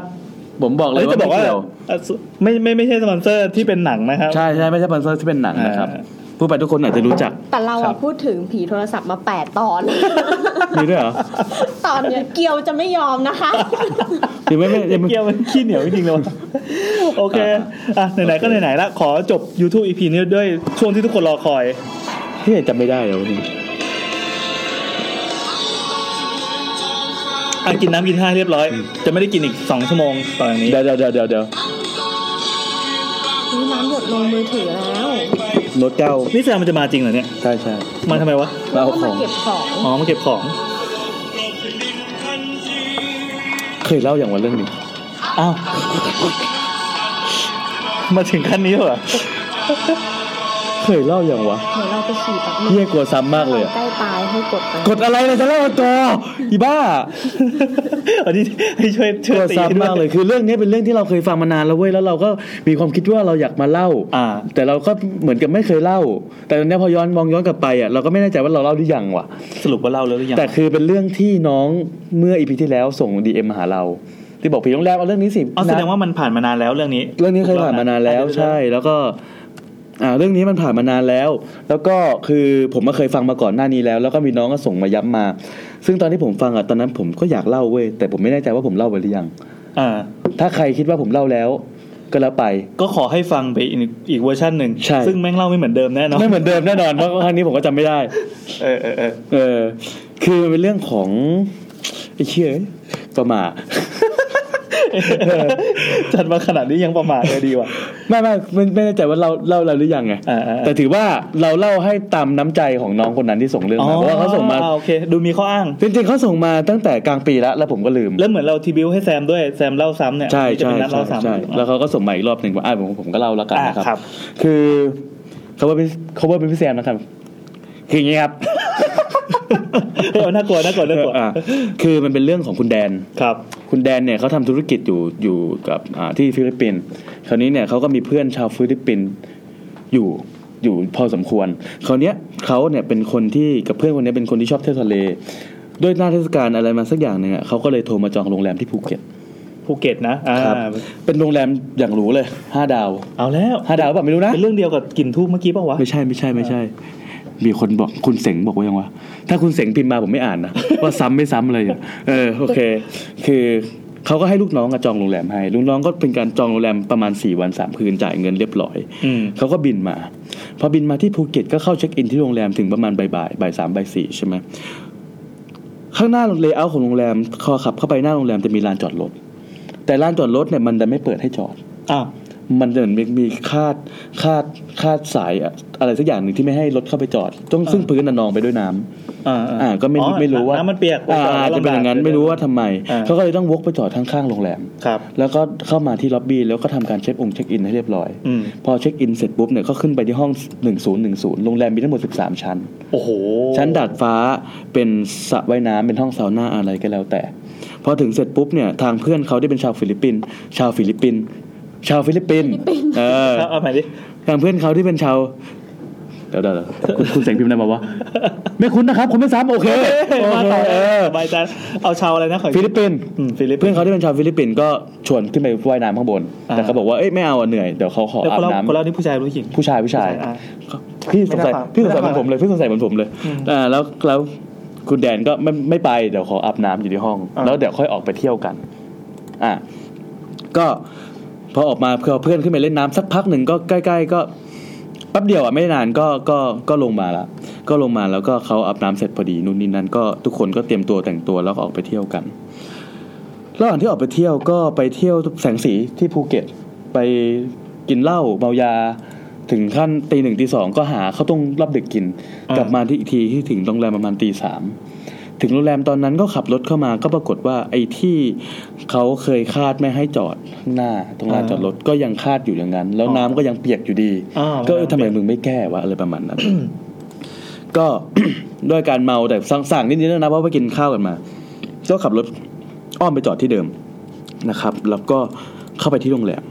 Speaker 1: ผมบอกเล
Speaker 2: เฮ้
Speaker 1: ย
Speaker 2: ยจะบอ
Speaker 1: ว่า
Speaker 2: ก
Speaker 1: ไม่
Speaker 2: ว่า
Speaker 1: เกี่ยว
Speaker 2: เอ่อไม่ไม่ไม่ใช่สปอนเซอร์ที่เป็นหนังนะครับ
Speaker 1: ใช่ใช่ไม่ใช่สปอนเซอร์ที่เป็นหนังนะครับ
Speaker 2: อ่า
Speaker 1: ผู้ไปทุกคนอาจจะรู้จัก
Speaker 4: แต่เรา
Speaker 2: ครั
Speaker 4: อะ
Speaker 2: บ
Speaker 4: พูดถึงผีโทรศัพท์มาแปดตอน
Speaker 1: มีด้วยเหรอ
Speaker 4: ตอนเนี้ยเกียวจะไม่ยอมนะคะ
Speaker 1: หรือไม่ไม่ยังไม่
Speaker 2: เกี่ยวมันขี้เหนียวจริงๆเล ยวะโอเคอ่ะไหนๆก็ไหนๆละขอจบ YouTube EP นี้ด้วยช่วงที่ทุกคนรอคอย
Speaker 1: เฮ้ยจำไม่ได้แล้วนี่
Speaker 2: อ่ะกินน้ำกินท่าให้เรียบร้อย จะไม่ได้กินอีกสองชั่วโมงต่อจากนี้
Speaker 1: เดี๋ยวเดี๋ยวเดี๋ยวเดี๋ยว
Speaker 4: นี่น้ำหยดลงมือถือแล้ว
Speaker 1: โน้ตเก้า
Speaker 2: นี่แซมมันจะมาจริงเหรอเนี่ย
Speaker 1: ใช่ใช่
Speaker 2: มาทำไมวะ
Speaker 1: เราเอา
Speaker 4: ก็
Speaker 1: ข
Speaker 4: มา
Speaker 1: อง
Speaker 4: เก็บของ
Speaker 2: อ๋อมาเก็บของ
Speaker 1: เคยเล่าอย่างวันเรื่องนี้
Speaker 2: อ้าว มาถึงขั้นนี้แล้วเหรอ
Speaker 1: เคยเล่าอย่างวะ
Speaker 4: เดี๋ยวเราไปฉี่แบบนึง
Speaker 1: เฮียกลัวซ้ำมากเลยอะ
Speaker 4: ใกล้ตายให้กดไป
Speaker 1: กดอะไรเลยจะเล่าต่ออีบ้า
Speaker 2: อันนี้ให้ช่วย
Speaker 1: ก
Speaker 2: ช่วย
Speaker 1: ลัว
Speaker 2: ตีให้ด้ว
Speaker 1: ซ้ำมากเลยคือเรื่องนี้เป็นเรื่องที่เราเคยฟังมานานแล้วเว้ยแล้วเราก็มีความคิดว่าเราอยากมาเล่า
Speaker 2: อ่า
Speaker 1: แต่เราก็เหมือนกับไม่เคยเล่า แต่ตอนเนี้ยพอย้อนมองย้อนกลับไปอ่ะเราก็ไม่แน่ใจว่าเราเล่าหรือยังว่ะ
Speaker 2: สรุปว่าเล่าแล้วหรือยัง
Speaker 1: แต่คือเป็นเรื่องที่น้องเมื่ออีพีที่แล้วส่งดีเอ็มมาหาเรา ที่บอกผีโรงแรมเอาเรื่องนี้สิ
Speaker 2: อ๋อแสดงว่ามันผ่านมานานแล้วเรื่องนี้
Speaker 1: เรื่องนี้เคยผ่านมานานแล้วใช่ แล้วก็อ่าเรื่องนี้มันผ่านมานานแล้ว แล้วก็คือผมก็เคยฟังมาก่อนหน้านี้แล้ว แล้วก็มีน้องก็ส่งมาย้ำมา ซึ่งตอนที่ผมฟังอ่ะตอนนั้นผมก็อยากเล่าเว้ยแต่ผมไม่แน่ใจว่าผมเล่าไปหรือยัง
Speaker 2: อ่า
Speaker 1: ถ้าใครคิดว่าผมเล่าแล้ว ก็แล้วไป
Speaker 2: ก็ขอให้ฟังไปอีกอีกเวอร์ชันหนึ่ง
Speaker 1: ใช่
Speaker 2: ซึ่งแม่งเล่าไม่เหมือนเดิมแน่นอน
Speaker 1: ไม่เหมือนเดิมแน่นอนเพราะครั้งนี้ผมก็จำไม่ได้
Speaker 2: เออเออเออ
Speaker 1: เออ คือมันเป็นเรื่องของไอ้เชี่ยเอ้ยประมาท
Speaker 2: จัดมาขนาดนี้ยังประมาทเลยดีว่ะ
Speaker 1: ไม่ไม่ไม่ไม่แน่ใจว่าเราเล่าเราหรือยังไง
Speaker 2: อ่าอ่าอ่า
Speaker 1: แต่ถือว่าเราเล่าให้ตามน้ำใจของน้องคนนั้นที่ส่งเรื่องมาเพราะว่าเขาส่งมา
Speaker 2: อ๋อโอเค ดูมีข้ออ้าง
Speaker 1: จริงๆเขาส่งมาตั้งแต่กลางปีแล้วแล้วผมก็ลืม
Speaker 2: แล้วเหมือนเราทีบิวให้แซมด้วย แซมเล่าซ้ำเนี่ย
Speaker 1: ใช่
Speaker 2: นี่จะ
Speaker 1: ใช่
Speaker 2: เป็นนัด
Speaker 1: ใช่
Speaker 2: เล่าซ้ำ
Speaker 1: ใช่
Speaker 2: อ๋อ
Speaker 1: แล้วเขาก็ส่งมาอีกรอบหนึ่งว่าอ่าผมผมก็เล่าแล้วกันนะ
Speaker 2: อ่ะ
Speaker 1: ค
Speaker 2: ครั
Speaker 1: รับ บ คือเขาว่าเป็นเขาว่าเป็นพี่แซมนะครับคืออย่างนี้ครับ
Speaker 2: เออน่ากลัวน่ากลัวน่ากลัว
Speaker 1: อ่ะคือมันเป็นเรื่องของคุณแดน
Speaker 2: ครับ
Speaker 1: คุณแดนเนี่ยเขาทำธุรกิจอยู่อยู่กับอ่าที่ฟิลิปปินส์คราวนี้เนี่ยเขาก็มีเพื่อนชาวฟิลิปปินส์อยู่อยู่พอสมควร คราวเนี้ยเขาเนี่ยเป็นคนที่กับเพื่อนคนเนี้ยเป็นคนที่ชอบเที่ยวทะเล ด้วยหน้าเทศกาลอะไรมาสักอย่างหนึ่งอะเขาก็เลยโทรมาจองโรงแรมที่ภูเก็ต
Speaker 2: ภูเก็ตนะอ่า
Speaker 1: ครับ เป็นโรงแรมอย่างหรูเลยห้าดาว
Speaker 2: เอาแล้ว
Speaker 1: ห้าดาวแบบไม่รู้นะ
Speaker 2: เป็นเรื่องเดียวกับกลิ่นทูบเมื่อกี้เปล่าวะ
Speaker 1: ไม่ใช่ไม่ใช่ไม่ใช่ มีคนบอกคุณเสงบอกว่ายังวะถ้าคุณเสงพิมพ์มาผมไม่อ่าน นะ ว่าซ้ำไม่ซ้ำเลยอะเออโอเค คือเขาก็ให้ลูกน้องอะจองโรงแรมให้ลูกน้องก็เป็นการจองโรงแรมประมาณ4วัน3คืนจ่ายเงินเรียบร้อย
Speaker 2: อืม
Speaker 1: เขาก็บินมาพอบินมาที่ภูเก็ตก็เข้าเช็คอินที่โรงแรมถึงประมาณบ่ายบ่ายๆบ่ายสามบ่ายสี่ใช่ไหมข้างหน้าเลเยอร์ของโรงแรมคอขับเข้าไปหน้าโรงแรมจะมีลานจอดรถแต่ลานจอดรถเนี่ยมันจะไม่เปิดให้จอด
Speaker 2: อ้าว
Speaker 1: มันเหมือนมีมีคาดคาดคาดสายอะอะไรสักอย่างหนึ่งที่ไม่ให้รถเข้าไปจอดต้องซึ่งพื้นน่ะนองไปด้วยน้ำ
Speaker 2: อ่า
Speaker 1: อ่าก็ไม่รู้
Speaker 2: อ๋อ
Speaker 1: ไม่รู้ว่า
Speaker 2: น้ำมันเปียก
Speaker 1: อ่าอาจจะเป็นอย่างนั้นไม่รู้ว่าทำไม
Speaker 2: อ่า
Speaker 1: เขาก็เลยต้องวกไปจอดข้างๆโรงแรม
Speaker 2: ครับ
Speaker 1: แล้วก็เข้ามาที่ล็อบบี้แล้วก็ทำการเช็คองค์เช็คอินให้เรียบร้อย
Speaker 2: อืม
Speaker 1: พอเช็คอินเสร็จปุ๊บเนี่ยก็ขึ้นไปที่ห้อง 1010 โรงแรมมีทั้งหมด 13 ชั้น
Speaker 2: โอ้โห
Speaker 1: ชั้นดาดฟ้าเป็นสระว่ายน้ำเป็นห้องซาวน่าอะไรก็แล้วแต่ พอถึงเสร็จปุ๊บเนี่ยทางเพื่อนเขาที่เป็นชาวฟิลิปปินส์ชาวฟิลิปปินส์ชาวฟิลิปปินส์เออ
Speaker 2: เอาใหม่ดิ
Speaker 1: อย่างเพื่อนเขาที่เป็นชาวเดี๋ยวเดี๋ยวเดี๋ยวคุณคุณเสียงพิมพ์อะไรมาวะ ไม่คุ้นนะครับคุณไม่ซ้ำโอเคโอ
Speaker 2: มา
Speaker 1: เค
Speaker 2: ต่อ
Speaker 1: เอ
Speaker 2: เออ
Speaker 1: อ
Speaker 2: ใบจันเอาชาวอะไรนะขออีก
Speaker 1: ฟิลิปปินส์
Speaker 2: อืมฟิลิปปิ
Speaker 1: เพื่อน
Speaker 2: ส์
Speaker 1: นเขาที่เป็นชาวฟิลิปปินส์ก็ชวนขึ้นไปว่ายน้ำข้างบน
Speaker 2: อ่า
Speaker 1: แต่เขาบอกว่าเอ้ยไม่เอาอ่ะเหนื่อยเดี๋ยวเขาขอ
Speaker 2: แล้ว
Speaker 1: อา
Speaker 2: คน
Speaker 1: บ
Speaker 2: เรา
Speaker 1: น้
Speaker 2: คนเรานี่ผู้ชายหรือผู้หญิง
Speaker 1: ำผู้ชายผู้ชาย
Speaker 2: ผู้ชายอ่ะ
Speaker 1: พี่สงสัย
Speaker 2: ไม่น่าฟัง
Speaker 1: พี่สงสัยเห
Speaker 2: ไม่น่าฟั
Speaker 1: มือน
Speaker 2: ง
Speaker 1: ผมเลยพี่สงสัยเหมือนผมเลย
Speaker 2: อืม
Speaker 1: อ่าแล้วแล้วคุณแดนก็ไม่ไม่ไปเดี๋ยวขออาบน้ำอยู่ที่ห้อง
Speaker 2: อ่า
Speaker 1: แล้วเดี๋ยวค่อยออกไปเที่ยวกัน อ่าก็พอออกมาพอเพื่อนขึ้นไปเล่นน้ำสักพักหนึ่งก็ใกล้ๆก็ แป๊บเดียวอ่ะไม่นานก็ก็ก็ลงมาละก็ลงมาแล้วก็เขาอาบน้ำเสร็จพอดีนู่นนี่นั่นก็ทุกคนก็เตรียมตัวแต่งตัวแล้วก็ออกไปเที่ยวกันระหว่างที่ออกไปเที่ยวก็ไปเที่ยวแสงสีที่ภูเก็ต ไปกินเหล้าเมายา ถึงขั้นตีหนึ่งตีสองก็หาเขาวต้องรับดึกกิน
Speaker 2: อ่าก ก
Speaker 1: ลับมาที่อีกทีที่ถึงโรงแรมประมาณตีสามถึงโรงแรมตอนนั้นก็ขับรถเข้ามาก็ปรากฏว่าไอ้ที่เขาเคยคาดไม่ให้จอดข้างหน้าตรงลานจอดรถก็ยังคาดอยู่อย่างนั้น แล้วน้ำก็ยังเปียกอยู่ดี
Speaker 2: อ้าว
Speaker 1: ก็เออทำไมมึงไม่แก้วะอะไรประมาณนั้น ก็ ด้วยการเมาแต่สั่งๆนิดๆนะเพราะไปกินข้าวกันมา ก็ขับรถอ้อมไปจอดที่เดิมนะครับ แล้วก็เข้าไปที่โรงแรม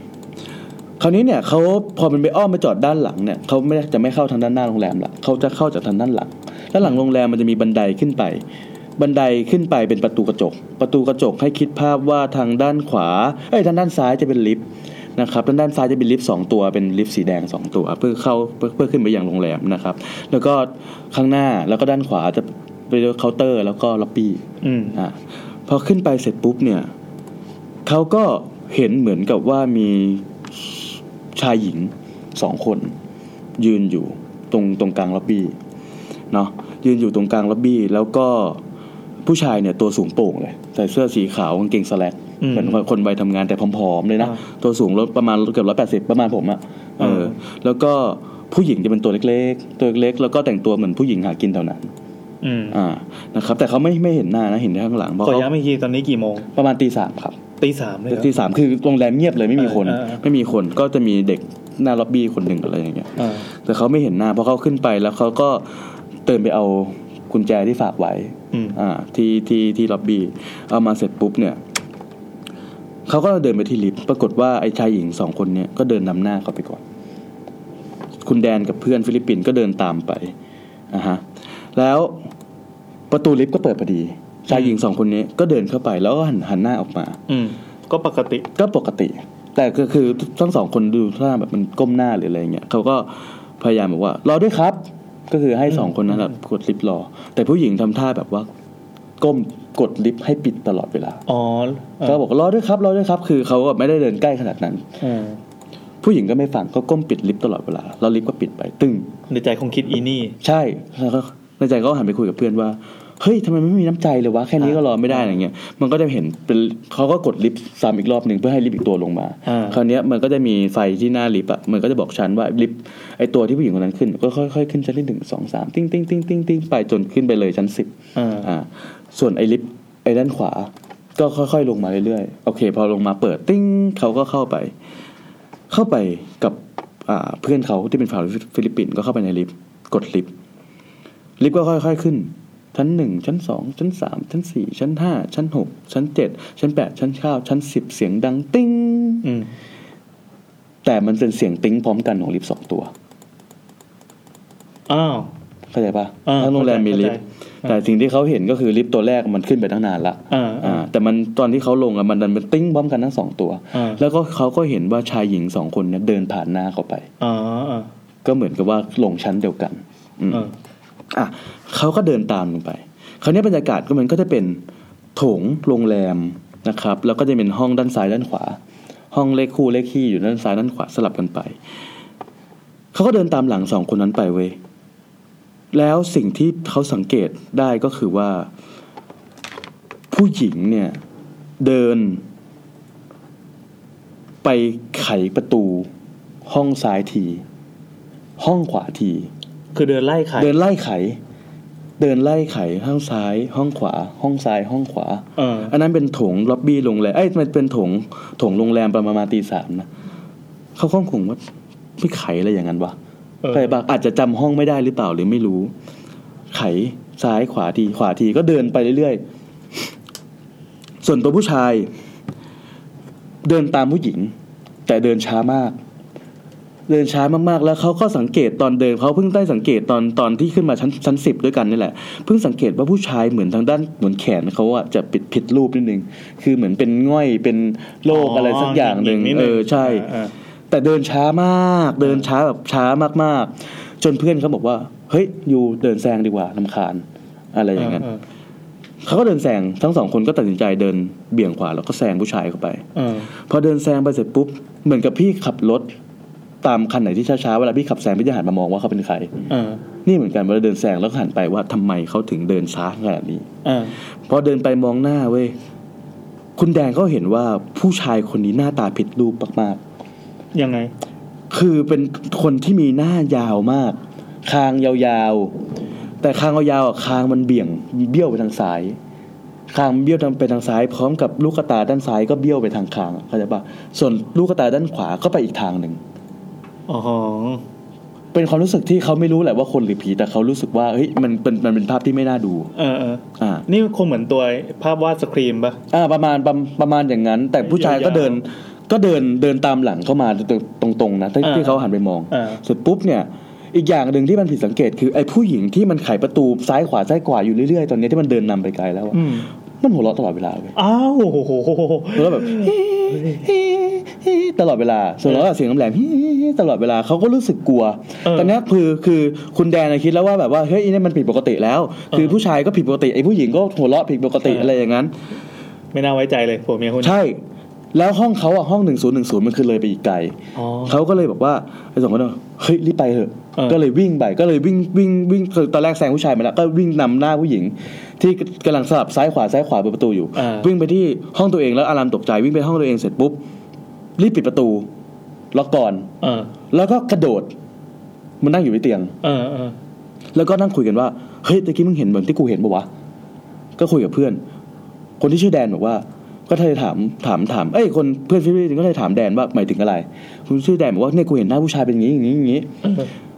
Speaker 1: คราวนี้เนี่ยเขาพอมันไปอ้อมไปจอดด้านหลังเนี่ยเขาไม่จะไม่เข้าทางด้านหน้าโรงแรมละเขาจะเข้าจากทางด้านหลังด้านหลังโรงแรมมันจะมีบันไดขึ้นไป บันไดขึ้นไปเป็นประตูกระจก ประตูกระจกให้คิดภาพว่าทางด้านขวาเอ้ยทางด้านซ้ายจะเป็นลิฟต์นะครับด้านด้านซ้ายจะเป็นลิฟต์สองตัวเป็นลิฟต์สีแดงสองตัว เพื่อเข้าเพื่อเพื่อขึ้นไปยังโรงแรมนะครับ แล้วก็ข้างหน้าแล้วก็ด้านขวาจะเป็นเคาน์เตอร์ แล้วก็ล็อบบี้
Speaker 2: อืม
Speaker 1: อ่ะพอขึ้นไปเสร็จปุ๊บเนี่ยเขาก็เห็นเหมือนกับว่ามีชายหญิงสองคน ยืนอยู่ตรงตรงกลางล็อบบี้เนาะยืนอยู่ตรงกลางล็อบบี้ แล้วก็ผู้ชายเนี่ยตัวสูงโป่งเลยใส่เสื้อสีขาวกางเกงสแลก
Speaker 2: อืม
Speaker 1: เหมือนคนวัยทำงานแต่ผอมๆเลยนะ
Speaker 2: อ่า
Speaker 1: ตัวสูงลดประมาณเกือบร้อยแปดสิบ180 ประมาณผมอะเอออ
Speaker 2: า
Speaker 1: แล้วก็ผู้หญิงจะเป็นตัวเล็กๆ ตัวเล็กๆแล้วก็แต่งตัวเหมือนผู้หญิงหากินเท่านั้น
Speaker 2: อืม
Speaker 1: อ่านะครับ แต่เขาไม่ไม่เห็นหน้านะเห็นแค่ข้างหลังเพราะ
Speaker 2: ขอ
Speaker 1: เขา
Speaker 2: ย้ำอีกทีตอนนี้กี่โมง
Speaker 1: ประมาณตีสามครับ
Speaker 2: ตีสามเลยเหรอ
Speaker 1: ตีสามคือโรงแรมเงียบเลยไม่มีคน
Speaker 2: เออเออ
Speaker 1: ไม่มีคนก็จะมีเด็กหน้าล็อบบี้คนหนึ่งอะไรอย่างเงี้ย
Speaker 2: อ่า
Speaker 1: แต่เขาไม่เห็นหน้าเพราะเขาขึ้นไปแล้วเขาก็เดินไปเอากุญแจที่ฝากไว้
Speaker 2: อืม
Speaker 1: อ่าที่ที่ที่ล็อบบี้เอามาเสร็จปุ๊บเนี่ยเขาก็เดินไปที่ลิฟต์ปรากฏว่าไอ้ชายหญิงสองคนเนี่ยก็เดินนำหน้าเขาไปก่อน คุณแดนกับเพื่อนฟิลิปปินส์ก็เดินตามไปอ่ะฮะแล้วประตูลิฟต์ก็เปิดพอดี ชายหญิงสองคนนี้ก็เดินเข้าไปแล้วก็หันหันหน้าออกมา
Speaker 2: อืมก็ปกติ
Speaker 1: ก็ปกติ แต่ก็คือทั้งสองคนดูท่าแบบมันก้มหน้าหรืออะไรเงี้ยเขาก็พยายามบอกว่ารอด้วยครับ ก็คือให้สองคนนั้นแบบกดลิฟต์รอ แต่ผู้หญิงทำท่าแบบว่า ก้มกดลิฟต์ให้ปิดตลอดเวลา
Speaker 2: อ๋ออ่ะ
Speaker 1: เขาบอกว่ารอด้วยครับรอด้วยครับ คือเขาก็ไม่ได้เดินใกล้ขนาดนั้น
Speaker 2: อืม
Speaker 1: ผู้หญิงก็ไม่ฟังก็ก้มปิดลิฟต์ตลอดเวลาแล้วลิฟต์ก็ปิดไป ตึ้ง
Speaker 2: ในใจคงคิดอีนี่
Speaker 1: ใช่แล้วก็ในใจก็หันไปคุยกับเพื่อนว่าเฮ้ยทำไมไม่มีน้ำใจเลยวะแค่นี้ก็รอไม่ได้อะไรเงี้ยมันก็จะเห็นเป็นเขาก็กดลิฟต์ซ้ำอีกรอบหนึ่งเพื่อให้ลิฟต์อีกตัวลงมา
Speaker 2: อ่า
Speaker 1: คราวเนี้ยมันก็จะมีไฟที่หน้าลิฟต์อ่ะ มันก็จะบอกชั้นว่าลิฟต์ไอตัวที่ผู้หญิงคนนั้นขึ้น ก็ค่อยๆขึ้นชั้นที่หนึ่งสองสามติ้งติ้งติ้งติ้งติ้งไปจนขึ้นไปเลยชั้นสิบ
Speaker 2: อ่า
Speaker 1: อ่า ส่วนไอลิฟต์ไอด้านขวา ก็ค่อยๆลงมาเรื่อยๆ โอเค พอลงมาเปิดติ้งเขาก็เข้าไป เข้าไปกับอ่าเพื่อนเขาที่เป็นฝาวฟิลิปปินส์ก็เข้าไปในลิฟต์กดลิฟต์ลิฟต์ก็ค่อยๆขึ้น ชั้นหนึ่งชั้นสองชั้นสามชั้นสี่ชั้นห้าชั้นหกชั้นเจ็ดชั้นแปดชั้นเก้าชั้นสิบเสียงดังติ้ง
Speaker 2: อืม
Speaker 1: แต่มันเป็นเสียงติ้งพร้อมกันของลิฟต์สองตัว
Speaker 2: อ้าว
Speaker 1: เข้าใจปะ
Speaker 2: อ่า
Speaker 1: ทั้งโรงแรมมีลิฟต์ แต่สิ่งที่เขาเห็นก็คือลิฟต์ตัวแรกมันขึ้นไปตั้งนานละ
Speaker 2: อ่า
Speaker 1: อ่าแต่มันตอนที่เขาลงอะมันดันเป็นติ้งพร้อมกันทั้งสองตัว
Speaker 2: อ่า
Speaker 1: แล้วก็เขาก็เห็นว่าชายหญิงสองคนเนี่ยเดินผ่านหน้าเขาไป
Speaker 2: อ๋ออ่ะ
Speaker 1: ก็เหมือนกับว่าลงชั้นเดียวกันอืม
Speaker 2: อ่ะ
Speaker 1: อ่ะเขาก็เดินตามลงไป คราวนี้บรรยากาศก็มันก็จะเป็นโถงโรงแรมนะครับ แล้วก็จะเป็นห้องด้านซ้ายด้านขวา ห้องเลขคู่เลขขี้อยู่ด้านซ้ายด้านขวาสลับกันไป เขาก็เดินตามหลังสองคนนั้นไปเว้ย แล้วสิ่งที่เขาสังเกตได้ก็คือว่า ผู้หญิงเนี่ย เดิน ไปไขประตู ห้องซ้ายที ห้องขวาที
Speaker 2: คือเดินไล่ขาย
Speaker 1: เดินไล่ไข เดินไล่ไขห้องซ้าย ห้องขวา ห้องซ้าย ห้องขวา
Speaker 2: เออ
Speaker 1: อันนั้นเป็นโถงล็อบบี้โรงแรม เอ้ย มันเป็นโถงโถงโรงแรมประมาณตีสามนะเขาข้องคงว่าไม่ไขอะไรอย่างนั้นวะ
Speaker 2: เออ
Speaker 1: ใครบางอาจจะจำห้องไม่ได้หรือเปล่าหรือไม่รู้ ไขซ้ายขวาที ขวาทีก็เดินไปเรื่อยๆ ส่วนตัวผู้ชาย เดินตามผู้หญิง แต่เดินช้ามาก เดินช้ามากๆ แล้วเขาก็สังเกตตอนเดินเขาเพิ่งได้สังเกตตอนตอนที่ขึ้นมาชั้นชั้นสิบด้วยกันนี่แหละเพิ่งสังเกตว่าผู้ชายเหมือนทางด้านเหมือนแขนเขาอะจะผิดผิดรูปนิดนึงคือเหมือนเป็นง่อยเป็นโรคอะไรสักอย่างหนึ่ง
Speaker 2: นิด
Speaker 1: เออใช่
Speaker 2: อ่า
Speaker 1: แต่เดินช้ามาก เดินช้าแบบช้ามากๆ จนเพื่อนเขาบอกว่า เฮ้ยอยู่เดินแซงดีกว่าลำคาญอะไรอย่างนั้น
Speaker 2: อ่า
Speaker 1: เขาก็เดินแซงทั้งสองคนก็ตัดสินใจเดินเบี่ยงขวาแล้วก็แซงผู้ชายเข้าไป
Speaker 2: อ่า
Speaker 1: พอเดินแซงไปเสร็จปุ๊บ เหมือนกับพี่ขับรถ ตามคันไหนที่ช้าๆเวลาพี่ขับแซงพี่จะหันมามองว่าเขาเป็นใคร
Speaker 2: อ่า
Speaker 1: นี่เหมือนกันเวลาเดินแซงแล้วก็หันไปว่าทำไมเขาถึงเดินช้าขนาดนี้
Speaker 2: อ่า
Speaker 1: พอเดินไปมองหน้าเว้ยคุณแดงเขาเห็นว่าผู้ชายคนนี้หน้าตาผิดรูปมาก
Speaker 2: ยังไง
Speaker 1: ๆ คือเป็นคนที่มีหน้ายาวมาก คางยาวๆ แต่คางยาวๆอ่ะคางมันเบี่ยงเบี้ยวไปทางซ้าย คางเบี้ยวทางไปทางซ้าย พร้อมกับลูกตาด้านซ้ายก็เบี้ยวไปทางคางอ่ะเข้าใจปะส่วนลูกตาด้านขวาก็ไปอีกทางหนึ่ง
Speaker 2: อ๋อ
Speaker 1: เป็นความรู้สึกที่เขาไม่รู้แหละว่าคนหรือผีแต่เขารู้สึกว่าเฮ้ยมันเป็นมันเป็นภาพที่ไม่น่าดู
Speaker 2: เออเออ
Speaker 1: อ่า
Speaker 2: นี่คงเหมือนตัวภาพวาดสครีมปะ
Speaker 1: อ่าประมาณประประมาณอย่างนั้น แต่ผู้ชายก็
Speaker 2: ยาวๆ
Speaker 1: เดินก็เดินเดินตามหลังเข้ามาตรงๆนะที่
Speaker 2: อ่า
Speaker 1: ที่เขาหันไปมอง
Speaker 2: อ่า
Speaker 1: เสร็จปุ๊บเนี่ย อีกอย่างหนึ่งที่มันผิดสังเกตคือไอ้ผู้หญิงที่มันไขประตูซ้ายขวาซ้ายขวาอยู่เรื่อยๆตอนนี้ที่มันเดินนำไปไกลแล้วอะ
Speaker 2: อืม
Speaker 1: มันหัวเราะตลอดเวลาเลย
Speaker 2: อ้าวโอ้โห
Speaker 1: หัวเราะแบบ ตลอดเวลาส่วนเราก็เสียงน้ำแหลมตลอดเวลาเขาก็รู้สึกกลัว ตอนเนี้ยคือคือคุณแดนนะคิดแล้วว่าแบบว่าเฮ้ยอันนี่มันผิดปกติแล้ว คือผู้ชายก็ผิดปกติไอ้ผู้หญิงก็หัวเราะผิดปกติอะไรอย่างนั้น
Speaker 2: ไม่น่าไว้ใจเลยผัวเมียคนนี้
Speaker 1: ใช่ แล้วห้องเขาอะห้องหนึ่งศูนย์หนึ่งศูนย์มันคือเลยไปอีกไกล
Speaker 2: อ๋อ
Speaker 1: เขาก็เลยบอกว่าไอ้สองคนน่ะเฮ้ยรีบไปเถอะ
Speaker 2: เออ
Speaker 1: ก็เลยวิ่งไปก็เลยวิ่งวิ่งวิ่งคือตอนแรกแซงผู้ชายมาแล้วก็วิ่งนำหน้าผู้หญิง ที่กำลังสลับซ้ายขวาซ้ายขวาเปิดประตูอยู่
Speaker 2: อ่า
Speaker 1: วิ่งไปที่ห้องตัวเองแล้วอารามตกใจวิ่งไปห้องตัวเองเสร็จปุ๊บรีบปิดประตูล็อกก่อน
Speaker 2: เออ
Speaker 1: แล้วก็กระโดด มันนั่งอยู่ที่เตียง
Speaker 2: เออเออ
Speaker 1: แล้วก็นั่งคุยกันว่าเฮ้ยตะกี้มึงเห็นเหมือนที่กูเห็นปะวะก็คุยกับเพื่อน คนที่ชื่อแดนบอกว่า ก็เลยถามถามถามเอ้ยคนเพื่อนฟิลิปปินส์ก็เลยถามแดนว่าหมายถึงอะไรคนชื่อแดนบอกว่าเนี่ยกูเห็นหน้าผู้ชายเป็นอย่างนี้อย่างนี้อย่างนี้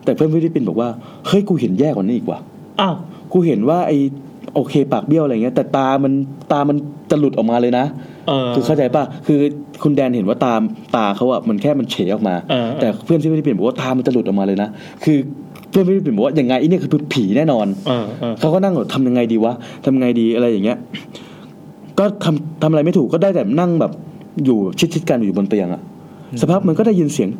Speaker 1: แต่เพื่อนฟิลิปปินส์บอกว่าเฮ้ยกูเห็นแย่กว่านี้อีกว่ะ
Speaker 2: อ้าว
Speaker 1: กูเห็นว่าไอโอเคปากเบี้ยวอะไรเงี้ยแต่ตามันตามันจะหลุดออกมาเลยนะ
Speaker 2: เออ
Speaker 1: คือเข้าใจป่ะ คือคุณแดนเห็นว่าตามตาเขาอะมันแค่มันเฉยออกมา
Speaker 2: เออ
Speaker 1: แต่เพื่อนที่ไม่ได้เปลี่ยนบอกว่าตามันจะหลุดออกมาเลยนะ คือเพื่อนไม่ได้เปลี่ยนบอกว่ายังไงไอีเนี่ยคือผีแน่นอน
Speaker 2: เออเออ
Speaker 1: เขาก็นั่งแบบทำยังไงดีวะทำไงดีอะไรอย่างเงี้ย ก็ทำทำอะไรไม่ถูกก็ได้แต่นั่งแบบอยู่ชิดๆกันอยู่บนเตียงอะสภาพกมันก็ได้ยินเสียง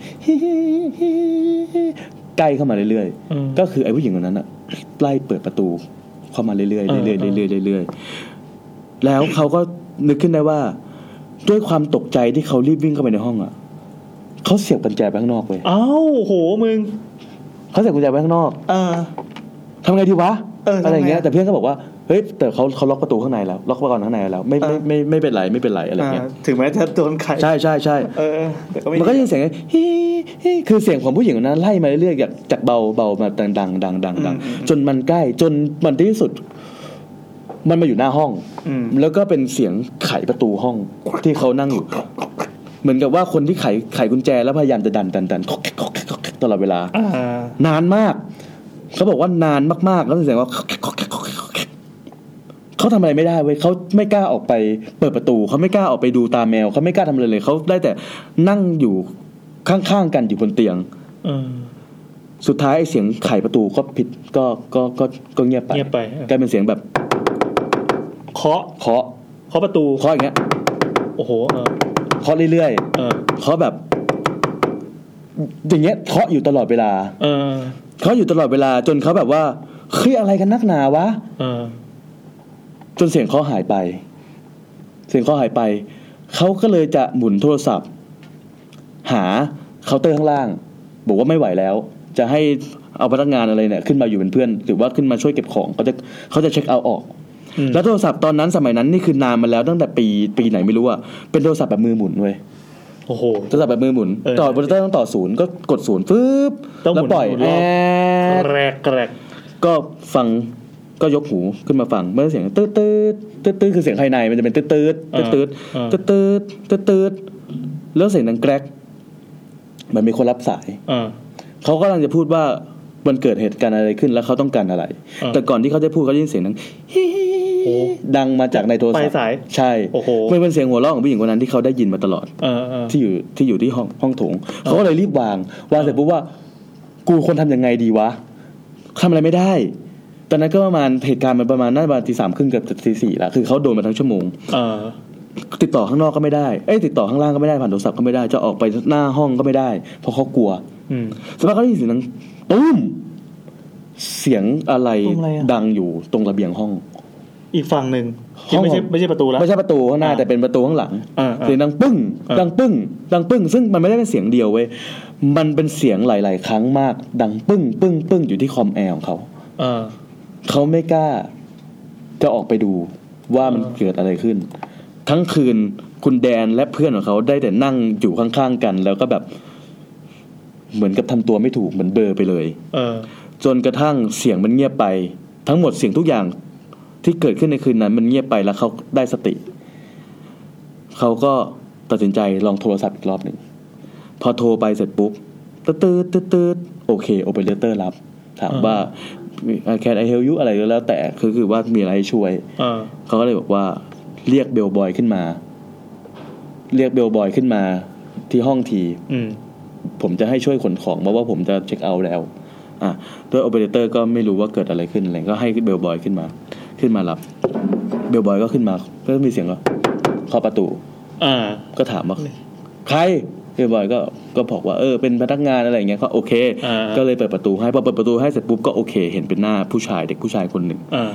Speaker 1: ใกล้เข้ามาเรื่อย
Speaker 2: อืม
Speaker 1: ๆ ก็คือไอ้ผู้หญิงคนนั้นอะ ไล่เปิดประตูเข้ามาเรื่อยๆเรื่อย
Speaker 2: เออ
Speaker 1: ๆ
Speaker 2: เออ
Speaker 1: เรื่อยๆเรื่อยๆแล้วเขาก็นึกขึ้นได้ว่า ด้วยความตกใจที่เขารีบวิ่งเข้าไปในห้องอะเขาเสียบกุญแจไปข้างนอกเลย
Speaker 2: อ้าวโอ้โหมึง
Speaker 1: เขาเสียบกุญแจไปข้างนอก
Speaker 3: อ่า
Speaker 1: ทำไงดีวะ
Speaker 3: เออทำไงอะ
Speaker 1: ไรอย่างเงี้ยแต่เพื่อนก็บอกว่าเฮ้ยแต่เขาเขาล็อกประตูข้างในแล้วล็อกประตูข้างในแล้วไม่ไม่ไม่ไม่เป็นไรไม่เป็นไรอะไร
Speaker 3: อ่า
Speaker 1: เงี้ย
Speaker 3: ถึงแม้จะโดนไข่
Speaker 1: ใช่ใช่ใช่
Speaker 3: เออแต่ก็ไม่
Speaker 1: มันก็ยังเสียงฮิฮิคือเสียงของผู้หญิงคนนั้นไล่มาเรื่อยๆจากจากเบาเบามาดังดังดังดังดังจนมันใกล้จนมันที่สุด มันมาอยู่หน้าห้อง
Speaker 3: อืม
Speaker 1: แล้วก็เป็นเสียงไขประตูห้องที่เขานั่งอยู่ เหมือนกับว่าคนที่ไขไขกุญแจแล้วพยายามจะดันดันดันคอกแคกคอกแคกคอกแคกตลอดเวลา
Speaker 2: อ่า
Speaker 1: นานมาก เขาบอกว่านานมากๆ แล้วเสียงว่าเขาทำอะไรไม่ได้เว้ยเขาไม่กล้าออกไปเปิดประตู เขาไม่กล้าออกไปดูตาแมว เขาไม่กล้าทำอะไรเลย เขาได้แต่นั่งอยู่ข้างๆกันอยู่บนเตียง
Speaker 2: เออ
Speaker 1: สุดท้ายไอ้เสียงไขประตูก็ผิดก็ก็ก็ก็เงียบไป
Speaker 2: เงียบไปเออก
Speaker 1: ลายเป็นเสียงแบบ
Speaker 2: เคาะ
Speaker 1: เคาะ
Speaker 2: เคาะประตู
Speaker 1: เคาะอย่างเงี้ย
Speaker 2: โอ้โหเออ
Speaker 1: เคาะเรื่อย
Speaker 2: เออ
Speaker 1: ๆเคาะแบบ อย่างเงี้ยเคาะอยู่ตลอดเวลา
Speaker 2: เออ
Speaker 1: เคาะอยู่ตลอดเวลา จนเขาแบบว่าเฮ้ยอะไรกันนักหนาวะ
Speaker 2: เออ
Speaker 1: จนเสียงเขาหายไป เสียงเขาหายไป เขาก็เลยจะหมุนโทรศัพท์ หาเคาน์เตอร์ข้างล่าง บอกว่าไม่ไหวแล้ว จะให้เอาพนักงานอะไรเนี่ยขึ้นมาอยู่เป็นเพื่อน หรือว่าขึ้นมาช่วยเก็บของเขาจะเขาจะเช็คเอาท์ออก
Speaker 2: อืม
Speaker 1: แล้วโทรศัพท์ตอนนั้นสมัยนั้นนี่คือนานมาแล้วตั้งแต่ปีปีไหนไม่รู้อะเป็นโทรศัพท์แบบมือหมุนเว้ย
Speaker 2: โอ้โห
Speaker 1: โทรศัพท์แบบมือหมุน
Speaker 2: เออ
Speaker 1: ต่อบนเตอร์ต้องต่อศูนย์ก็กดศูนย์ฟื๊บ
Speaker 2: ต้องหมุ
Speaker 1: แล้ว
Speaker 2: น
Speaker 1: ปล่อย
Speaker 2: หมุน
Speaker 1: แอ
Speaker 2: รอบ
Speaker 1: ด
Speaker 2: แกรกแกรก
Speaker 1: ก็ฟังก็ยกหูขึ้นมาฟังเมื่อเสียงตืดตืดตืดตืดคือเสียงภายในมันจะเป็นตืดตืดตืดตืด
Speaker 2: อ่า
Speaker 1: ตืดตืดตืดตืดแล้วเสียงดังแกรกมันมีคนรับสาย
Speaker 2: เออ
Speaker 1: เขากำลังจะพูดว่ามันเกิดเหตุการณ์อะไรขึ้นแล้วเขาต้องการอะไร
Speaker 2: อ่า
Speaker 1: แต่ก่อนที่เขาจะพูดเขาได้ยินเสียงดังฮิฮิ
Speaker 2: โอ้
Speaker 1: ดังมาจากในโทรศัพ
Speaker 2: ป
Speaker 1: ท์
Speaker 2: ลายสาย
Speaker 1: ใช่
Speaker 2: โอ้โห
Speaker 1: มันเป็นเสียงหัวเราะของผู้หญิงคนนั้นที่เขาได้ยินมาตลอด
Speaker 2: เออเออ
Speaker 1: ที่อยู่ที่อยู่ที่ห้องห้องโถงเขาก็เลยรีบวางวางเสร็จปุ๊บว่า กูควรทำยังไงดีวะทำอะไรไม่ได้ ตอนนั้นก็ประมาณเหตุการณ์มันประมาณน่าจะประมาณตีสามครึ่งกับตีสี่ละคือเขาโดนมาทั้งชั่วโมง
Speaker 2: เออ
Speaker 1: ติดต่อข้างนอกก็ไม่ได้เอ้ยติดต่อข้างล่างก็ไม่ได้ผ่านโทรศัพท์ก็ไม่ได้จะออกไปหน้าห้องก็ไม่ได้ เพราะเขากลัว
Speaker 2: อืม
Speaker 1: สภาพกเขาได้ยินเสียงดังตุ้มเสียงอะไร
Speaker 2: ตุ้มอะไรอะ
Speaker 1: ดังอยู่ตรงระเบียงห้อง
Speaker 2: อีกฝั่งหนึ่ง
Speaker 1: ห้
Speaker 2: ที่
Speaker 1: อง
Speaker 2: ไม่ใช่ไม่ใช่ประตูแล้ว
Speaker 1: ไม่ใช่ประตูข้างหน้า
Speaker 2: อ่า
Speaker 1: แต่เป็นประตูข้างหลัง
Speaker 2: อ่าอ่า
Speaker 1: เสียงดังปึ้ง
Speaker 2: อ่า
Speaker 1: ดังปึ้ง ดังปึ้ง ซึ่งมันไม่ได้เป็นเสียงเดียวเว้ยมันเป็นเสียงหลาย ๆ ครั้งมาก ดังปึ้งปึ้งปึ้งอยู่ที่คอมแอร์ของเขา
Speaker 2: เออ
Speaker 1: เขาไม่กล้า จะออกไปดูว่ามัน
Speaker 2: อ่า
Speaker 1: เกิดอะไรขึ้น ทั้งคืนคุณแดนและเพื่อนของเขาได้แต่นั่งอยู่ข้าง ๆ กัน แล้วก็แบบ เหมือนกับทำตัวไม่ถูกเหมือนเบลอไปเลย
Speaker 2: เออ
Speaker 1: จนกระทั่งเสียงมันเงียบไป ทั้งหมดเสียงทุกอย่างที่เกิดขึ้นในคืนนั้น มันเงียบไปแล้วเขาได้สติ เขาก็ตัดสินใจลองโทรศัพท์อีกรอบหนึ่ง พอโทรไปเสร็จปุ๊บตืดตืดตืดตืดโอเคโอเปอเรเตอร์รับ ถาม
Speaker 2: อ่า
Speaker 1: ว่าแคนไอเฮลยูอะไรก็แล้ว แต่คือคือว่ามีอะไรให้ช่วย
Speaker 2: เออ
Speaker 1: เขาก็เลยบอกว่าเรียกเบลบอยขึ้นมา เรียกเบลบอยขึ้นมาที่ห้องที
Speaker 2: อืม
Speaker 1: ผมจะให้ช่วยขนของเพราะว่าผมจะเช็คเอาท์แล้ว อ่ะด้วยโอเปอเรเตอร์ก็ไม่รู้ว่าเกิดอะไรขึ้นอะไรก็ให้เบลบอยขึ้นมา ขึ้นมารับ เบลบอยก็ขึ้นมาก็มีเสียงก็เคาะประตู
Speaker 2: อ่า
Speaker 1: ก็ถามว่าใครเบลบอยก็ก็บอกว่าเออเป็นพนักงานอะไรอย่างเงี้ยก็โอเค
Speaker 2: อ่า
Speaker 1: ก็เลยเปิดประตูให้พอเปิดประตูให้เสร็จปุ๊บก็โอเค เห็นเป็นหน้าผู้ชายเด็กผู้ชายคนหนึ่ง
Speaker 2: อ่า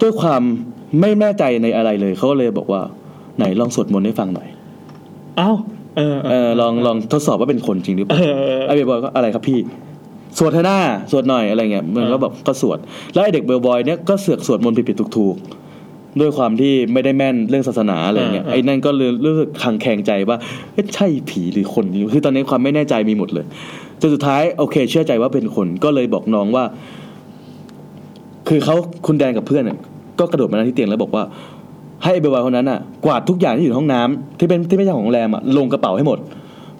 Speaker 1: ด้วยความไม่แน่ใจในอะไรเลยเขาก็เลยบอกว่าไหนลองสวดมนต์ให้ฟังหน่อย
Speaker 2: เอ้า เออ
Speaker 1: เออลองลองทดสอบว่าเป็นคนจริงหรือเป
Speaker 2: เอ
Speaker 1: ล่า
Speaker 2: อเออ
Speaker 1: ไอเบลบอยก็อะไรครับพี่ สวดเถอะหน้าสวดหน่อยอะไรเงี้ยมันก็
Speaker 2: อ่า
Speaker 1: แบบก็สวด แล้วไอเด็กเบลบอยเนี่ยก็เสือกสวดมนต์ผิดๆถูกๆด้วยความที่ไม่ได้แม่นเรื่องศาสนาอะไรเงี้ยไอ้นั่นก็เลยรู้สึกคังแคงใจว่าเอ๊ะใช่ผีหรือคนอยู่คือตอนนี้ความไม่แน่ใจมีหมดเลยจนสุดท้ายโอเค เชื่อใจว่าเป็นคนก็เลยบอกน้องว่า คือเขาคุณแดนกับเพื่อนเนี่ยก็กระโดดมาหน้าที่เตียงแล้วบอกว่า ให้ไอ้เบลบอยคนนั้นอ่ะ กวาดทุกอย่างที่อยู่ในห้องน้ำที่เป็นที่ไม่ใช่ของโรงแรมอ่ะลงกระเป๋าให้หมด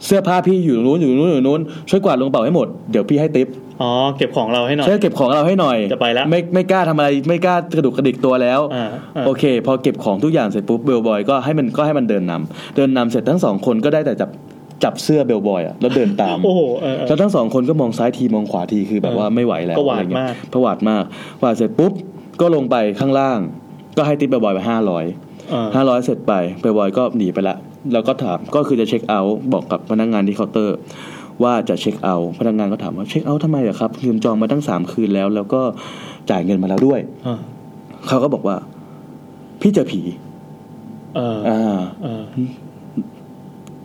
Speaker 1: เสื้อผ้าพี่อยู่ตรงนู้นอยู่ตรงนู้นอยู่ตรงนู้นช่วยกวาดลงกระเป๋าให้หมดเดี๋ยวพี่ให้ติป
Speaker 2: อ๋อ เก็บของเราให้หน่อย
Speaker 1: ช่วยเก็บของเราให้หน่อย
Speaker 2: จะไปละ
Speaker 1: ไม่ไม่กล้าทำอะไรไม่กล้ากระดุกกระดิกตัวแล้ว
Speaker 2: อ่าา
Speaker 1: โอเค พอเก็บของทุกอย่างเสร็จปุ๊บเบลบอยก็ให้มันก็ให้มันเดินนำเดินนำเสร็จทั้งสองคนก็ได้แต่จับจับเสื้อเบลบอยอ่ะแล้วเดินตาม
Speaker 2: โอ้โห เออเออ
Speaker 1: แล้วทั้งสองคนก็มองซ้ายทีมองขวาทีคือแบบว่าไม่ไหวแล้ว
Speaker 2: ก็หวาด
Speaker 1: อะไรเงี้ย
Speaker 2: มาก
Speaker 1: ผวาดมากหวาดเสร็จปุ๊บก็ลงไปข้างล่าง ก็ให้ติปเบลบอยไปห้าร้อย
Speaker 2: เออ
Speaker 1: ห้าร้อยเสร็จไปไปบอยก็หนีไปละแล้วก็ถามก็คือจะเช็คเอาท์บอกกับพนักงานที่เคาน์เตอร์ ว่าจะเช็คเอาท์พนักงานก็ถามว่าเช็คเอาท์ทำไมเหรอครับยืมจองมาตั้งสามคืนแล้ว แล้วก็จ่ายเงินมาแล้วด้วย
Speaker 2: เออ
Speaker 1: เขาก็บอกว่า พี่เจอผี
Speaker 2: เออ
Speaker 1: อ่า
Speaker 2: เออ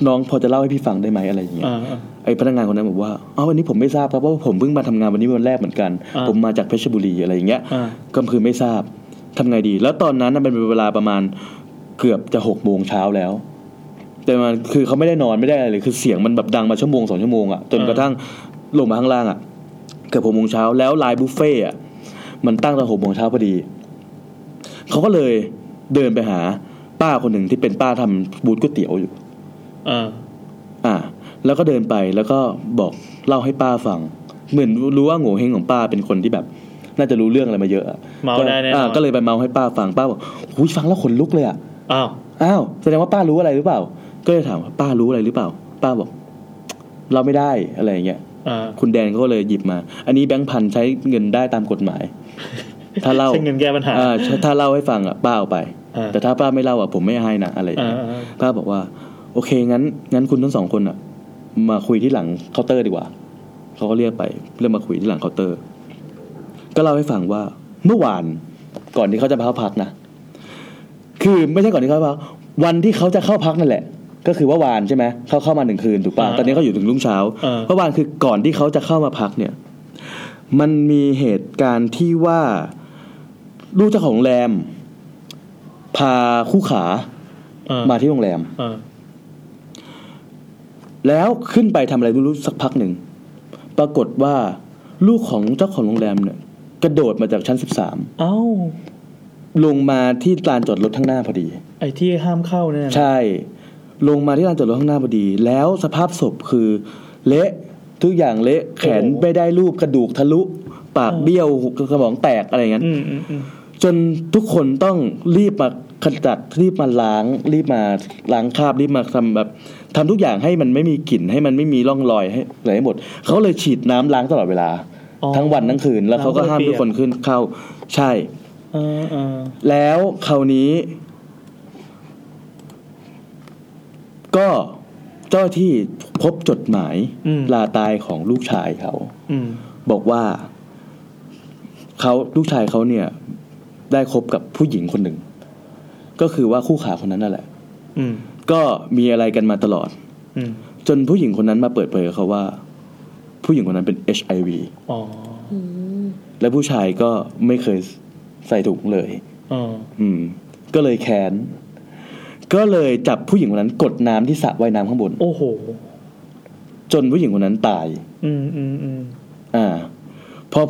Speaker 1: น้องพอจะเล่าให้พี่ฟังได้ไหมอะไรอย่างเงี้ย
Speaker 2: เออ
Speaker 1: ไอ้พนักงานคนนั้นบอกว่าอ๋อวันนี้ผมไม่ทราบครับเพราะว่าผมเพิ่งมาทำงานวันนี้วันแรกเหมือนกัน
Speaker 2: อ่า
Speaker 1: ผมมาจากเพชรบุรีอะไรอย่างเงี้ย
Speaker 2: เออ
Speaker 1: ก็คือไม่ทราบทำไงดี แล้วตอนนั้นน่ะมันเป็นเวลาประมาณเกือบจะหกโมงเช้าแล้ว แต่มันคือเขาไม่ได้นอนไม่ได้อะไรเลยคือเสียงมันแบบดังมาชั่วโมงสองชั่วโมงอะ่ะจนกระทั่งลงมาข้างล่างอะ่ะเกือบหกโมงเช้าแล้วไลน์บุฟเฟ่อะมันตั้งแต่หกโมงเช้าพอดีเขาก็เลยเดินไปหาป้าคนหนึ่งที่เป็นป้าทำบูธก๋วยเตี๋ยวอยู่
Speaker 2: เออ
Speaker 1: อ่า แล้วก็เดินไปแล้วก็บอกเล่าให้ป้าฟัง เหมือนรู้ว่าโง่เฮงของป้าเป็นคนที่แบบ น่าจะรู้เรื่องอะไรมาเยอะอะ
Speaker 2: เมาได้แน่นอน
Speaker 1: อ่าก็เลยไปเมาให้ป้าฟังป้าบอกหูยฟังแล้วขนลุกเลยอ่ะ
Speaker 2: อ้าว
Speaker 1: อ้าวแสดงว่าป้ารู้อะไรหรือเปล่า ก็เลยถามว่าป้ารู้อะไรหรือเปล่า ป้าบอก เราไม่ได้อะไรอย่างเงี้ย
Speaker 2: อ่า
Speaker 1: คุณแดนเขาก็เลยหยิบมา อันนี้แบงค์พันใช้เงินได้ตามกฎหมาย ถ้าเล่า
Speaker 2: ใช้เงินแก้ปัญหา
Speaker 1: อ่าถ้าเล่าให้ฟังอ่ะป้าเอาไป
Speaker 2: อ่า
Speaker 1: แต่ถ้าป้าไม่เล่าอ่ะผมไม่ให้นะอะไรอย่าง
Speaker 2: อ่า
Speaker 1: เงี้ยป้าบอกว่า โอเคงั้น งั้นคุณทั้งสองคนอ่ะ มาคุยที่หลังเคาน์เตอร์ดีกว่าเขาก็เรียกไปเริ่มมาคุยที่หลังเคาน์เตอร์ ก็เล่าให้ฟังว่าเมื่อวานก่อนที่เขาจะเข้าพักนะคือไม่ใช่ก่อนที่เขาพักวันที่เขาจะเข้าพักนั่นแหละ ก็คือว่าวานใช่ไหมเขาเข้ามาหนึ่งคืนถูกป่ะ
Speaker 2: อ่า
Speaker 1: ตอนนี้เขาอยู่ถึงรุ่งเช้า
Speaker 2: เออ
Speaker 1: เมื่อวานคือก่อนที่เขาจะเข้ามาพักเนี่ย มันมีเหตุการณ์ที่ว่าลูกเจ้าของโรงแรม พาคู่ขา
Speaker 2: อ่า
Speaker 1: มาที่โรงแรม
Speaker 2: อ่า
Speaker 1: แล้วขึ้นไปทำอะไรไม่รู้สักพักหนึ่ง ปรากฏว่าลูกของเจ้าของโรงแรมเนี่ย กระโดดมาจากชั้นสิบสาม
Speaker 2: เอ้า
Speaker 1: ลงมาที่ลานจอดรถข้างหน้าพอดี
Speaker 2: ไอ้ที่ห้ามเข้าเนี่ยนะ
Speaker 1: ใช่ ลงมาที่ลานจอดรถข้างหน้าพอดี แล้วสภาพศพคือ เละทุกอย่างเละแขนไม่ได้รูปกระดูกทะลุ ปากเบี้ยวสมองแตกอะไรอย่างนั้น
Speaker 2: อืมอืมอืม
Speaker 1: จนทุกคนต้องรีบมาขจัดรีบมาล้าง รีบมาล้างคราบรีบมาทำแบบทำทุกอย่างให้มันไม่มีกลิ่นให้มันไม่มีร่องรอยให้อะไรให้หมด เขาเลยฉีดน้ำล้างตลอดเวลา
Speaker 2: อ๋อ
Speaker 1: ทั้งวันทั้งคืน แล้วเขาก็ห้าม
Speaker 2: น้ำก็เลย
Speaker 1: ทุกคนขึ้นเข้าใช่
Speaker 2: เออเออ
Speaker 1: แล้วคราวนี้ ก็เจ้าหน้าที่พบจดหมาย
Speaker 2: อืม
Speaker 1: ลาตายของลูกชายเขา
Speaker 2: อืม
Speaker 1: บอกว่าเขาลูกชายเขาเนี่ย ได้คบกับผู้หญิงคนหนึ่ง ก็คือว่าคู่ขาคนนั้นนั่นแหละ
Speaker 2: อืม
Speaker 1: ก็มีอะไรกันมาตลอด
Speaker 2: อืม
Speaker 1: จนผู้หญิงคนนั้นมาเปิดเผยกับเขาว่า ผู้หญิงคนนั้นเป็น HIV
Speaker 2: อ๋อ
Speaker 4: อืม
Speaker 1: และผู้ชายก็ไม่เคยใส่ถุงเลย
Speaker 2: เออ
Speaker 1: อืม ก็เลยแค้น ก็เลยจับผู้หญิงคนนั้นกดน้ำที่สระว่ายน้ำข้างบน
Speaker 2: โอ้โห
Speaker 1: จนผู้หญิงคนนั้นตาย
Speaker 2: อืมอืมอืม
Speaker 1: อ่า พอ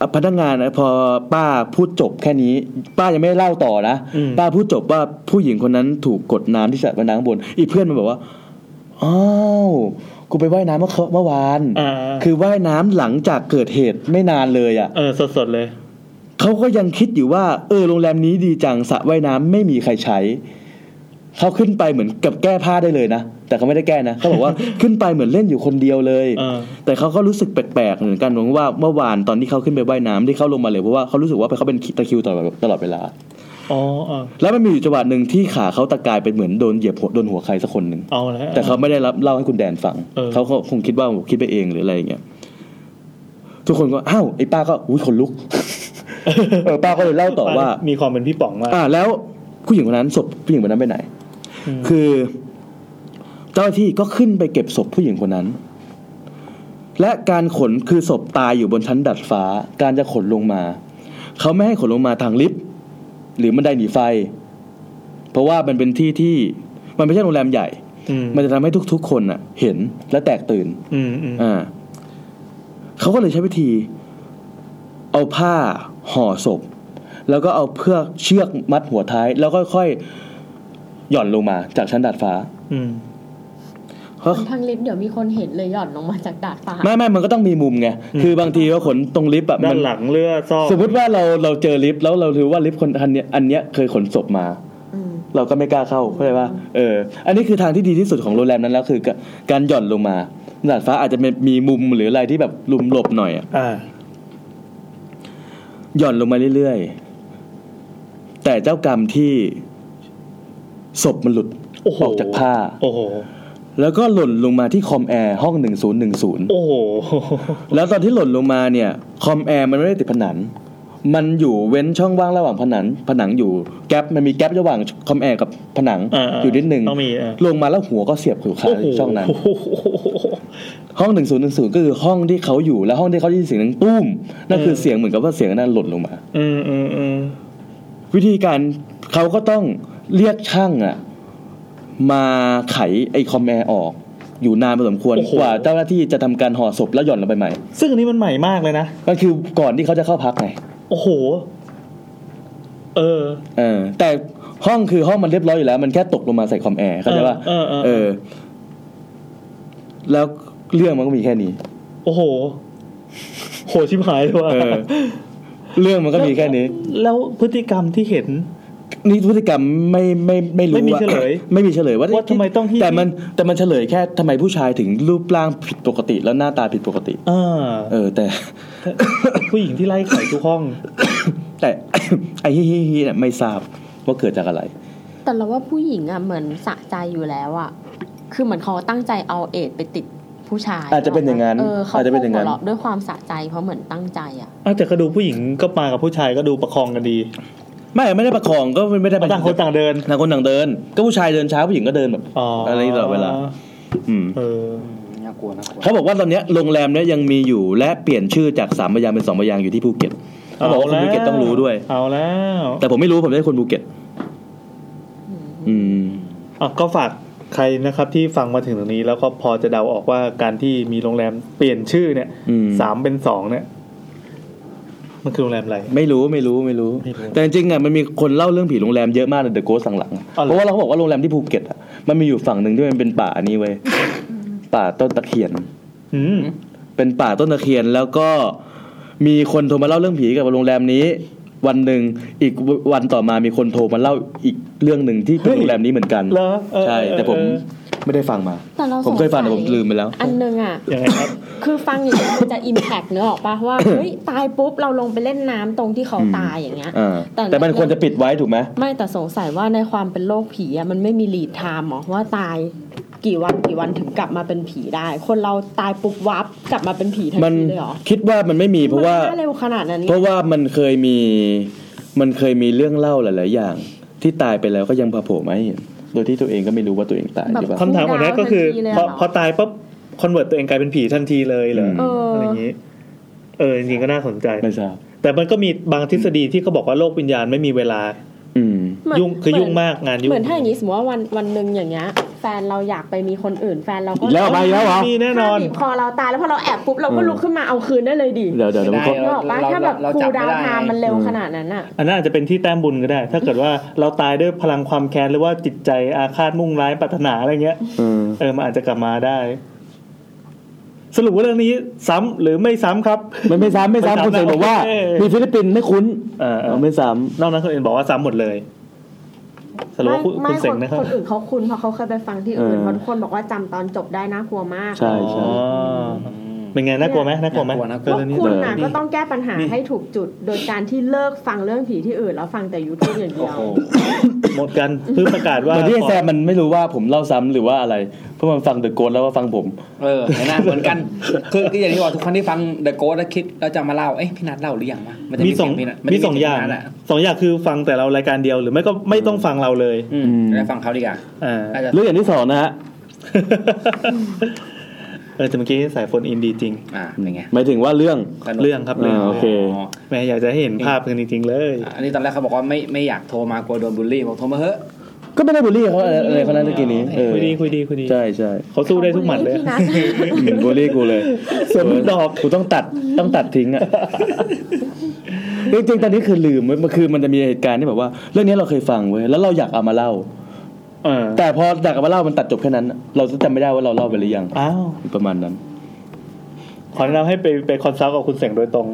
Speaker 1: อ่ะพนักงานนะพอป้าพูดจบแค่นี้ ป้ายังไม่ได้เล่าต่อนะ
Speaker 2: อืม
Speaker 1: ป้าพูดจบว่าผู้หญิงคนนั้นถูกกดน้ำที่สระว่ายน้ำข้างบน อีกเพื่อนมันบอกว่า อ้าว กูไปว่ายน้ำเมื่อเมื่อวาน
Speaker 2: อ่า
Speaker 1: คือว่ายน้ำหลังจากเกิดเหตุไม่นานเลยอะ่ะ
Speaker 2: เออสดสดๆเลย
Speaker 1: เขาก็ยังคิดอยู่ว่า เออโรงแรมนี้ดีจังสระว่ายน้ำไม่มีใครใช้ เขาขึ้นไปเหมือนกับแก้ผ้าได้เลยนะ แต่เขาไม่ได้แก้นะเขาบอกว่า ขึ้นไปเหมือนเล่นอยู่คนเดียวเลย
Speaker 2: เออ
Speaker 1: แต่เขาก็รู้สึกแปลกๆเหมือนกันเพราะว่าเมื่อวานตอนที่เขาขึ้นไปว่ายน้ำที่เขาลงมาเลยเพราะว่าเขารู้สึกว่าเขาเป็นตะคริวตลอดตลอดเวลา
Speaker 2: อ๋อเออ
Speaker 1: แล้วมันมีอยู่จังหวะหนึ่งที่ขาเขาตะกายเป็นเหมือนโดนเหยียบหัวโดนหัวใครสักคนหนึ่ง
Speaker 2: เอาแล้ว
Speaker 1: แต่เขาไม่ได้รับเล่าให้คุณแดนฟัง
Speaker 2: เออ
Speaker 1: เขาก็คงคิดว่าผมคิดไปเองหรืออะไรอย่างเงี้ย ทุกคนก็อ้าวไอ้ป้าก็อุ้ยขนลุก เออป้าก็เลยเล่าต่อว่า
Speaker 2: มีความเป็นพี่ป๋องมาก
Speaker 1: อ่า แล้วผู้หญิงคนนั้นศพผู้หญิงคนนั้นไปไหน
Speaker 2: อืม
Speaker 1: คือ เจ้าหน้าที่ก็ขึ้นไปเก็บศพผู้หญิงคนนั้น และการขนคือศพตายอยู่บนชั้นดัดฟ้า การจะขนลงมา เขาไม่ให้ขนลงมาทางลิฟต์หรือบันไดหนีไฟ เพราะว่ามันเป็นที่ที่มันไม่ใช่โรงแรมใหญ่
Speaker 2: อืม
Speaker 1: มันจะทำให้ทุก ๆ คนน่ะ เห็นและแตกตื่น
Speaker 2: อืมอืม
Speaker 1: อ่าเขาก็เลยใช้วิธี เอาผ้าห่อศพ แล้วก็เอาเพือกเชือกมัดหัวท้าย แล้วก็ค่อยๆหย่อนลงมาจากชั้นดาดฟ้า
Speaker 2: อืม
Speaker 1: เขา
Speaker 4: ทางลิฟต์เดี๋ยวมีคนเห็นเลยหย่อนลงมาจากดาดฟ้า
Speaker 1: ไม่ไม่มันก็ต้องมีมุมไง คือบางทีว่าขนตรงลิฟต์อะมั
Speaker 2: ด้าน นหลังเลือซอก
Speaker 1: สมมติว่าเราเราเจอลิฟต์แล้วเรารู้ว่าลิฟต์คนอันเนี้ยอันเนี้ยเคยขนศพมา
Speaker 4: อืม
Speaker 1: เราก็ไม่กล้าเข้าเข้าใจว่าเออ อันนี้คือทางที่ดีที่สุดของโรงแรมนั้นแล้ว คือการหย่อนลงมาดาดฟ้าอาจจะมีมุมหรืออะไรที่แบบหลุมหลบหน่อยอะ
Speaker 2: อ่า
Speaker 1: หย่อนลงมาเรื่อยๆ แต่เจ้ากรรมที่ศพมันหลุด
Speaker 2: โอ้โห
Speaker 1: ออกจากผ้า
Speaker 2: โอ้โห
Speaker 1: แล้วก็หล่นลงมาที่คอมแอร์ห้อง 1010
Speaker 2: โอ้โห
Speaker 1: แล้วตอนที่หล่นลงมาเนี่ย คอมแอร์มันไม่ได้ติดผนัง มันอยู่เว้นช่องว่างระหว่างผนัง ผนังอยู่แกลบมันมีแกลบระหว่างคอมแอร์กับผนัง
Speaker 2: อ่าๆ
Speaker 1: ยู่นิดนึง
Speaker 2: ต้องมีอ่า
Speaker 1: ลงมาแล้วหัวก็เสียบอยู่ขา
Speaker 2: โอ้โห
Speaker 1: ช่องนั้น
Speaker 2: โโห
Speaker 1: ห้อง1010 ก็คือห้องที่เขาอยู่และห้องที่เขาได้ยินเสียงดังตุ้มนั่นคือเสียงเหมือนกับว่าเสียงนั้นหล่นลงมา
Speaker 2: อืมอืมอืม
Speaker 1: วิธีการเขาก็ต้องเรียกช่างอะมาไขไอคอมแอร์ออก อยู่นานพอสมควรกว่าเจ้าหน้าที่จะทำการห่อศพแล้วหย่อนลงไปใหม่
Speaker 2: ซึ่งอันนี้มันใหม่มากเลยนะ
Speaker 1: ก็คือก่อนที่เขาจะเข้าพักไง
Speaker 2: โอ้โห เออ
Speaker 1: เออ แต่ห้องคือห้องมันเรียบร้อยอยู่แล้ว มันแค่ตกลงมาใส่คอมแอร์เข้าใจป่ะ
Speaker 2: เออเออเออ
Speaker 1: เออ แล้วเรื่องมันก็มีแค่นี้
Speaker 2: โอ้โห โห ชิบหายเลยว่ะ
Speaker 1: เออ เรื่องมันก็มีแค่นี้
Speaker 2: แล้วพฤติกรรมที่เห็น
Speaker 1: นี่พฤติกรรมไม่ไม่ไม่รู้
Speaker 2: ไม่มี
Speaker 1: ว่า
Speaker 2: เฉลย
Speaker 1: ไม่มีเฉลยว่า
Speaker 2: ว่าทำไมต้องที่
Speaker 1: แต่มันแต่มันเฉลยแค่ทำไมผู้ชายถึงรูปร่างผิดปกติแล้วหน้าตาผิดปกติ
Speaker 2: เออ
Speaker 1: เออแต่
Speaker 2: ผู้หญิงที่ไล่ไข่ทุกห้อง
Speaker 1: แต่ ไอ้ฮิฮิฮิเนี่ยไม่ทราบว่าเกิดจากอะไร
Speaker 4: แต่เราว่าผู้หญิงอ่ะเหมือนสะใจอยู่แล้วอ่ะ คือเหมือนเขาตั้งใจเอาเอดไปติดผู้ชาย
Speaker 1: อาจจะเป็นอย่างนั้น
Speaker 4: เออเขา
Speaker 1: อาจจะเป็นอย่างนั้น
Speaker 4: หัวเราด้วยความสะใจเพราะเหมือนตั้งใจอ่ะ
Speaker 2: อาแต่ก็ดูผู้หญิงก็มากับผู้ชายก็ดูประคองกันดี
Speaker 1: ไม่ไม่ได้ประคองก็ไม่ได้ประ
Speaker 2: ต่างคนต่างเดิน
Speaker 1: ต่างคนต่างเดิน ก็ผู้ชายเดินช้าผู้หญิงก็เดินแบบ
Speaker 2: อ๋ออะไร
Speaker 1: ตลอดเวลา อืม
Speaker 2: เออ
Speaker 11: น่ากลัวน่ากลัว
Speaker 1: เขาบอกว่าตอนเนี้ยโรงแรมเนี้ยยังมีอยู่และเปลี่ยนชื่อจากสามพยางค์เป็นสองพยางค์อยู่ที่ภูเก็ตเขาบอกว่าคนภูเก็ตต้องรู้ด้วย
Speaker 2: เอาแล้ว
Speaker 1: แต่ผมไม่รู้ผมไม่ใช่คนภูเก็ต อืม
Speaker 2: อ่ะก็ฝากใครนะครับที่ฟังมาถึงตรงนี้ แล้วก็พอจะเดาออกว่าการที่มีโรงแรมเปลี่ยนชื่อเนี่ย
Speaker 1: อืม
Speaker 2: สามเป็นสองเนี่ย มันคือโรงแรมอะไร
Speaker 1: ไม่รู้ไม่รู้ไม่รู้
Speaker 2: ไม่รู้
Speaker 1: แต่จริงๆอ่ะมันมีคนเล่าเรื่องผีโรงแรมเยอะมากเลยเดอะโกสังหลังๆ
Speaker 2: อ๋อเหรอ
Speaker 1: เพราะว่าเราบอกว่าโรงแรมที่ภูเก็ตอ่ะมันมีอยู่ฝั่งหนึ่งที่มันเป็นป่านี่เว้ยป่าต้นตะเคียน
Speaker 2: อืม
Speaker 1: เป็นป่าต้นตะเคียนแล้วก็มีคนโทรมาเล่าเรื่องผีกับโรงแรมนี้ วันหนึ่งอีกวันต่อมามีคนโทรมาเล่าอีกเรื่องหนึ่งที่เป็นโรงแรมนี้เหมือนกัน
Speaker 2: เหรอเออ
Speaker 1: ใช่
Speaker 2: เออ
Speaker 1: แต่ผม
Speaker 2: เออ
Speaker 1: ไม่ได้ฟังมา
Speaker 4: แต่เรา
Speaker 1: ผมเคยฟังแต่ผม
Speaker 4: สสั
Speaker 1: ลืมไปแล้ว
Speaker 4: อันหนึงอ่ะ
Speaker 2: ยังไงครับ
Speaker 4: คือฟังอย่างนี้ยมันจะอิมแพกเนอะออกปะว่า เฮ้ย ตายปุ๊บ เราลงไปเล่นน้ำตรงที่เขาตายอย่างเงี้ย
Speaker 1: อ่า
Speaker 4: แต่
Speaker 1: แต่มันควรจะปิดไว้ถูกไหม
Speaker 4: ไม่แต่สงสัยว่าในความเป็นโรคผีอะมันไม่มีลีดไทม์หรอว่าตายกี่วันกี่วันถึงกลับมาเป็นผีได้ คนเราตายปุ๊บวับกลับมาเป็นผีทัน
Speaker 1: มัน
Speaker 4: ทีเลยเหรอ
Speaker 1: คิดว่ามันไม่มีเพราะว่า
Speaker 4: มันไม่น่เร็วขนาดนั้นไง
Speaker 1: เพราะว่ามันเคยมีมันเคยมีเรื่องเล่าหลาย ๆ อย่าง ที่ตายไปแล้วก็ยังพาโผล่มาให้เห็นโดยที่ตัวเองก็ไม่รู้ว่าตัวเองตายหรือเปล่า
Speaker 2: คำถามของแนทก็คือ
Speaker 4: ทัทีเลย
Speaker 2: พอ
Speaker 4: เหรอ
Speaker 2: พอตายปุ๊บคอนเวิร์ตตัวเองกลายเป็นผีทันทีเลยเหรอ
Speaker 4: เอออ
Speaker 2: อะไรอย่างนี้ เออจริงๆก็น่าสนใจ
Speaker 1: ไม่ทราบ
Speaker 2: แต่มันก็มีบางทฤษฎีที่เขาบอกว่าโลกวิญญาณไม่มีเวลา
Speaker 1: อืม
Speaker 4: เหมืน
Speaker 2: ยุ่งคือ
Speaker 4: เหน
Speaker 2: ยุ่งมากงานยุ่ง
Speaker 4: เหมือนถ้าอย่างนี้สมมติว่าวันวันหนึ่งอย่างเงี้ยแฟนเราอยากไปมีคนอื่น แฟนเราก็
Speaker 1: อีกแล้วไปแล้วเหรอ
Speaker 2: มีแน่นอน
Speaker 4: ถ้าบีบคอเราตายแล้วพอเราแอบปุ๊บเราก็ลุกขึ้นมาเอาคืนได้เลยดิ
Speaker 1: เดี๋ยวเดี๋ยวเดี๋ยวเขา
Speaker 4: นึกออกปะถ้าแบบคูลดาวน์ไทม์มันเร็วขนาดนั้นอะ
Speaker 2: อันนั้นอาจจะเป็นที่แต้มบุญก็ได้ ถ้าเกิดว่าเราตายด้วยพลังความแค้นหรือว่าจิตใจอาฆาตมุ่งร้ายปรารถนาอะไรเงี้ย
Speaker 1: อืม
Speaker 2: เออมันอาจจะกลับมาได้ สรุปว่าเรื่องนี้ซ้ำหรือไม่ซ้ำครับ
Speaker 1: มันไม่ซ้ำไม่ซ้ำคุณเสกบอกว่า
Speaker 2: เออ
Speaker 1: มีฟิลิปปินส์ไม่คุ้น
Speaker 2: เออเออ
Speaker 1: ไม่ซ้
Speaker 2: นอกนั้นคนอื่นบอกว่าซ้ำหมดเลย สรุปว่าคุณคุณเสงนะครับ
Speaker 4: คนอื่นเขาคุ้นเพราะเขาเคยไปฟังที่อื่นเพราะทุกคนบอกว่าจำตอนจบได้น่ากลัวมาก
Speaker 1: ำใช่
Speaker 2: อ๋อ
Speaker 1: ใช่
Speaker 2: เป็นไไงน่ากลัวไหมน่ากลัวไหม
Speaker 11: น่ากลัวน่าก
Speaker 4: พ
Speaker 11: ลัว
Speaker 4: วกคุณน่ะ
Speaker 1: เออ
Speaker 4: ก็ต้องแก้ปัญหาให้ถูกจุด โดยการที่เลิกฟังเรื่องผีที่อื่นแล้วฟังแต่ยูทูบอย่างเดี
Speaker 11: โอ้
Speaker 4: ยว
Speaker 11: โห
Speaker 2: หมดกันเพิ่งประกาศว่า
Speaker 1: เหมือนที่ไอ้แซมมันไม่รู้ว่าผมเล่าซ้ำหรือว่าอะไร เพราะมันฟังเดอะโกนแล้วว่าฟังผม
Speaker 11: เออเห็นไหมเหมือนกัน คือคืออย่างที่บอกทุกครั้งที่ฟัง The Ghost แล้วคิดแล้วจะมาเล่า เอ้ยพี่นัทเล่าหรือยังวะนจะ
Speaker 2: มีสอง
Speaker 11: เยพี่นัทนจะ
Speaker 2: มีสองอย่าง
Speaker 11: เพี่นัทะ
Speaker 2: สองอย่างคือฟังแต่เรารายการเดียวหรือไม่ก็ไม่ต้องฟังเราเลย
Speaker 11: อืม
Speaker 1: อืม
Speaker 11: ได้ฟังเขาดีกว่า
Speaker 2: อ่า
Speaker 11: น่าจะ
Speaker 1: เรื่องอย่างที่สองนะฮะ
Speaker 2: เออแต่เมื่อกี้สายโฟนอินดีจริง
Speaker 11: อ่าเป็นไง
Speaker 1: หมายถึงว่าเรื่อง
Speaker 11: สนุก
Speaker 2: เรื่องครับเรื่อง
Speaker 1: อ่าโอเค
Speaker 11: อ๋อ
Speaker 2: แม่อยากจะให้เห็นภาพกันจริงๆเลย
Speaker 11: อันนี้ตอนแรกเขาบอกว่าไม่ไม่อยากโทรมากลัวโดนบูลลี่บอกโทรมาเถอะ
Speaker 1: ก็ไม่ได้บูลลี่เขาอะไรอะไรเขานั้นเมื่อกี้นี้เออ
Speaker 2: คุยดีคุยดีคุยดี
Speaker 1: ใช่ใช่
Speaker 2: เขาสู้ได้ทุกหมัดเลย
Speaker 4: พี่นัท
Speaker 1: อืมบูลลี่กูเลย
Speaker 2: สวนดอก
Speaker 1: กูต้องตัดต้องตัดทิ้งอ่ะ จริงๆตอนนี้คือลืมเว้ยมันคือมันจะมีเหตุการณ์ที่แบบว่า เรื่องนี้เราเคยฟังเว้ยแล้วเราอยากเอามาเล่า
Speaker 2: เออ
Speaker 1: แต่พออยากเอามาเล่ามันตัดจบแค่นั้น เราจะจำไม่ได้ว่าเราเล่าไปหรือยัง
Speaker 2: อ้าว
Speaker 1: ประมาณนั้น
Speaker 2: ขอแนะนำให้ไปไปคอนซัลท์กับคุณเสงโดยตรง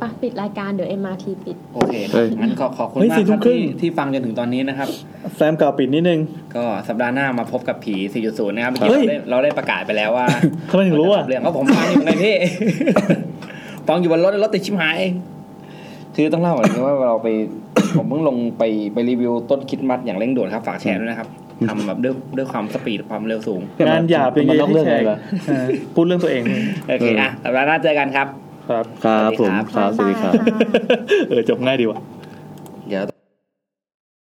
Speaker 4: ไปปิดรายการเดี๋ยว MRT ปิด
Speaker 11: โอเคค
Speaker 1: เฮ้
Speaker 11: รับ
Speaker 1: ย
Speaker 11: งั้นขอขอบคุณ
Speaker 2: เฮ้ย
Speaker 11: มาก
Speaker 2: สี่ทุ่
Speaker 11: ครั
Speaker 2: ม
Speaker 11: บ
Speaker 2: ครึ่ง
Speaker 11: ที่ที่ฟังจนถึงตอนนี้นะครับ
Speaker 2: แซมกล่าวปิดนิดนึง
Speaker 11: ก็สัปดาห์หน้ามาพบกับผี 4.0 นะครับ
Speaker 2: เฮ้
Speaker 11: เมื่อย กี้เราได้เราได้ประกาศไปแล้วว่า
Speaker 2: ทำไมถึงรู้อะ
Speaker 11: เรื่องเพราะผมฟังอยู่ไงพี่ ฟังอยู่บนรถแล้วรถ ติดชิบหาย คือต้องเล่าก่อนนะว่าเราไป ผมเพิ่งลงไปไปรีวิวต้นคริดมัดอย่างเร่งด่วนครับฝากแชร์ด้วยนะครับทำแบบด้วยด้วยความสปีดความเร็วสูง
Speaker 2: งานหยาบเป็นไง
Speaker 1: มันนอกเรื่อง
Speaker 2: ที่แชร์
Speaker 1: ไงวะ
Speaker 2: เออพูดเรื่องตัวเอง
Speaker 11: โอเคอ่ะสัปดาห์หน้าเจอกันครับ
Speaker 2: ครับ
Speaker 1: ครับผม
Speaker 11: สวัส
Speaker 1: ครับส
Speaker 11: ดีครับ
Speaker 1: วัสดีครับ
Speaker 2: เออจบง่ายดีว่ะ